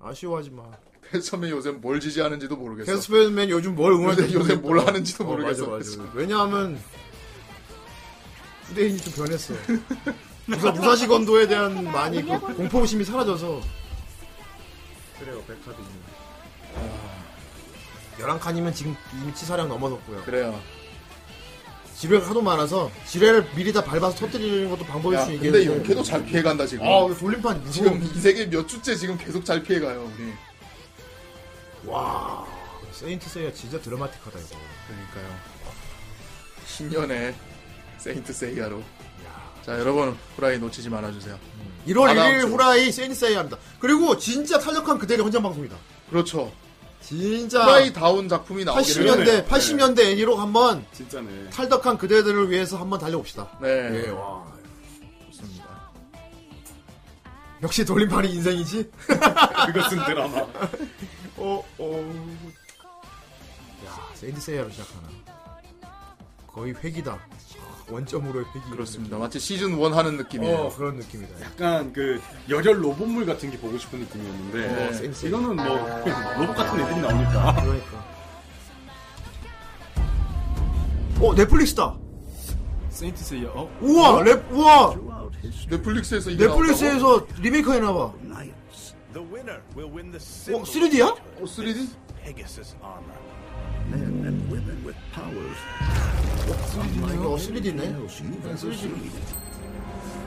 Speaker 1: 아쉬워하지 마.
Speaker 2: 패스맨 요새 뭘 지지하는지도 모르겠어.
Speaker 1: 캐스퍼맨 요즘 뭘 응원하는지
Speaker 2: 요새- 요새
Speaker 1: 모르겠다.
Speaker 2: 뭘 하는지도
Speaker 1: 어,
Speaker 2: 모르겠어.
Speaker 1: 맞아, 맞아. 왜냐하면 후대인이 좀 변했어. 무사 무사시 건도에 대한 많이 그 공포심이 사라져서 그래요 백합이. 아, 열한 칸이면 지금 이미 치사량 넘어섰고요.
Speaker 2: 그래요.
Speaker 1: 지뢰가 하도 많아서 지뢰를 미리 다 밟아서 터뜨리는 것도 방법일
Speaker 2: 야,
Speaker 1: 수 있겠는데.
Speaker 2: 근데 연캐도 잘 피해간다, 지금.
Speaker 1: 아, 우리 돌림판 무서워.
Speaker 2: 지금 이 세계 몇 주째 지금 계속 잘 피해가요, 우리.
Speaker 1: 와 세인트 세이야 진짜 드라마틱하다 이거.
Speaker 2: 그러니까요. 신년에 세인트 세이야로. 자, 여러분, 후라이 놓치지 말아주세요.
Speaker 1: 1월
Speaker 2: 다다음
Speaker 1: 1일
Speaker 2: 주.
Speaker 1: 후라이 세인트 세이야 합니다. 그리고 진짜 탄력한 그대의 현장 방송이다.
Speaker 2: 그렇죠.
Speaker 1: 진짜
Speaker 2: 후라이 아, 예. 다운 작품이
Speaker 1: 80년대,
Speaker 2: 나오기를.
Speaker 1: 80년대 애니로 한번
Speaker 3: 진짜네.
Speaker 1: 탈덕한 그대들을 위해서 한번 달려봅시다.
Speaker 2: 네.
Speaker 1: 예, 와. 좋습니다. 역시 돌림판이 인생이지?
Speaker 3: 그것은 드라마.
Speaker 1: 어, 어. 야, 세인트세이야로 시작하나. 거의 회기다. 아, 원점으로의 회기.
Speaker 2: 그렇습니다. 마치 시즌 1 하는 느낌이에요.
Speaker 1: 어, 그런 느낌이다.
Speaker 3: 약간 그 열혈 로봇물 같은 게 보고 싶은 느낌이었는데
Speaker 1: 어,
Speaker 5: 네.
Speaker 1: 센스.
Speaker 3: 이거는 뭐 로봇 같은 애들이 나오니까
Speaker 1: 그러니까. 어, 넷플릭스다.
Speaker 5: 세인트 세이야. 어?
Speaker 1: 우와 랩 우와
Speaker 2: 넷플릭스에서 이게
Speaker 1: 넷플릭스에서 리메이크 해놔봐 어
Speaker 12: The winner will win the
Speaker 1: 3D야?
Speaker 2: 어 3D?
Speaker 12: Pegasus armor. Men and women with powers.
Speaker 1: 이거 어, 3D네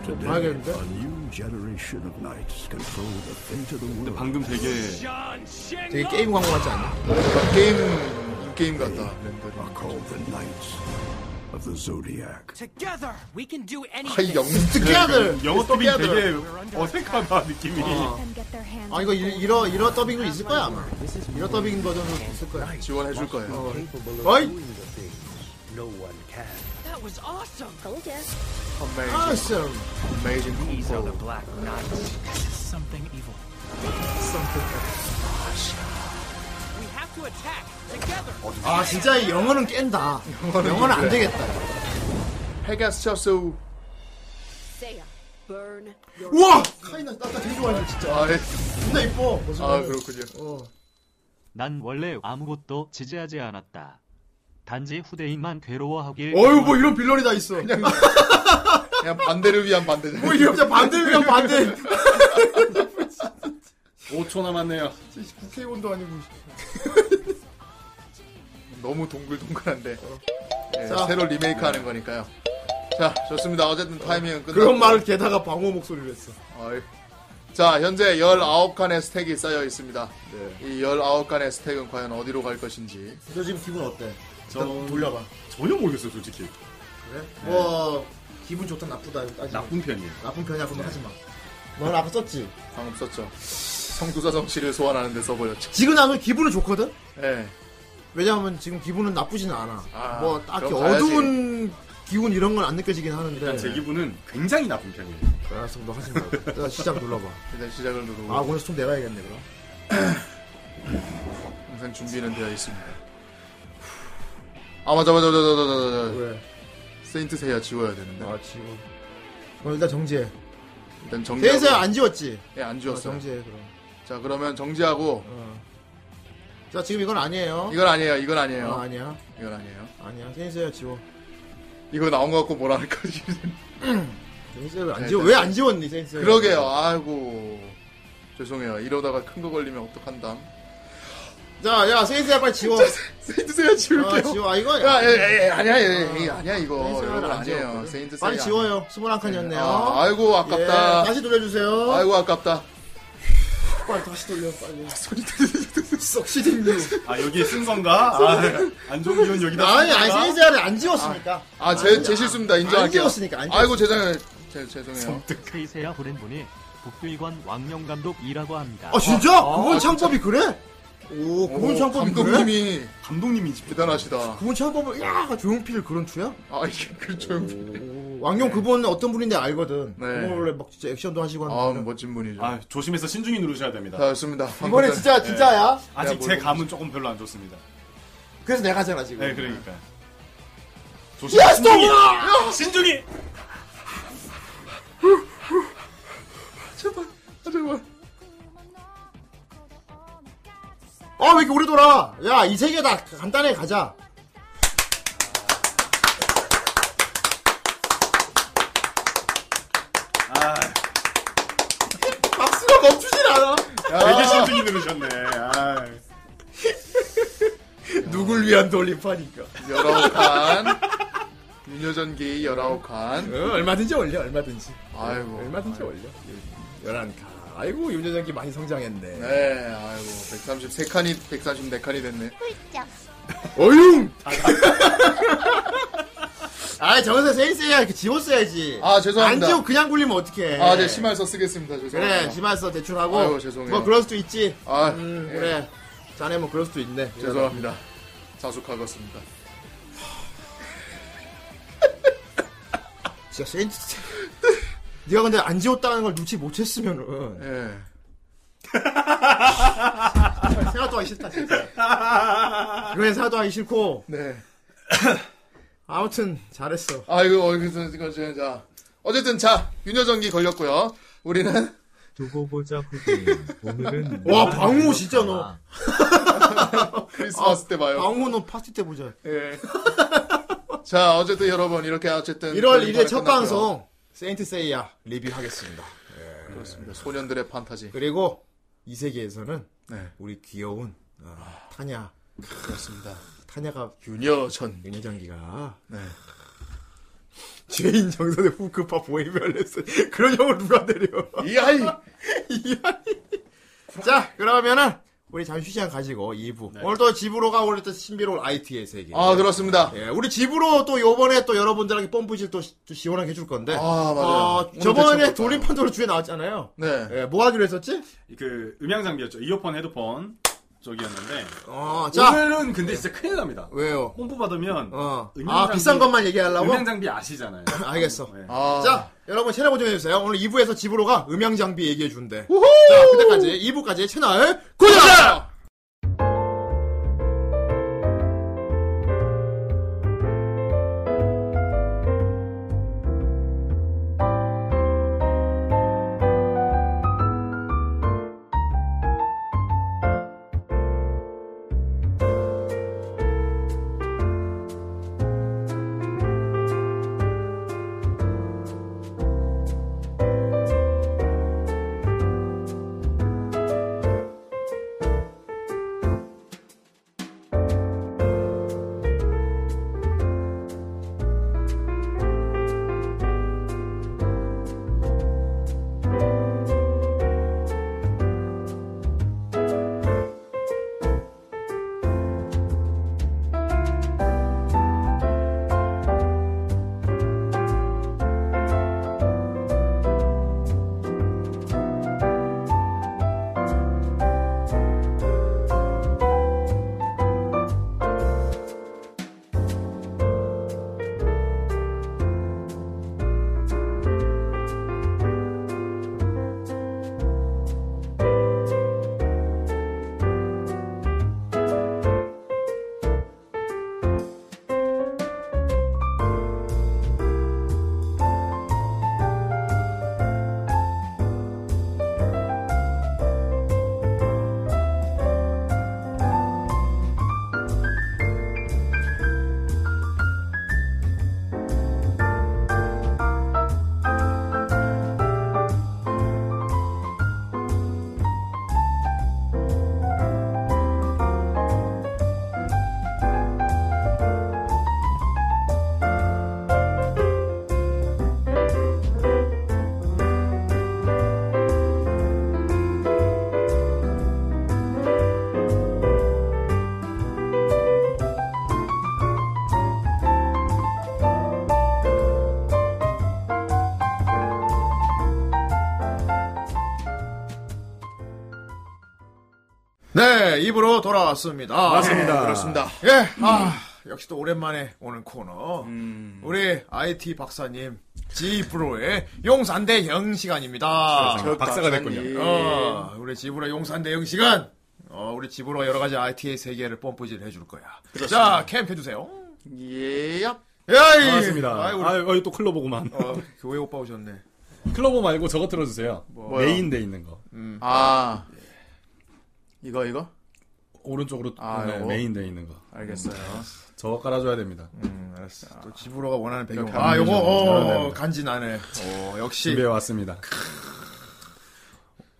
Speaker 12: Today, a new generation of knights control the fate of the world.
Speaker 5: 방금 되게
Speaker 1: 되게 게임 광고 같지 않냐?
Speaker 2: 게임 게임 같다.
Speaker 12: Are called the knights of the zodiac.
Speaker 18: Together we can do
Speaker 2: 아, 하이
Speaker 18: anything.
Speaker 2: 영
Speaker 1: Together.
Speaker 5: 영어 더빙 되게
Speaker 1: Together.
Speaker 5: 어색하다 느낌이.
Speaker 1: 아 이거 이- 이러 이러 더빙도 있을 거야 아마 이러 더빙 버전도 있을 거야
Speaker 2: 지원해줄 거예요
Speaker 1: 어이
Speaker 12: No one can.
Speaker 18: That was awesome.
Speaker 1: Awesome.
Speaker 2: Amazing.
Speaker 18: These are the
Speaker 1: 어.
Speaker 18: Black Knights. Something evil. We have to attack together.
Speaker 1: 아 진짜 이 영어는 깬다
Speaker 2: 영어는
Speaker 1: 영어는 안
Speaker 2: 그래.
Speaker 1: 되겠다
Speaker 2: 페가스처스
Speaker 1: 우와 카이나 나나 되게 좋아해 진짜
Speaker 2: 아, 예.
Speaker 1: 존나 이뻐 모습은.
Speaker 2: 아 그렇군요
Speaker 1: 어.
Speaker 4: 난 원래 아무것도 지지하지 않았다. 단지 후대인만 괴로워하길.
Speaker 1: 어휴 뭐 이런 빌런이 다 있어 그냥
Speaker 2: 그냥 반대를 위한 반대죠
Speaker 1: 뭐 이런 진짜 반대를 위한 반대
Speaker 5: 5초 남았네요.
Speaker 2: 국회의원도 아니고 너무 동글동글한데 네,
Speaker 1: 자.
Speaker 2: 새로 리메이크하는 거니까요 자 좋습니다 어쨌든 타이밍은 끝났고
Speaker 1: 그런 말을 게다가 방어 목소리를 했어
Speaker 2: 어이. 자 현재 19칸의 스택이 쌓여 있습니다
Speaker 1: 네.
Speaker 2: 이 19칸의 스택은 과연 어디로 갈 것인지
Speaker 1: 너 지금 기분 어때?
Speaker 5: 전-
Speaker 1: 일단 돌려봐
Speaker 5: 전혀 모르겠어요, 솔직히.
Speaker 1: 음. 그래? 뭐 기분 좋다 나쁘다 따지면
Speaker 5: 나쁜 편이에요.
Speaker 1: 나쁜 편이야 그럼 하지마 넌 아까 썼지?
Speaker 2: 방금 썼죠 성두사 정치를 소환하는 데 써버렸죠
Speaker 1: 지금 나는 기분은 좋거든?
Speaker 2: 네.
Speaker 1: 왜냐하면 지금 기분은 나쁘진 않아
Speaker 2: 아,
Speaker 1: 뭐 딱히
Speaker 2: 그럼 가야지.
Speaker 1: 어두운 기운 이런 건 안 느껴지긴 하는데
Speaker 5: 일단 제 기분은 굉장히 나쁜 편이에요.
Speaker 1: 알았으면 너 하지 마. 일단 시작 눌러봐.
Speaker 2: 일단 시작을 누르고
Speaker 1: 아, 오늘 좀 내놔야겠네, 그럼.
Speaker 2: 항상 준비는 되어 있습니다. 아 맞아 맞아 맞아 맞아 맞아 맞아.
Speaker 1: 왜?
Speaker 2: 세인트 세야 지워야 되는데.
Speaker 1: 아 지워. 그럼 일단 정지해.
Speaker 2: 일단 정지.
Speaker 1: 대세 안 지웠지?
Speaker 2: 예, 안
Speaker 1: 아,
Speaker 2: 지웠어요.
Speaker 1: 정지해, 어? 그럼.
Speaker 2: 자 그러면 정지하고
Speaker 1: 자, 지금 이건 아니에요.
Speaker 2: 이건 아니에요. 이건 아니에요.
Speaker 1: 아, 아니야.
Speaker 2: 이건 아니에요.
Speaker 1: 아니야. 세세야 지워.
Speaker 2: 이거 나온 것 같고 뭐라 할까 지금.
Speaker 1: 세세야
Speaker 2: 네,
Speaker 1: 안 지워.
Speaker 2: 네.
Speaker 1: 왜 안 지웠니, 세세?
Speaker 2: 그러게요. 아이고 죄송해요. 이러다가 큰 거 걸리면 어떡한담.
Speaker 1: 자, 야, 세세야 빨리 지워.
Speaker 2: 세인트 세야
Speaker 1: 아,
Speaker 2: 지울게요.
Speaker 1: 지워. 아, 이거
Speaker 2: 야, 예, 예, 예, 아니야, 예, 예, 아니야 이거
Speaker 1: 세인트 세야를
Speaker 2: 이건
Speaker 1: 안
Speaker 2: 아니에요.
Speaker 1: 지웠거든.
Speaker 2: 세인트 세야.
Speaker 1: 빨리 지워요. 스물한 칸이었네요.
Speaker 2: 아, 아이고 아깝다.
Speaker 1: 예, 다시 돌려주세요.
Speaker 2: 아이고 아깝다.
Speaker 1: 빨리 다시 돌려,
Speaker 2: 아,
Speaker 1: 빨리. 소리 썩시딩
Speaker 5: 아, 여기 쓴 건가? 아, 안좋은 기운 여기다. 쓴
Speaker 1: 아니, 아니,
Speaker 5: 건가?
Speaker 1: 세세야를 안 지웠으니까.
Speaker 2: 아, 제, 제 실수입니다. 인정할게요.
Speaker 1: 안 지웠으니까, 안
Speaker 2: 아이고, 죄송해요. 제, 죄송해요.
Speaker 4: 스테이세야 브랜보니 북두이관 왕령 감독이라고 합니다.
Speaker 1: 아 진짜? 그건 창법이 그래? 오 그건
Speaker 2: 오,
Speaker 1: 창법이 그래?
Speaker 2: 감독님이
Speaker 5: 감독님이 집
Speaker 2: 대단하시다.
Speaker 1: 그건 창법을 야 조용필 그런 추야?
Speaker 2: 아, 이게 그렇죠.
Speaker 1: 왕용 그분 어떤 분인데 알거든.
Speaker 2: 네.
Speaker 1: 그분 원래 막 진짜 액션도 하시고 하는.
Speaker 2: 아,
Speaker 1: 분이라.
Speaker 2: 멋진 분이죠.
Speaker 5: 아, 조심해서 신중히 누르셔야 됩니다.
Speaker 2: 자, 좋습니다.
Speaker 1: 이번에
Speaker 2: 방금
Speaker 1: 진짜 진짜야.
Speaker 2: 내가
Speaker 5: 아직 제
Speaker 2: 모르고
Speaker 1: 뭐
Speaker 5: 감은 조금 별로 안 좋습니다.
Speaker 1: 그래서 내가 하잖아 지금.
Speaker 5: 네, 그러니까. 조심.
Speaker 1: Yes, the
Speaker 5: 신중히!
Speaker 1: one!
Speaker 5: 신중히!
Speaker 2: 제발, 아, 제발.
Speaker 1: 어, 아왜 이렇게 오래 돌아? 야이 세계다 간단하게 가자.
Speaker 5: 아,
Speaker 1: 박수가 멈추질 않아.
Speaker 5: 되게 신중히 누르셨네. 아,
Speaker 1: 누굴 위한 돌림판인가? 어,
Speaker 2: 19칸. 윤여전기 19칸.
Speaker 1: 얼마든지 올려 얼마든지.
Speaker 2: 아이고.
Speaker 1: 얼마든지 올려. 열한 칸. 아이고 윤여정기 많이 성장했네.
Speaker 2: 네, 아이고. 133칸이, 134칸이 됐네.
Speaker 8: 훌쩍
Speaker 1: 어융. 아 저기서 세이세야 이렇게 지웠어야지.
Speaker 2: 아, 죄송합니다.
Speaker 1: 안 지워 그냥 굴리면 어떡해.
Speaker 2: 아, 네, 심할서 쓰겠습니다. 죄송합니다.
Speaker 1: 그래, 네, 심할서 대출하고.
Speaker 2: 아유, 죄송해요.
Speaker 1: 뭐, 그럴 수도 있지.
Speaker 2: 아,
Speaker 1: 음,
Speaker 2: 예.
Speaker 1: 그래. 자네 뭐, 그럴 수도 있네.
Speaker 2: 죄송합니다. 자숙하겠습니다.
Speaker 1: 진짜 세인트. 네가 근데 안 지웠다는 걸 눈치 못 챘으면은.
Speaker 2: 예.
Speaker 1: 생각도 하기 싫다, 진짜. 그래, 생각도 하기 싫고.
Speaker 2: 네.
Speaker 1: 아무튼, 잘했어.
Speaker 2: 아이고, 어이구, 이거 지금 자. 어쨌든 자, 윤여정기 걸렸고요. 우리는
Speaker 19: 두고 보자 후대인
Speaker 2: 음.
Speaker 19: 오늘은
Speaker 1: 와, 방우 진짜
Speaker 2: 아.
Speaker 1: 너. 아,
Speaker 2: 크리스마스 때 봐요.
Speaker 1: 방우 너 파티 때 보자.
Speaker 2: 예. 자, 어쨌든 여러분, 예, 이렇게 어쨌든.
Speaker 1: 1월 아. 1일 첫
Speaker 2: 끝났고요.
Speaker 1: 방송 세인트 세이야 리뷰하겠습니다.
Speaker 2: 그렇습니다. 소년들의 판타지.
Speaker 1: 그리고 이 세계에서는
Speaker 2: 네.
Speaker 1: 우리 귀여운 어, 타냐
Speaker 2: 그렇습니다.
Speaker 1: 타냐가
Speaker 2: 윤여전
Speaker 1: 윤여전기가
Speaker 2: 네.
Speaker 1: 죄인 정선의 후크파 보이별레스 그런 형을 누가 내려?
Speaker 2: 이 아이
Speaker 1: 이 아이. 자 그러면은 우리 잠시 시간 가지고 2부 오늘 또 집으로 가 오늘 또 신비로운 IT의 세계.
Speaker 2: 네. 아, 그렇습니다.
Speaker 1: 예, 우리 집으로 또 요번에 또 여러분들에게 뽐뿌실 또, 시- 또 시원하게 해줄 건데.
Speaker 2: 아, 맞아요.
Speaker 1: 어,
Speaker 2: 오늘
Speaker 1: 저번에
Speaker 2: 대처
Speaker 1: 돌림판도로 주에 나왔잖아요.
Speaker 2: 네.
Speaker 1: 예, 뭐 하기로 했었지?
Speaker 5: 그 음향 장비였죠. 이어폰, 헤드폰 쪽이었는데.
Speaker 1: 어, 자.
Speaker 5: 오늘은 근데 진짜 큰일 납니다.
Speaker 1: 왜요?
Speaker 5: 뽐뿌 받으면 음향
Speaker 1: 아
Speaker 5: 장비-
Speaker 1: 비싼 것만 얘기하려고?
Speaker 5: 음향 장비 아시잖아요.
Speaker 1: 뭐?
Speaker 5: 네.
Speaker 1: 알겠어.
Speaker 2: 아.
Speaker 1: 자, 여러분 채널 고정해주세요. 오늘 2부에서 집으로 가 음향 장비 얘기해준대.
Speaker 2: 우후!
Speaker 1: 자, 그때까지 2부까지 채널 고정! 네, 2부로 돌아왔습니다.
Speaker 2: 맞습니다.
Speaker 1: 예,
Speaker 2: 그렇습니다.
Speaker 1: 예, 아, 역시 또 오랜만에 오는 코너.
Speaker 2: 음.
Speaker 1: 우리 IT 박사님, G프로의 용산대 영 시간입니다.
Speaker 5: 저 박사가 됐군요.
Speaker 2: 예.
Speaker 1: 박사님. 어, 우리 G프로의 용산대 영 시간. 어, 우리 G프로 여러 가지 IT의 세계를 뽐뿌질 해줄 거야.
Speaker 2: 그렇습니다.
Speaker 1: 자, 캠해주세요.
Speaker 2: 예, 얍.
Speaker 1: 야이!
Speaker 5: 반갑습니다.
Speaker 1: 아이, 어. 우리-
Speaker 5: 아유, 아유, 또 클로버구만.
Speaker 1: 교회 오빠 오셨네.
Speaker 5: 클로버 말고 저거 틀어주세요.
Speaker 1: 뭐요?
Speaker 5: 메인 돼 있는 거.
Speaker 2: 아. 이거, 이거?
Speaker 5: 오른쪽으로
Speaker 2: 아,
Speaker 5: 네,
Speaker 1: 어.
Speaker 2: 요거?
Speaker 5: 메인 돼 있는 거.
Speaker 2: 알겠어요.
Speaker 5: 저거 깔아줘야 됩니다.
Speaker 1: 음, 알았어. 또 G프로가 원하는 배경.
Speaker 5: 이렇게
Speaker 1: 아,
Speaker 5: 하면
Speaker 1: 요거,
Speaker 5: 되죠.
Speaker 1: 어,
Speaker 5: 잘하네.
Speaker 1: 간지나네. 어, 역시.
Speaker 5: 준비해 왔습니다.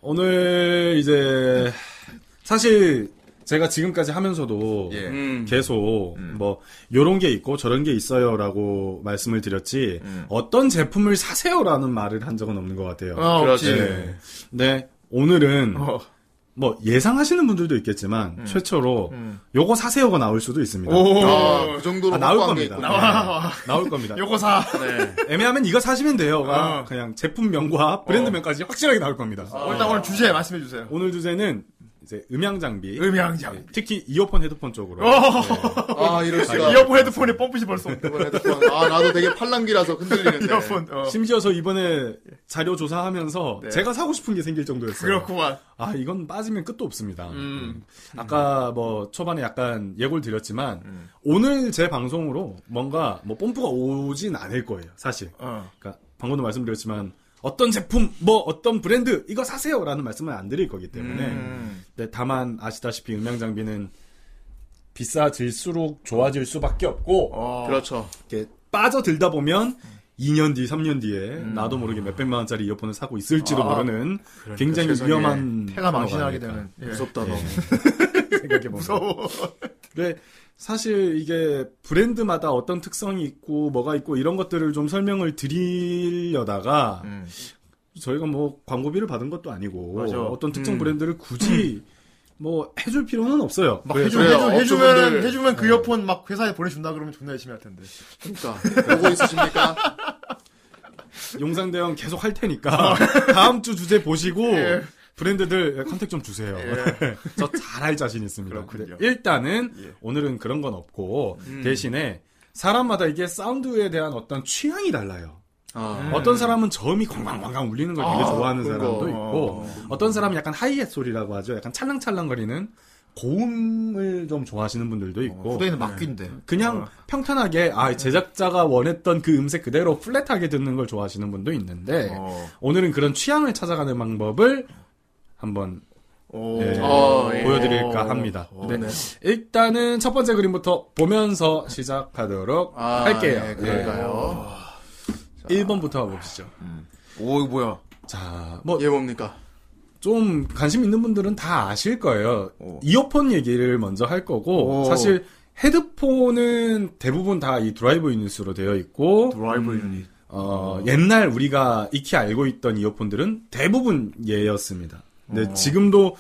Speaker 5: 오늘 이제 사실 제가 지금까지 하면서도
Speaker 1: 음.
Speaker 5: 계속 뭐 요런 게 있고 저런 게 있어요라고 말씀을 드렸지 어떤 제품을 사세요라는 말을 한 적은 없는 것 같아요.
Speaker 1: 아, 없지. 어.
Speaker 5: 네. 네, 오늘은 뭐 예상하시는 분들도 있겠지만 최초로 요거 사세요가 나올 수도 있습니다.
Speaker 1: 오,
Speaker 2: 아, 그 정도로
Speaker 5: 아, 나올
Speaker 2: 확고한 게
Speaker 5: 겁니다.
Speaker 2: 있구나.
Speaker 1: 나와. 아.
Speaker 5: 네, 나올 겁니다.
Speaker 1: 요거 사.
Speaker 2: 네.
Speaker 5: 애매하면 이거 사시면 돼요가
Speaker 1: 아.
Speaker 5: 그냥 제품명과
Speaker 1: 어.
Speaker 5: 브랜드명까지 확실하게 나올 겁니다.
Speaker 1: 일단 오늘 주제 말씀해 주세요.
Speaker 5: 오늘 주제는 이제 음향 장비.
Speaker 1: 음향 장비.
Speaker 5: 특히 이어폰 헤드폰 쪽으로.
Speaker 2: 아, 이럴 수가.
Speaker 1: 이어폰 헤드폰에 펌프시 벌써
Speaker 2: 이어폰 헤드폰. 아, 나도 되게 팔랑귀라서 흔들리는데.
Speaker 1: 이어폰. 어.
Speaker 5: 심지어 저 이번에 자료 조사하면서
Speaker 1: 네.
Speaker 5: 제가 사고 싶은 게 생길 정도였어요.
Speaker 1: 그렇구만.
Speaker 5: 아, 이건 빠지면 끝도 없습니다.
Speaker 1: 음.
Speaker 5: 아까 뭐 초반에 약간 예고를 드렸지만
Speaker 1: 음.
Speaker 5: 오늘 제 방송으로 뭔가 뭐 뽐뿌가 오진 않을 거예요, 사실.
Speaker 1: 어.
Speaker 5: 그러니까 방금도 말씀드렸지만 어떤 제품, 뭐 어떤 브랜드 이거 사세요라는 말씀을 안 드릴 거기 때문에.
Speaker 1: 음.
Speaker 5: 근데 다만 아시다시피 음향 장비는 비싸질수록 좋아질 수밖에 없고
Speaker 1: 어.
Speaker 2: 그렇죠.
Speaker 5: 이렇게 빠져들다 보면
Speaker 1: 음.
Speaker 5: 2년 뒤, 3년 뒤에 나도 모르게 몇백만 원짜리 이어폰을 사고 있을지도
Speaker 1: 아,
Speaker 5: 모르는
Speaker 1: 그러니까
Speaker 5: 굉장히
Speaker 1: 세상에
Speaker 5: 위험한
Speaker 1: 폐가 망신하게
Speaker 5: 단어가 아닐까.
Speaker 1: 되는, 예.
Speaker 2: 무섭다, 너.
Speaker 5: 생각해 무서워. 근데 사실 이게 브랜드마다 어떤 특성이 있고 뭐가 있고 이런 것들을 좀 설명을 드리려다가 저희가 뭐 광고비를 받은 것도 아니고
Speaker 1: 음. 맞아.
Speaker 5: 어떤 특정
Speaker 1: 음.
Speaker 5: 브랜드를 굳이 뭐 해줄 필요는 없어요.
Speaker 1: 막
Speaker 5: 그래요.
Speaker 1: 해주, 해주, 해주면 해주면 그 이어폰 막 회사에 보내준다 그러면 존나 열심히 할 텐데.
Speaker 2: 그러니까 보고 있으십니까?
Speaker 5: 용상 대형 계속 할 테니까 다음 주 주제 보시고
Speaker 1: 어. 예.
Speaker 5: 브랜드들 컨택 좀 주세요.
Speaker 1: 예.
Speaker 5: 저 잘 할 자신 있습니다.
Speaker 1: 그렇군요. 예.
Speaker 5: 근데 일단은 오늘은 그런 건 없고
Speaker 1: 음.
Speaker 5: 대신에 사람마다 이게 사운드에 대한 어떤 취향이 달라요.
Speaker 1: 음.
Speaker 2: 아.
Speaker 5: 어떤 사람은 저음이 광광광광 울리는 걸 되게
Speaker 2: 아,
Speaker 5: 좋아하는
Speaker 2: 그런
Speaker 5: 사람도
Speaker 2: 거.
Speaker 5: 있고 어떤 사람은 약간 하이햇 소리라고 하죠. 약간 찰랑찰랑거리는 고음을 좀 좋아하시는 분들도 있고
Speaker 1: 후대인은 막귀인데.
Speaker 5: 그냥 평탄하게 아 제작자가 원했던 그 음색 그대로 플랫하게 듣는 걸 좋아하시는 분도 있는데 오늘은 그런 취향을 찾아가는 방법을 한번 예,
Speaker 2: 아, 예.
Speaker 5: 보여드릴까 합니다.
Speaker 2: 오,
Speaker 5: 네.
Speaker 2: 네.
Speaker 5: 일단은 첫 번째 그림부터 보면서 시작하도록
Speaker 2: 아,
Speaker 5: 할게요. 네.
Speaker 2: 예, 그럴까요?
Speaker 5: 예. 1번부터 보시죠.
Speaker 2: 오, 이거 뭐야?
Speaker 5: 자, 뭐.
Speaker 2: 얘 뭡니까?
Speaker 5: 좀 관심 있는 분들은 다 아실 거예요. 이어폰 얘기를 먼저 할 거고
Speaker 1: 오.
Speaker 5: 사실 헤드폰은 대부분 다 이 드라이브 유닛으로 되어 있고
Speaker 1: 드라이브 유닛.
Speaker 5: 어, 옛날 우리가 익히 알고 있던 이어폰들은 대부분 얘였습니다. 근데
Speaker 1: 어.
Speaker 5: 지금도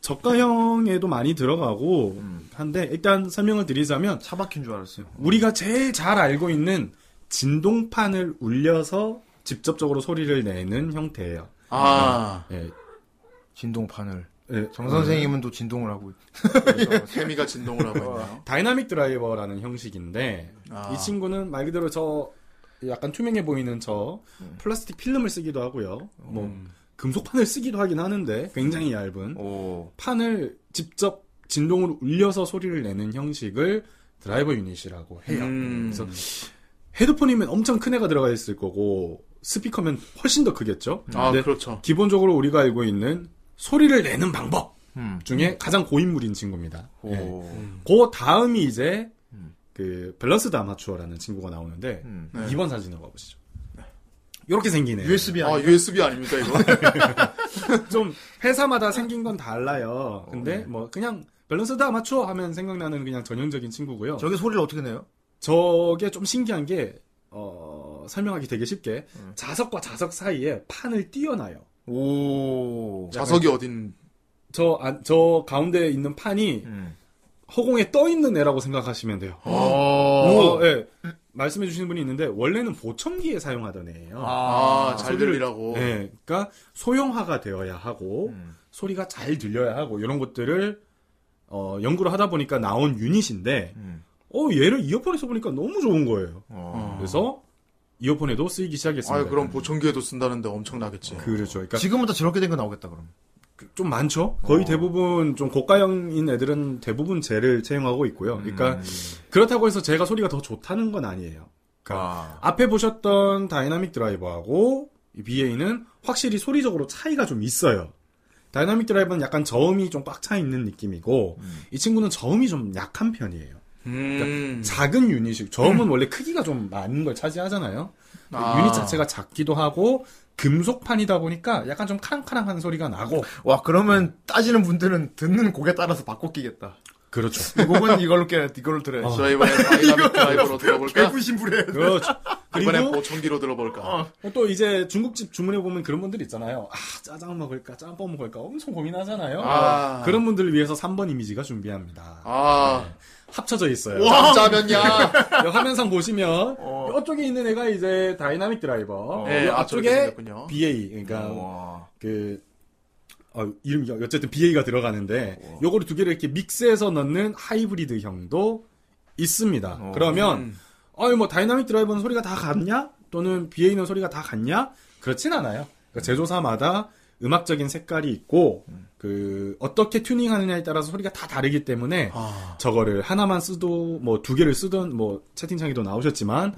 Speaker 5: 저가형에도 많이 들어가고
Speaker 1: 음.
Speaker 5: 한데 일단 설명을 드리자면 차
Speaker 1: 박힌 줄 알았어요.
Speaker 5: 우리가 제일 잘 알고 있는 진동판을 울려서 직접적으로 소리를 내는 형태예요.
Speaker 2: 아.
Speaker 5: 예.
Speaker 1: 진동판을.
Speaker 5: 예.
Speaker 1: 정 선생님은 또 진동을 하고.
Speaker 2: 세미가 진동을 하고 있네요.
Speaker 5: 다이나믹 드라이버라는 형식인데
Speaker 2: 아.
Speaker 5: 이 친구는 말 그대로 저 약간 투명해 보이는 저
Speaker 2: 음.
Speaker 5: 플라스틱 필름을 쓰기도 하고요. 뭐 금속판을 쓰기도 하긴 하는데
Speaker 2: 음.
Speaker 5: 굉장히 얇은 판을 직접 진동으로 울려서 소리를 내는 형식을 드라이버 유닛이라고 해요.
Speaker 2: 음.
Speaker 5: 그래서 헤드폰이면 엄청 큰 애가 들어가 있을 거고 스피커면 훨씬 더 크겠죠.
Speaker 2: 아,
Speaker 5: 근데
Speaker 2: 그렇죠.
Speaker 5: 기본적으로 우리가 알고 있는 소리를 내는 방법
Speaker 2: 음.
Speaker 5: 중에 가장 고인물인 친구입니다. 예. 그 다음이 이제 그 밸런스드 아마추어라는 친구가 나오는데
Speaker 2: 네.
Speaker 5: 2번 사진으로 가보시죠. 이렇게 생기네요. 네.
Speaker 2: USB
Speaker 1: 어,
Speaker 2: 아, USB 아닙니까, 이거?
Speaker 5: 좀 회사마다 생긴 건 달라요. 근데 뭐 그냥 밸런스드 아마추어 하면 생각나는 그냥 전형적인 친구고요.
Speaker 1: 저게 소리를 어떻게 내요?
Speaker 5: 저게 좀 신기한 게 어, 설명하기 되게 쉽게 자석과 자석 사이에 판을 띄어놔요.
Speaker 2: 오. 자석이 어딘
Speaker 5: 저, 안- 저 가운데 있는 판이 허공에 떠 있는 애라고 생각하시면 돼요. 어, 예. 말씀해 주시는 분이 있는데 원래는 보청기에 사용하던 애예요.
Speaker 2: 아, 잘
Speaker 5: 소리를-
Speaker 2: 들리라고.
Speaker 5: 예. 그러니까 소형화가 되어야 하고
Speaker 2: 음.
Speaker 5: 소리가 잘 들려야 하고 이런 것들을 어, 연구를 하다 보니까 나온 유닛인데
Speaker 2: 음.
Speaker 5: 어, 얘를 이어폰에서 보니까 너무 좋은 거예요. 어, 그래서 이어폰에도 쓰이기 시작했습니다.
Speaker 2: 어. 아, 그럼 보청기에도 쓴다는데 엄청나겠지. 어.
Speaker 5: 그렇죠. 그러니까
Speaker 1: 지금부터 저렇게 된 거 나오겠다 그럼.
Speaker 5: 좀 많죠. 거의 대부분 좀 고가형인 애들은 대부분 젤을 채용하고 있고요. 그러니까
Speaker 2: 음.
Speaker 5: 그렇다고 해서 제가 소리가 더 좋다는 건 아니에요. 그러니까 앞에 보셨던 다이나믹 드라이버하고 이 BA는 확실히 소리적으로 차이가 좀 있어요. 다이나믹 드라이버는 약간 저음이 좀 꽉 차 있는 느낌이고 이 친구는 저음이 좀 약한 편이에요. 그러니까 작은 유닛이 저음은 원래 크기가 좀 많은 걸 차지하잖아요.
Speaker 2: 아.
Speaker 5: 그 유닛 자체가 작기도 하고 금속판이다 보니까 약간 좀 카랑카랑한 소리가 나고
Speaker 1: 와 그러면 따지는 분들은 듣는 곡에 따라서 바꿔 끼겠다.
Speaker 5: 그렇죠.
Speaker 1: 이 곡은 이걸로 깨 이걸로 들어야
Speaker 5: 어.
Speaker 2: 저 이번에 다이나믹 드라이버로 들어볼까?
Speaker 1: 개구신불해.
Speaker 5: 그렇죠.
Speaker 2: 이번엔
Speaker 5: 그리고-
Speaker 2: 보청기로 들어볼까?
Speaker 5: 또 이제 중국집 주문해 보면 그런 분들 있잖아요. 아 짜장 먹을까 짬뽕 먹을까 엄청 고민하잖아요.
Speaker 2: 아.
Speaker 5: 그런 분들을 위해서 3번 이미지가 준비합니다.
Speaker 2: 아.
Speaker 5: 합쳐져 있어요.
Speaker 2: 와. 어. 짜면야.
Speaker 5: 네, 화면상 보시면 이쪽에 있는 애가 이제 다이나믹
Speaker 1: 어,
Speaker 5: 드라이버,
Speaker 2: 네,
Speaker 5: 이
Speaker 2: 아, 저렇게
Speaker 5: 앞쪽에
Speaker 2: 생겼군요.
Speaker 5: BA 그러니까 그 어, 이름이 어쨌든 BA가 들어가는데 요거를 두 개를 이렇게 믹스해서 넣는 하이브리드형도 있습니다. 그러면 아유 뭐 다이나믹 드라이버는 소리가 다 같냐? 또는 BA는 소리가 다 같냐? 그렇진 않아요. 그러니까 제조사마다 음악적인 색깔이 있고 그 어떻게 튜닝하느냐에 따라서 소리가 다 다르기 때문에 저거를 하나만 쓰도 뭐 두 개를 쓰던 뭐 채팅창에도 나오셨지만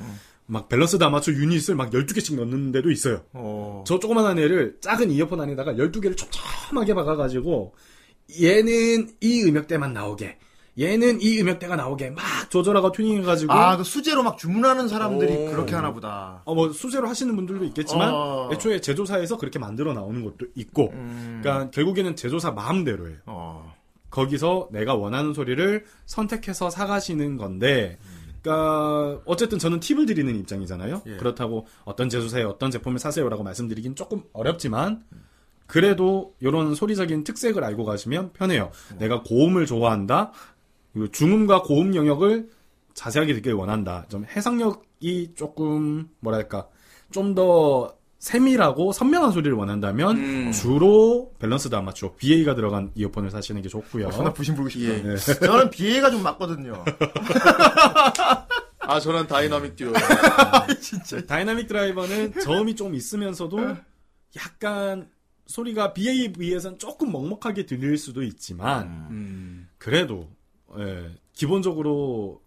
Speaker 5: 막 밸런스 다맞춰 유닛을 막 12개씩 넣는 데도 있어요. 저 조그만한 애를 작은 이어폰 안에다가 12개를 촘촘하게 박아가지고 얘는 이 음역대만 나오게 얘는 이 음역대가 나오게 막 조절하고 튜닝해가지고
Speaker 1: 아, 그 수제로 막 주문하는 사람들이
Speaker 5: 오.
Speaker 1: 그렇게 하나 보다.
Speaker 5: 어, 뭐 수제로 하시는 분들도 있겠지만
Speaker 1: 어. 음.
Speaker 5: 애초에 제조사에서 그렇게 만들어 나오는 것도 있고
Speaker 2: 음.
Speaker 5: 그러니까 결국에는 제조사 마음대로예요.
Speaker 1: 어,
Speaker 5: 거기서 내가 원하는 소리를 선택해서 사가시는 건데 그러니까 어쨌든 저는 팁을 드리는 입장이잖아요. 그렇다고 어떤 제조사에 어떤 제품을 사세요라고 말씀드리긴 조금 어렵지만 그래도 이런 소리적인 특색을 알고 가시면 편해요. 내가 고음을 좋아한다. 그리고 중음과 고음 영역을 자세하게 느끼길 원한다. 좀 해상력이 조금 뭐랄까 좀 더 세밀하고 선명한 소리를 원한다면 주로 밸런스드 아마추어 BA가 들어간 이어폰을 사시는 게 좋고요.
Speaker 1: 어, 하나 부심부리고 싶다.
Speaker 2: 예.
Speaker 5: 네.
Speaker 1: 저는 BA가 좀 맞거든요.
Speaker 2: 아, 저는 다이나믹 듀오.
Speaker 1: 음.
Speaker 5: 진짜. 다이나믹 드라이버는 저음이 좀 있으면서도 약간 소리가 BA에 비해서는 조금 먹먹하게 들릴 수도 있지만
Speaker 2: 음.
Speaker 5: 그래도 예, 기본적으로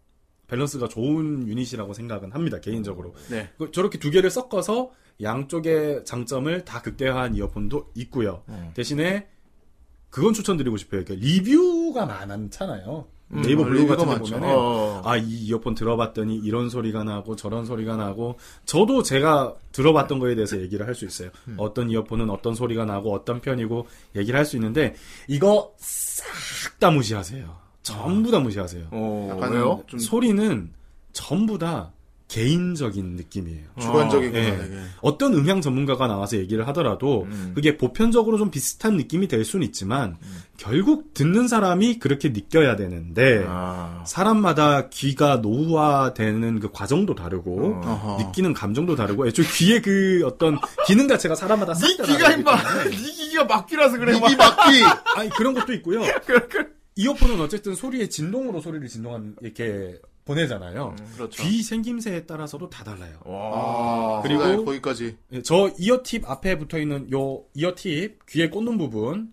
Speaker 5: 밸런스가 좋은 유닛이라고 생각은 합니다 개인적으로
Speaker 2: 네.
Speaker 5: 그- 저렇게 두 개를 섞어서 양쪽의 장점을 다 극대화한 이어폰도 있고요
Speaker 2: 음.
Speaker 5: 대신에 그건 추천드리고 싶어요 그러니까 리뷰가 많잖아요
Speaker 2: 음,
Speaker 5: 네이버
Speaker 2: 어,
Speaker 5: 블로그
Speaker 2: 리뷰가
Speaker 5: 같은 데
Speaker 2: 많죠.
Speaker 5: 보면
Speaker 2: 어.
Speaker 5: 아이 이어폰 들어봤더니 이런 소리가 나고 저런 소리가 나고 저도 제가 들어봤던 거에 대해서 얘기를 할 수 있어요 어떤 이어폰은 어떤 소리가 나고 어떤 편이고 얘기를 할 수 있는데 이거 싹 다 무시하세요. 전부 다 무시하세요.
Speaker 1: 어,
Speaker 2: 약간 왜요? 좀-
Speaker 5: 소리는 전부 다 개인적인 느낌이에요.
Speaker 1: 아,
Speaker 2: 주관적이구나,
Speaker 5: 예.
Speaker 2: 되게.
Speaker 5: 어떤 음향 전문가가 나와서 얘기를 하더라도
Speaker 2: 음.
Speaker 5: 그게 보편적으로 좀 비슷한 느낌이 될 수는 있지만 결국 듣는 사람이 그렇게 느껴야 되는데
Speaker 2: 아.
Speaker 5: 사람마다 귀가 노후화되는 그 과정도 다르고
Speaker 2: 어허.
Speaker 5: 느끼는 감정도 다르고 애초에 귀의 그 어떤 기능 자체가 사람마다 싹 다
Speaker 2: 귀가
Speaker 5: 다르기
Speaker 2: 임마. 네
Speaker 5: 때문에
Speaker 2: 귀가 막귀라서 그래.
Speaker 5: 막-
Speaker 2: 네 막귀.
Speaker 5: 아니 그런 것도 있고요. 이어폰은 어쨌든 소리의 진동으로 소리를 진동한 이렇게 보내잖아요.
Speaker 2: 음,
Speaker 1: 그렇죠.
Speaker 2: 그렇죠.
Speaker 5: 귀 생김새에 따라서도 다 달라요.
Speaker 2: 아,
Speaker 5: 그리고
Speaker 2: 그리고 거기까지.
Speaker 5: 예, 저 이어팁 앞에 붙어 있는 요 이어팁 귀에 꽂는 부분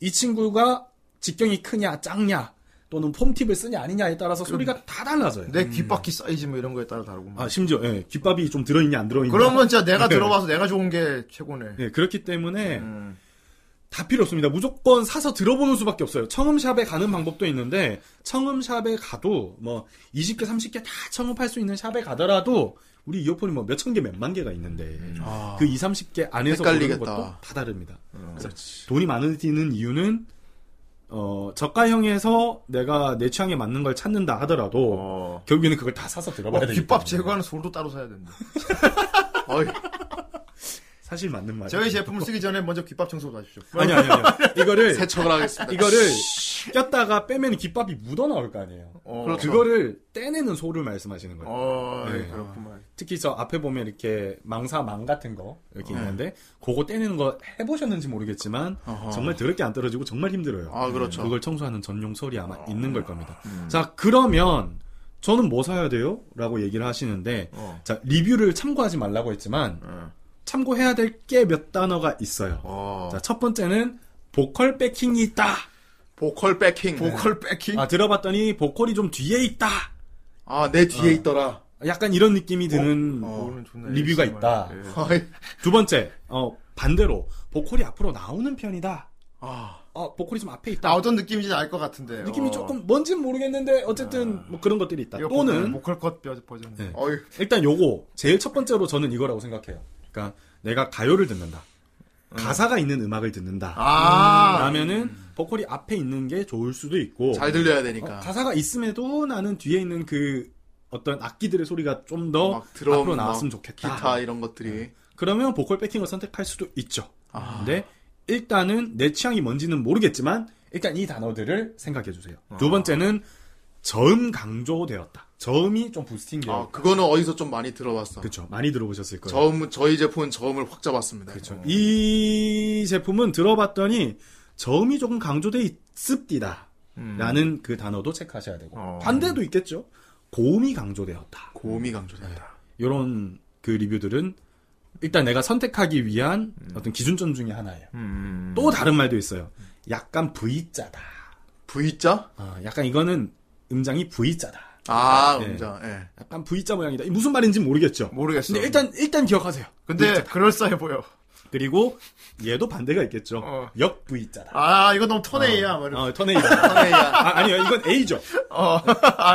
Speaker 5: 이 친구가 직경이 크냐 작냐 또는 폼팁을 쓰냐 아니냐에 따라서 소리가 다 달라져요.
Speaker 2: 음.
Speaker 1: 내 귓바퀴 사이즈 뭐 이런 거에 따라 다르고.
Speaker 5: 아 심지어 예, 귓밥이 좀 들어있냐 안 들어있냐.
Speaker 1: 그러면 진짜 내가
Speaker 5: 네.
Speaker 1: 들어봐서 내가 좋은 게 최고네.
Speaker 5: 예, 그렇기 때문에 다 필요 없습니다. 무조건 사서 들어보는 수밖에 없어요. 청음샵에 가는 방법도 있는데 청음샵에 가도 뭐 20개, 30개 다 청음할 수 있는 샵에 가더라도 우리 이어폰이 뭐 몇천 개, 몇만 개가 있는데 그 2, 30개 안에서 고르는
Speaker 2: 헷갈리겠다.
Speaker 5: 것도 다 다릅니다. 그래서 돈이 많아지는 이유는 어, 저가형에서 내가 내 취향에 맞는 걸 찾는다 하더라도 결국에는 그걸 다 사서 어. 들어봐야
Speaker 1: 어,
Speaker 5: 되기
Speaker 1: 귓밥 제거하는 솔도 따로 사야 된다.
Speaker 5: 사실 맞는 말이에요.
Speaker 1: 저희 제품을 쓰기 전에 먼저 귓밥 청소도 하십시오.
Speaker 5: 아니요, 아니요, 아니요. 이거를.
Speaker 2: 세척을 하겠습니다.
Speaker 5: 이거를 꼈다가 빼면 깃밥이 묻어나올 거 아니에요.
Speaker 2: 그렇죠.
Speaker 5: 거를 떼내는 소를 말씀하시는 거예요.
Speaker 1: 어,
Speaker 5: 네.
Speaker 1: 예, 그렇구만.
Speaker 5: 특히 저 앞에 보면 이렇게 망사 망 같은 거 이렇게
Speaker 2: 네.
Speaker 5: 있는데 그거 떼내는 거 해보셨는지 모르겠지만
Speaker 2: 어허.
Speaker 5: 정말 더럽게 안 떨어지고 정말 힘들어요.
Speaker 2: 아, 그렇죠. 어. 음.
Speaker 5: 그걸 청소하는 전용 솔이 아마 있는 걸 겁니다. 자 그러면 저는 뭐 사야 돼요? 라고 얘기를 하시는데
Speaker 2: 어.
Speaker 5: 자 리뷰를 참고하지 말라고 했지만
Speaker 2: 네.
Speaker 5: 참고해야 될 게 몇 단어가 있어요. 자 첫 번째는 보컬 백킹이 있다.
Speaker 2: 보컬 백킹.
Speaker 1: 보컬 백킹.
Speaker 5: 아 들어봤더니 보컬이 좀 뒤에 있다.
Speaker 2: 아, 내 뒤에
Speaker 5: 어.
Speaker 2: 있더라.
Speaker 5: 약간 이런 느낌이 드는
Speaker 1: 어,
Speaker 5: 어.
Speaker 1: 예,
Speaker 5: 리뷰가 있다.
Speaker 2: 아이.
Speaker 5: 두 번째, 어, 반대로 보컬이 앞으로 나오는 편이다. 어, 보컬이 좀 앞에 있다.
Speaker 1: 아, 어떤 느낌인지 알 것 같은데.
Speaker 5: 느낌이
Speaker 1: 아. 어. 아.
Speaker 5: 조금 뭔진 모르겠는데 어쨌든 뭐 그런 것들이 있다.
Speaker 1: 이거 뭐
Speaker 5: 또는
Speaker 1: 보컬 컷 버- 버전.
Speaker 5: 네. 일단 요거 제일 첫 번째로 저는 이거라고 생각해요. 그러니까 내가 가요를 듣는다.
Speaker 1: 어.
Speaker 5: 가사가 있는 음악을 듣는다.
Speaker 2: 아.
Speaker 5: 라면은 보컬이 앞에 있는 게 좋을 수도 있고
Speaker 2: 음. 잘 들려야 되니까.
Speaker 5: 어, 가사가 있음에도 나는 뒤에 있는 그 어떤 악기들의 소리가 좀 더
Speaker 2: 드럼,
Speaker 5: 앞으로 나왔으면
Speaker 2: 막
Speaker 5: 좋겠다.
Speaker 2: 기타 이런 것들이.
Speaker 5: 네. 그러면 보컬 백킹을 선택할 수도 있죠.
Speaker 2: 아.
Speaker 5: 근데 일단은 내 취향이 뭔지는 모르겠지만 일단 이 단어들을 생각해 주세요.
Speaker 2: 아.
Speaker 5: 두 번째는 저음 강조되었다. 저음이 좀 부스팅돼요.
Speaker 2: 아, 그거는 어디서 좀 많이 들어봤어.
Speaker 5: 그렇죠. 많이 들어보셨을 거예요.
Speaker 2: 저음 저희 제품은 저음을 확 잡았습니다. 그렇죠.
Speaker 5: 이 제품은 들어봤더니 저음이 조금 강조돼 있습디다.
Speaker 2: 음.
Speaker 5: 라는 그 단어도 체크하셔야 되고 반대도 있겠죠. 고음이 강조되었다.
Speaker 2: 고음이 강조된다.
Speaker 5: 네. 이런 그 리뷰들은 일단 내가 선택하기 위한
Speaker 2: 음.
Speaker 5: 어떤 기준점 중에 하나예요. 또 다른 말도 있어요. 약간 V자다. 어,
Speaker 2: V자?
Speaker 5: 약간 이거는 음장이 V자다.
Speaker 2: 아,
Speaker 5: 예.
Speaker 2: 음자. 예.
Speaker 5: 약간 V자 모양이다. 이 무슨 말인지 모르겠죠.
Speaker 1: 모르겠어.
Speaker 5: 근데 일단 일단 기억하세요.
Speaker 1: 근데 그럴싸해 보여.
Speaker 5: 그리고 얘도 반대가 있겠죠.
Speaker 2: 어.
Speaker 5: 역 V자다.
Speaker 1: 아 이거 너무 턴에이야.
Speaker 5: 어, 어, 턴 A다. 아, 아니요, 이건 A죠.
Speaker 1: 아,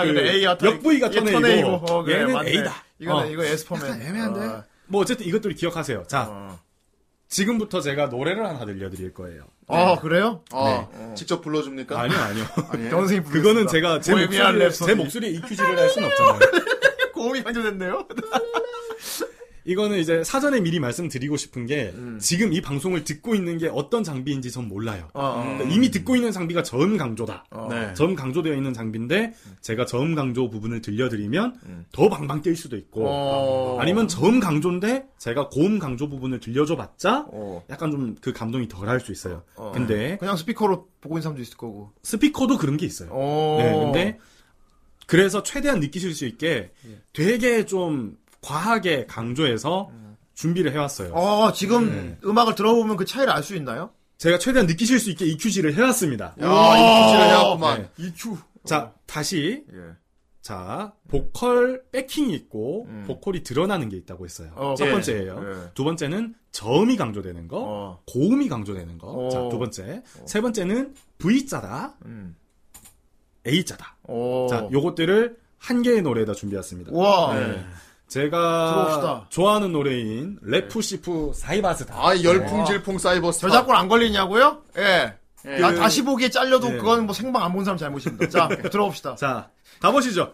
Speaker 1: 근데 A야, 턴
Speaker 5: 그 역 V가
Speaker 1: 얘
Speaker 5: 턴
Speaker 1: 턴
Speaker 5: A고,
Speaker 1: A고. 어, 그래,
Speaker 5: 얘는
Speaker 1: 맞네.
Speaker 5: A다. 어.
Speaker 1: 이거는- 이거 에스퍼맨.
Speaker 5: 약간 애매한데.
Speaker 1: 어.
Speaker 5: 뭐 어쨌든 이것들 기억하세요. 자,
Speaker 2: 어.
Speaker 5: 지금부터 제가 노래를 하나 들려드릴 거예요.
Speaker 2: 아,
Speaker 1: 그래요?
Speaker 2: 아, 직접 불러줍니까?
Speaker 5: 네. 아니요, 아니요.
Speaker 1: 네.
Speaker 2: 아니에요?
Speaker 5: 선생님 그거는
Speaker 2: 부르겠습니다.
Speaker 5: 제가 제
Speaker 2: 그러니까? 보헤미안
Speaker 5: 목소리를,
Speaker 2: 랩소디.
Speaker 5: 제 목소리에 EQG를 할 수는 없잖아요.
Speaker 1: 고음이 반전됐네요.
Speaker 5: 이거는 이제 사전에 미리 말씀드리고 싶은 게 지금 이 방송을 듣고 있는 게 어떤 장비인지 전 몰라요.
Speaker 1: 음. 어, 어.
Speaker 5: 그러니까 이미 듣고 있는 장비가 저음 강조다.
Speaker 1: 네.
Speaker 5: 저음 강조되어 있는 장비인데 제가 저음 강조 부분을 들려드리면 더 방방 뛸 수도 있고
Speaker 1: 음. 어.
Speaker 5: 아니면 저음 강조인데 제가 고음 강조 부분을 들려줘봤자
Speaker 2: 어.
Speaker 5: 약간 좀 그 감동이 덜 할 수 있어요.
Speaker 1: 어.
Speaker 5: 근데
Speaker 1: 그냥 스피커로 보고 있는 사람도 있을 거고.
Speaker 5: 스피커도 그런 게 있어요.
Speaker 1: 어.
Speaker 5: 네, 근데 그래서 최대한 느끼실 수 있게
Speaker 1: 예.
Speaker 5: 되게 좀 과하게 강조해서 준비를 해왔어요.
Speaker 1: 음. 어 지금 음악을 들어보면 그 차이를 알 수 있나요?
Speaker 5: 제가 최대한 느끼실 수 있게 EQG를 해왔습니다.
Speaker 1: 야, EQG 를 해왔구만.
Speaker 2: 네.
Speaker 5: EQ. 자, 다시. 자, 보컬 백킹이 있고, 보컬이 드러나는 게 있다고 했어요.
Speaker 1: 어,
Speaker 5: 첫
Speaker 1: 예.
Speaker 5: 번째예요.
Speaker 1: 예.
Speaker 5: 두 번째는 저음이 강조되는 거, 고음이 강조되는 거.
Speaker 1: 어.
Speaker 5: 자, 두 번째. 세 번째는 V자다, A자다.
Speaker 1: 어.
Speaker 5: 자, 요것들을 한 개의 노래에다 준비했습니다.
Speaker 2: 우와.
Speaker 5: 네. 제가
Speaker 2: 들어봅시다.
Speaker 5: 좋아하는 노래인 레프시프 사이바스다.
Speaker 2: 아, 열풍질풍 사이버스타.
Speaker 1: 저작권 안 걸리냐고요? 예.
Speaker 2: 예.
Speaker 1: 나
Speaker 5: 그-
Speaker 1: 다시 보기에 잘려도
Speaker 5: 예.
Speaker 1: 그건 뭐 생방 안 본 사람 잘못입니다. 자, 들어봅시다.
Speaker 5: 자, 가보시죠.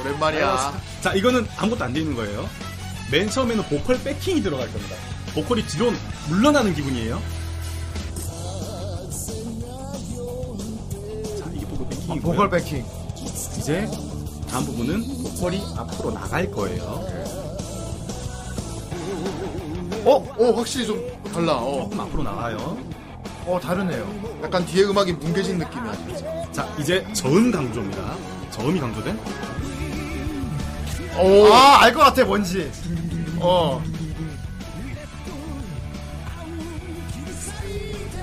Speaker 2: 오랜만이야.
Speaker 5: 자, 이거는 아무것도 안 되는 거예요. 맨 처음에는 보컬 백킹이 들어갈 겁니다. 보컬이 뒤로 물러나는 기분이에요. 자, 이게 보컬 백킹이고요.
Speaker 1: 아, 보컬 백킹.
Speaker 5: 이제 다음 부분은 보컬이 앞으로 나갈 거예요.
Speaker 2: 어, 어, 확실히 좀 달라. 어.
Speaker 5: 조금 앞으로 나와요.
Speaker 1: 어, 다르네요.
Speaker 2: 약간 뒤에 음악이 뭉개진 느낌이야, 진짜.
Speaker 5: 자, 이제 저음 강조입니다. 저음이 강조된?
Speaker 2: 오.
Speaker 1: 아, 알 것 같아, 뭔지. 어.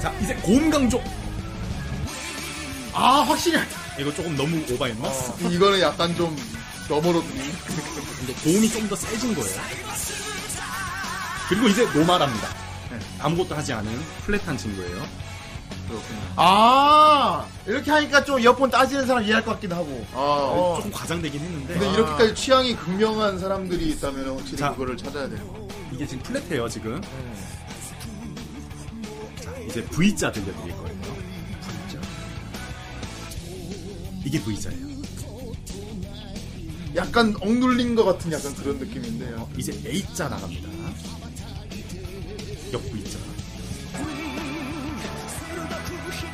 Speaker 5: 자, 이제 고음 강조.
Speaker 1: 아, 확실히.
Speaker 5: 이거 조금 너무 오바했나?
Speaker 2: 이거는 약간 좀 너머로
Speaker 5: 근데 고음이 좀 더 세진 거예요. 그리고 이제 노말합니다. 네, 아무것도 하지 않은 플랫한 친구예요.
Speaker 1: 아, 이렇게 하니까 좀 이어폰 따지는 사람 이해할 것 같기도 하고.
Speaker 2: 아.
Speaker 5: 조금 과장되긴 했는데.
Speaker 2: 근데
Speaker 1: 아.
Speaker 2: 이렇게까지 취향이 극명한 사람들이 있다면 확실히
Speaker 5: 자.
Speaker 2: 그거를 찾아야 돼요.
Speaker 5: 이게 지금 플랫해요, 지금. 자, 이제 V자 들려드릴 거예요. V자. 이게 V자예요.
Speaker 2: 약간 억눌린 것 같은 약간 그런 느낌인데요.
Speaker 5: 이제 A자 나갑니다. 역 V자.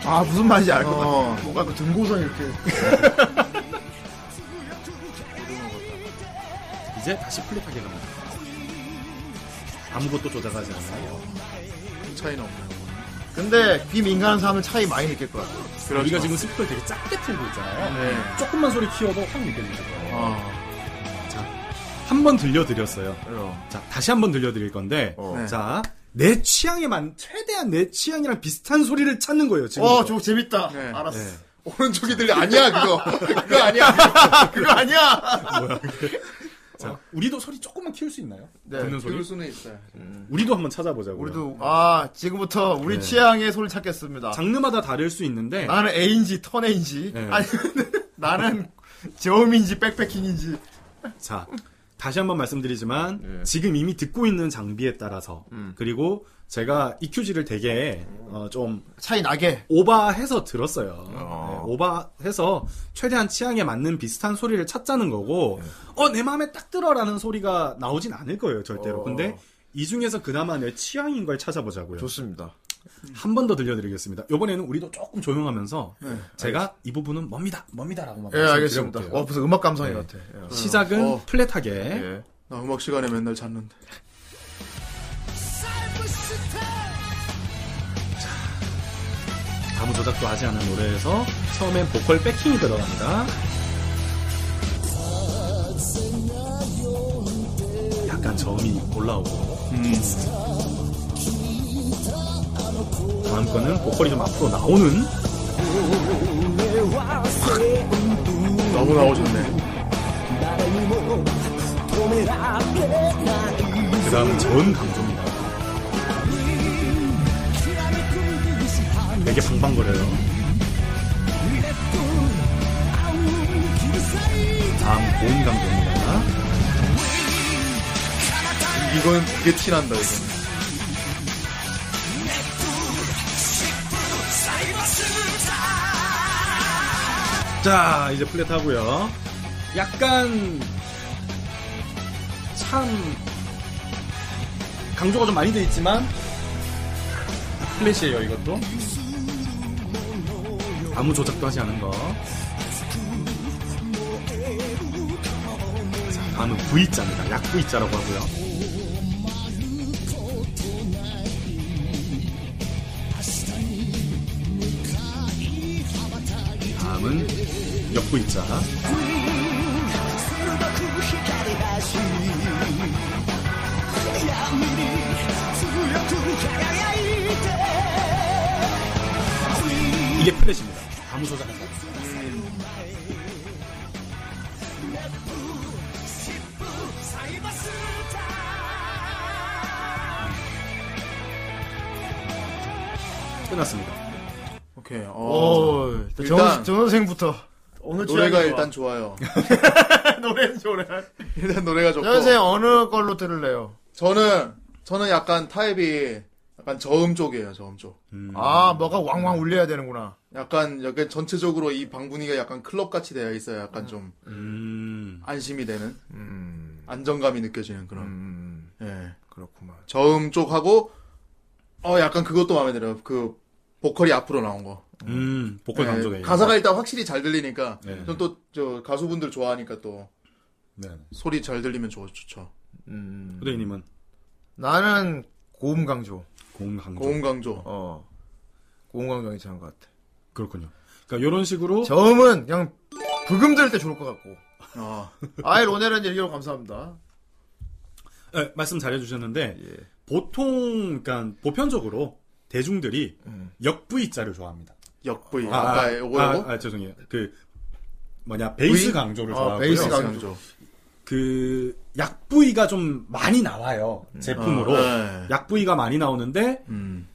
Speaker 1: 아, 무슨 말인지 알 것
Speaker 2: 어.
Speaker 1: 같아. 뭔가 그 등고선 이렇게.
Speaker 5: 이제 다시 플랫하게 갑니다. 아무것도 조작하지 않아요.
Speaker 2: 차이는 없네요.
Speaker 1: 근데 귀 민감한 사람은 차이 많이 느낄 것 같아.
Speaker 5: 그러니까 우리가 지금 스피커를 되게 작게 틀고 있잖아요. 조금만 소리 키워도 확 느껴지실 거예요. 자, 한 번 들려드렸어요. 자, 다시 한 번 들려드릴 건데,
Speaker 1: 네.
Speaker 5: 자, 내 취향에만, 최대한 내 취향이랑 비슷한 소리를 찾는 거예요, 지금.
Speaker 1: 어, 저거 재밌다. 알았어.
Speaker 5: 네.
Speaker 2: 오른쪽이 들려 아니야 그거 그거 아니야
Speaker 1: 그거 아니야.
Speaker 5: 뭐야, 그게. 자, 우리도 소리 조금만 키울 수 있나요? 듣는 소리?
Speaker 2: 들을 수는 있어요.
Speaker 5: 우리도 한번 찾아보자고요.
Speaker 1: 우리도 아 지금부터 우리
Speaker 5: 네.
Speaker 1: 취향의 소리 찾겠습니다.
Speaker 5: 장르마다 다를 수 있는데,
Speaker 1: 나는 A인지 턴인지 아니 나는 저음인지 백패킹인지
Speaker 5: 자, 다시 한번 말씀드리지만 지금 이미 듣고 있는 장비에 따라서 그리고 제가 EQG를 되게 어, 좀
Speaker 1: 차이 나게
Speaker 5: 오바해서 들었어요.
Speaker 1: 아.
Speaker 5: 네, 오바해서 최대한 취향에 맞는 비슷한 소리를 찾자는 거고
Speaker 1: 네.
Speaker 5: 어 내 마음에 딱 들어라는 소리가 나오진 않을 거예요 절대로. 근데 이 중에서 그나마 내 취향인 걸 찾아보자고요.
Speaker 1: 어. 좋습니다.
Speaker 5: 한 번 더 들려드리겠습니다. 이번에는 우리도 조금 조용하면서
Speaker 1: 네,
Speaker 5: 제가 이 부분은 멉니다, 멉니다라고만
Speaker 1: 예 알겠습니다. 예.
Speaker 5: 말씀드려볼게요.
Speaker 1: 와 무슨 음악 감성이
Speaker 5: 네.
Speaker 1: 같아. 예.
Speaker 5: 시작은
Speaker 2: 어.
Speaker 5: 플랫하게
Speaker 2: 나 음악 시간에 맨날 찾는데
Speaker 5: 아무 조작도 하지 않은 노래에서 처음엔 보컬 백킹이 들어갑니다. 약간 저음이 올라오고 다음 거는 보컬이 좀 앞으로 나오는
Speaker 2: 너무 나오셨네.
Speaker 20: 아
Speaker 5: 그 다음은 전 감정이다. 되게 방방거려요. 다음 고음 감정이다.
Speaker 2: 이건 되게 티난다, 이건.
Speaker 5: 자, 이제 플랫 하고요. 약간 참 강조가 좀 많이 돼 있지만 플랫이에요, 이것도. 아무 조작도 하지 않은 거. 자, 다음은 V자입니다. 약 V자라고 하고요. 다음은 역 V자. 이게 플랫입니다. 아무 조작하지 않습니다. 끝났습니다.
Speaker 2: 오케이. 어,
Speaker 1: 오, 일단 정, 정 선생부터.
Speaker 2: 오늘 노래가 일단 좋아요.
Speaker 1: 노래 좋네.
Speaker 2: 일단 노래가 좋고.
Speaker 1: 정 선생 어느 걸로 들을래요?
Speaker 2: 저는 저는 약간 타입이 약간 저음 쪽이에요, 저음 쪽.
Speaker 1: 아, 뭐가 왕왕 울려야 되는구나.
Speaker 2: 약간 약간 전체적으로 이 방분위가 약간 클럽 같이 되어 있어요. 약간 좀
Speaker 5: 음,
Speaker 2: 안심이 되는 안정감이 느껴지는 그런. 예,
Speaker 1: 음. 그렇구만.
Speaker 2: 저음 쪽하고 어 약간 그것도 마음에 들어요. 그 보컬이 앞으로 나온 거.
Speaker 5: 음, 보컬
Speaker 2: 예,
Speaker 5: 강조네요.
Speaker 2: 가사가 일단 확실히 잘 들리니까
Speaker 5: 네.
Speaker 2: 전 또 저 가수분들 좋아하니까 또
Speaker 5: 네.
Speaker 2: 소리 잘 들리면 좋, 좋죠.
Speaker 5: 음. 후대인님은
Speaker 1: 나는 고음 강조.
Speaker 5: 고음 강조.
Speaker 2: 고음 강조.
Speaker 1: 어. 고음 강조이 잘한 것 같아.
Speaker 5: 그렇군요. 그러니까 이런 식으로
Speaker 1: 저음은 그냥 브금 들을 때 좋을 것 같고.
Speaker 2: 어.
Speaker 1: 아이 로네라는 얘기로 감사합니다.
Speaker 5: 예, 말씀 잘해주셨는데 보통 그러니까 보편적으로 대중들이 역 V자를 좋아합니다.
Speaker 2: 역 V. 아까 요거, 요거?
Speaker 5: 아, 아, 죄송해요. 그 뭐냐 베이스
Speaker 2: V?
Speaker 5: 강조를
Speaker 2: 어,
Speaker 5: 좋아하고요.
Speaker 2: 베이스 강조.
Speaker 5: 그 약부위가 좀 많이 나와요 제품으로
Speaker 2: 어, 네.
Speaker 5: 약부위가 많이 나오는데
Speaker 2: 음.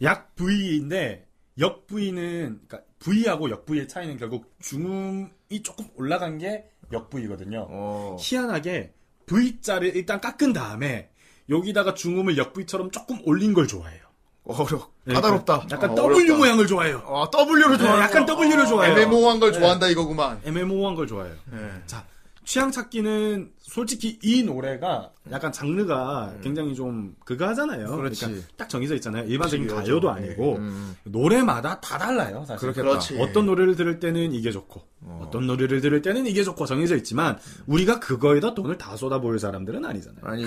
Speaker 5: 약부위인데 역부위는 그러니까 부위하고 역부위의 차이는 결국 중음이 조금 올라간 게 역부위거든요.
Speaker 2: 어.
Speaker 5: 희한하게 V자를 일단 깎은 다음에 여기다가 중음을 역부위처럼 조금 올린 걸 좋아해요.
Speaker 1: 어렵
Speaker 2: 까다롭다.
Speaker 5: 약간
Speaker 2: 어,
Speaker 5: W
Speaker 2: 어렵다.
Speaker 5: 모양을 좋아해요.
Speaker 1: 아, W를
Speaker 5: 좋아해요. 약간 W를 좋아해요.
Speaker 2: MMO한 걸
Speaker 5: 네.
Speaker 2: 좋아한다 이거구만.
Speaker 5: MMO한 걸 좋아해요.
Speaker 2: 네.
Speaker 5: 자, 취향 찾기는 솔직히 이 노래가 약간 장르가 굉장히 좀 그거 하잖아요.
Speaker 1: 음. 그렇지.
Speaker 5: 러니까딱 정해져 있잖아요. 일반적인
Speaker 1: 그렇지, 요즘.
Speaker 5: 가요도 아니고 노래마다 다 달라요. 사실.
Speaker 2: 그러니까
Speaker 1: 그렇겠다. 그렇지.
Speaker 5: 어떤 노래를 들을 때는 이게 좋고 어. 떤 노래를 들을 때는 이게 좋고 정해져 있지만 우리가 그거에다 돈을 다 쏟아부을 사람들은 아니잖아요.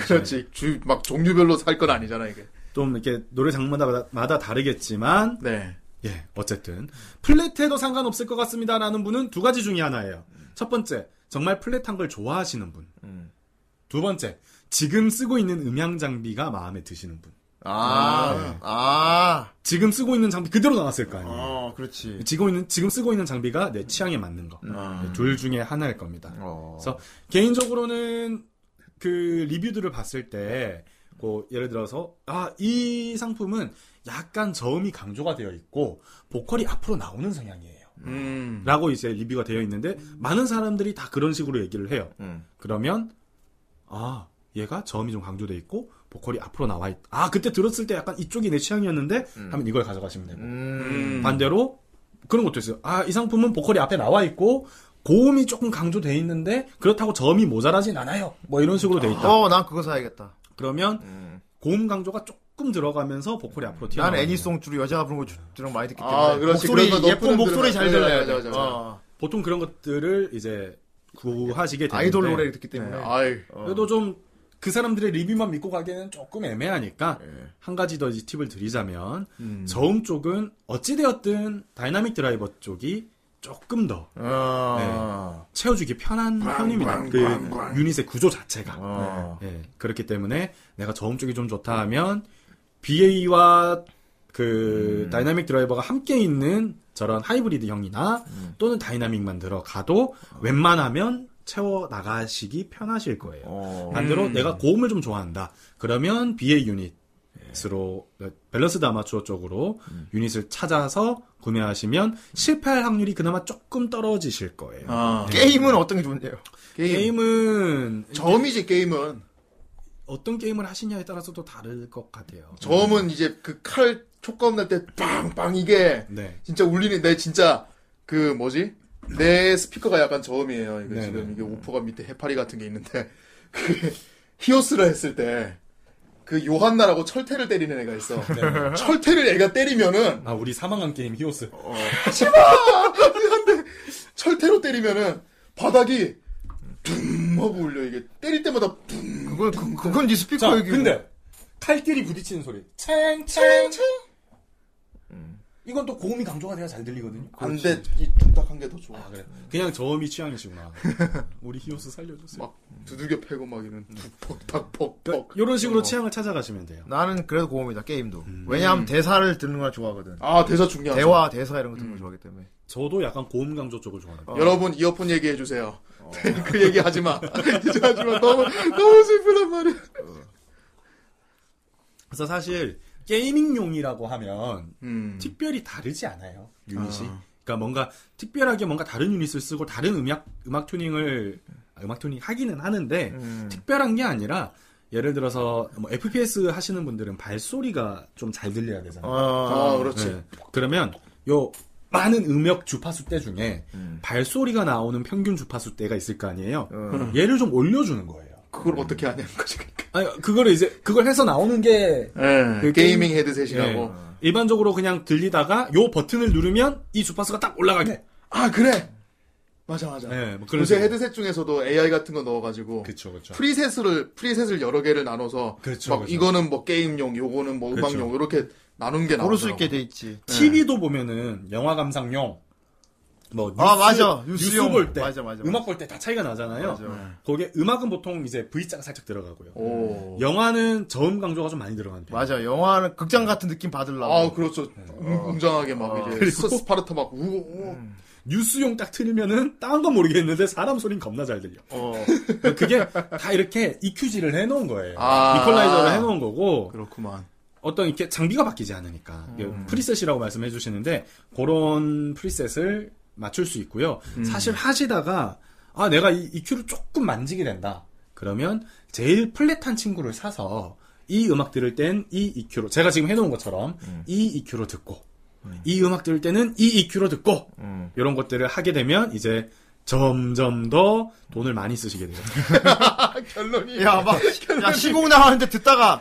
Speaker 2: 그렇지. 주, 막 종류별로 살 건 아니잖아 이게.
Speaker 5: 좀 이렇게 노래 장르마다 마다 다르겠지만
Speaker 2: 네.
Speaker 5: 예, 어쨌든 플랫해도 상관없을 것 같습니다라는 분은 두 가지 중에 하나예요. 첫 번째, 정말 플랫한 걸 좋아하시는 분. 두 번째, 지금 쓰고 있는 음향 장비가 마음에 드시는 분.
Speaker 1: 아, 아.
Speaker 5: 지금 쓰고 있는 장비 그대로 나왔을 거 아니에요.
Speaker 1: 어, 그렇지.
Speaker 5: 지금 있는 지금 쓰고 있는 장비가 내 취향에 맞는 거.
Speaker 1: 음.
Speaker 2: 아.
Speaker 5: 네, 둘 중에 하나일 겁니다.
Speaker 1: 어.
Speaker 5: 그래서 개인적으로는 그 리뷰들을 봤을 때, 뭐 예를 들어서 아 이 상품은 약간 저음이 강조가 되어 있고 보컬이 앞으로 나오는 성향이에요.
Speaker 2: 음.
Speaker 5: 라고 이제 리뷰가 되어 있는데 많은 사람들이 다 그런 식으로 얘기를 해요.
Speaker 1: 음.
Speaker 5: 그러면 아 얘가 저음이 좀 강조돼 있고 보컬이 앞으로 나와 있. 아 그때 들었을 때 약간 이쪽이 내 취향이었는데
Speaker 1: 음.
Speaker 5: 하면 이걸 가져가시면 되고 반대로 그런 것도 있어요. 아 이 상품은 보컬이 앞에 나와 있고 고음이 조금 강조돼 있는데 그렇다고 저음이 모자라진 않아요. 뭐 이런 식으로 돼 있다.
Speaker 1: 어, 난 그거 사야겠다.
Speaker 5: 그러면 고음 강조가 조금 들어가면서 보컬이 앞으로 튀어나와.
Speaker 1: 음. 난 애니송 주로 여자가 부르는 거 주- 주로 많이 듣기 때문에.
Speaker 2: 아, 그렇지.
Speaker 1: 목소리,
Speaker 2: 그런 거
Speaker 1: 예쁜
Speaker 2: 높은
Speaker 1: 목소리
Speaker 2: 음들은-
Speaker 1: 잘
Speaker 2: 네,
Speaker 1: 들려야
Speaker 2: 맞아,
Speaker 1: 돼.
Speaker 2: 맞아, 맞아.
Speaker 1: 어.
Speaker 5: 보통 그런 것들을 이제 구하시게
Speaker 2: 네.
Speaker 5: 되는데
Speaker 1: 아이돌 노래를 듣기 때문에.
Speaker 5: 네.
Speaker 2: 아이.
Speaker 5: 그래도 좀 그 사람들의 리뷰만 믿고 가기에는 조금 애매하니까 한 가지 더 이제 팁을 드리자면 저음 쪽은 어찌되었든 다이나믹 드라이버 쪽이 조금 더
Speaker 1: 아.
Speaker 5: 네, 채워주기 편한 편입니다. 그 유닛의 구조 자체가
Speaker 1: 어.
Speaker 5: 네, 네, 그렇기 때문에 내가 저음 쪽이 좀 좋다 하면 BA와 그 다이나믹 드라이버가 함께 있는 저런 하이브리드형이나 또는 다이나믹만 들어가도 웬만하면 채워 나가시기 편하실 거예요. 반대로 내가 그 고음을 좀 좋아한다. 그러면 B의 유닛으로 밸런스드 아마추어 쪽으로 유닛을 찾아서 구매하시면 실패할 확률이 그나마 조금 떨어지실 거예요.
Speaker 2: 아.
Speaker 5: 네.
Speaker 1: 게임은 어떤 게 좋은데요?
Speaker 5: 게임. 은
Speaker 2: 점이지 게임은
Speaker 5: 어떤 게임을 하시냐에 따라서 또 다를 것 같아요.
Speaker 2: 점은 이제 그 칼 촉감 날 때 빵빵 이게
Speaker 5: 네.
Speaker 2: 진짜 울리는 내 진짜 그 뭐지 내 스피커가 약간 저음이에요. 이거 지금 이게 오퍼가 밑에 해파리 같은 게 있는데 그 히오스라 했을 때. 그 요한나라고 철퇴를 때리는 애가 있어.
Speaker 5: 네.
Speaker 2: 철퇴를 애가 때리면은
Speaker 5: 아 우리 사망한 게임 히오스.
Speaker 2: 철퇴로 때리면은 바닥이 둥 하고 울려 이게 때릴 때마다
Speaker 1: 그건 그건 네
Speaker 5: 자,
Speaker 1: 스피커 얘기.
Speaker 5: 근데 칼길이 부딪히는 소리. 챙챙챙. 음. 이건 또 고음이 강조가 돼야 잘 들리거든요. 그렇죠.
Speaker 2: 안돼 이 뚝딱한 게 더 좋아.
Speaker 5: 그래. 그냥 저음이 취향이시구나. 우리 히오스 살려줬어요. 어,
Speaker 2: 막 두들겨 패고 막 이런 퍽퍽퍽 퍽.
Speaker 5: 이런 식으로 취향을 찾아가시면 돼요.
Speaker 1: 나는 그래도 고음이다 게임도. 왜냐하면 대사를 듣는 걸 좋아하거든.
Speaker 2: 아, 음. 대사 중요하죠.
Speaker 1: 대화 대사 이런 거 듣는 걸 좋아하기 때문에.
Speaker 5: 저도 약간 고음 강조 쪽을 좋아합니다.
Speaker 2: 여러분 이어폰 얘기해 주세요. 그 얘기 하지 마. 이제 하지 마. 너무 너무 슬프단 말이야.
Speaker 5: 그래서 사실 게이밍용이라고 하면
Speaker 2: 음.
Speaker 5: 특별히 다르지 않아요 유닛이.
Speaker 2: 아.
Speaker 5: 그러니까 뭔가 특별하게 뭔가 다른 유닛을 쓰고 다른 음악 음악 튜닝을 아, 음악 튜닝 하기는 하는데
Speaker 2: 음.
Speaker 5: 특별한 게 아니라 예를 들어서 뭐 FPS 하시는 분들은 발소리가 좀 잘 들려야
Speaker 1: 어.
Speaker 5: 되잖아요. 네.
Speaker 2: 아, 아, 그렇지.
Speaker 5: 그러면 요 많은 음역 주파수 대 중에 발소리가 나오는 평균 주파수 대가 있을 거 아니에요.
Speaker 1: 어.
Speaker 5: 얘를 좀 올려주는 거예요.
Speaker 2: 그걸 어떻게 하냐는 거지.
Speaker 5: 음. 아니, 그거를 이제 그걸 해서 나오는 게
Speaker 2: 예,
Speaker 5: 그
Speaker 2: 게이밍
Speaker 5: 게임-
Speaker 2: 헤드셋이라고.
Speaker 5: 예. 일반적으로 그냥 들리다가 요 버튼을 누르면 이 주파수가 딱 올라가게.
Speaker 2: 아 그래. 맞아 맞아.
Speaker 5: 예, 뭐 그런
Speaker 2: 요새
Speaker 5: 식으로.
Speaker 2: 헤드셋 중에서도 AI 같은 거 넣어가지고
Speaker 5: 그쵸, 그쵸.
Speaker 2: 프리셋을 프리셋을 여러 개를 나눠서
Speaker 5: 그쵸,
Speaker 2: 막
Speaker 5: 그쵸.
Speaker 2: 이거는 뭐 게임용, 요거는 뭐
Speaker 5: 그쵸.
Speaker 2: 음악용 이렇게 나눈 게
Speaker 1: 고를 수
Speaker 2: 나오더라고.
Speaker 1: 있게 돼 있지.
Speaker 5: TV도 보면은 영화 감상용 뭐 뉴스,
Speaker 1: 아, 맞아.
Speaker 5: 뉴스
Speaker 1: 뉴스용.
Speaker 5: 볼 때,
Speaker 1: 맞아, 맞아,
Speaker 5: 음악 볼 때 다 차이가 나잖아요.
Speaker 2: 네.
Speaker 1: 맞아.
Speaker 5: 거기에 음악은 보통 이제 V자가 살짝 들어가고요.
Speaker 2: 오.
Speaker 5: 영화는 저음 강조가 좀 많이 들어가는 편.
Speaker 1: 맞아. 영화는 극장 같은 느낌 받으려고.
Speaker 2: 아 그렇죠. 웅- 웅장하게 막 이제
Speaker 5: 그리고-
Speaker 2: 스- 스파르타 막 우고 우고.
Speaker 5: 뉴스용 딱 틀으면은 다른 건 모르겠는데 사람 소린 겁나 잘 들려.
Speaker 2: 그-
Speaker 1: 어.
Speaker 5: 그러니까 그게 다 이렇게 EQG를 해놓은 거예요.
Speaker 2: 아.
Speaker 5: 이퀄라이저를 해놓은 거고.
Speaker 2: 그렇구만.
Speaker 5: 어떤 이렇게 장비가 바뀌지 않으니까 이게 프리셋이라고 말씀해 주시는데 그런 프리셋을 맞출 수 있고요. 사실 하시다가 아 내가 이 EQ를 조금 만지게 된다. 그러면 제일 플랫한 친구를 사서 이 음악 들을 땐 이 EQ로 제가 지금 해놓은 것처럼 이 EQ로 듣고 이 음. 음악 음. 들을 때는 이 EQ로 듣고 이런 것들을 하게 되면 이제 점점 더 돈을 많이 쓰시게 돼요.
Speaker 2: 결론이.
Speaker 1: 야, 막, 야, 시공 나가는데 듣다가,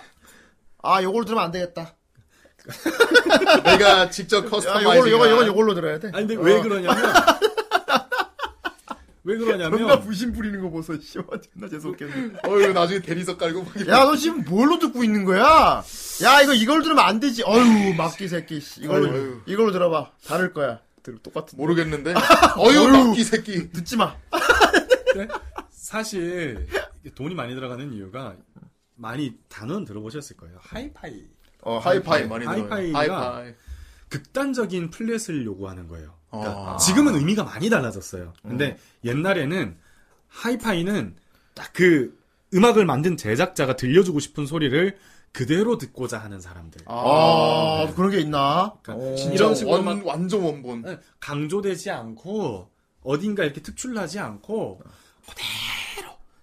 Speaker 1: 아, 요걸 들으면 안 되겠다. 아,
Speaker 2: 내가 직접
Speaker 1: 야,
Speaker 2: 커스터마이징.
Speaker 1: 요걸로, 요걸, 요걸, 요걸로 들어야 돼.
Speaker 5: 아니 근데 왜 그러냐면 왜
Speaker 1: 존나
Speaker 5: 그러냐면
Speaker 1: 부심 부리는 거 보소, 씨. 와, 존나 재수없겠네.
Speaker 2: 어유 나중에 대리석 깔고 막.
Speaker 1: 야, 너 지금 뭘로 듣고 있는 거야? 야, 이거, 이걸 들으면 안 되지. 어휴, 막기 새끼, 씨. 이걸로,
Speaker 2: 어휴.
Speaker 1: 이걸로 들어봐. 다를 거야. 들- 똑같은.
Speaker 2: 모르겠는데. 어유
Speaker 1: 어휴.
Speaker 2: 막기 새끼.
Speaker 1: 듣지 마.
Speaker 5: 네? 사실 이게 돈이 많이 들어가는 이유가 많이 단어는 들어보셨을 거예요. 하이파이.
Speaker 2: 어 하이파이 많이 들어요.
Speaker 5: 하이파이가
Speaker 2: 하이파이.
Speaker 5: 극단적인 플랫을 요구하는 거예요. 그러니까
Speaker 2: 아. 음.
Speaker 5: 지금은 의미가 많이 달라졌어요. 근데 옛날에는 하이파이는 딱 그 음악을 만든 제작자가 들려주고 싶은 소리를 그대로 듣고자 하는 사람들.
Speaker 1: 아, 그런 게 있나?
Speaker 5: 그러니까
Speaker 1: 어.
Speaker 5: 이런
Speaker 2: 진짜
Speaker 5: 식으로
Speaker 2: 원
Speaker 5: 막- 예,
Speaker 2: 완전 원본.
Speaker 5: 네. 강조되지 않고 어딘가 이렇게 특출나지 않고 그대로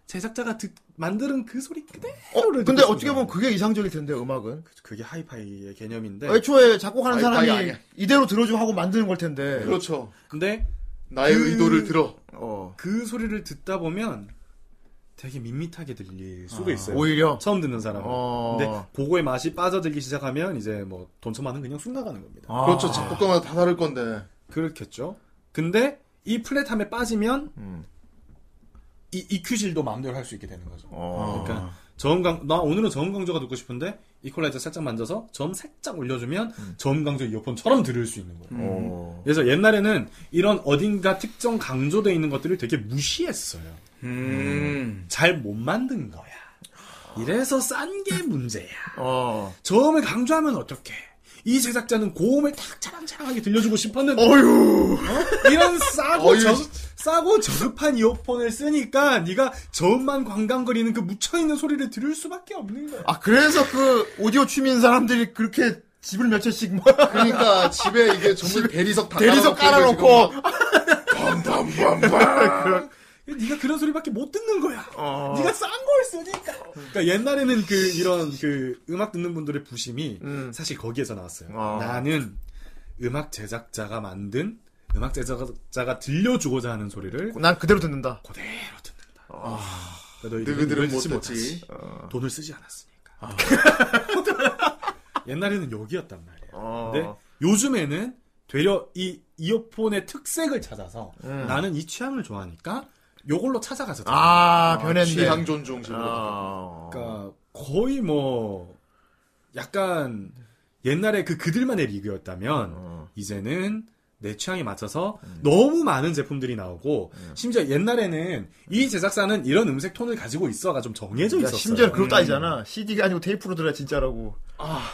Speaker 5: 제작자가 듣, 만드는 그 소리 그대로를
Speaker 1: 근데
Speaker 5: 듣고
Speaker 1: 어떻게 보면 그게 이상적일 텐데, 음악은.
Speaker 5: 그게 하이파이의
Speaker 1: 네.
Speaker 5: 개념인데
Speaker 1: 애초에 작곡하는
Speaker 2: 하이파이
Speaker 1: 사람이
Speaker 2: 아니야.
Speaker 1: 이대로 들어주고 하고 만드는 걸 텐데.
Speaker 2: 그렇죠.
Speaker 5: 근데
Speaker 2: 나의
Speaker 5: 그-
Speaker 2: 의도를 들어.
Speaker 1: 어.
Speaker 5: 그 소리를 듣다 보면 되게 밋밋하게 들릴 수도 있어요.
Speaker 1: 아. 오히려.
Speaker 5: 처음 듣는 사람은.
Speaker 1: 어.
Speaker 5: 근데 그거의 맛이 빠져들기 시작하면 이제 뭐 돈처만은 그냥 쑥 나가는 겁니다.
Speaker 1: 아.
Speaker 2: 그렇죠. 작곡가마다 다 다를 건데.
Speaker 5: 그렇겠죠. 근데 이 플랫함에 빠지면
Speaker 1: 음.
Speaker 5: 이 EQ질도 마음대로 할 수 있게 되는 거죠.
Speaker 1: 어.
Speaker 5: 그러니까 저음강 나 오늘은 저음 강조가 듣고 싶은데 이퀄라이저 살짝 만져서 저음 살짝 올려주면 저음 강조 이어폰처럼 들을 수 있는 거예요.
Speaker 1: 어.
Speaker 5: 그래서 옛날에는 이런 어딘가 특정 강조되어 있는 것들을 되게 무시했어요.
Speaker 2: 음.
Speaker 5: 잘 못 만든 거야. 이래서 싼 게 문제야.
Speaker 1: 어.
Speaker 5: 저음을 강조하면 어떡해. 이 제작자는 고음을 탁 자랑자랑하게 들려주고 싶었는데
Speaker 1: 어휴.
Speaker 5: 이런 싸고
Speaker 2: 어휴,
Speaker 5: 저,
Speaker 2: 진짜.
Speaker 5: 싸고 저급한 이어폰을 쓰니까 네가 저음만 광광거리는 그 묻혀있는 소리를 들을 수밖에 없는 거야.
Speaker 1: 아 그래서 그 오디오 취미인 사람들이 그렇게 집을 몇 채씩 뭐
Speaker 2: 그러니까 집에 이게 전부 대리석 다
Speaker 1: 대리석 깔아놓고
Speaker 2: 깔아놓고
Speaker 1: 밤밤밤밤
Speaker 5: 네가 그런 소리밖에 못 듣는 거야.
Speaker 1: 아,
Speaker 2: 어.
Speaker 5: 네가 싼 걸 쓰니까. 그러니까 옛날에는 그 이런 그 음악 듣는 분들의 부심이
Speaker 2: 음.
Speaker 5: 사실 거기에서 나왔어요. 나는 음악 제작자가 만든 음악 제작자가 들려주고자 하는 소리를
Speaker 1: 난 그대로 듣는다.
Speaker 5: 그대로 듣는다.
Speaker 1: 네,
Speaker 5: 그러니까 너희들은
Speaker 2: 어. 너희들은
Speaker 5: 돈을 쓰지
Speaker 2: 못했지.
Speaker 5: 못하지. 돈을 쓰지 않았으니까. 아. 옛날에는 여기였단 말이야. 근데 요즘에는 되려 이 이어폰의 특색을 찾아서
Speaker 1: 음.
Speaker 5: 나는 이 취향을 좋아하니까 요걸로 찾아가서
Speaker 1: 아,
Speaker 5: 듣는다.
Speaker 1: 변했네. 아.
Speaker 2: 취향 존중식으로.
Speaker 5: 그러니까 거의 뭐 약간 옛날에 그 그들만의 리그였다면 이제는 내 취향에 맞춰서 너무 많은 제품들이 나오고 심지어 옛날에는 이 제작사는 이런 음색 톤을 가지고 있어가 좀 정해져
Speaker 1: 야,
Speaker 5: 있었어요.
Speaker 1: 심지어 그것도
Speaker 5: 음.
Speaker 1: 아니잖아. CD가 아니고 테이프로 들어 진짜라고. 아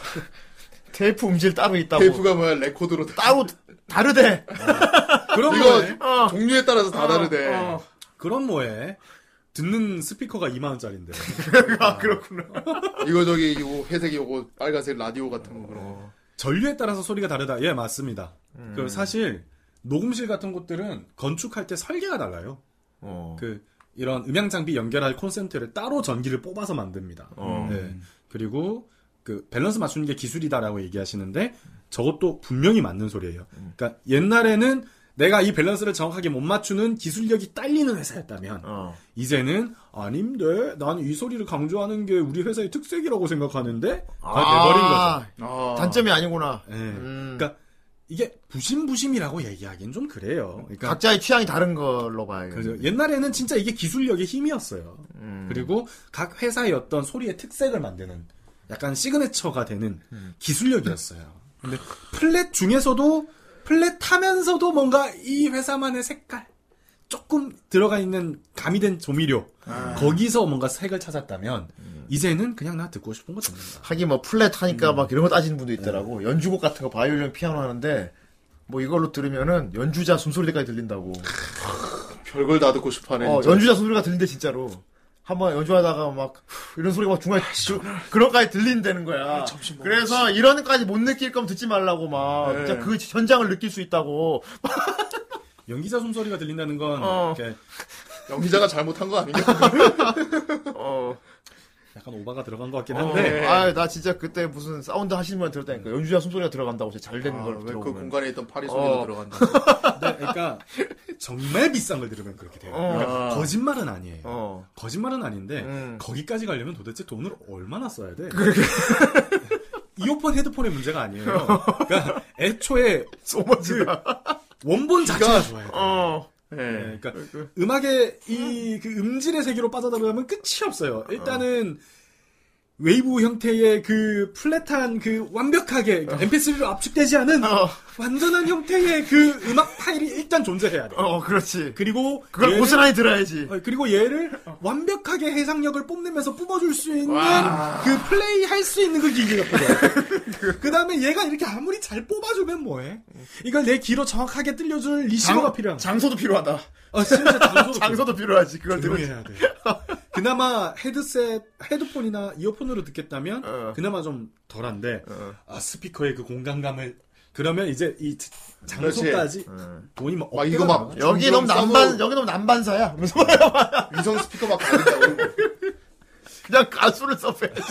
Speaker 1: 테이프 음질 따로 있다고.
Speaker 2: 테이프가 뭐야 레코드로
Speaker 1: 따로 다르대.
Speaker 5: 그런 거네.
Speaker 2: 이거
Speaker 1: 어.
Speaker 2: 종류에 따라서 다 다르대.
Speaker 5: 어. 그럼 뭐해? 듣는 스피커가 2만 원짜리인데.
Speaker 2: 아 그렇구나. 이거 저기 이거 회색 이거 빨간색 라디오 같은 거 그런 거.
Speaker 5: 전류에 따라서 소리가 다르다. 예, 맞습니다. 그 사실 녹음실 같은 곳들은 건축할 때 설계가 달라요. 그 이런 음향 장비 연결할 콘센트를 따로 전기를 뽑아서 만듭니다.
Speaker 1: 어.
Speaker 5: 예. 그리고 그 밸런스 맞추는 게 기술이다라고 얘기하시는데 저것도 분명히 맞는 소리예요. 그러니까 옛날에는 내가 이 밸런스를 정확하게 못 맞추는 기술력이 딸리는 회사였다면 이제는 아닌데 난 이 소리를 강조하는 게 우리 회사의 특색이라고 생각하는데 다 내버린 아, 거죠.
Speaker 1: 아, 단점이 아니구나. 음.
Speaker 5: 예. 그러니까 이게 부심부심이라고 얘기하기엔 좀 그래요. 그러니까
Speaker 1: 각자의 취향이 다른 걸로 봐야 겠
Speaker 5: 그죠. 옛날에는 진짜 이게 기술력의 힘이었어요.
Speaker 1: 음.
Speaker 5: 그리고 각 회사의 어떤 소리의 특색을 만드는 약간 시그네처가 되는
Speaker 1: 음.
Speaker 5: 기술력이었어요. 근데 플랫 중에서도 플랫하면서도 뭔가 이 회사만의 색깔 조금 들어가 있는 가미된 조미료
Speaker 1: 아.
Speaker 5: 거기서 뭔가 색을 찾았다면
Speaker 1: 음.
Speaker 5: 이제는 그냥 나 듣고 싶은 거 듣는다.
Speaker 1: 하긴 뭐 플랫 하니까
Speaker 5: 음.
Speaker 1: 막 이런 거 따지는 분도 있더라고. 연주곡 같은 거 바이올린 피아노 하는데 뭐 이걸로 들으면은 연주자 숨소리까지 들린다고.
Speaker 2: 별걸 다 듣고 싶어하네.
Speaker 1: 어,
Speaker 2: 진짜.
Speaker 1: 연주자 숨소리가 들린대 진짜로. 한번 연주하다가 막 후, 이런 소리가 막 중간에 그, 그런까지 들린다는 거야. 그래서 이런 거까지 못 느낄 거면 듣지 말라고 막
Speaker 5: 네.
Speaker 1: 진짜 그 현장을 느낄 수 있다고.
Speaker 5: 연기자 숨소리가 들린다는 건
Speaker 1: 어.
Speaker 5: 이렇게
Speaker 2: 연기자가 잘못한 거 아니냐?
Speaker 5: 약간 오바가 들어간 것 같긴
Speaker 1: 어,
Speaker 5: 한데
Speaker 1: 아, 나 진짜 그때 무슨 사운드 하시는 분 들었다니까. 연주자 숨소리가 들어간다고 진짜 잘 되는
Speaker 2: 아,
Speaker 1: 걸
Speaker 2: 왜그
Speaker 1: 들어보면.
Speaker 2: 공간에 있던 파리 소리가
Speaker 1: 어.
Speaker 2: 들어간다.
Speaker 5: 네, 그러니까 정말 비싼 걸 들으면 그렇게 돼요.
Speaker 1: 어.
Speaker 5: 그러니까 거짓말은 아니에요.
Speaker 1: 어.
Speaker 5: 거짓말은 아닌데
Speaker 1: 음.
Speaker 5: 거기까지 가려면 도대체 돈을 얼마나 써야 돼? 이어폰 헤드폰의 문제가 아니에요. 그러니까 애초에 그 원본 자체가 좋아야 돼.
Speaker 1: 어.
Speaker 5: 네, 그러니까 음악의 이 그 음질의 세계로 빠져들어가면 끝이 없어요. 일단은 웨이브 형태의 그 플랫한 그 완벽하게
Speaker 1: 어.
Speaker 5: MP3로 압축되지 않은 완전한 형태의 그 음악 파일이 일단 존재해야 돼.
Speaker 1: 어, 그렇지.
Speaker 5: 그리고
Speaker 1: 그걸
Speaker 5: 얘를-
Speaker 1: 고스란히 들어야지.
Speaker 5: 어, 그리고 얘를 완벽하게 해상력을 뽐내면서 뿜어줄 수 있는
Speaker 1: 와.
Speaker 5: 그 플레이 할 수 있는 그 기계가 필요해. 그 다음에 얘가 이렇게 아무리 잘 뽑아주면 뭐해? 이걸 내 귀로 정확하게 들려줄 리시버가
Speaker 1: 장-
Speaker 5: 필요한. 거야.
Speaker 1: 장소도 필요하다.
Speaker 5: 어, 심지어 장소도,
Speaker 1: 장소도 필요하지. 그걸
Speaker 5: 필요해.
Speaker 1: 들으면.
Speaker 5: 조용해야 돼. 그나마 헤드셋, 헤드폰이나 이어폰으로 듣겠다면 그나마 좀 덜한데 아, 스피커의 그 공간감을 그러면 이제 이 자- 장소까지 돈이 막
Speaker 2: 막
Speaker 5: 어깨가
Speaker 2: 이거 막
Speaker 5: 나와.
Speaker 1: 여기 너무
Speaker 2: 점점
Speaker 1: 남반,
Speaker 2: 싸서
Speaker 1: 여기 너무 남반사야. 그래서
Speaker 2: 위성 스피커 막 가린다고.
Speaker 1: 그냥 가수를 써봐야지.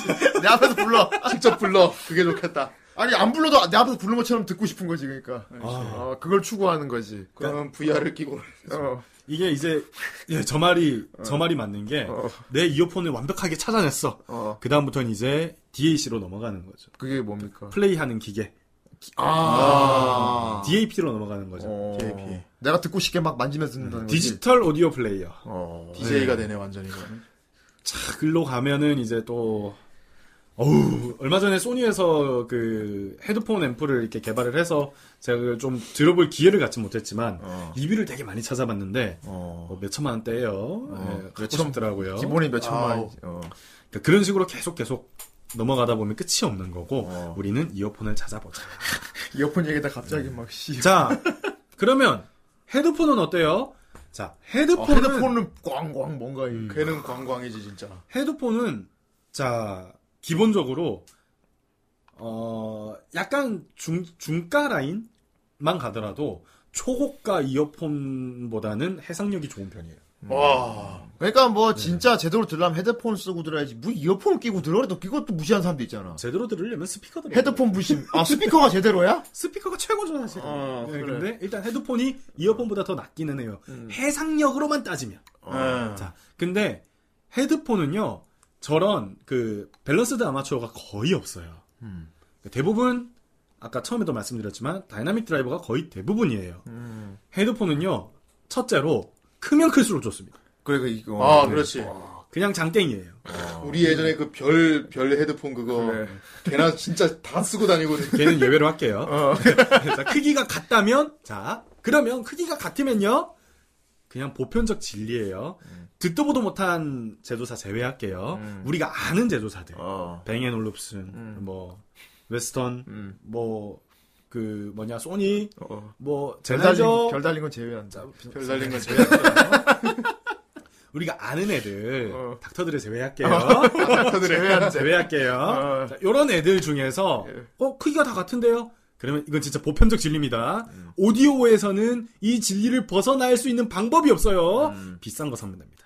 Speaker 1: 내 앞에서 불러.
Speaker 2: 직접 불러. 그게 좋겠다.
Speaker 1: 아니, 안 불러도 내 앞에서 부른 것처럼 듣고 싶은 거지, 그러니까.
Speaker 5: 아.
Speaker 1: 어, 그걸 추구하는 거지.
Speaker 2: 그러면 VR을 끼고.
Speaker 1: 어.
Speaker 5: 이게 이제 예, 저 말이 저 말이 맞는 게 내 이어폰을 완벽하게 찾아냈어.
Speaker 1: 어.
Speaker 5: 그 다음부터는 이제 DAC로 넘어가는 거죠.
Speaker 1: 그게 뭡니까?
Speaker 5: 플레이하는 기계
Speaker 1: 아.
Speaker 5: DAP로 넘어가는 거죠.
Speaker 1: 어. 내가 듣고 싶게 막 만지면서 듣는다는 거지.
Speaker 5: 디지털 오디오 플레이어.
Speaker 1: 어.
Speaker 2: DJ가 되네 완전히. 이거는.
Speaker 5: 자, 글로 가면은 이제 또 어우 얼마 전에 소니에서 그 헤드폰 앰프를 이렇게 개발을 해서 제가 그걸 좀 들어볼 기회를 갖지 못했지만
Speaker 1: 어.
Speaker 5: 리뷰를 되게 많이 찾아봤는데 어, 몇 천만 원대예요. 예, 갖고
Speaker 1: 어. 몇천-
Speaker 5: 싶더라고요.
Speaker 1: 기본이 몇 천만
Speaker 2: 아우.
Speaker 1: 원이지. 어.
Speaker 5: 그러니까 그런 식으로 계속 계속 넘어가다 보면 끝이 없는 거고 우리는 이어폰을 찾아보자.
Speaker 1: 이어폰 얘기다 갑자기 막, 씨.
Speaker 5: 자, 그러면 헤드폰은 어때요? 자, 헤드폰은,
Speaker 1: 아, 헤드폰은 꽝꽝 뭔가 이
Speaker 2: 걔는 광광이지 음. 진짜.
Speaker 5: 헤드폰은 자 기본적으로 어 약간 중 중가 라인만 가더라도 초고가 이어폰보다는 해상력이 좋은 편이에요.
Speaker 1: 음. 와. 그러니까
Speaker 2: 네.
Speaker 1: 뭐 진짜 제대로 들려면 헤드폰 쓰고 들어야지. 뭐 이어폰 끼고 들어 그래도 그것도 무시한 사람도 있잖아.
Speaker 5: 제대로 들으려면 스피커 들어.
Speaker 1: 헤드폰 무심. 아 스피커가 제대로야?
Speaker 5: 스피커가 최고죠 사실은.
Speaker 2: 어,
Speaker 5: 네, 근데 일단 헤드폰이 이어폰보다 더 낫기는 해요. 해상력으로만 따지면.
Speaker 2: 네.
Speaker 5: 자, 근데 헤드폰은요 저런 그 밸런스드 아마추어가 거의 없어요. 대부분 아까 처음에도 말씀드렸지만 다이나믹 드라이버가 거의 대부분이에요. 헤드폰은요 첫째로 크면 클수록 좋습니다.
Speaker 1: 그래 그 이거.
Speaker 2: 아 그렇지.
Speaker 5: 그냥 장땡이에요.
Speaker 2: 우리 예전에 그 별 별 헤드폰 그거
Speaker 1: 네.
Speaker 2: 걔나 진짜 다 쓰고 다니거든.
Speaker 5: 걔는 예외로 할게요. 자, 크기가 같다면 자 그러면 크기가 같으면요 그냥 보편적 진리예요. 듣도 보도 못한 제조사 제외할게요. 우리가 아는 제조사들
Speaker 1: 어.
Speaker 5: 뱅앤올룹슨
Speaker 1: 음.
Speaker 5: 뭐 웨스턴 뭐 그 뭐냐 소니 뭐 제나저
Speaker 1: 어,
Speaker 5: 네.
Speaker 1: 별 달린 건 제외한다.
Speaker 2: 별 달린 건 제외한다.
Speaker 5: 우리가 아는 애들
Speaker 1: 어.
Speaker 5: 닥터들을 제외할게요.
Speaker 1: 닥터들을 제외한다.
Speaker 5: 제외할게요.
Speaker 1: 어.
Speaker 5: 자, 요런 애들 중에서
Speaker 1: 예.
Speaker 5: 어 크기가 다 같은데요. 그러면 이건 진짜 보편적 진리입니다.
Speaker 1: 음.
Speaker 5: 오디오에서는 이 진리를 벗어날 수 있는 방법이 없어요.
Speaker 1: 음.
Speaker 5: 비싼 거 사면 됩니다.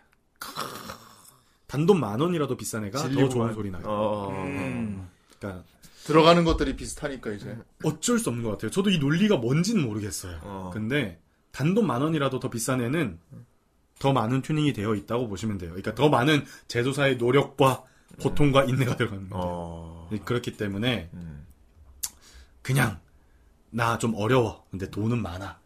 Speaker 5: 단돈 만 원이라도 비싼 애가 더 좋은
Speaker 1: 진리구만.
Speaker 5: 소리 나요.
Speaker 1: 어.
Speaker 2: 음.
Speaker 5: 그러니까
Speaker 2: 들어가는 것들이 비슷하니까 이제.
Speaker 5: 어쩔 수 없는 것 같아요. 저도 이 논리가 뭔지는 모르겠어요. 근데 단돈 만 원이라도 더 비싼 애는 더 많은 튜닝이 되어 있다고 보시면 돼요. 그러니까 더 많은 제조사의 노력과 고통과 인내가 들어가는 거예요. 그렇기 때문에 그냥 나 좀 어려워. 근데 돈은 많아.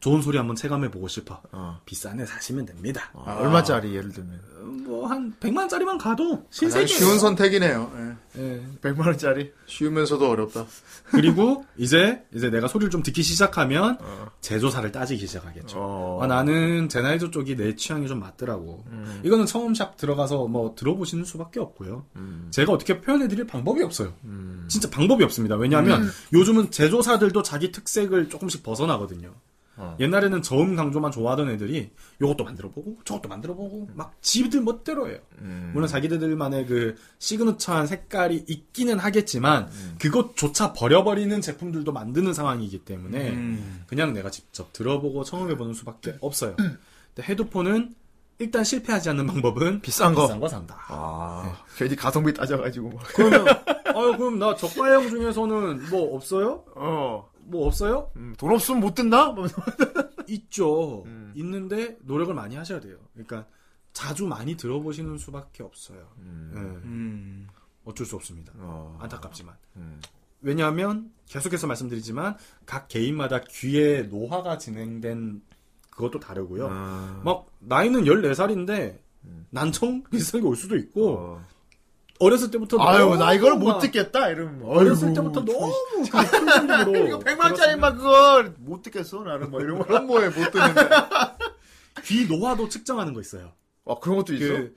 Speaker 5: 좋은 소리 한번 체감해 보고 싶어. 비싼 애 사시면 됩니다.
Speaker 2: 어.
Speaker 1: 아, 얼마짜리 예를 들면
Speaker 5: 뭐 한 100만 원짜리만 가도
Speaker 2: 가장
Speaker 5: 신세계
Speaker 2: 쉬운 선택이네요. 예.
Speaker 5: 예.
Speaker 1: 100만 원짜리
Speaker 2: 쉬우면서도 어렵다.
Speaker 5: 그리고 이제 이제 내가 소리를 좀 듣기 시작하면 제조사를 따지기 시작하겠죠.
Speaker 1: 어.
Speaker 5: 아, 나는 제나이저 쪽이 내 취향이 좀 맞더라고. 이거는 처음 샵 들어가서 뭐 들어보시는 수밖에 없고요. 제가 어떻게 표현해드릴 방법이 없어요. 진짜 방법이 없습니다. 왜냐하면 요즘은 제조사들도 자기 특색을 조금씩 벗어나거든요. 옛날에는 저음 강조만 좋아하던 애들이 요것도 만들어보고 저것도 만들어보고 막 지들 멋대로예요. 물론 자기들만의 그 시그니처한 색깔이 있기는 하겠지만 그것조차 버려버리는 제품들도 만드는 상황이기 때문에
Speaker 2: 음.
Speaker 5: 그냥 내가 직접 들어보고 청음해보는
Speaker 1: 네.
Speaker 5: 수밖에 없어요. 근데 헤드폰은 일단 실패하지 않는 방법은
Speaker 1: 비싼 거.
Speaker 5: 비싼 거 산다.
Speaker 1: 아 괜히 가성비 따져가지고 막.
Speaker 5: 그러면 아유 그럼 나 저가형 중에서는 뭐 없어요?
Speaker 1: 어.
Speaker 5: 뭐 없어요?
Speaker 1: 음, 돈 없으면 못 든다? 뭐,
Speaker 5: 있죠.
Speaker 1: 음.
Speaker 5: 있는데 노력을 많이 하셔야 돼요. 그러니까 자주 많이 들어보시는 수밖에 없어요.
Speaker 1: 음.
Speaker 5: 예.
Speaker 2: 음.
Speaker 5: 어쩔 수 없습니다. 안타깝지만.
Speaker 1: 음.
Speaker 5: 왜냐하면 계속해서 말씀드리지만 각 개인마다 귀의 노화가 진행된 그것도 다르고요.
Speaker 1: 아.
Speaker 5: 막 나이는 14살인데
Speaker 1: 음.
Speaker 5: 난청 비슷한 게 올 수도 있고 어렸을 때부터
Speaker 1: 어. 아유,
Speaker 5: 너무
Speaker 1: 나 이걸 못
Speaker 5: 막
Speaker 1: 듣겠다, 이러면. 뭐,
Speaker 5: 어렸을
Speaker 1: 아이고,
Speaker 5: 때부터
Speaker 1: 좀-
Speaker 5: 너무 그 큰 소리로
Speaker 1: 100만짜리 막 그걸 못 듣겠어, 나는 뭐 이런 거.
Speaker 2: 한모에 못 듣는데.
Speaker 5: 귀 노화도 측정하는 거 있어요.
Speaker 1: 아, 그런 것도 있어?
Speaker 5: 그,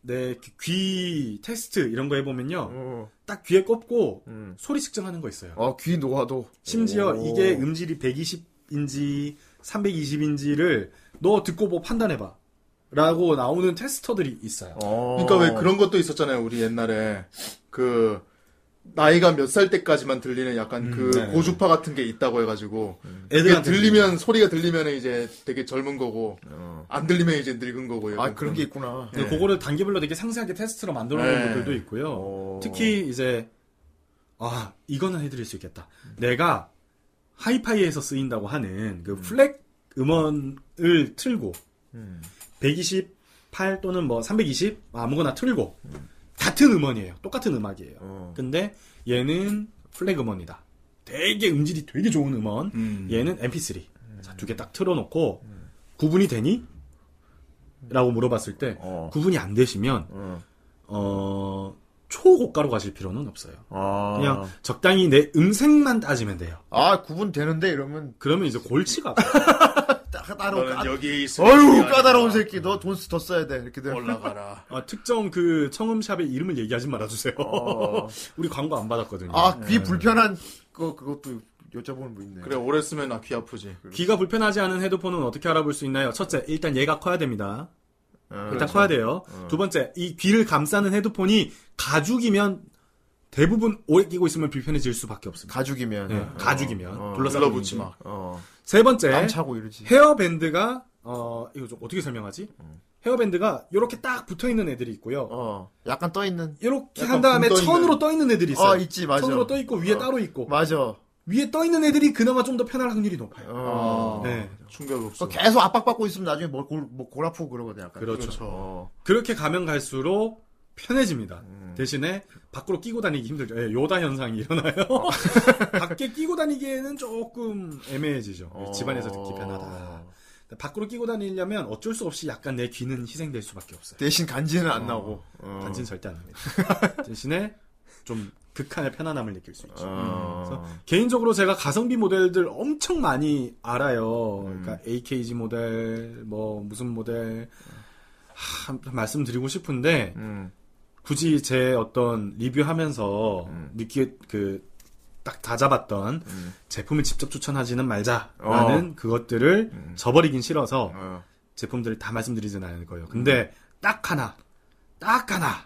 Speaker 5: 네, 귀- 귀 테스트 이런 거 해보면요.
Speaker 1: 어. 음.
Speaker 5: 딱 귀에 꼽고 소리 측정하는 거 있어요.
Speaker 1: 아, 귀 노화도.
Speaker 5: 심지어
Speaker 1: 오.
Speaker 5: 이게 음질이 120인지 320인지를 너 듣고 뭐 판단해봐. 라고 나오는 테스터들이 있어요.
Speaker 2: 그러니까 왜 그런 것도 있었잖아요. 우리 옛날에 그 나이가 몇 살 때까지만 들리는 약간
Speaker 1: 음,
Speaker 2: 그
Speaker 5: 네네.
Speaker 2: 고주파 같은 게 있다고 해가지고 이게
Speaker 5: 애들한테
Speaker 2: 들리면 소리가 들리면 이제 되게 젊은 거고 안 들리면 이제 늙은 거고.
Speaker 1: 아,
Speaker 2: 약간
Speaker 1: 그런 게 있구나.
Speaker 5: 근데 네. 그거를 단계별로 되게 상세하게 테스트로 만들어 놓은
Speaker 2: 네.
Speaker 5: 분들도 있고요. 특히 이제 아 이거는 해드릴 수 있겠다. 내가 하이파이에서 쓰인다고 하는 그 플렉 음원을 틀고 128 또는 뭐 320 아무거나 틀고 같은 음원이에요. 똑같은 음악이에요. 근데 얘는 플렉 음원이다. 되게 음질이 되게 좋은 음원. 얘는 MP3.
Speaker 1: 음.
Speaker 5: 자, 두 개 딱 틀어놓고 구분이 되니? 라고 물어봤을 때 구분이 안 되시면 어, 초고가로 가실 필요는 없어요.
Speaker 1: 아.
Speaker 5: 그냥 적당히 내 음색만 따지면 돼요.
Speaker 1: 아, 구분되는데, 이러면.
Speaker 5: 그러면 이제 골치가 아파요.
Speaker 1: 까다로운, 까...
Speaker 2: 여기에 있어.
Speaker 1: 어휴, 까다로운 새끼. 너 돈 더 써야 돼. 이렇게 되면.
Speaker 2: 올라가라.
Speaker 5: 아, 특정 그 청음샵의 이름을 얘기하지 말아주세요.
Speaker 1: 어.
Speaker 5: 우리 광고 안 받았거든요.
Speaker 1: 아, 귀 불편한 거, 그것도 여쭤보는 분 있네.
Speaker 2: 그래 오래 쓰면 나 귀 아프지.
Speaker 5: 귀가 불편하지 않은 헤드폰은 어떻게 알아볼 수 있나요? 첫째, 일단 얘가 커야 됩니다.
Speaker 1: 네,
Speaker 5: 일단
Speaker 2: 그렇죠.
Speaker 5: 커야 돼요.
Speaker 2: 어.
Speaker 5: 두 번째, 이 귀를 감싸는 헤드폰이 가죽이면 대부분 오래 끼고 있으면 불편해질 수밖에 없습니다.
Speaker 1: 가죽이면
Speaker 5: 네. 가죽이면
Speaker 1: 네. 어.
Speaker 5: 둘러싸고
Speaker 1: 눌러붙지
Speaker 5: 있는
Speaker 1: 막.
Speaker 5: 게. 세 번째,
Speaker 1: 땀 차고 이러지.
Speaker 5: 헤어밴드가 어 이거 좀 어떻게 설명하지?
Speaker 1: 음.
Speaker 5: 헤어밴드가 이렇게 딱 붙어 있는 애들이 있고요.
Speaker 1: 약간 떠 있는.
Speaker 5: 이렇게
Speaker 1: 약간
Speaker 5: 한 다음에
Speaker 1: 붕 떠있는.
Speaker 5: 천으로 떠 있는 애들이 있어요.
Speaker 1: 어, 있지, 맞아. 어.
Speaker 5: 천으로 떠 있고 위에 따로 있고.
Speaker 1: 맞아.
Speaker 5: 위에 떠 있는 애들이 그나마 좀 더 편할 확률이 높아요.
Speaker 1: 어.
Speaker 5: 네.
Speaker 2: 충격 없어.
Speaker 1: 계속 압박받고 있으면 나중에 뭐 골, 뭐 골 아프고 그러거든, 약간.
Speaker 5: 그렇죠.
Speaker 2: 어.
Speaker 5: 그렇게 가면 갈수록 편해집니다. 대신에 밖으로 끼고 다니기 힘들죠. 예, 요다 현상이 일어나요. 밖에 끼고 다니기에는 조금 애매해지죠. 집안에서 듣기 편하다. 근데 밖으로 끼고 다니려면 어쩔 수 없이 약간 내 귀는 희생될 수밖에 없어요.
Speaker 1: 대신 간지는 안 나고. 어.
Speaker 5: 간지는 절대 안 납니다. 대신에 좀 극한의 편안함을 느낄 수 있죠.
Speaker 1: 어.
Speaker 5: 그래서 개인적으로 제가 가성비 모델들 엄청 많이 알아요. 그러니까 AKG 모델, 뭐 무슨 모델 하, 말씀드리고 싶은데 굳이 제 어떤 리뷰하면서 느끼 그딱 다잡았던 제품을 직접 추천하지는 말자라는
Speaker 1: 어.
Speaker 5: 그것들을 저버리긴 싫어서 제품들을 다 말씀드리진 않을 거예요. 근데 딱 하나, 딱 하나.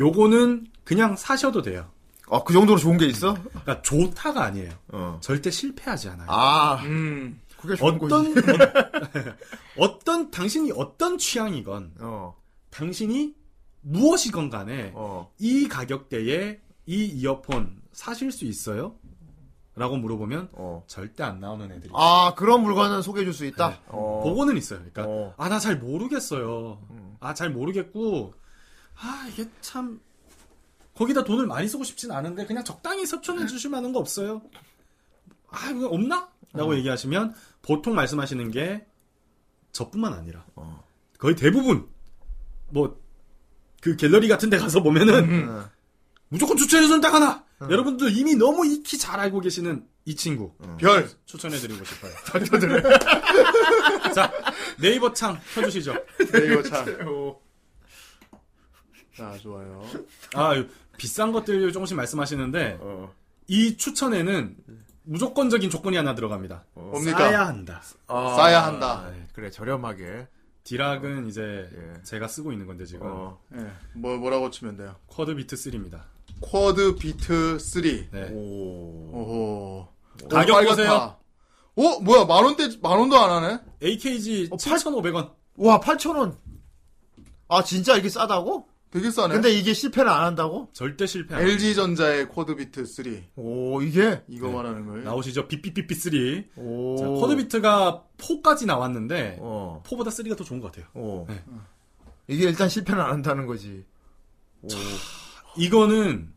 Speaker 5: 요거는 그냥 사셔도 돼요.
Speaker 1: 아, 그 정도로 좋은 게 있어?
Speaker 5: 그러니까 좋다가 아니에요. 절대 실패하지 않아요.
Speaker 1: 어. 아.
Speaker 2: 음.
Speaker 1: 그게 좋은
Speaker 5: 어떤 어, 떤 당신이 어떤 취향이건 당신이 무엇이건
Speaker 1: 어.
Speaker 5: 간에 이 가격대에 이 이어폰 사실 수 있어요? 라고 물어보면 절대 안 나오는 애들이
Speaker 1: 아, 그런 물건은 소개해 줄 수 있다?
Speaker 5: 네.
Speaker 1: 어.
Speaker 5: 보고는 있어요. 그러니까 아 나 잘 모르겠어요. 아 잘 모르겠고 아 이게 참 거기다 돈을 많이 쓰고 싶진 않은데 그냥 적당히 섭촌해 주실 만한 거 없어요. 아 이거 없나? 라고 얘기하시면 보통 말씀하시는 게 저뿐만 아니라 거의 대부분 뭐 그 갤러리 같은 데 가서 보면은 무조건 추천해주는 딱 하나 여러분들 이미 너무 익히 잘 알고 계시는 이 친구 별 추천해드리고 싶어요 자 네이버 창 켜주시죠
Speaker 2: 네이버 창. 자 좋아요.
Speaker 5: 아 요- 비싼 것들 조금씩 말씀하시는데 이 추천에는 무조건적인 조건이 하나 들어갑니다
Speaker 1: 뭡니까?
Speaker 5: 싸야 한다
Speaker 1: 아, 싸야 한다. 그래, 저렴하게.
Speaker 5: 디락은 이제 제가 쓰고 있는 건데 지금
Speaker 2: 예. 뭐 뭐라고 치면 돼요?
Speaker 5: 쿼드 비트 3입니다
Speaker 2: 쿼드 비트 3.
Speaker 5: 네.
Speaker 2: 오. 오.
Speaker 5: 가격
Speaker 2: 빨갛다.
Speaker 5: 보세요.
Speaker 2: 어 뭐야 만 원대 만 원도 안 하네.
Speaker 5: AKG 8,500원.
Speaker 1: 와, 8,000원. 아, 진짜 이게 싸다고?
Speaker 2: 되게 싸네.
Speaker 1: 근데 이게 실패를 안 한다고?
Speaker 5: 절대 실패 안
Speaker 2: LG 전자의 쿼드 비트 3.
Speaker 1: 오, 이게?
Speaker 2: 이거 말하는 거예요?
Speaker 5: 나오시죠 삐삐삐삐 3
Speaker 1: 오. 어.
Speaker 5: 자, 쿼드비트가 4까지 나왔는데 4보다 3가 더 좋은 것 같아요.
Speaker 1: 오.
Speaker 5: 네.
Speaker 1: 이게 일단 실패는 안 한다는 거지. 오.
Speaker 5: 이거는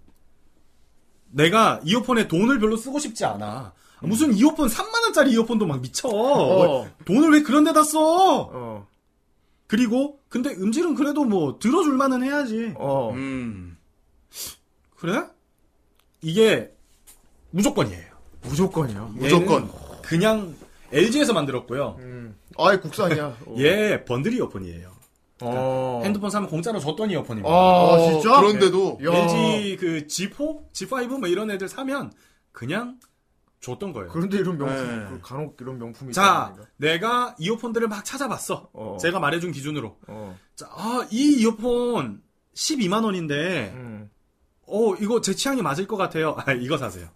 Speaker 5: 내가 이어폰에 돈을 별로 쓰고 싶지 않아. 무슨 이어폰 3만 원짜리 이어폰도 막 미쳐.
Speaker 1: 어.
Speaker 5: 왜- 돈을 왜 그런 데다 써?
Speaker 1: 어.
Speaker 5: 그리고 근데 음질은 그래도 뭐 들어줄 만은 해야지.
Speaker 1: 어.
Speaker 2: 음.
Speaker 5: 그래? 이게 무조건이에요.
Speaker 1: 무조건이요.
Speaker 5: 무조건. 그냥 LG에서 만들었고요.
Speaker 1: 음. 아예 국산이야. 어.
Speaker 5: 얘 번들 이어폰이에요. 그러니까
Speaker 1: 어.
Speaker 5: 핸드폰 사면 공짜로 줬던 이어폰입니다.
Speaker 1: 아, 아, 진짜?
Speaker 2: 그런데도?
Speaker 5: 네.
Speaker 2: 야.
Speaker 5: LG 그 G4, G5 뭐 이런 애들 사면 그냥 줬던 거예요.
Speaker 1: 그런데 이런 명품,
Speaker 5: 네.
Speaker 1: 그 간혹 이런 명품이.
Speaker 5: 자, 내가 이어폰들을 막 찾아봤어.
Speaker 1: 어.
Speaker 5: 제가 말해준 기준으로.
Speaker 1: 어.
Speaker 5: 자, 아, 이 이어폰 12만 원인데,
Speaker 1: 음.
Speaker 5: 어, 이거 제 취향이 맞을 것 같아요. 아, 이거 사세요.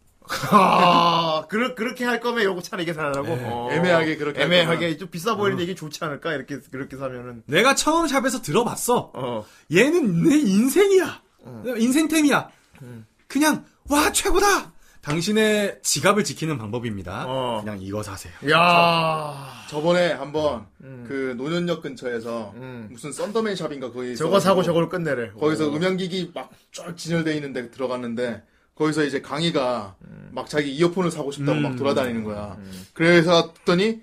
Speaker 1: 아, 그렇게할 거면 요거 차라리 이게 사라고? 어.
Speaker 2: 애매하게 그렇게 할
Speaker 1: 애매하게 음.
Speaker 2: 거면.
Speaker 1: 좀 비싸 보이는데 이게 좋지 않을까? 이렇게, 그렇게 사면은.
Speaker 5: 내가 처음 샵에서 들어봤어. 얘는 내 인생이야. 인생템이야. 그냥 와 최고다. 당신의 지갑을 지키는 방법입니다. 그냥 이거 사세요.
Speaker 1: 야
Speaker 2: 저번에 한번
Speaker 1: 음.
Speaker 2: 그 노년역 근처에서 무슨 썬더맨 샵인가 거기
Speaker 1: 저거 사고
Speaker 2: 있어가지고
Speaker 1: 저걸 끝내래.
Speaker 2: 거기서
Speaker 1: 오.
Speaker 2: 음향기기 막 쫙 진열돼 있는데 들어갔는데 거기서 이제 강의가
Speaker 5: 음.
Speaker 2: 막 자기 이어폰을 사고 싶다고 막 돌아다니는 거야. 그래서 갔더니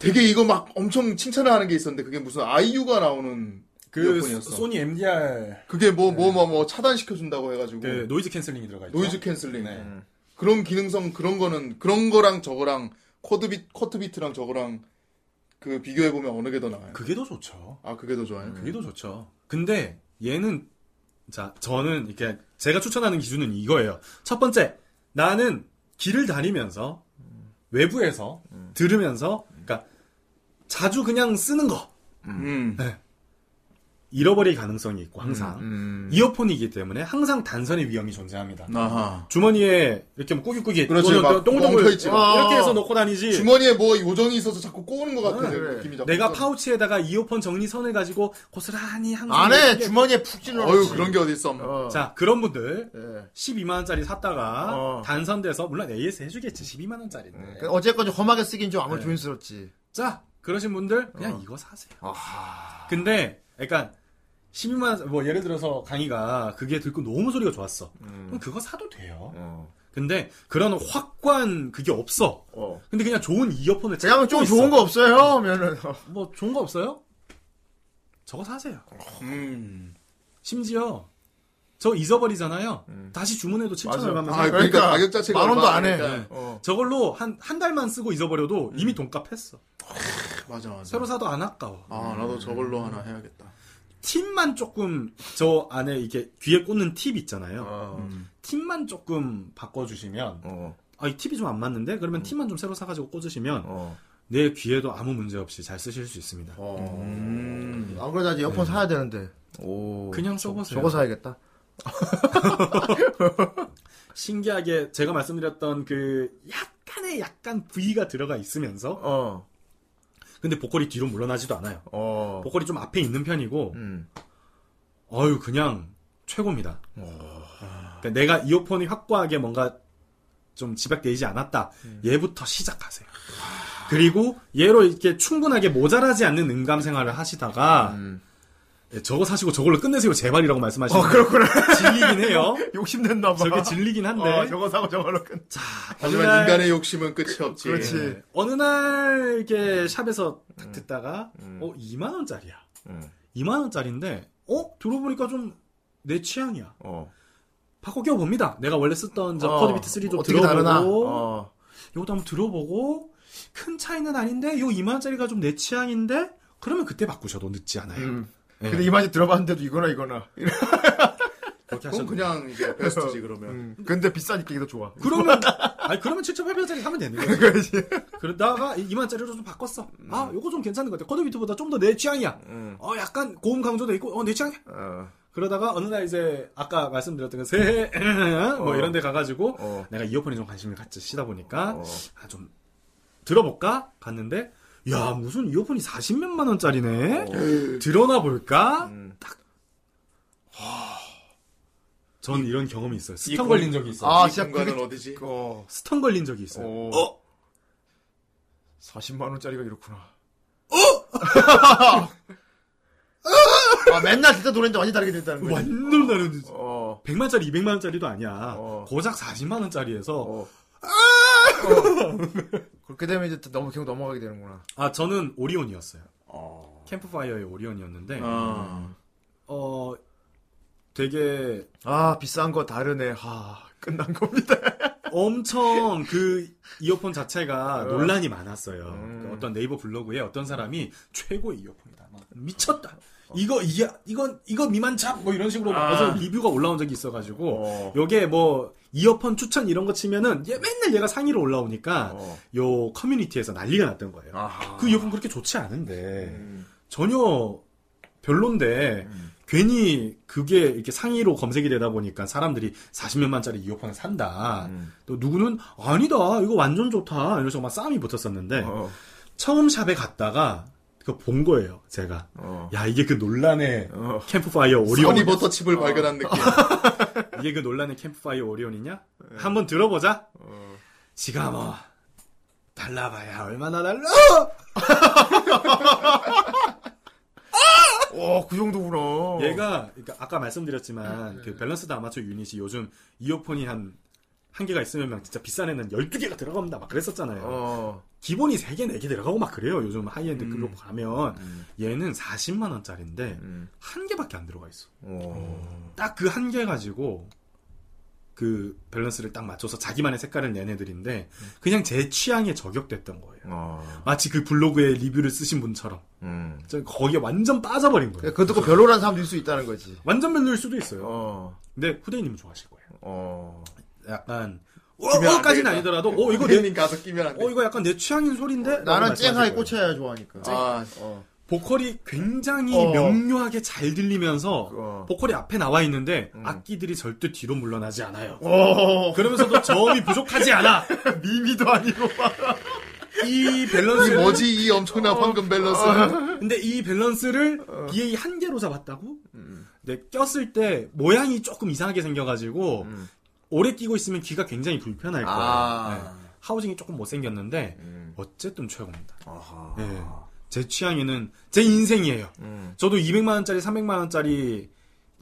Speaker 2: 되게 이거 막 엄청 칭찬을 하는 게 있었는데 그게 무슨 아이유가 나오는
Speaker 5: 그
Speaker 2: 이어폰이었어.
Speaker 5: 소니 MDR
Speaker 2: 그게 뭐
Speaker 5: 네.
Speaker 2: 뭐 뭐 뭐 차단시켜 준다고 해가지고
Speaker 5: 그 노이즈 캔슬링이 들어가 있죠.
Speaker 2: 노이즈 캔슬링
Speaker 5: 네.
Speaker 2: 그런 기능성 그런 거는 그런 거랑 저거랑 쿼드 비 쿼트 비트랑 저거랑 그 비교해 보면 어느 게 더 나아요?
Speaker 5: 그게 더 좋죠.
Speaker 2: 아 그게 더 좋아요?
Speaker 5: 그게 더 좋죠. 근데 얘는 자 저는 이렇게 제가 추천하는 기준은 이거예요. 첫 번째 나는 길을 다니면서 외부에서 들으면서 그러니까 자주 그냥 쓰는 거
Speaker 2: 음.
Speaker 5: 네. 잃어버릴 가능성이 있고 항상
Speaker 2: 음.
Speaker 5: 이어폰이기 때문에 항상 단선의 위험이 존재합니다.
Speaker 2: 아하.
Speaker 5: 주머니에 이렇게 뭐 꾸깃꾸깃
Speaker 2: 음. 그렇지,
Speaker 5: 또는
Speaker 2: 막
Speaker 5: 동글동글
Speaker 2: 멍터있지, 막.
Speaker 5: 이렇게 해서 넣고 다니지
Speaker 2: 주머니에 뭐 요정이 있어서 자꾸 꼬는 것 같아. 내 느낌이 자꾸.
Speaker 5: 내가 파우치에다가 이어폰 정리선을 가지고 고스란히 항상
Speaker 2: 안 해!
Speaker 5: 이렇게-
Speaker 2: 주머니에 푹 찔러놓지. 어휴, 그런 게 어딨어. 어.
Speaker 5: 자 그런 분들
Speaker 1: 예.
Speaker 5: 12만 원짜리 샀다가
Speaker 9: 어.
Speaker 5: 단선돼서 물론 AS 해주겠지 12만 원짜리인데
Speaker 9: 그 어쨌건 좀 험하게 쓰긴 좀 아무래도
Speaker 1: 네.
Speaker 9: 조심스럽지.
Speaker 5: 자 그러신 분들
Speaker 9: 어.
Speaker 5: 그냥 이거 사세요.
Speaker 1: 아.
Speaker 5: 근데 약간 12만 원, 뭐 예를 들어서 강의가 그게 듣고 너무 소리가 좋았어.
Speaker 9: 음.
Speaker 1: 음.
Speaker 5: 그럼 그거 사도 돼요.
Speaker 1: 어.
Speaker 5: 근데 그런 확고한 그게 없어. 근데 그냥 좋은 이어폰을
Speaker 9: 제가 하면 좀 좋은 거 없어요? 면은
Speaker 5: 뭐 좋은 거 없어요? 저거 사세요.
Speaker 2: 음.
Speaker 5: 심지어 저 잊어버리잖아요.
Speaker 9: 음.
Speaker 5: 다시 주문해도 7천
Speaker 2: 맞아.
Speaker 5: 원 얼마면
Speaker 2: 아,
Speaker 5: 사요.
Speaker 2: 그러니까 그러니까 가격 자체가
Speaker 5: 만 원도
Speaker 2: 얼마
Speaker 5: 안 해.
Speaker 2: 그러니까.
Speaker 5: 네.
Speaker 2: 어.
Speaker 5: 저걸로 한 한 달만 쓰고 잊어버려도 이미
Speaker 9: 음.
Speaker 5: 돈값 했어.
Speaker 2: 맞아, 맞아.
Speaker 5: 새로 사도 음. 안 아까워.
Speaker 2: 아, 나도 저걸로 하나 해야겠다.
Speaker 5: 팁만 조금 저 안에 이게 귀에 꽂는 팁 있잖아요. 팁만 조금 바꿔주시면 아 이 팁이 좀 안 맞는데 그러면 팁만 좀 새로 사가지고 꽂으시면
Speaker 1: 어.
Speaker 9: 어.
Speaker 5: 내 귀에도 아무 문제 없이 잘 쓰실 수 있습니다.
Speaker 2: 어. 음.
Speaker 5: 음.
Speaker 9: 안 그러다 이제 이어폰 사야 되는데. 네. 오.
Speaker 5: 그냥 써보세요.
Speaker 9: 저거 사야겠다.
Speaker 5: 신기하게 제가 말씀드렸던 그 약간의 약간 부위가 들어가 있으면서 근데 보컬이 뒤로 물러나지도 않아요.
Speaker 1: 어.
Speaker 9: 어.
Speaker 5: 보컬이 좀 앞에 있는 편이고
Speaker 9: 음,
Speaker 5: 어유 그냥 최고입니다. 그러니까 내가 이어폰이 확고하게 뭔가 좀 집약되지 않았다. 얘부터 시작하세요. 그리고 얘로 이렇게 충분하게 모자라지 않는 음감 생활을
Speaker 9: 아.
Speaker 5: 하시다가
Speaker 1: 음.
Speaker 9: 음.
Speaker 5: 예, 저거 사시고 저걸로 끝내세요 제발이라고 말씀하시는 어, 그렇구나. 질리긴 해요.
Speaker 9: 욕심낸다 봐.
Speaker 5: 저게 질리긴 한데.
Speaker 9: 어, 저거 사고 저걸로 끝.
Speaker 5: 자,
Speaker 2: 하지만
Speaker 5: 어느 날-
Speaker 2: 인간의 욕심은 끝이 없지. 음.
Speaker 5: 예. 어느 날 이렇게 샵에서 탁 듣다가
Speaker 1: 음.
Speaker 9: 음.
Speaker 5: 어 2만 원짜리야. 2만 원짜리인데 어 들어보니까 좀 내 취향이야. 바꿔 껴 봅니다. 내가 원래 쓰던 저
Speaker 9: 어,
Speaker 5: 코드 비트 3도
Speaker 9: 어떻게 다르나?
Speaker 5: 들어보고 요것도 한번 들어보고 큰 차이는 아닌데 요 2만 원짜리가 좀 내 취향인데 그러면 그때 바꾸셔도 늦지 않아요. 예.
Speaker 9: 음. 근데 이마지 들어봤는데도 이거나 이거나.
Speaker 5: 그렇게
Speaker 2: 그건
Speaker 5: 하셔도
Speaker 2: 그냥 이제 베스트지, 그러면.
Speaker 9: 음. 근데 비싸니까 이게 더 좋아.
Speaker 5: 그러면 아니 그러면 7,800원짜리 사면 되는 거예요.
Speaker 9: 그렇지. 음.
Speaker 5: 그러다가 2만짜리로 좀 바꿨어. 아, 요거 좀 괜찮은 것 같아. 코드 비트보다 좀 더 내 취향이야. 어, 약간 고음 강조도 있고, 어, 내 취향이야. 그러다가 어느 날 이제 아까 말씀드렸던 그 새해 뭐
Speaker 3: 어.
Speaker 5: 이런 데 가가지고 내가 이어폰에 좀 관심을 갖지시다
Speaker 9: 어.
Speaker 5: 보니까 아, 좀 들어볼까 갔는데 야 무슨 이어폰이 40몇만 원짜리네
Speaker 2: 음.
Speaker 5: 들어나 볼까
Speaker 9: 음.
Speaker 5: 딱 하, 전 이런 경험이 있어요. 스턴
Speaker 2: 공-
Speaker 5: 걸린 적이 있어요.
Speaker 2: 아,
Speaker 5: 이
Speaker 2: 진짜 공간은
Speaker 5: 그게
Speaker 2: 어디지?
Speaker 5: 스턴 걸린 적이 있어요. 어?
Speaker 9: 40만 원짜리가 이렇구나. 어?
Speaker 5: 아, 맨날 듣던 노래인데 완전 다르게 됐다는 거야. 완전 다른.
Speaker 9: 어.
Speaker 5: 100만짜리, 200만짜리도 아니야. 고작 40만원짜리에서.
Speaker 9: 어. 그렇게 되면 이제 또 너무 계속 넘어가게 되는구나.
Speaker 5: 아, 저는 오리온이었어요. 캠프파이어의 오리온이었는데.
Speaker 9: 어.
Speaker 5: 어, 되게.
Speaker 9: 아, 비싼 거 다르네. 하, 끝난 겁니다.
Speaker 5: 엄청 그 이어폰 자체가 논란이 많았어요. 그 어떤 네이버 블로그에 어떤 사람이 최고의 이어폰이다. 어. 막 미쳤다. 이거 이게 이건 이거 미만 잡뭐 이런 식으로
Speaker 3: 아.
Speaker 5: 해서 리뷰가 올라온 적이 있어가지고 요게 뭐 이어폰 추천 이런 거 치면은 얘 맨날 얘가 상위로 올라오니까 요 커뮤니티에서 난리가 났던 거예요. 그 이어폰 그렇게 좋지 않은데 전혀 별론데 괜히 그게 이렇게 상의로 검색이 되다 보니까 사람들이 40몇만짜리 이어폰을 산다. 또 누구는 아니다 이거 완전 좋다 이러면서 막 싸움이 붙었었는데 처음 샵에 갔다가 그거 본 거예요 제가 야 이게 그 논란의 캠프파이어 아, 오리온
Speaker 2: 써니버터 칩을 발견한 느낌.
Speaker 5: 이게 그 논란의 캠프파이어 오리온이냐 한번 네. 들어보자 지가 뭐 달라봐야 얼마나 달라
Speaker 9: 와, 그 정도구나.
Speaker 5: 얘가 그러니까 아까 말씀드렸지만 그 밸런스드 아마추어 유닛이 요즘 이어폰이 한 한 개가 있으면 막 진짜 비싼 애는 12개가 들어갑니다. 음. 막 그랬었잖아요. 기본이 3개, 4개 들어가고 막 그래요. 요즘 하이엔드 글로 가면 얘는 40만 원짜리인데 한 개밖에 안 들어가 음. 있어. 딱 그 한 개 가지고 그 밸런스를 딱 맞춰서 자기만의 색깔을 낸 애들인데 그냥 제 취향에 저격됐던 거예요. 마치 그 블로그에 리뷰를 쓰신 분처럼 저 거기에 완전 빠져버린 거예요.
Speaker 9: 그거 듣고 별로라는 사람도 있을 수 있다는 거지. 어.
Speaker 5: 완전 별로일 수도 있어요. 근데 후대인님은 좋아하실 거예요. 약간 어, 어까지는 아니더라도 어 이거 내
Speaker 2: 고객님 가서 끼면 안 돼.
Speaker 5: 어 이거 약간 내 취향인 소린데
Speaker 9: 나는 쨍하게 꽂혀야 좋아하니까.
Speaker 2: 아, 어.
Speaker 5: 보컬이 굉장히
Speaker 9: 어.
Speaker 5: 명료하게 잘 들리면서 보컬이 앞에 나와 있는데 악기들이 절대 뒤로 물러나지 않아요.
Speaker 9: 음. 어.
Speaker 5: 그러면서도 저음이 부족하지 않아.
Speaker 9: 미미도 아니고
Speaker 5: 이 밸런스
Speaker 2: 이게 뭐지, 이 엄청난
Speaker 5: 어.
Speaker 2: 황금 밸런스.
Speaker 5: 근데 이 밸런스를 BA 한 개로 잡았다고? 근데 꼈을 때 모양이 조금 이상하게 생겨가지고 오래 끼고 있으면 귀가 굉장히 불편할 거예요.
Speaker 2: 아.
Speaker 5: 네. 하우징이 조금 못 생겼는데 어쨌든 최고입니다. 네. 제 취향에는 제 인생이에요. 저도 200만 원짜리, 300만 원짜리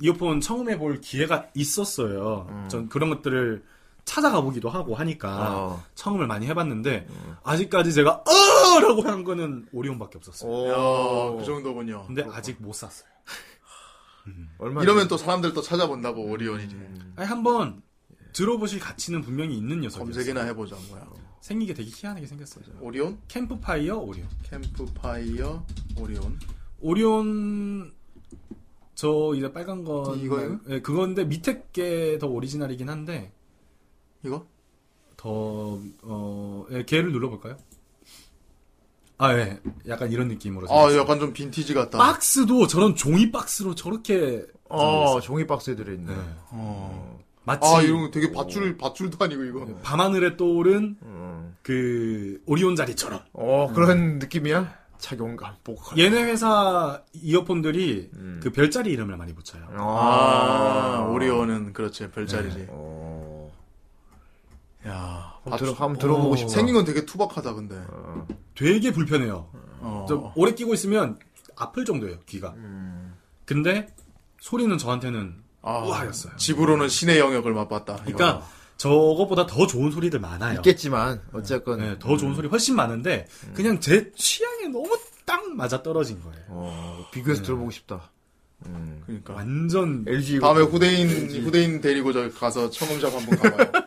Speaker 5: 이어폰 처음 해볼 기회가 있었어요. 전 그런 것들을 찾아가 보기도 하고 하니까 처음을 많이 해봤는데 아직까지 제가 어라고 한 거는 오리온밖에 없었어요.
Speaker 2: 오, 그 정도군요.
Speaker 5: 근데 아직 못 샀어요.
Speaker 2: 이러면 또 사람들 또 찾아본다고 오리온이 제
Speaker 5: 아니, 한번 들어보실 가치는 분명히 있는 녀석이에요.
Speaker 2: 검색이나 해보자 뭐야.
Speaker 5: 생기게 되게 희한하게 생겼어요.
Speaker 2: 오리온?
Speaker 5: 캠프파이어 오리온.
Speaker 2: 캠프파이어 오리온.
Speaker 5: 오리온 저 이제 빨간 건
Speaker 2: 이거예요?
Speaker 5: 예, 그건데 밑에 게 더 오리지널이긴 한데
Speaker 2: 이거?
Speaker 5: 더어 예, 걔를 눌러볼까요? 아 예, 약간 이런 느낌으로.
Speaker 2: 아,
Speaker 5: 생겼어요.
Speaker 2: 약간 좀 빈티지 같다.
Speaker 5: 박스도 저런 종이 박스로 저렇게
Speaker 2: 어,
Speaker 5: 종이 박스에 들어있네. 마치
Speaker 2: 아, 이런 거 되게 밧줄 밧줄도 아니고 이거.
Speaker 5: 밤하늘에 떠오른 그 오리온 자리처럼.
Speaker 1: 어 그런 느낌이야? 착용감 보컬.
Speaker 5: 얘네 회사 이어폰들이 그 별자리 이름을 많이 붙여요.
Speaker 1: 어.
Speaker 2: 아, 오리온은 그렇지 별자리지.
Speaker 5: 네.
Speaker 9: 어.
Speaker 2: 야,
Speaker 1: 한번 들어- 한번 들어보고
Speaker 2: 어,
Speaker 1: 싶다.
Speaker 2: 생긴 건 되게 투박하다 근데.
Speaker 5: 되게 불편해요.
Speaker 2: 어.
Speaker 5: 어. 좀 오래 끼고 있으면 아플 정도예요 귀가. 근데 소리는 저한테는 우아였어요.
Speaker 2: 집으로는 신의 영역을 맛봤다.
Speaker 5: 그러니까 저것보다 더 좋은 소리들 많아요. 있겠지만 어쨌건 네, 더 좋은 소리 훨씬 많은데 그냥 제 취향에 너무 딱 맞아 떨어진 거예요.
Speaker 1: 비교해서 들어보고 싶다.
Speaker 2: 그러니까
Speaker 5: 완전
Speaker 1: LG
Speaker 2: 다음에 후대인 후대인 데리고 저 가서 청음샵 한번 가봐요.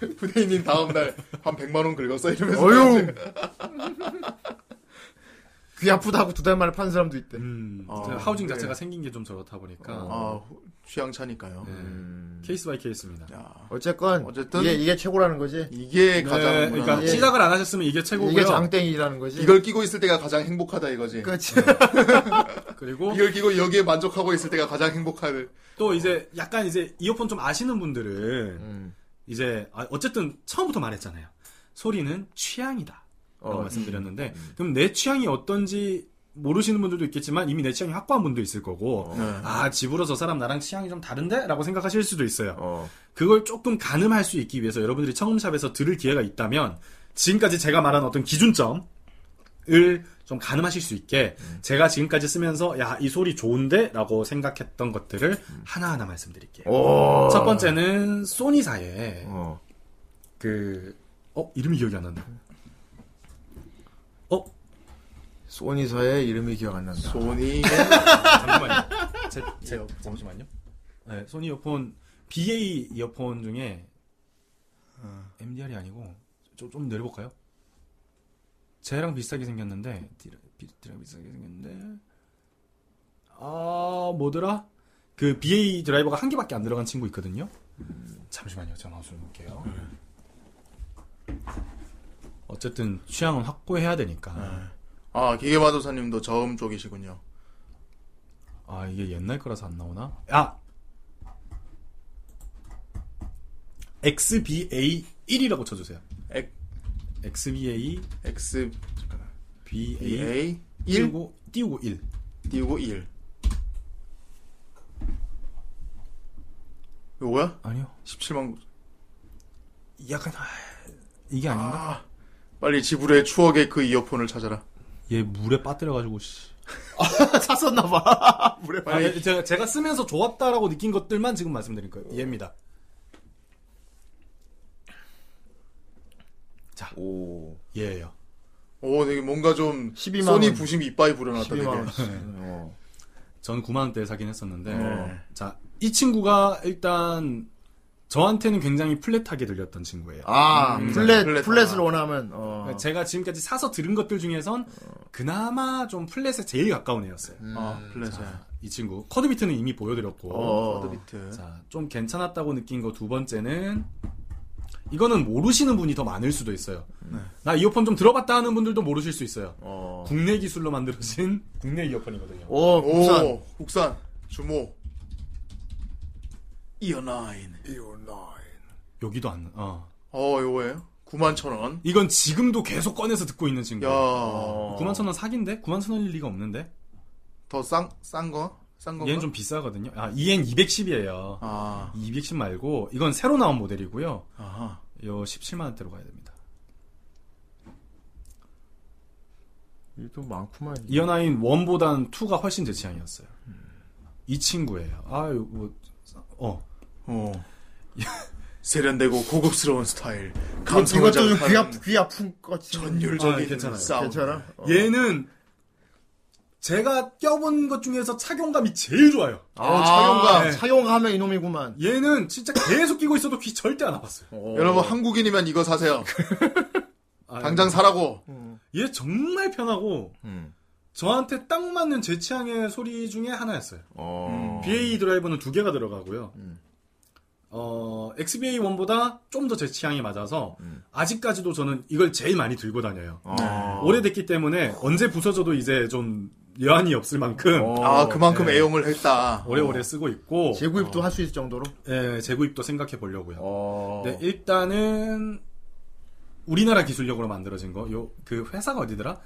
Speaker 2: 후대인님 다음 날 한 100만 원 긁었어 이러면서.
Speaker 1: 어휴. 귀 아프다고 두 달 만에 판 사람도 있대.
Speaker 5: 음, 제가 하우징 자체가 생긴 게 좀 저렇다 보니까
Speaker 2: 아, 후- 취향 차니까요.
Speaker 5: 네. 케이스 바이 케이스입니다.
Speaker 1: 어쨌건
Speaker 2: 음. 어쨌든
Speaker 1: 이게 이게 최고라는 거지.
Speaker 2: 이게 가장
Speaker 5: 네,
Speaker 2: 무난한-
Speaker 5: 그러니까
Speaker 2: 예.
Speaker 5: 시작을 안 하셨으면 이게 최고고요.
Speaker 1: 이게 장땡이라는 거지. 어,
Speaker 2: 이걸 끼고 있을 때가 가장 행복하다 이거지.
Speaker 1: 네. 그렇지.
Speaker 5: 그리고
Speaker 2: 이걸 끼고 여기에 만족하고 있을 때가 가장 행복하다.
Speaker 5: 또 이제 약간 이제 이어폰 좀 아시는 분들은
Speaker 1: 음.
Speaker 5: 이제 아, 어쨌든 처음부터 말했잖아요. 소리는 취향이다. 라고
Speaker 1: 어,
Speaker 5: 말씀드렸는데 그럼 내 취향이 어떤지 모르시는 분들도 있겠지만 이미 내 취향이 확고한 분도 있을 거고 아 집으로 저 사람 나랑 취향이 좀 다른데? 라고 생각하실 수도 있어요. 그걸 조금 가늠할 수 있기 위해서 여러분들이 청음샵에서 들을 기회가 있다면 지금까지 제가 말한 어떤 기준점 을좀 가늠하실 수 있게 제가 지금까지 쓰면서 야 이 소리 좋은데라고 생각했던 것들을 하나하나 말씀드릴게요.
Speaker 1: 오.
Speaker 5: 첫 번째는
Speaker 2: 어.
Speaker 5: 소니사의
Speaker 1: 어.
Speaker 5: 그어 이름이 기억이 안 난다. 어?
Speaker 1: 소니사의 이름이 기억 안 난다.
Speaker 2: 소니
Speaker 5: 잠깐만요. 제, 제 잠시만요. 네, 소니 이어폰 BA 이어폰 중에 MDR이 아니고 좀, 좀 내려볼까요? 쟤랑 비슷하게 생겼는데 D랑, D랑 비슷하게 생겼는데 아 뭐더라? 그 BA 드라이버가 한 개밖에 안 들어간 친구 있거든요. 잠시만요, 제가 마우스를 볼게요. 어쨌든 취향은 확고해야 되니까.
Speaker 2: 아 기계마도사님도 저음 쪽이시군요.
Speaker 5: 아 이게 옛날 거라서 안 나오나? 아 XBA 1이라고 쳐주세요.
Speaker 2: 엑-
Speaker 5: XBA
Speaker 2: X
Speaker 5: BA
Speaker 2: BA
Speaker 5: 1 띄우고 1
Speaker 2: 띄우고 1. 요거야?
Speaker 5: 아니요.
Speaker 2: 17만
Speaker 5: 약간 아, 이게 아닌가?
Speaker 2: 빨리 지브레의 추억의 그 이어폰을 찾아라.
Speaker 5: 얘 물에 빠뜨려가지고 씨.
Speaker 1: 샀었나봐.
Speaker 2: 물에
Speaker 5: 아, 예, 제가, 제가 쓰면서 좋았다라고 느낀 것들만 지금 말씀드릴 거예요. 얘입니다. 자,
Speaker 1: 오.
Speaker 5: 얘예요.
Speaker 2: 오, 되게 뭔가 좀
Speaker 1: 12만
Speaker 2: 소니
Speaker 1: 원.
Speaker 2: 부심 이빨이 불어났다.
Speaker 1: 12만
Speaker 2: 아, 되게.
Speaker 1: 원씩.
Speaker 5: 전 9만 원대에 사긴 했었는데
Speaker 2: 네.
Speaker 5: 자, 이 친구가 일단 저한테는 굉장히 플랫하게 들렸던 친구예요.
Speaker 1: 아
Speaker 5: 음.
Speaker 1: 플랫
Speaker 5: 플랫하다.
Speaker 1: 플랫을 원하면 어.
Speaker 5: 제가 지금까지 사서 들은 것들 중에선 그나마 좀 플랫에 제일 가까운 애였어요.
Speaker 2: 아, 플랫에.
Speaker 5: 자, 이 친구 커드 비트는 이미
Speaker 1: 어.
Speaker 5: 보여드렸고
Speaker 2: 어, 커드 비트.
Speaker 5: 자, 좀 괜찮았다고 느낀 거 두 번째는 이거는 모르시는 분이 더 많을 수도 있어요. 나 이어폰 좀 들어봤다 하는 분들도 모르실 수 네. 있어요. 국내 기술로 만들어진 국내 이어폰이거든요.
Speaker 2: 오, 국산. 국산. 주모. 이어나인. 이어나인.
Speaker 5: 여기도 안, 어.
Speaker 2: 어, 요거예요 9만 천 원.
Speaker 5: 이건 지금도 계속 꺼내서 듣고 있는 친구.
Speaker 2: 야.
Speaker 5: 9만 천 원 사기인데? 9만 천 원일 리가 없는데?
Speaker 2: 더 싼, 싼 거? 싼 건가?
Speaker 5: 얘는 좀 비싸거든요. 아, EN 210이에요.
Speaker 2: 아.
Speaker 5: 210 말고, 이건 새로 나온 모델이고요.
Speaker 2: 아하.
Speaker 5: 요 17만원대로 가야 됩니다.
Speaker 1: 일도 많구만.
Speaker 5: 이어나인 1보단 2가 훨씬 제 취향이었어요.
Speaker 2: 음.
Speaker 5: 이 친구예요. 아, 요, 뭐, 어.
Speaker 2: 어. 세련되고 고급스러운 스타일.
Speaker 9: 이것도
Speaker 2: 감성을
Speaker 9: 좀 귀,
Speaker 2: 자극하는
Speaker 9: 아프, 귀 아픈 것 같이.
Speaker 1: 어,
Speaker 2: 전율적인
Speaker 1: 예.
Speaker 2: 싸움. 예.
Speaker 9: 괜찮아? 어.
Speaker 5: 얘는 제가 껴본 것 중에서 착용감이 제일 좋아요.
Speaker 9: 아,
Speaker 2: 네.
Speaker 9: 착용감.
Speaker 5: 착용하면 이놈이구만. 얘는 진짜 계속 끼고 있어도 귀 절대 안 아팠어요.
Speaker 2: 여러분, 한국인이면 이거 사세요.
Speaker 5: 아,
Speaker 2: 당장 사라고.
Speaker 5: 얘 정말 편하고 저한테 딱 맞는 제 취향의 소리 중에 하나였어요. BA 드라이버는 두 개가 들어가고요. 어, XBA 1보다 좀 더 제 취향이 맞아서 아직까지도 저는 이걸 제일 많이 들고 다녀요.
Speaker 2: 아.
Speaker 5: 오래됐기 때문에 언제 부서져도 이제 좀 여한이 없을 만큼
Speaker 1: 어.
Speaker 2: 아, 그만큼
Speaker 5: 예,
Speaker 2: 애용을 했다.
Speaker 5: 오래오래 쓰고 있고
Speaker 9: 재구입도 할 수 있을 정도로?
Speaker 5: 예, 재구입도 생각해 보려고요.
Speaker 2: 어.
Speaker 5: 네, 일단은 우리나라 기술력으로 만들어진 거. 요 그 회사가 어디더라?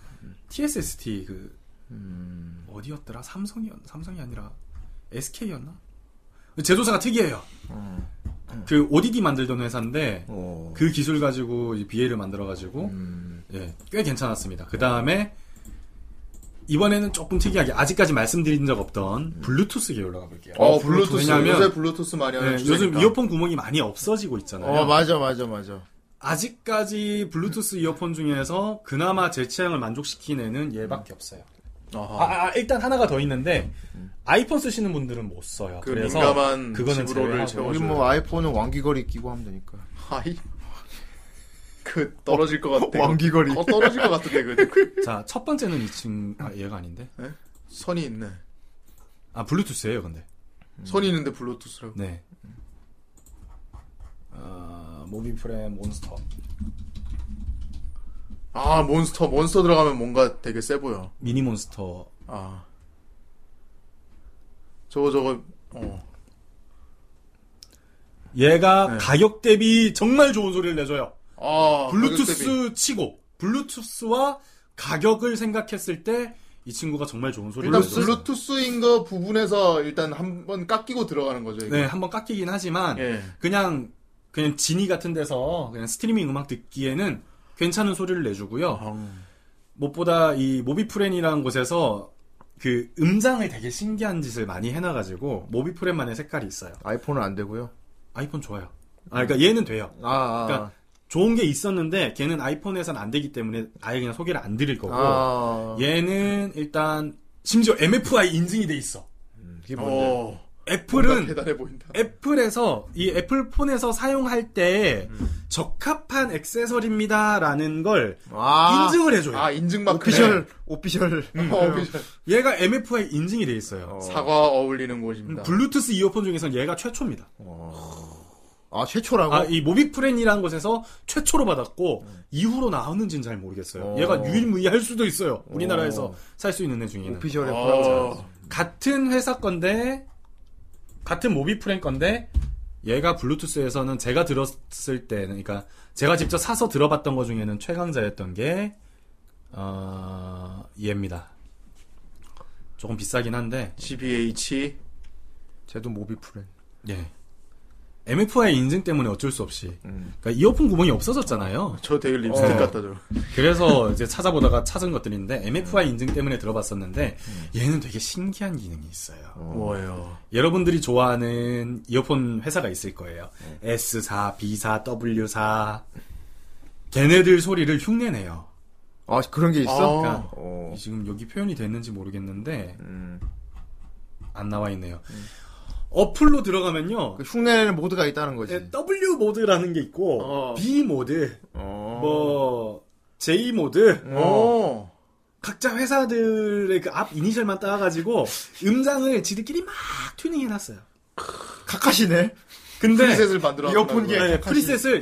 Speaker 5: TSST 그
Speaker 2: 음.
Speaker 5: 어디였더라? 삼성이 삼성이 아니라 SK였나? 제조사가 특이해요.
Speaker 2: 어.
Speaker 5: 그 ODD 만들던 회사인데 그 기술 가지고 BA를 만들어 가지고
Speaker 2: 음.
Speaker 5: 예, 꽤 괜찮았습니다. 그 다음에 이번에는 조금 특이하게 아직까지 말씀드린 적 없던 블루투스 계열로 가볼게요.
Speaker 2: 어, 블루투스.
Speaker 5: 왜냐하면
Speaker 2: 요새 블루투스 많이 하는
Speaker 5: 예,
Speaker 2: 주제니까.
Speaker 5: 요즘 이어폰 구멍이 많이 없어지고 있잖아요.
Speaker 2: 어, 맞아,
Speaker 1: 맞아, 맞아.
Speaker 5: 아직까지 블루투스 이어폰 중에서 그나마 제 취향을 만족시킨 애는 얘밖에 없어요. 아, 아, 아, 일단 하나가 더 있는데 아이폰 쓰시는 분들은 못 써요.
Speaker 1: 그
Speaker 5: 래서
Speaker 1: 민감한
Speaker 5: 그거는
Speaker 1: 집으로를
Speaker 5: 제외하고.
Speaker 1: 우리 뭐 아이폰은 왕기거리 끼고 하면 되니까.
Speaker 2: 하이. 그 떨어질 것
Speaker 5: 네.
Speaker 2: 같아.
Speaker 1: 왕기거리.
Speaker 2: 어, 떨어질 것 같은데 그.
Speaker 5: 자, 첫 번째는 이 친구 아, 얘가 아닌데.
Speaker 2: 선이 있네.
Speaker 5: 아, 블루투스예요, 근데.
Speaker 2: 선이 있는데 블루투스라고.
Speaker 5: 네. 아, 모비프레 몬스터.
Speaker 2: 아 몬스터 몬스터 들어가면 뭔가 되게 세 보여.
Speaker 5: 미니 몬스터.
Speaker 2: 아. 저거 저거 어.
Speaker 5: 얘가
Speaker 1: 네.
Speaker 5: 가격 대비 정말 좋은 소리를 내줘요.
Speaker 2: 아
Speaker 5: 블루투스 치고 블루투스와 가격을 생각했을 때 이 친구가 정말 좋은 소리를
Speaker 2: 일단
Speaker 5: 내줘요.
Speaker 2: 블루투스인 거 부분에서 일단 한번 깎이고 들어가는 거죠. 이거.
Speaker 5: 네, 한번 깎이긴 하지만
Speaker 1: 예.
Speaker 2: 예.
Speaker 5: 그냥 그냥 지니 같은 데서 그냥 스트리밍 음악 듣기에는 괜찮은 소리를 내주고요.
Speaker 1: 아, 음.
Speaker 5: 무엇보다 이 모비프렌이라는 곳에서 그 음장을 되게 신기한 짓을 많이 해놔가지고 모비프렌만의 색깔이 있어요.
Speaker 1: 아이폰은 안 되고요.
Speaker 5: 아이폰 좋아요. 아, 그러니까 얘는 돼요.
Speaker 1: 아, 아, 아.
Speaker 5: 그러니까 좋은 게 있었는데 걔는 아이폰에선 안 되기 때문에 아예 그냥 소개를 안 드릴 거고 어.
Speaker 1: 아.
Speaker 5: 예. 얘는 일단 심지어 MFI 인증이 돼 있어.
Speaker 1: 이게 뭔데?
Speaker 5: 애플은
Speaker 1: 뭔가 대단해 보인다.
Speaker 2: 네.
Speaker 5: 애플에서 이 애플폰에서 사용할 때 적합한 액세서리입니다라는 걸 어. 인증을 네. 음, 해줘요.
Speaker 2: 아 인증
Speaker 1: 어,
Speaker 2: 마크.
Speaker 5: 오피셜,
Speaker 1: 오피셜.
Speaker 2: 어, 오피셜.
Speaker 5: 얘가 MFI 인증이 돼 있어요. 음,
Speaker 2: 사과 어울리는 곳입니다.
Speaker 1: 음,
Speaker 5: 블루투스 이어폰 중에선 얘가 최초입니다.
Speaker 1: 아 최초라고?
Speaker 5: 아, 이 모비프렌이라는 곳에서 최초로 받았고 이후로 나왔는지는 잘 모르겠어요.
Speaker 1: 어.
Speaker 5: 얘가 유일무이할 수도 있어요. 우리나라에서
Speaker 1: 어.
Speaker 5: 살 수 있는 애 중에는.
Speaker 1: 오피셜의
Speaker 2: 아,
Speaker 5: 어.
Speaker 1: 프랑스.
Speaker 5: 같은 회사 건데 같은 모비프렌 건데 얘가 블루투스에서는 제가 들었을 때 그러니까 제가 직접 사서 들어봤던 것 중에는 최강자였던 게 어, 얘입니다. 조금 비싸긴 한데
Speaker 2: GBH
Speaker 1: 쟤도 모비프렌.
Speaker 5: 예. MFI 인증 때문에 어쩔 수 없이. 그러니까 이어폰 구멍이 없어졌잖아요.
Speaker 2: 저 되게 립스틱 같다, 저.
Speaker 5: 그래서 이제 찾아보다가 찾은 것들인데 MFI 인증 때문에 들어봤었는데 얘는 되게 신기한 기능이 있어요.
Speaker 2: 뭐예요?
Speaker 5: 여러분들이 좋아하는 이어폰 회사가 있을 거예요.
Speaker 2: 네.
Speaker 5: S4, B4, W4. 걔네들 소리를 흉내내요.
Speaker 1: 아 그런 게 있어?
Speaker 5: 그러니까 지금 여기 표현이 됐는지 모르겠는데
Speaker 2: 음.
Speaker 5: 안 나와 있네요. 어플로 들어가면요.
Speaker 1: 그 흉내내는 모드가 있다는 거지.
Speaker 5: W 모드라는 게 있고
Speaker 2: 어.
Speaker 5: B 모드, 뭐 J 모드,
Speaker 1: 어.
Speaker 5: 각자 회사들의 그 앞 이니셜만 따가지고 음장을 지들끼리 막 튜닝해놨어요.
Speaker 1: 각하시네.
Speaker 5: 근데
Speaker 2: 프리셋을 만들어
Speaker 5: 이어폰
Speaker 2: 놨구나,
Speaker 5: 예,
Speaker 2: 그거.
Speaker 5: 프리셋을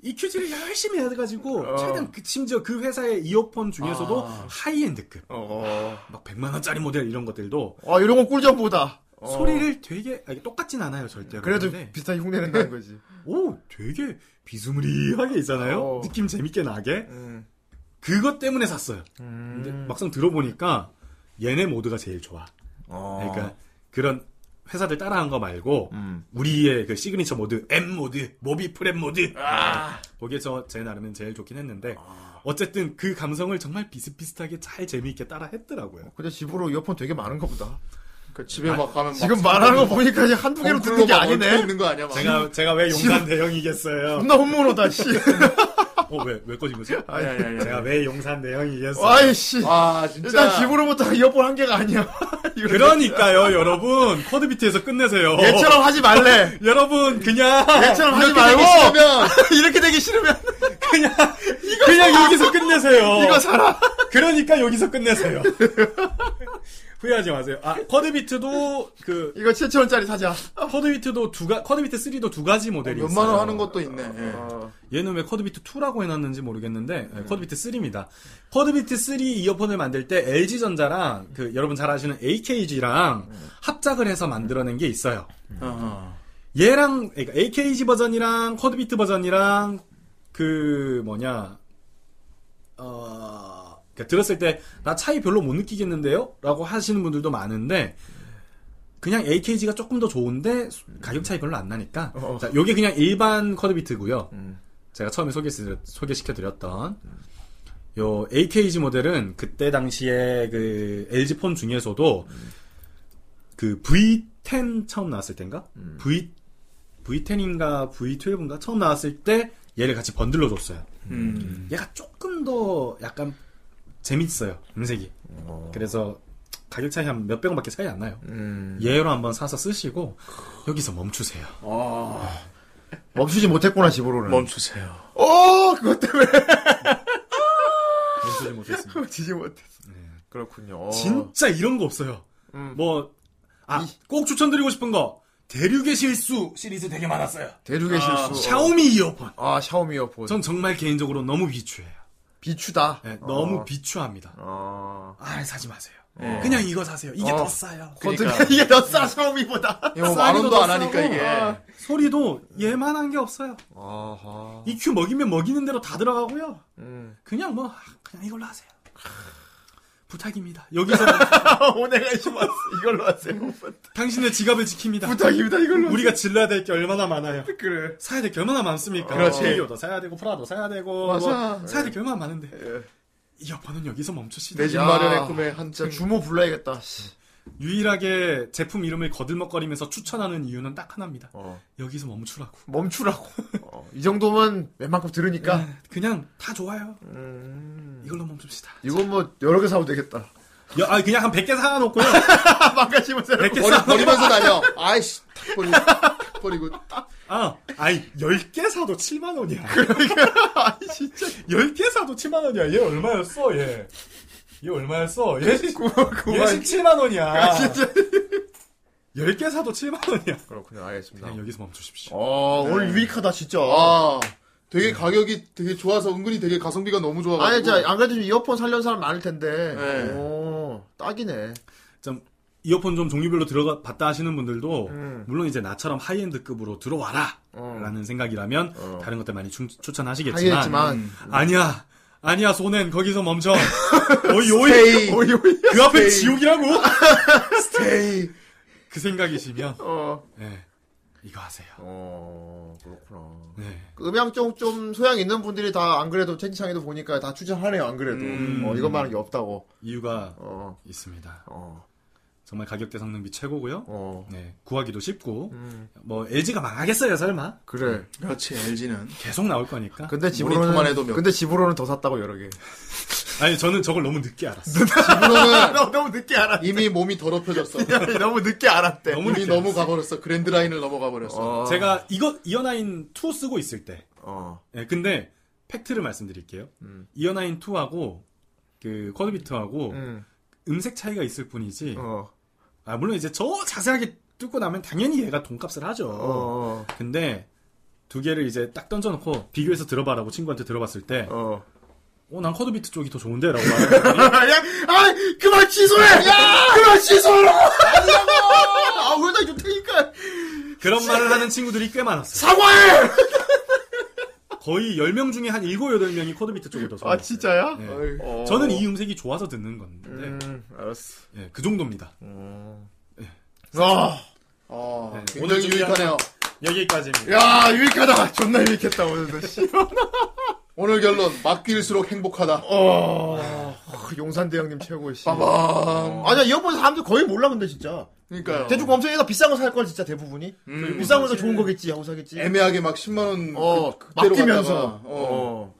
Speaker 5: 이 퀴즈를 열심히 해가지고 최대한 그- 심지어 그 회사의 이어폰 중에서도
Speaker 2: 아.
Speaker 5: 하이엔드급 막 100만 원짜리 모델 이런 것들도
Speaker 1: 어, 아 이런 건 꿀잠보다.
Speaker 5: 소리를 네. 되게 아니, 똑같진 않아요 절대로.
Speaker 1: 어. 그래도
Speaker 5: 근데
Speaker 1: 비슷하게 흉내낸다는 거지.
Speaker 5: 오, 되게 비스무리하게 있잖아요. 느낌 재밌게 나게. 그것 때문에 샀어요. 근데 막상 들어보니까 얘네 모드가 제일 좋아.
Speaker 1: 어.
Speaker 5: 그러니까 그런 회사들 따라한 거 말고 우리의 그 시그니처 모드 M 모드, 모비 프랩 모드.
Speaker 2: 아.
Speaker 5: 거기에 저제 나름은 제일 좋긴 했는데 어쨌든 그 감성을 정말 비슷비슷하게 잘 재미있게 따라 했더라고요.
Speaker 1: 근데 집으로 이어폰 되게 많은가 보다.
Speaker 2: 그 집에 막 가면 막
Speaker 1: 지금 말하는 거
Speaker 2: 막
Speaker 1: 보니까 이제 한두 개로 듣는 게
Speaker 2: 막
Speaker 1: 아니네.
Speaker 2: 얹혀 있는 거 아니야, 막.
Speaker 5: 제가 제가 왜 용산 대형이겠어요?
Speaker 1: 겁나 혼모노다 씨.
Speaker 5: 어왜왜 꺼진 거지?
Speaker 2: 예,
Speaker 1: 아니, 아니, 아니, 아니.
Speaker 5: 제가 왜 용산 내형이겠어요?
Speaker 1: 아이씨.
Speaker 2: 와,
Speaker 1: 일단 집으로부터 이어폰 한 개가 아니야.
Speaker 5: 그러니까요, 여러분. 코드 비트에서 끝내세요.
Speaker 1: 얘처럼 하지 말래.
Speaker 5: 여러분, 그냥.
Speaker 1: 얘처럼 하지
Speaker 5: 이렇게
Speaker 1: 말고.
Speaker 5: 되기 싫으면
Speaker 1: 이렇게 되기 싫으면
Speaker 5: 그냥 여기서 끝내세요.
Speaker 1: 이거 사라.
Speaker 5: 그러니까 여기서 끝내세요. 후회하지 마세요. 아, 코드 비트도 그.
Speaker 1: 이거 7,000원짜리 사자.
Speaker 5: 코드 비트도 두 가, 코드 비트 3도 두 가지
Speaker 1: 아,
Speaker 5: 모델이 있어요.
Speaker 2: 몇만 원 하는 것도 있네. 예.
Speaker 5: 얘는 왜 쿼드비트 2라고 해놨는지 모르겠는데 예, 쿼드비트 3입니다. 쿼드비트 3 이어폰을 만들 때 LG 전자랑 그 여러분 잘 아시는 AKG랑 합작을 해서 만들어낸 게 있어요. 얘랑 그러니까 AKG 버전이랑 쿼드비트 버전이랑 그 뭐냐 어 그러니까 들었을 때 나 차이 별로 못 느끼겠는데요라고 하시는 분들도 많은데 그냥 AKG가 조금 더 좋은데 수- 가격 차이 별로 안 나니까 자 요게 그냥 일반 쿼드비트고요 제가 어, 처음에 소개 소개시켜 드렸던 요 AKG 모델은 그때 당시에 그 LG 폰 중에서도 그 V10 처음 나왔을 때인가 V V10인가 V12인가 처음 나왔을 때 얘를 같이 번들러 줬어요.
Speaker 2: 음.
Speaker 5: 얘가 조금 더 약간 재밌어요 음색이. 그래서 가격 차이 한 몇백 원밖에 차이 안 나요. 얘로 한번 사서 쓰시고 여기서 멈추세요.
Speaker 1: 멈추지 못했구나 집으로는.
Speaker 2: 멈추세요.
Speaker 1: 어 그것 때문에
Speaker 5: 멈추지 못했습니다.
Speaker 1: 멈추지 못했어. 그렇군요.
Speaker 5: 진짜 이런 거 없어요. 뭐, 아, 꼭 추천드리고 싶은 거. 대륙의 실수 시리즈 되게 많았어요.
Speaker 1: 대륙의
Speaker 5: 아,
Speaker 1: 실수.
Speaker 5: 샤오미 이어폰.
Speaker 1: 아 샤오미 이어폰.
Speaker 5: 전 정말 개인적으로 너무 비추해요.
Speaker 1: 비추다.
Speaker 5: 네, 너무
Speaker 1: 어.
Speaker 5: 비추합니다.
Speaker 1: 아,
Speaker 5: 아, 사지 마세요.
Speaker 1: 어.
Speaker 5: 그냥 이거 사세요. 이게
Speaker 1: 어.
Speaker 5: 더 싸요.
Speaker 1: 그러니까. 뭐 이게 더 싸, 샤오미보다.
Speaker 2: 이거 만
Speaker 5: 싸기도
Speaker 2: 원도
Speaker 5: 더
Speaker 2: 어, 안 하니까,
Speaker 5: 싸고,
Speaker 2: 이게.
Speaker 5: 아, 소리도 얘만한 게 없어요.
Speaker 1: 아하.
Speaker 5: 이 큐 먹이면 먹이는 대로 다 들어가고요.
Speaker 1: 음.
Speaker 5: 그냥 뭐 아, 그냥 이걸로 하세요. 부탁입니다. 여기서
Speaker 1: 아, 오네가이시 왔어. 이걸로 하세요.
Speaker 5: 당신의 지갑을 지킵니다.
Speaker 1: 부탁입니다, 이걸로.
Speaker 5: 우리가 질러야 될 게 얼마나 많아요.
Speaker 1: 그래.
Speaker 5: 사야 될 게 얼마나 많습니까?
Speaker 1: 그렇지.
Speaker 5: 도 사야 되고 프라도 사야 되고
Speaker 1: 맞아.
Speaker 5: 뭐 사야 될 게 얼마나 많은데 이어폰은 여기서 멈추시다.
Speaker 2: 예. 내집
Speaker 5: 야.
Speaker 2: 마련의 꿈에 한층.
Speaker 1: 진짜 주모 불러야겠다. 씨.
Speaker 5: 유일하게 제품 이름을 거들먹거리면서 추천하는 이유는 딱 하나입니다. 여기서 멈추라고.
Speaker 1: 멈추라고. 어, 이 정도면 웬만큼 들으니까.
Speaker 5: 네, 그냥 다 좋아요.
Speaker 2: 음.
Speaker 5: 이걸로 멈춥시다.
Speaker 1: 이건 뭐 여러 개 사도 되겠다.
Speaker 5: 야, 아, 그냥 한 100개 사놓고요.
Speaker 1: 아, 망가지면서
Speaker 5: 100개
Speaker 2: 버리,
Speaker 5: 사놓고.
Speaker 2: 버리면서 다녀. 아이씨, 탁 버리고, 탁 버리고.
Speaker 5: 아, 아이, 10개 사도 7만원이야. 그러니까, 아이, 진짜. 10개 사도 7만원이야. 얘 얼마였어, 얘. 얘 얼마였어? 얘, 시- 얘
Speaker 1: 아,
Speaker 5: 17만원이야. 아, 진짜. 10개 사도 7만원이야.
Speaker 1: 그렇군요. 알겠습니다.
Speaker 5: 그냥 여기서 멈추십시오.
Speaker 1: 어, 오늘 유익하다, 진짜.
Speaker 2: 아, 되게 가격이 되게 좋아서 은근히 되게 가성비가 너무
Speaker 1: 아니,
Speaker 2: 좋아가지고.
Speaker 1: 자, 안 어, 그래도 지금 이어폰 살려는 사람 많을 텐데.
Speaker 2: 네.
Speaker 1: 오, 딱이네.
Speaker 5: 좀, 이어폰 좀 종류별로 들어가, 봤다 하시는 분들도, 물론 이제 나처럼 하이엔드급으로 들어와라! 라는 생각이라면, 다른 것들 많이 추, 어. 천하시겠지
Speaker 1: 하겠지만.
Speaker 5: 아니야. 아니야, 손엔 거기서 멈춰. 오이,
Speaker 2: 스테이.
Speaker 5: 오이. 오이, 오이. 그 앞에
Speaker 2: 스테이.
Speaker 5: 지옥이라고?
Speaker 2: 스테이.
Speaker 5: 그 생각이시면,
Speaker 1: 어.
Speaker 5: 네, 이거 하세요.
Speaker 1: 어, 그렇구나.
Speaker 5: 네.
Speaker 1: 음향 쪽 좀 소양 있는 분들이 다 안 그래도 채팅창에도 보니까 다 추천하네요, 안 그래도. 어, 이것만 한게 없다고.
Speaker 5: 이유가
Speaker 1: 어,
Speaker 5: 있습니다.
Speaker 1: 어,
Speaker 5: 정말 가격대 성능비 최고고요.
Speaker 1: 어.
Speaker 5: 네, 구하기도 쉽고.
Speaker 2: 음.
Speaker 5: 뭐 LG가 망하겠어요, 설마?
Speaker 1: 그래.
Speaker 2: 그렇지, LG는.
Speaker 5: 계속 나올 거니까.
Speaker 1: 근데
Speaker 2: 모니터만
Speaker 1: 집으로는,
Speaker 2: 해도 몇-
Speaker 1: 근데 집으로는 더 샀다고, 여러 개.
Speaker 5: 아니 저는 저걸 너무 늦게 알았어.
Speaker 2: 집으로는
Speaker 1: 너무 늦게 알았
Speaker 2: 이미 몸이 더럽혀졌어.
Speaker 1: 너무 늦게 알았대.
Speaker 5: 너무
Speaker 2: 이미
Speaker 5: 늦게
Speaker 2: 네. 너무 가버렸어. 그랜드라인을 넘어가 버렸어.
Speaker 1: 어.
Speaker 5: 제가 이거 이어나인 2 쓰고 있을 때.
Speaker 1: 어. 음.
Speaker 5: 네, 근데 팩트를 말씀드릴게요. 이어나인 2하고 그 쿼드비트하고
Speaker 1: 음.
Speaker 5: 음색 차이가 있을 뿐이지.
Speaker 1: 어.
Speaker 5: 아 물론 이제 저 자세하게 뜯고 나면 당연히 얘가 돈값을 하죠.
Speaker 1: 어.
Speaker 5: 근데 두 개를 이제 딱 던져놓고 비교해서 들어봐라고 친구한테 들어봤을 때, 어, 난 커드비트 쪽이 더 좋은데라고 말하더니
Speaker 2: 야, 아, 그만 취소해! 야! 그만 취소해! 아, 왜나 이거 테니까.
Speaker 5: 그런 말을 하는 친구들이 꽤 많았어요.
Speaker 2: 사과해!
Speaker 5: 거의 10명 중에 한 7, 8명이 코드비트 쪽을 더
Speaker 1: 아,
Speaker 5: 좋아해요.
Speaker 1: 진짜야?
Speaker 5: 네.
Speaker 1: 어이. 어.
Speaker 5: 저는 이 음색이 좋아서 듣는 건데.
Speaker 1: 음, 알았어.
Speaker 5: 예, 그 정도입니다.
Speaker 2: 아, 아, 굉장히 유익하네요.
Speaker 5: 여기까지입니다.
Speaker 2: 야, 유익하다. 존나 유익했다, 오늘도. 씨. 오늘 결론, 맡길수록 행복하다.
Speaker 1: 어, 용산 대형님 최고, 씨.
Speaker 2: 빠밤.
Speaker 9: 아니야 이어폰 사람들 거의 몰라 근데 진짜.
Speaker 2: 음.
Speaker 1: 어.
Speaker 2: 그러니까요.
Speaker 9: 대충 검색해가 비싼 거 살 걸 진짜 대부분이.
Speaker 2: 음,
Speaker 9: 비싼 거서
Speaker 2: 사실.
Speaker 9: 좋은 거겠지 하고 사겠지.
Speaker 2: 애매하게 막 10만원. 그-
Speaker 9: 어, 맡기면서. 어.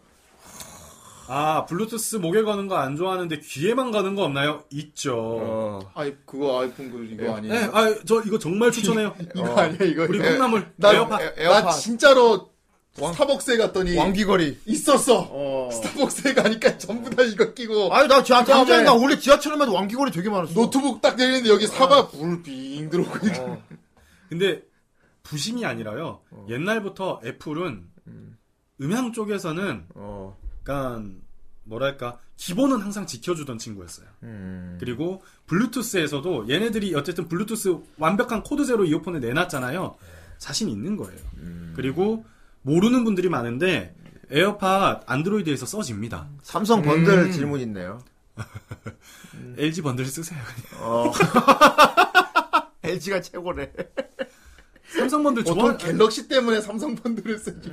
Speaker 5: 아, 블루투스 목에 거는 거 안 좋아하는데 귀에만 거는 거 없나요? 있죠.
Speaker 2: 아이, 그거 아이폰 그 이거 아니에요.
Speaker 5: 네, 아, 저 이거 정말 추천해요.
Speaker 2: 이거 아니야, 이거.
Speaker 5: 우리
Speaker 2: 에-
Speaker 5: 콩나물
Speaker 2: 예. 나,
Speaker 5: 에어팟.
Speaker 2: 에- 에어팟. 나 진짜로 스타벅스에 갔더니.
Speaker 1: 왕귀걸이.
Speaker 2: 있었어. 네. 스타벅스에 가니까 전부 다 이거 끼고.
Speaker 9: 아니 나 지하
Speaker 2: 그다음에
Speaker 9: 당장 나 원래 지하철에만 왕기거리 되게 많았어.
Speaker 2: 노트북 딱 내리는데 여기 사과 불빙 아. 들어오고 있는.
Speaker 5: 근데 부심이 아니라요. 옛날부터 애플은 음향 쪽에서는 약간 뭐랄까 기본은 항상 지켜주던 친구였어요. 그리고 블루투스에서도 얘네들이 어쨌든 블루투스 완벽한 코드제로 이어폰을 내놨잖아요. 자신 있는 거예요. 그리고 모르는 분들이 많은데 에어팟 안드로이드에서 써집니다.
Speaker 9: 삼성 번들 질문 있네요.
Speaker 5: LG 번들 쓰세요.
Speaker 9: LG가 최고래.
Speaker 5: 삼성 번들
Speaker 2: 보통
Speaker 5: 좋아.
Speaker 2: 갤럭시 때문에 삼성 번들을 쓰지.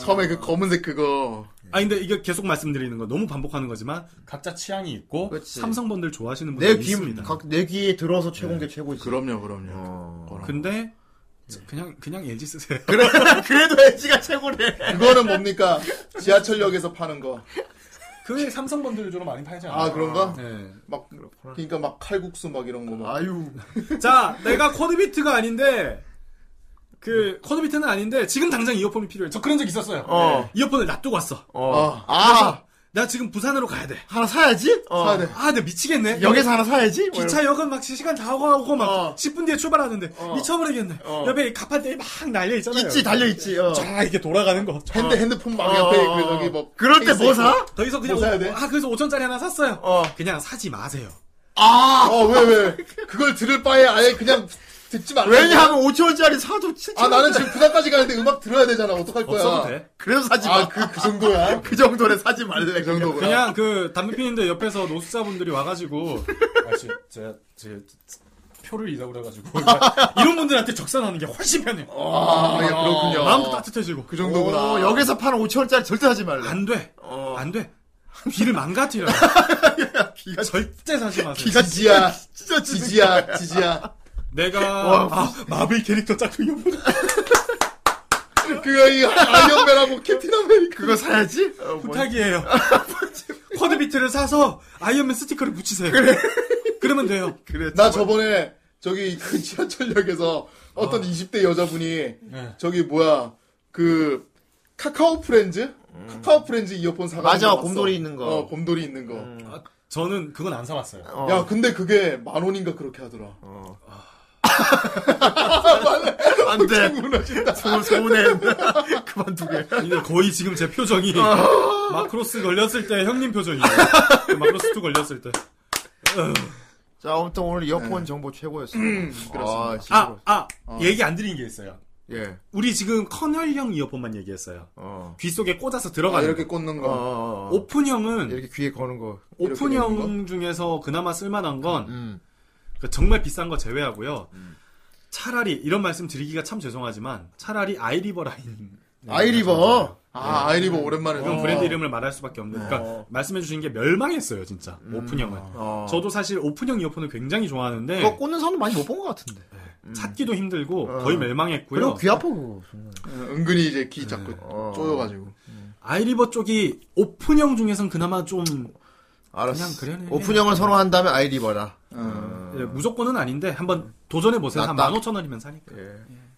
Speaker 2: 처음에 그 검은색 그거.
Speaker 5: 아 근데 이게 계속 말씀드리는 거 너무 반복하는 거지만 각자 취향이 있고 삼성 번들 좋아하시는 분들
Speaker 9: 내
Speaker 5: 이
Speaker 9: 귀,
Speaker 5: 있습니다.
Speaker 9: 각, 내 귀에 들어서 최고인 게 최고지.
Speaker 2: 그럼요, 그럼요. 어.
Speaker 5: 근데 그냥 그냥 LG 쓰세요.
Speaker 9: 그래, 그래도 LG가 최고래.
Speaker 2: 그거는 뭡니까? 지하철역에서 파는 거.
Speaker 5: 그게 삼성 번들 주로 많이 팔지 않아요?
Speaker 2: 아, 그런가?
Speaker 5: 네.
Speaker 2: 막, 그러니까 막 칼국수 막 이런 거 막.
Speaker 9: 아유.
Speaker 5: 자, 내가 코드비트가 아닌데 그 코드비트는 아닌데 지금 당장 이어폰이 필요해. 저 그런 적 있었어요.
Speaker 1: 어.
Speaker 5: 네. 이어폰을 놔두고 왔어.
Speaker 1: 어.
Speaker 5: 아, 나 지금 부산으로 가야 돼.
Speaker 9: 하나 사야지?
Speaker 5: 사야 돼. 아, 나 미치겠네.
Speaker 9: 역에서 하나 사야지? 뭐
Speaker 5: 기차 역은 막 시간 다 오고 막 10분 뒤에 출발하는데 미쳐버리겠네. 옆에 가판대에 막 날려 어. 있잖아요.
Speaker 9: 있지, 달려있지, 어.
Speaker 5: 쫙 이렇게 돌아가는 거. 쫙.
Speaker 2: 핸드, 핸드폰 막 옆에
Speaker 5: 어,
Speaker 2: 그 저기 뭐.
Speaker 9: 그럴 때
Speaker 2: 케이스
Speaker 9: 뭐
Speaker 2: 있고.
Speaker 9: 사?
Speaker 5: 더 이상 그냥
Speaker 2: 뭐 사야
Speaker 5: 오-
Speaker 2: 돼?
Speaker 5: 아 그래서 5천짜리 하나 샀어요. 그냥 사지 마세요.
Speaker 2: 아! 어, 왜, 왜. 그걸 들을 바에 아예 그냥 듣지 말라.
Speaker 9: 왜냐하면 5천원짜리 사도 7천
Speaker 2: 아, 나는 지금 부산까지 가는데 음악 들어야 되잖아. 어떡할 거야.
Speaker 5: 없어도 돼.
Speaker 9: 그래서 사지 마.
Speaker 2: 아, 그, 그 정도야?
Speaker 9: 그 정도는 사지 말래.
Speaker 2: 그 정도구나.
Speaker 5: 그냥 그 담배 피는데 옆에서 노숙자분들이 와가지고 아씨 제가 제 표를 잊어 버려가지고 아, 어. 이런 분들한테 적산하는 게 훨씬 편해.
Speaker 2: 아, 야, 그렇군요.
Speaker 5: 마음도 따뜻해지고
Speaker 2: 그 정도구나.
Speaker 9: 어, 역에서 파는 5천원짜리 절대 사지 말래.
Speaker 5: 안 돼, 안 돼. 귀를 망가뜨려.
Speaker 9: 귀가
Speaker 5: 절대 사지 마세요.
Speaker 2: 기가 지야. 진짜 지지야. 지지야.
Speaker 5: 내가
Speaker 9: 와,
Speaker 5: 아, 마블 캐릭터 짝퉁 이런 거.
Speaker 2: 그거, 이 아이언맨하고 캡틴 아메리카.
Speaker 9: 그거 사야지? 어, 뭐.
Speaker 5: 부탁이에요. 쿼드 비트를 사서 아이언맨 스티커를 붙이세요. 그래. 그러면 돼요.
Speaker 9: 그래.
Speaker 2: 나 저번에 저기 그 지하철역에서 어떤 20대 여자분이
Speaker 9: 네.
Speaker 2: 저기 뭐야 그 카카오 프렌즈 카카오 프렌즈 이어폰 사가
Speaker 9: 음. 맞아, 곰돌이 있는 거. 음.
Speaker 2: 어 곰돌이 있는 거.
Speaker 5: 아, 저는 그건 안 사봤어요.
Speaker 9: 어.
Speaker 2: 야 근데 그게 만 원인가 그렇게 하더라.
Speaker 9: 안 돼. 소문, 소문해. 그만두게.
Speaker 5: 근데 거의 지금 제 표정이 마크로스 걸렸을 때 형님 표정이에요. 그 마크로스 2 걸렸을 때.
Speaker 9: 자, 아무튼 오늘 이어폰
Speaker 2: 네.
Speaker 9: 정보 최고였습니다. 아,
Speaker 2: 그렇습니다.
Speaker 9: 진짜.
Speaker 5: 아, 아, 얘기 안 드린 게 있어요.
Speaker 1: 예.
Speaker 5: 우리 지금 커널형 이어폰만 얘기했어요.
Speaker 1: 어.
Speaker 5: 귀 속에 꽂아서
Speaker 2: 아,
Speaker 5: 들어가는
Speaker 2: 이렇게 꽂는
Speaker 1: 어,
Speaker 2: 거.
Speaker 1: 어, 어.
Speaker 5: 오픈형은
Speaker 1: 이렇게 귀에 거는 거.
Speaker 2: 되는
Speaker 5: 오픈형 중에서 그나마 쓸만한 건
Speaker 1: 음.
Speaker 5: 그 정말 비싼 거 제외하고요. 차라리 이런 말씀 드리기가 참 죄송하지만 차라리 아이리버 라인
Speaker 9: 아이리버. 음.
Speaker 2: 아 아이리버 오랜만에.
Speaker 5: 이건
Speaker 2: 어.
Speaker 5: 브랜드 이름을 말할 수밖에 없는 그러니까 말씀해 주신 게 멸망했어요 진짜 오픈형은
Speaker 1: 어.
Speaker 5: 저도 사실 오픈형 이어폰을 굉장히 좋아하는데 네.
Speaker 9: 그거 꽂는 사람 많이 못 본 것 같은데. 어.
Speaker 5: 찾기도 힘들고 거의 멸망했고요.
Speaker 9: 그리고 귀 아파, 그거. 정말.
Speaker 2: 어, 은근히 이제
Speaker 9: 네.
Speaker 2: 귀 자꾸
Speaker 9: 어.
Speaker 2: 어. 쪼여가지고.
Speaker 5: 아이리버 쪽이 오픈형 중에선 그나마 좀
Speaker 1: 알았어.
Speaker 5: 그냥 그래네.
Speaker 9: 오픈형을 선호한다면 아이리버라.
Speaker 2: 어.
Speaker 9: 어.
Speaker 5: 예, 무조건은 아닌데 한번 도전해 보세요. 한
Speaker 9: 낫다.
Speaker 5: 15,000원이면 사니까.
Speaker 1: 예.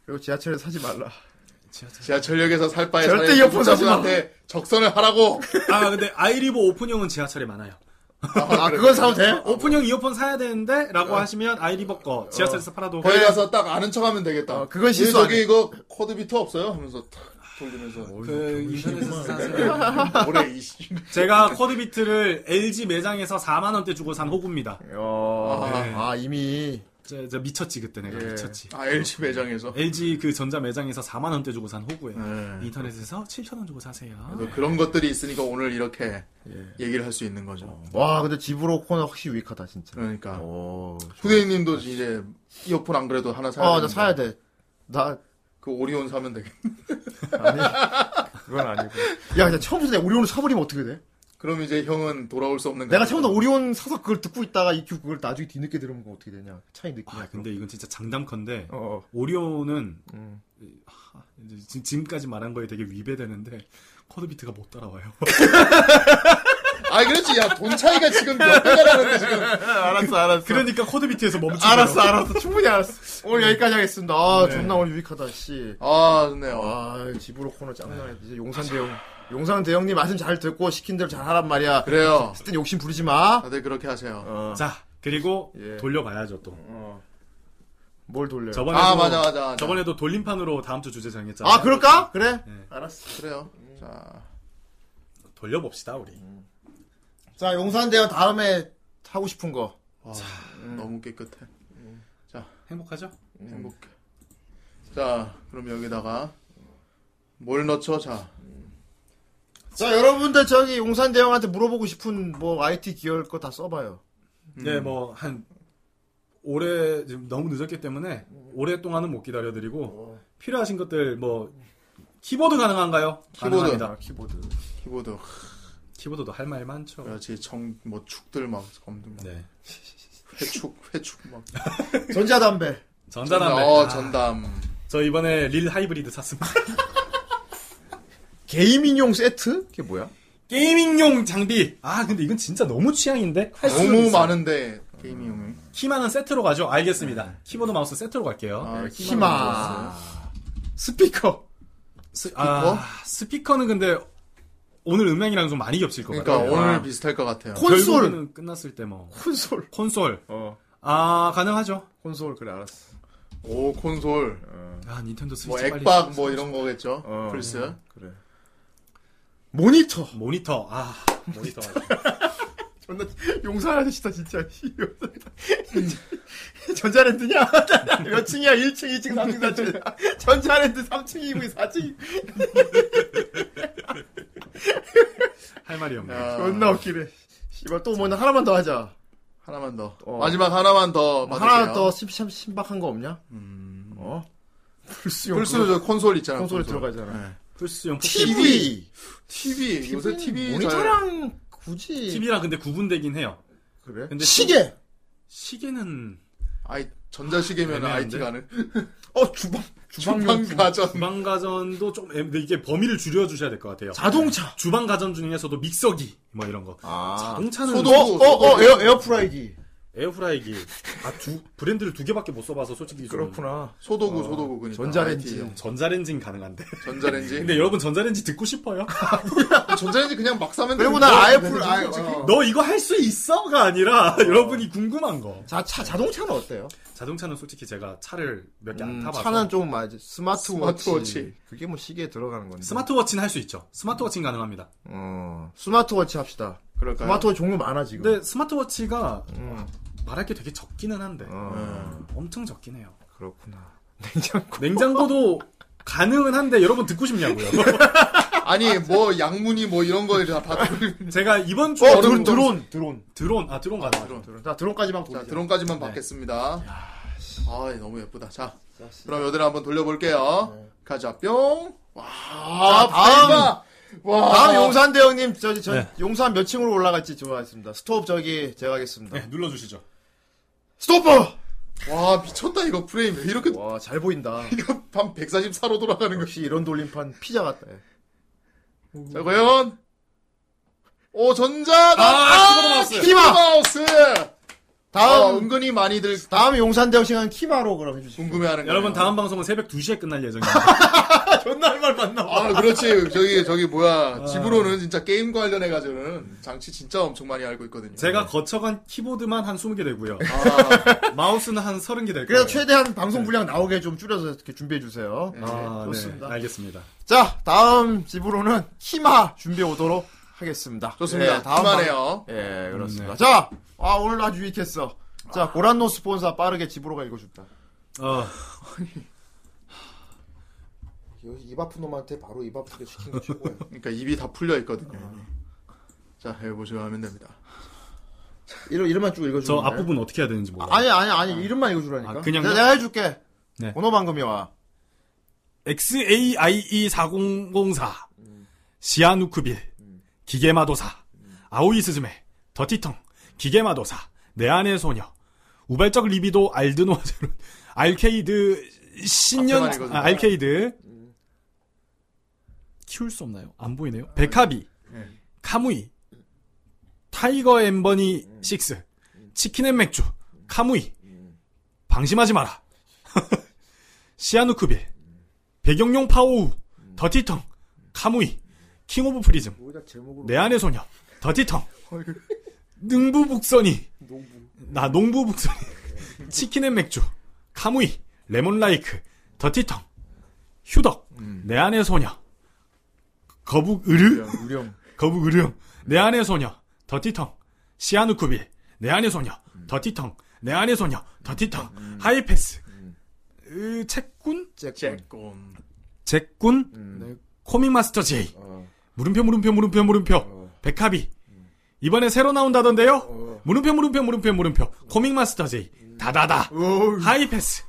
Speaker 1: 그리고 지하철에 사지 말라.
Speaker 2: 지하철역에서 살 바에
Speaker 9: 절대
Speaker 2: 사는
Speaker 9: 이어폰 사지 마.
Speaker 2: 구독자분한테 적선을 하라고.
Speaker 5: 아 근데 아이리버 오픈형은 지하철에 많아요.
Speaker 2: 아, 그걸 사도 돼?
Speaker 5: 오픈형 이어폰 사야 되는데? 라고 하시면 아이리버 거
Speaker 9: 어.
Speaker 5: 지하철에서 팔아도
Speaker 2: 거기
Speaker 1: 네.
Speaker 2: 가서 딱 아는 척 하면 되겠다.
Speaker 1: 어,
Speaker 5: 그건 실수
Speaker 2: 저기 이거 코드 비트 없어요? 하면서 탁 돌리면서.
Speaker 1: 어,
Speaker 5: 그
Speaker 9: 뭐
Speaker 5: 인터넷에서
Speaker 2: 사세요. 뭐래, 이씨.
Speaker 5: 제가 쿼드비트를 LG 매장에서 4만 원대 주고 산 호구입니다.
Speaker 1: 아, 이미
Speaker 5: 저, 저 미쳤지 그때 내가
Speaker 9: 예.
Speaker 5: 미쳤지.
Speaker 2: 아, LG 매장에서.
Speaker 5: LG 그 전자 매장에서 4만 원대 주고 산 호구예요. 인터넷에서 7천 원 주고 사세요.
Speaker 2: 네. 그래서 그런 것들이 있으니까 오늘 이렇게
Speaker 1: 예.
Speaker 2: 얘기를 할 수 있는 거죠.
Speaker 1: 와, 근데 집으로 코너 확실히 유익하다, 진짜.
Speaker 2: 그러니까.
Speaker 1: 어. 오,
Speaker 2: 후대인님도 이제 이어폰 안 그래도 하나 사야 돼.
Speaker 1: 어, 나 사야 돼. 나,
Speaker 2: 그 오리온 사면 되겠.
Speaker 1: 그건 아니고. 야, 근데 처음부터 내가 오리온을 사버리면 어떻게 돼?
Speaker 2: 그럼 이제 형은 돌아올 수 없는.
Speaker 1: 네. 내가
Speaker 2: 거야.
Speaker 1: 처음부터 오리온 사서 그걸 듣고 있다가 EQ 그걸 나중에 뒤늦게 들으면 그거 어떻게 되냐. 차이 어, 느끼냐.
Speaker 5: 아, 근데 이건 진짜 장담컨대 오리온은
Speaker 2: 음.
Speaker 5: 하, 이제 지- 지금까지 말한 거에 되게 위배되는데 쿼드비트가 못 따라와요.
Speaker 2: 아, 그렇지. 야, 돈 차이가 지금 몇 배가 나는데 지금.
Speaker 1: 알았어, 알았어.
Speaker 5: 그러니까 쿼드비트에서 멈추고
Speaker 1: 알았어, 알았어. 충분히 알았어. 오늘 여기까지 하겠습니다. 아,
Speaker 2: 네.
Speaker 1: 존나 오늘 유익하다, 씨.
Speaker 2: 아, 좋네요.
Speaker 1: 아, 집으로 코너 짱나네. 이제 용산
Speaker 5: 아,
Speaker 1: 대형. 용산 대형님 말씀 잘 듣고 시킨 대로 잘 하란 말이야.
Speaker 2: 그래요.
Speaker 1: 그땐 욕심 부리지 마.
Speaker 2: 다들 그렇게 하세요.
Speaker 1: 어.
Speaker 5: 자, 그리고
Speaker 1: 예.
Speaker 5: 돌려봐야죠 또.
Speaker 1: 뭘 돌려요?
Speaker 2: 음.
Speaker 5: 저번에도
Speaker 2: 아, 맞아, 맞아, 맞아.
Speaker 5: 저번에도 돌림판으로 다음 주 주제 정했잖아.
Speaker 1: 아, 그럴까? 그래?
Speaker 5: 네.
Speaker 2: 알았어. 그래요. 자.
Speaker 5: 돌려봅시다 우리.
Speaker 2: 음.
Speaker 1: 자, 용산 대형 다음에 하고 싶은 거.
Speaker 2: 와,
Speaker 1: 음.
Speaker 2: 너무 깨끗해. 자,
Speaker 5: 행복하죠?
Speaker 2: 행복해. 자, 그럼 여기다가 뭘 넣죠? 자,
Speaker 1: 자, 여러분들 저기 용산 대형한테 물어보고 싶은 뭐 IT 기여할 거 다 써봐요.
Speaker 2: 음.
Speaker 5: 네, 뭐 한 올해 지금 너무 늦었기 때문에 오랫동안은 못
Speaker 2: 어.
Speaker 5: 기다려드리고 필요하신 것들 뭐 키보드 가능한가요?
Speaker 2: 키보드.
Speaker 5: 가능합니다.
Speaker 1: 키보드.
Speaker 2: 키보드.
Speaker 5: 키보드도 할 말 많죠.
Speaker 2: 그렇지. 정, 뭐, 축들 막, 검들 막.
Speaker 5: 네.
Speaker 2: 회축, 회축 막.
Speaker 1: 전자담배.
Speaker 5: 전자담배.
Speaker 2: 어,
Speaker 5: 아,
Speaker 2: 전담.
Speaker 5: 저 이번에 릴 하이브리드 샀습니다.
Speaker 1: 게이밍용 세트? 그게 뭐야?
Speaker 5: 게이밍용 장비. 아 근데 이건 진짜 너무 취향인데. 할 수는
Speaker 2: 너무
Speaker 5: 있어요.
Speaker 2: 많은데, 게이밍용이.
Speaker 5: 키마는 세트로 가죠. 알겠습니다. 키보드 마우스 세트로 갈게요.
Speaker 2: 네. 아,
Speaker 1: 어, 네, 키마. 스피커.
Speaker 5: 스, 아, 스피커는 근데 오늘 음향이랑 좀 많이 겹칠 것
Speaker 2: 그러니까
Speaker 5: 같아요.
Speaker 2: 오늘
Speaker 5: 아.
Speaker 2: 비슷할 것 같아요.
Speaker 1: 콘솔.
Speaker 5: 결국에는 끝났을 때 뭐.
Speaker 1: 콘솔.
Speaker 5: 콘솔.
Speaker 1: 어.
Speaker 5: 아 가능하죠.
Speaker 1: 콘솔, 그래, 알았어.
Speaker 2: 오, 콘솔.
Speaker 5: 아 닌텐도 스위치
Speaker 2: 뭐,
Speaker 5: 빨리
Speaker 2: 액박
Speaker 5: 좀
Speaker 2: 뭐
Speaker 5: 사고
Speaker 2: 이런 거겠죠.
Speaker 1: 어.
Speaker 2: 플스.
Speaker 1: 그래. 모니터.
Speaker 5: 싶- 모니터. 아 모니터.
Speaker 1: 존나 용산 아저씨다 진짜. 이 용산. 전자랜드냐? 몇 층이야? 1층, 2층, 3층, 4층. 전자랜드 3층이고 4층.
Speaker 5: 할 말이 없네.
Speaker 2: 야,
Speaker 1: 음. 존나 웃기네. 아. 씨발 또 뭐냐 하나만 더 하자.
Speaker 2: 하나만 더.
Speaker 1: 어.
Speaker 2: 마지막 하나만 더.
Speaker 1: 뭐
Speaker 2: 받을게요.
Speaker 1: 하나 더 심, 심, 신박한 거 없냐? 어? 플스용
Speaker 2: 플스로 저 콘솔 있잖아.
Speaker 1: 콘솔에 들어가잖아.
Speaker 2: 네.
Speaker 5: 플스용
Speaker 1: TV.
Speaker 2: TV. 요새 TV. 잘...
Speaker 1: 모니터랑 굳이
Speaker 5: TV랑 근데 구분되긴 해요.
Speaker 1: 그래?
Speaker 5: 근데
Speaker 1: 시계.
Speaker 5: 시계는
Speaker 2: 아이, 전자시계면
Speaker 5: 애매한데?
Speaker 2: IT 가능.
Speaker 1: 어 주방. 주방용
Speaker 2: 주방 가전.
Speaker 5: 주방 가전도 좀 애- 근데 이게 범위를 줄여 주셔야 될 것 같아요.
Speaker 1: 자동차.
Speaker 5: 주방 가전 중에서도 믹서기 뭐 이런 거. 자동차는
Speaker 1: 어, 어, 어, 에어, 에어프라이기.
Speaker 5: 에어프라이기. 아, 두, 브랜드를 두 개밖에 못 써봐서 솔직히. 좀
Speaker 1: 그렇구나.
Speaker 2: 소도구, 소도구. 그니까.
Speaker 1: 아. 전자레인지.
Speaker 2: IT.
Speaker 5: 전자레인지는 가능한데.
Speaker 1: 네.
Speaker 2: 전자레인지.
Speaker 5: 근데 여러분 전자레인지 듣고 싶어요?
Speaker 2: 전자레인지 그냥 막 사면
Speaker 1: 그리고
Speaker 2: 되는데.
Speaker 1: 나 아이폰,
Speaker 2: 그냥
Speaker 1: 아이,
Speaker 2: 솔직히.
Speaker 1: 어.
Speaker 5: 너 이거 할 수 있어가 아니라 여러분이 궁금한 거.
Speaker 1: 자, 차, 자동차는 어때요?
Speaker 5: 자동차는 솔직히 제가 차를 몇 개 안
Speaker 1: 음,
Speaker 5: 타봐서.
Speaker 1: 차는 좀 맞아. 스마트워치.
Speaker 2: 스마트워치.
Speaker 1: 그게 뭐 시계에 들어가는 건데.
Speaker 5: 스마트워치는 할 수 있죠. 스마트워치는 가능합니다.
Speaker 1: 어, 스마트워치 합시다.
Speaker 2: 그럴까요?
Speaker 1: 스마트워치 종류 많아, 지금.
Speaker 5: 근데 스마트워치가
Speaker 1: 음,
Speaker 5: 말할 게 되게 적기는 한데
Speaker 1: 어,
Speaker 5: 엄청 적긴 해요.
Speaker 1: 그렇구나. 냉장고.
Speaker 5: 냉장고도 가능은 한데 여러분 듣고 싶냐고요.
Speaker 2: 아니, 뭐, 양문이 뭐 이런 거다
Speaker 1: 아,
Speaker 2: 받고.
Speaker 5: 제가 이번 주
Speaker 1: 어,
Speaker 5: 여름
Speaker 1: 드론, 드론, 드론.
Speaker 5: 드론 아 드론 가능.
Speaker 2: 드론.
Speaker 1: 자, 드론까지만 보자.
Speaker 2: 자,
Speaker 1: 네.
Speaker 2: 드론까지만 받겠습니다. 아, 너무 예쁘다. 자, 그럼 여드를 한번 돌려볼게요. 가자, 뿅. 와,
Speaker 1: 네. 자, 다음.
Speaker 2: 파이브. 와,
Speaker 1: 다음 용산 대형님, 저기, 저,
Speaker 5: 네.
Speaker 1: 용산 몇 층으로 올라갈지 좋아하겠습니다. 스톱, 저기, 제가 하겠습니다.
Speaker 5: 네 눌러주시죠.
Speaker 1: 스토퍼!
Speaker 2: 와, 미쳤다, 이거 프레임. 왜 이렇게,
Speaker 1: 와, 잘 보인다.
Speaker 2: 이거 밤 144로 돌아가는 거.
Speaker 1: 역시 이런 돌림판 피자 같다. 예.
Speaker 2: 자, 과연. 오, 전자,
Speaker 1: 아,
Speaker 5: 아, 키보드 마우스.
Speaker 2: 키보드 마우스! 다음 은근히 많이들
Speaker 1: 다음 용산 대역 시간 키바로 그럼 해주세요.
Speaker 2: 궁금해하는
Speaker 5: 아. 여러분 다음 방송은 새벽 2시에 끝날 예정입니다.
Speaker 1: 아. 존나 말 만나.
Speaker 2: 아 그렇지 저기 저기 뭐야 집으로는 진짜 게임 관련해 가지고는 장치 진짜 엄청 많이 알고 있거든요. 네,
Speaker 5: 제가 거쳐간 키보드만 한 20개 되고요. 마우스는 한 30개 될 거예요.
Speaker 1: 아. 그래서 최대한 방송 분량 나오게 좀 줄여서 이렇게 준비해 주세요.
Speaker 5: 아,
Speaker 1: 네, 좋습니다.
Speaker 5: 네, 알겠습니다.
Speaker 1: 자 다음 집으로는 키마 준비해 오도록 하겠습니다.
Speaker 2: 좋습니다. 키마네요.
Speaker 1: 방- 예 그렇습니다.
Speaker 5: 음,
Speaker 1: 자 아, 오늘 아주 유익했어. 자 고란노 스폰사 빠르게 집으로가 읽어줍다.
Speaker 5: 어.
Speaker 1: 입 아픈 놈한테 바로 입 아프게 시킨 거 최고야.
Speaker 2: 그러니까 입이 다 풀려 있거든요.
Speaker 5: 네,
Speaker 2: 자 해보시고 하면 됩니다.
Speaker 1: 이름 이름만 쭉 읽어주면
Speaker 5: 저
Speaker 1: 돼요?
Speaker 5: 앞부분 어떻게 해야 되는지 몰라요.
Speaker 1: 네. 아니 아니 아니 이름만 읽어주라니까.
Speaker 5: 아, 그냥-
Speaker 1: 내가, 내가 해줄게.
Speaker 5: 네.
Speaker 1: 번호 방금이 와.
Speaker 5: E XAIE4004 시아누크빌 기계마도사 아오이스즈메 더티텅 기계마도사 내 안의 소녀 우발적 리비도 알드노아제론 알케이드 신년
Speaker 2: 앞에만 읽어주세요.
Speaker 5: 아, 음. 알케이드 키울 수 없나요? 안 보이네요. 음. 백합이 카무이 타이거 엠버니 6 치킨 앤 맥주 카무이 방심하지 마라 시아누크빌 배경용 파오우 더티텅 카무이 킹 오브 프리즘 내 안의 소녀 더티텅 능부 북선이 나 농부 북선이 치킨 앤 맥주 카무이 레몬 라이크 더티텅 휴덕 내 안의 소녀 거북 으르
Speaker 1: 유령.
Speaker 5: 거북 으르 내 안의 소녀 더티텅 시아누쿠빌 내 안의 소녀 더티텅 내 안의 소녀 더티텅 하이패스 으, 책군
Speaker 2: 잭곤
Speaker 5: 잭군 코믹 마스터 제이 물음표 물음표 물음표 물음표 백합이 이번에 새로 나온다던데요 물음표 물음표 물음표 물음표 코믹 마스터 제이 다다다 하이패스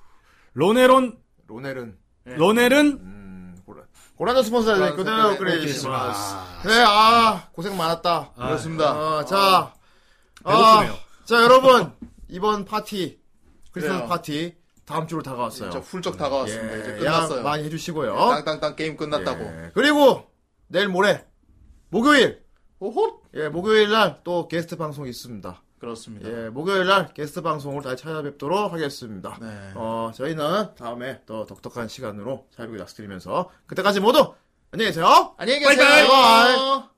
Speaker 5: 로네론
Speaker 1: 로넬은
Speaker 5: 로넬은
Speaker 1: 고란노 스폰사
Speaker 2: 고란노
Speaker 1: 네, 그대로
Speaker 2: 스폰사
Speaker 1: 그래
Speaker 2: 그대로
Speaker 1: 있습니다.
Speaker 2: 있습니다.
Speaker 1: 그래 아 고생 많았다.
Speaker 2: 그렇습니다.
Speaker 1: 어, 자,
Speaker 2: 배고프네요.
Speaker 1: 아, 자 여러분 이번 파티 크리스마스
Speaker 2: 그래요.
Speaker 1: 파티 다음 주로 다가왔어요.
Speaker 2: 진짜 훌쩍 다가왔습니다.
Speaker 1: 예,
Speaker 2: 이제
Speaker 1: 양
Speaker 2: 끝났어요. 예,
Speaker 1: 많이 해주시고요.
Speaker 2: 땅땅땅 게임 끝났다고.
Speaker 1: 예, 그리고 내일 모레 목요일
Speaker 2: 오호.
Speaker 1: 예 목요일 날 또 게스트 방송 있습니다.
Speaker 2: 그렇습니다.
Speaker 1: 예 목요일 날 게스트 방송을 다시 찾아뵙도록 하겠습니다.
Speaker 2: 네.
Speaker 1: 어 저희는 다음에 또 독특한 시간으로 찾아뵙고 약속드리면서 그때까지 모두 안녕히 계세요.
Speaker 2: 안녕히
Speaker 1: 바이바이.
Speaker 2: 계세요.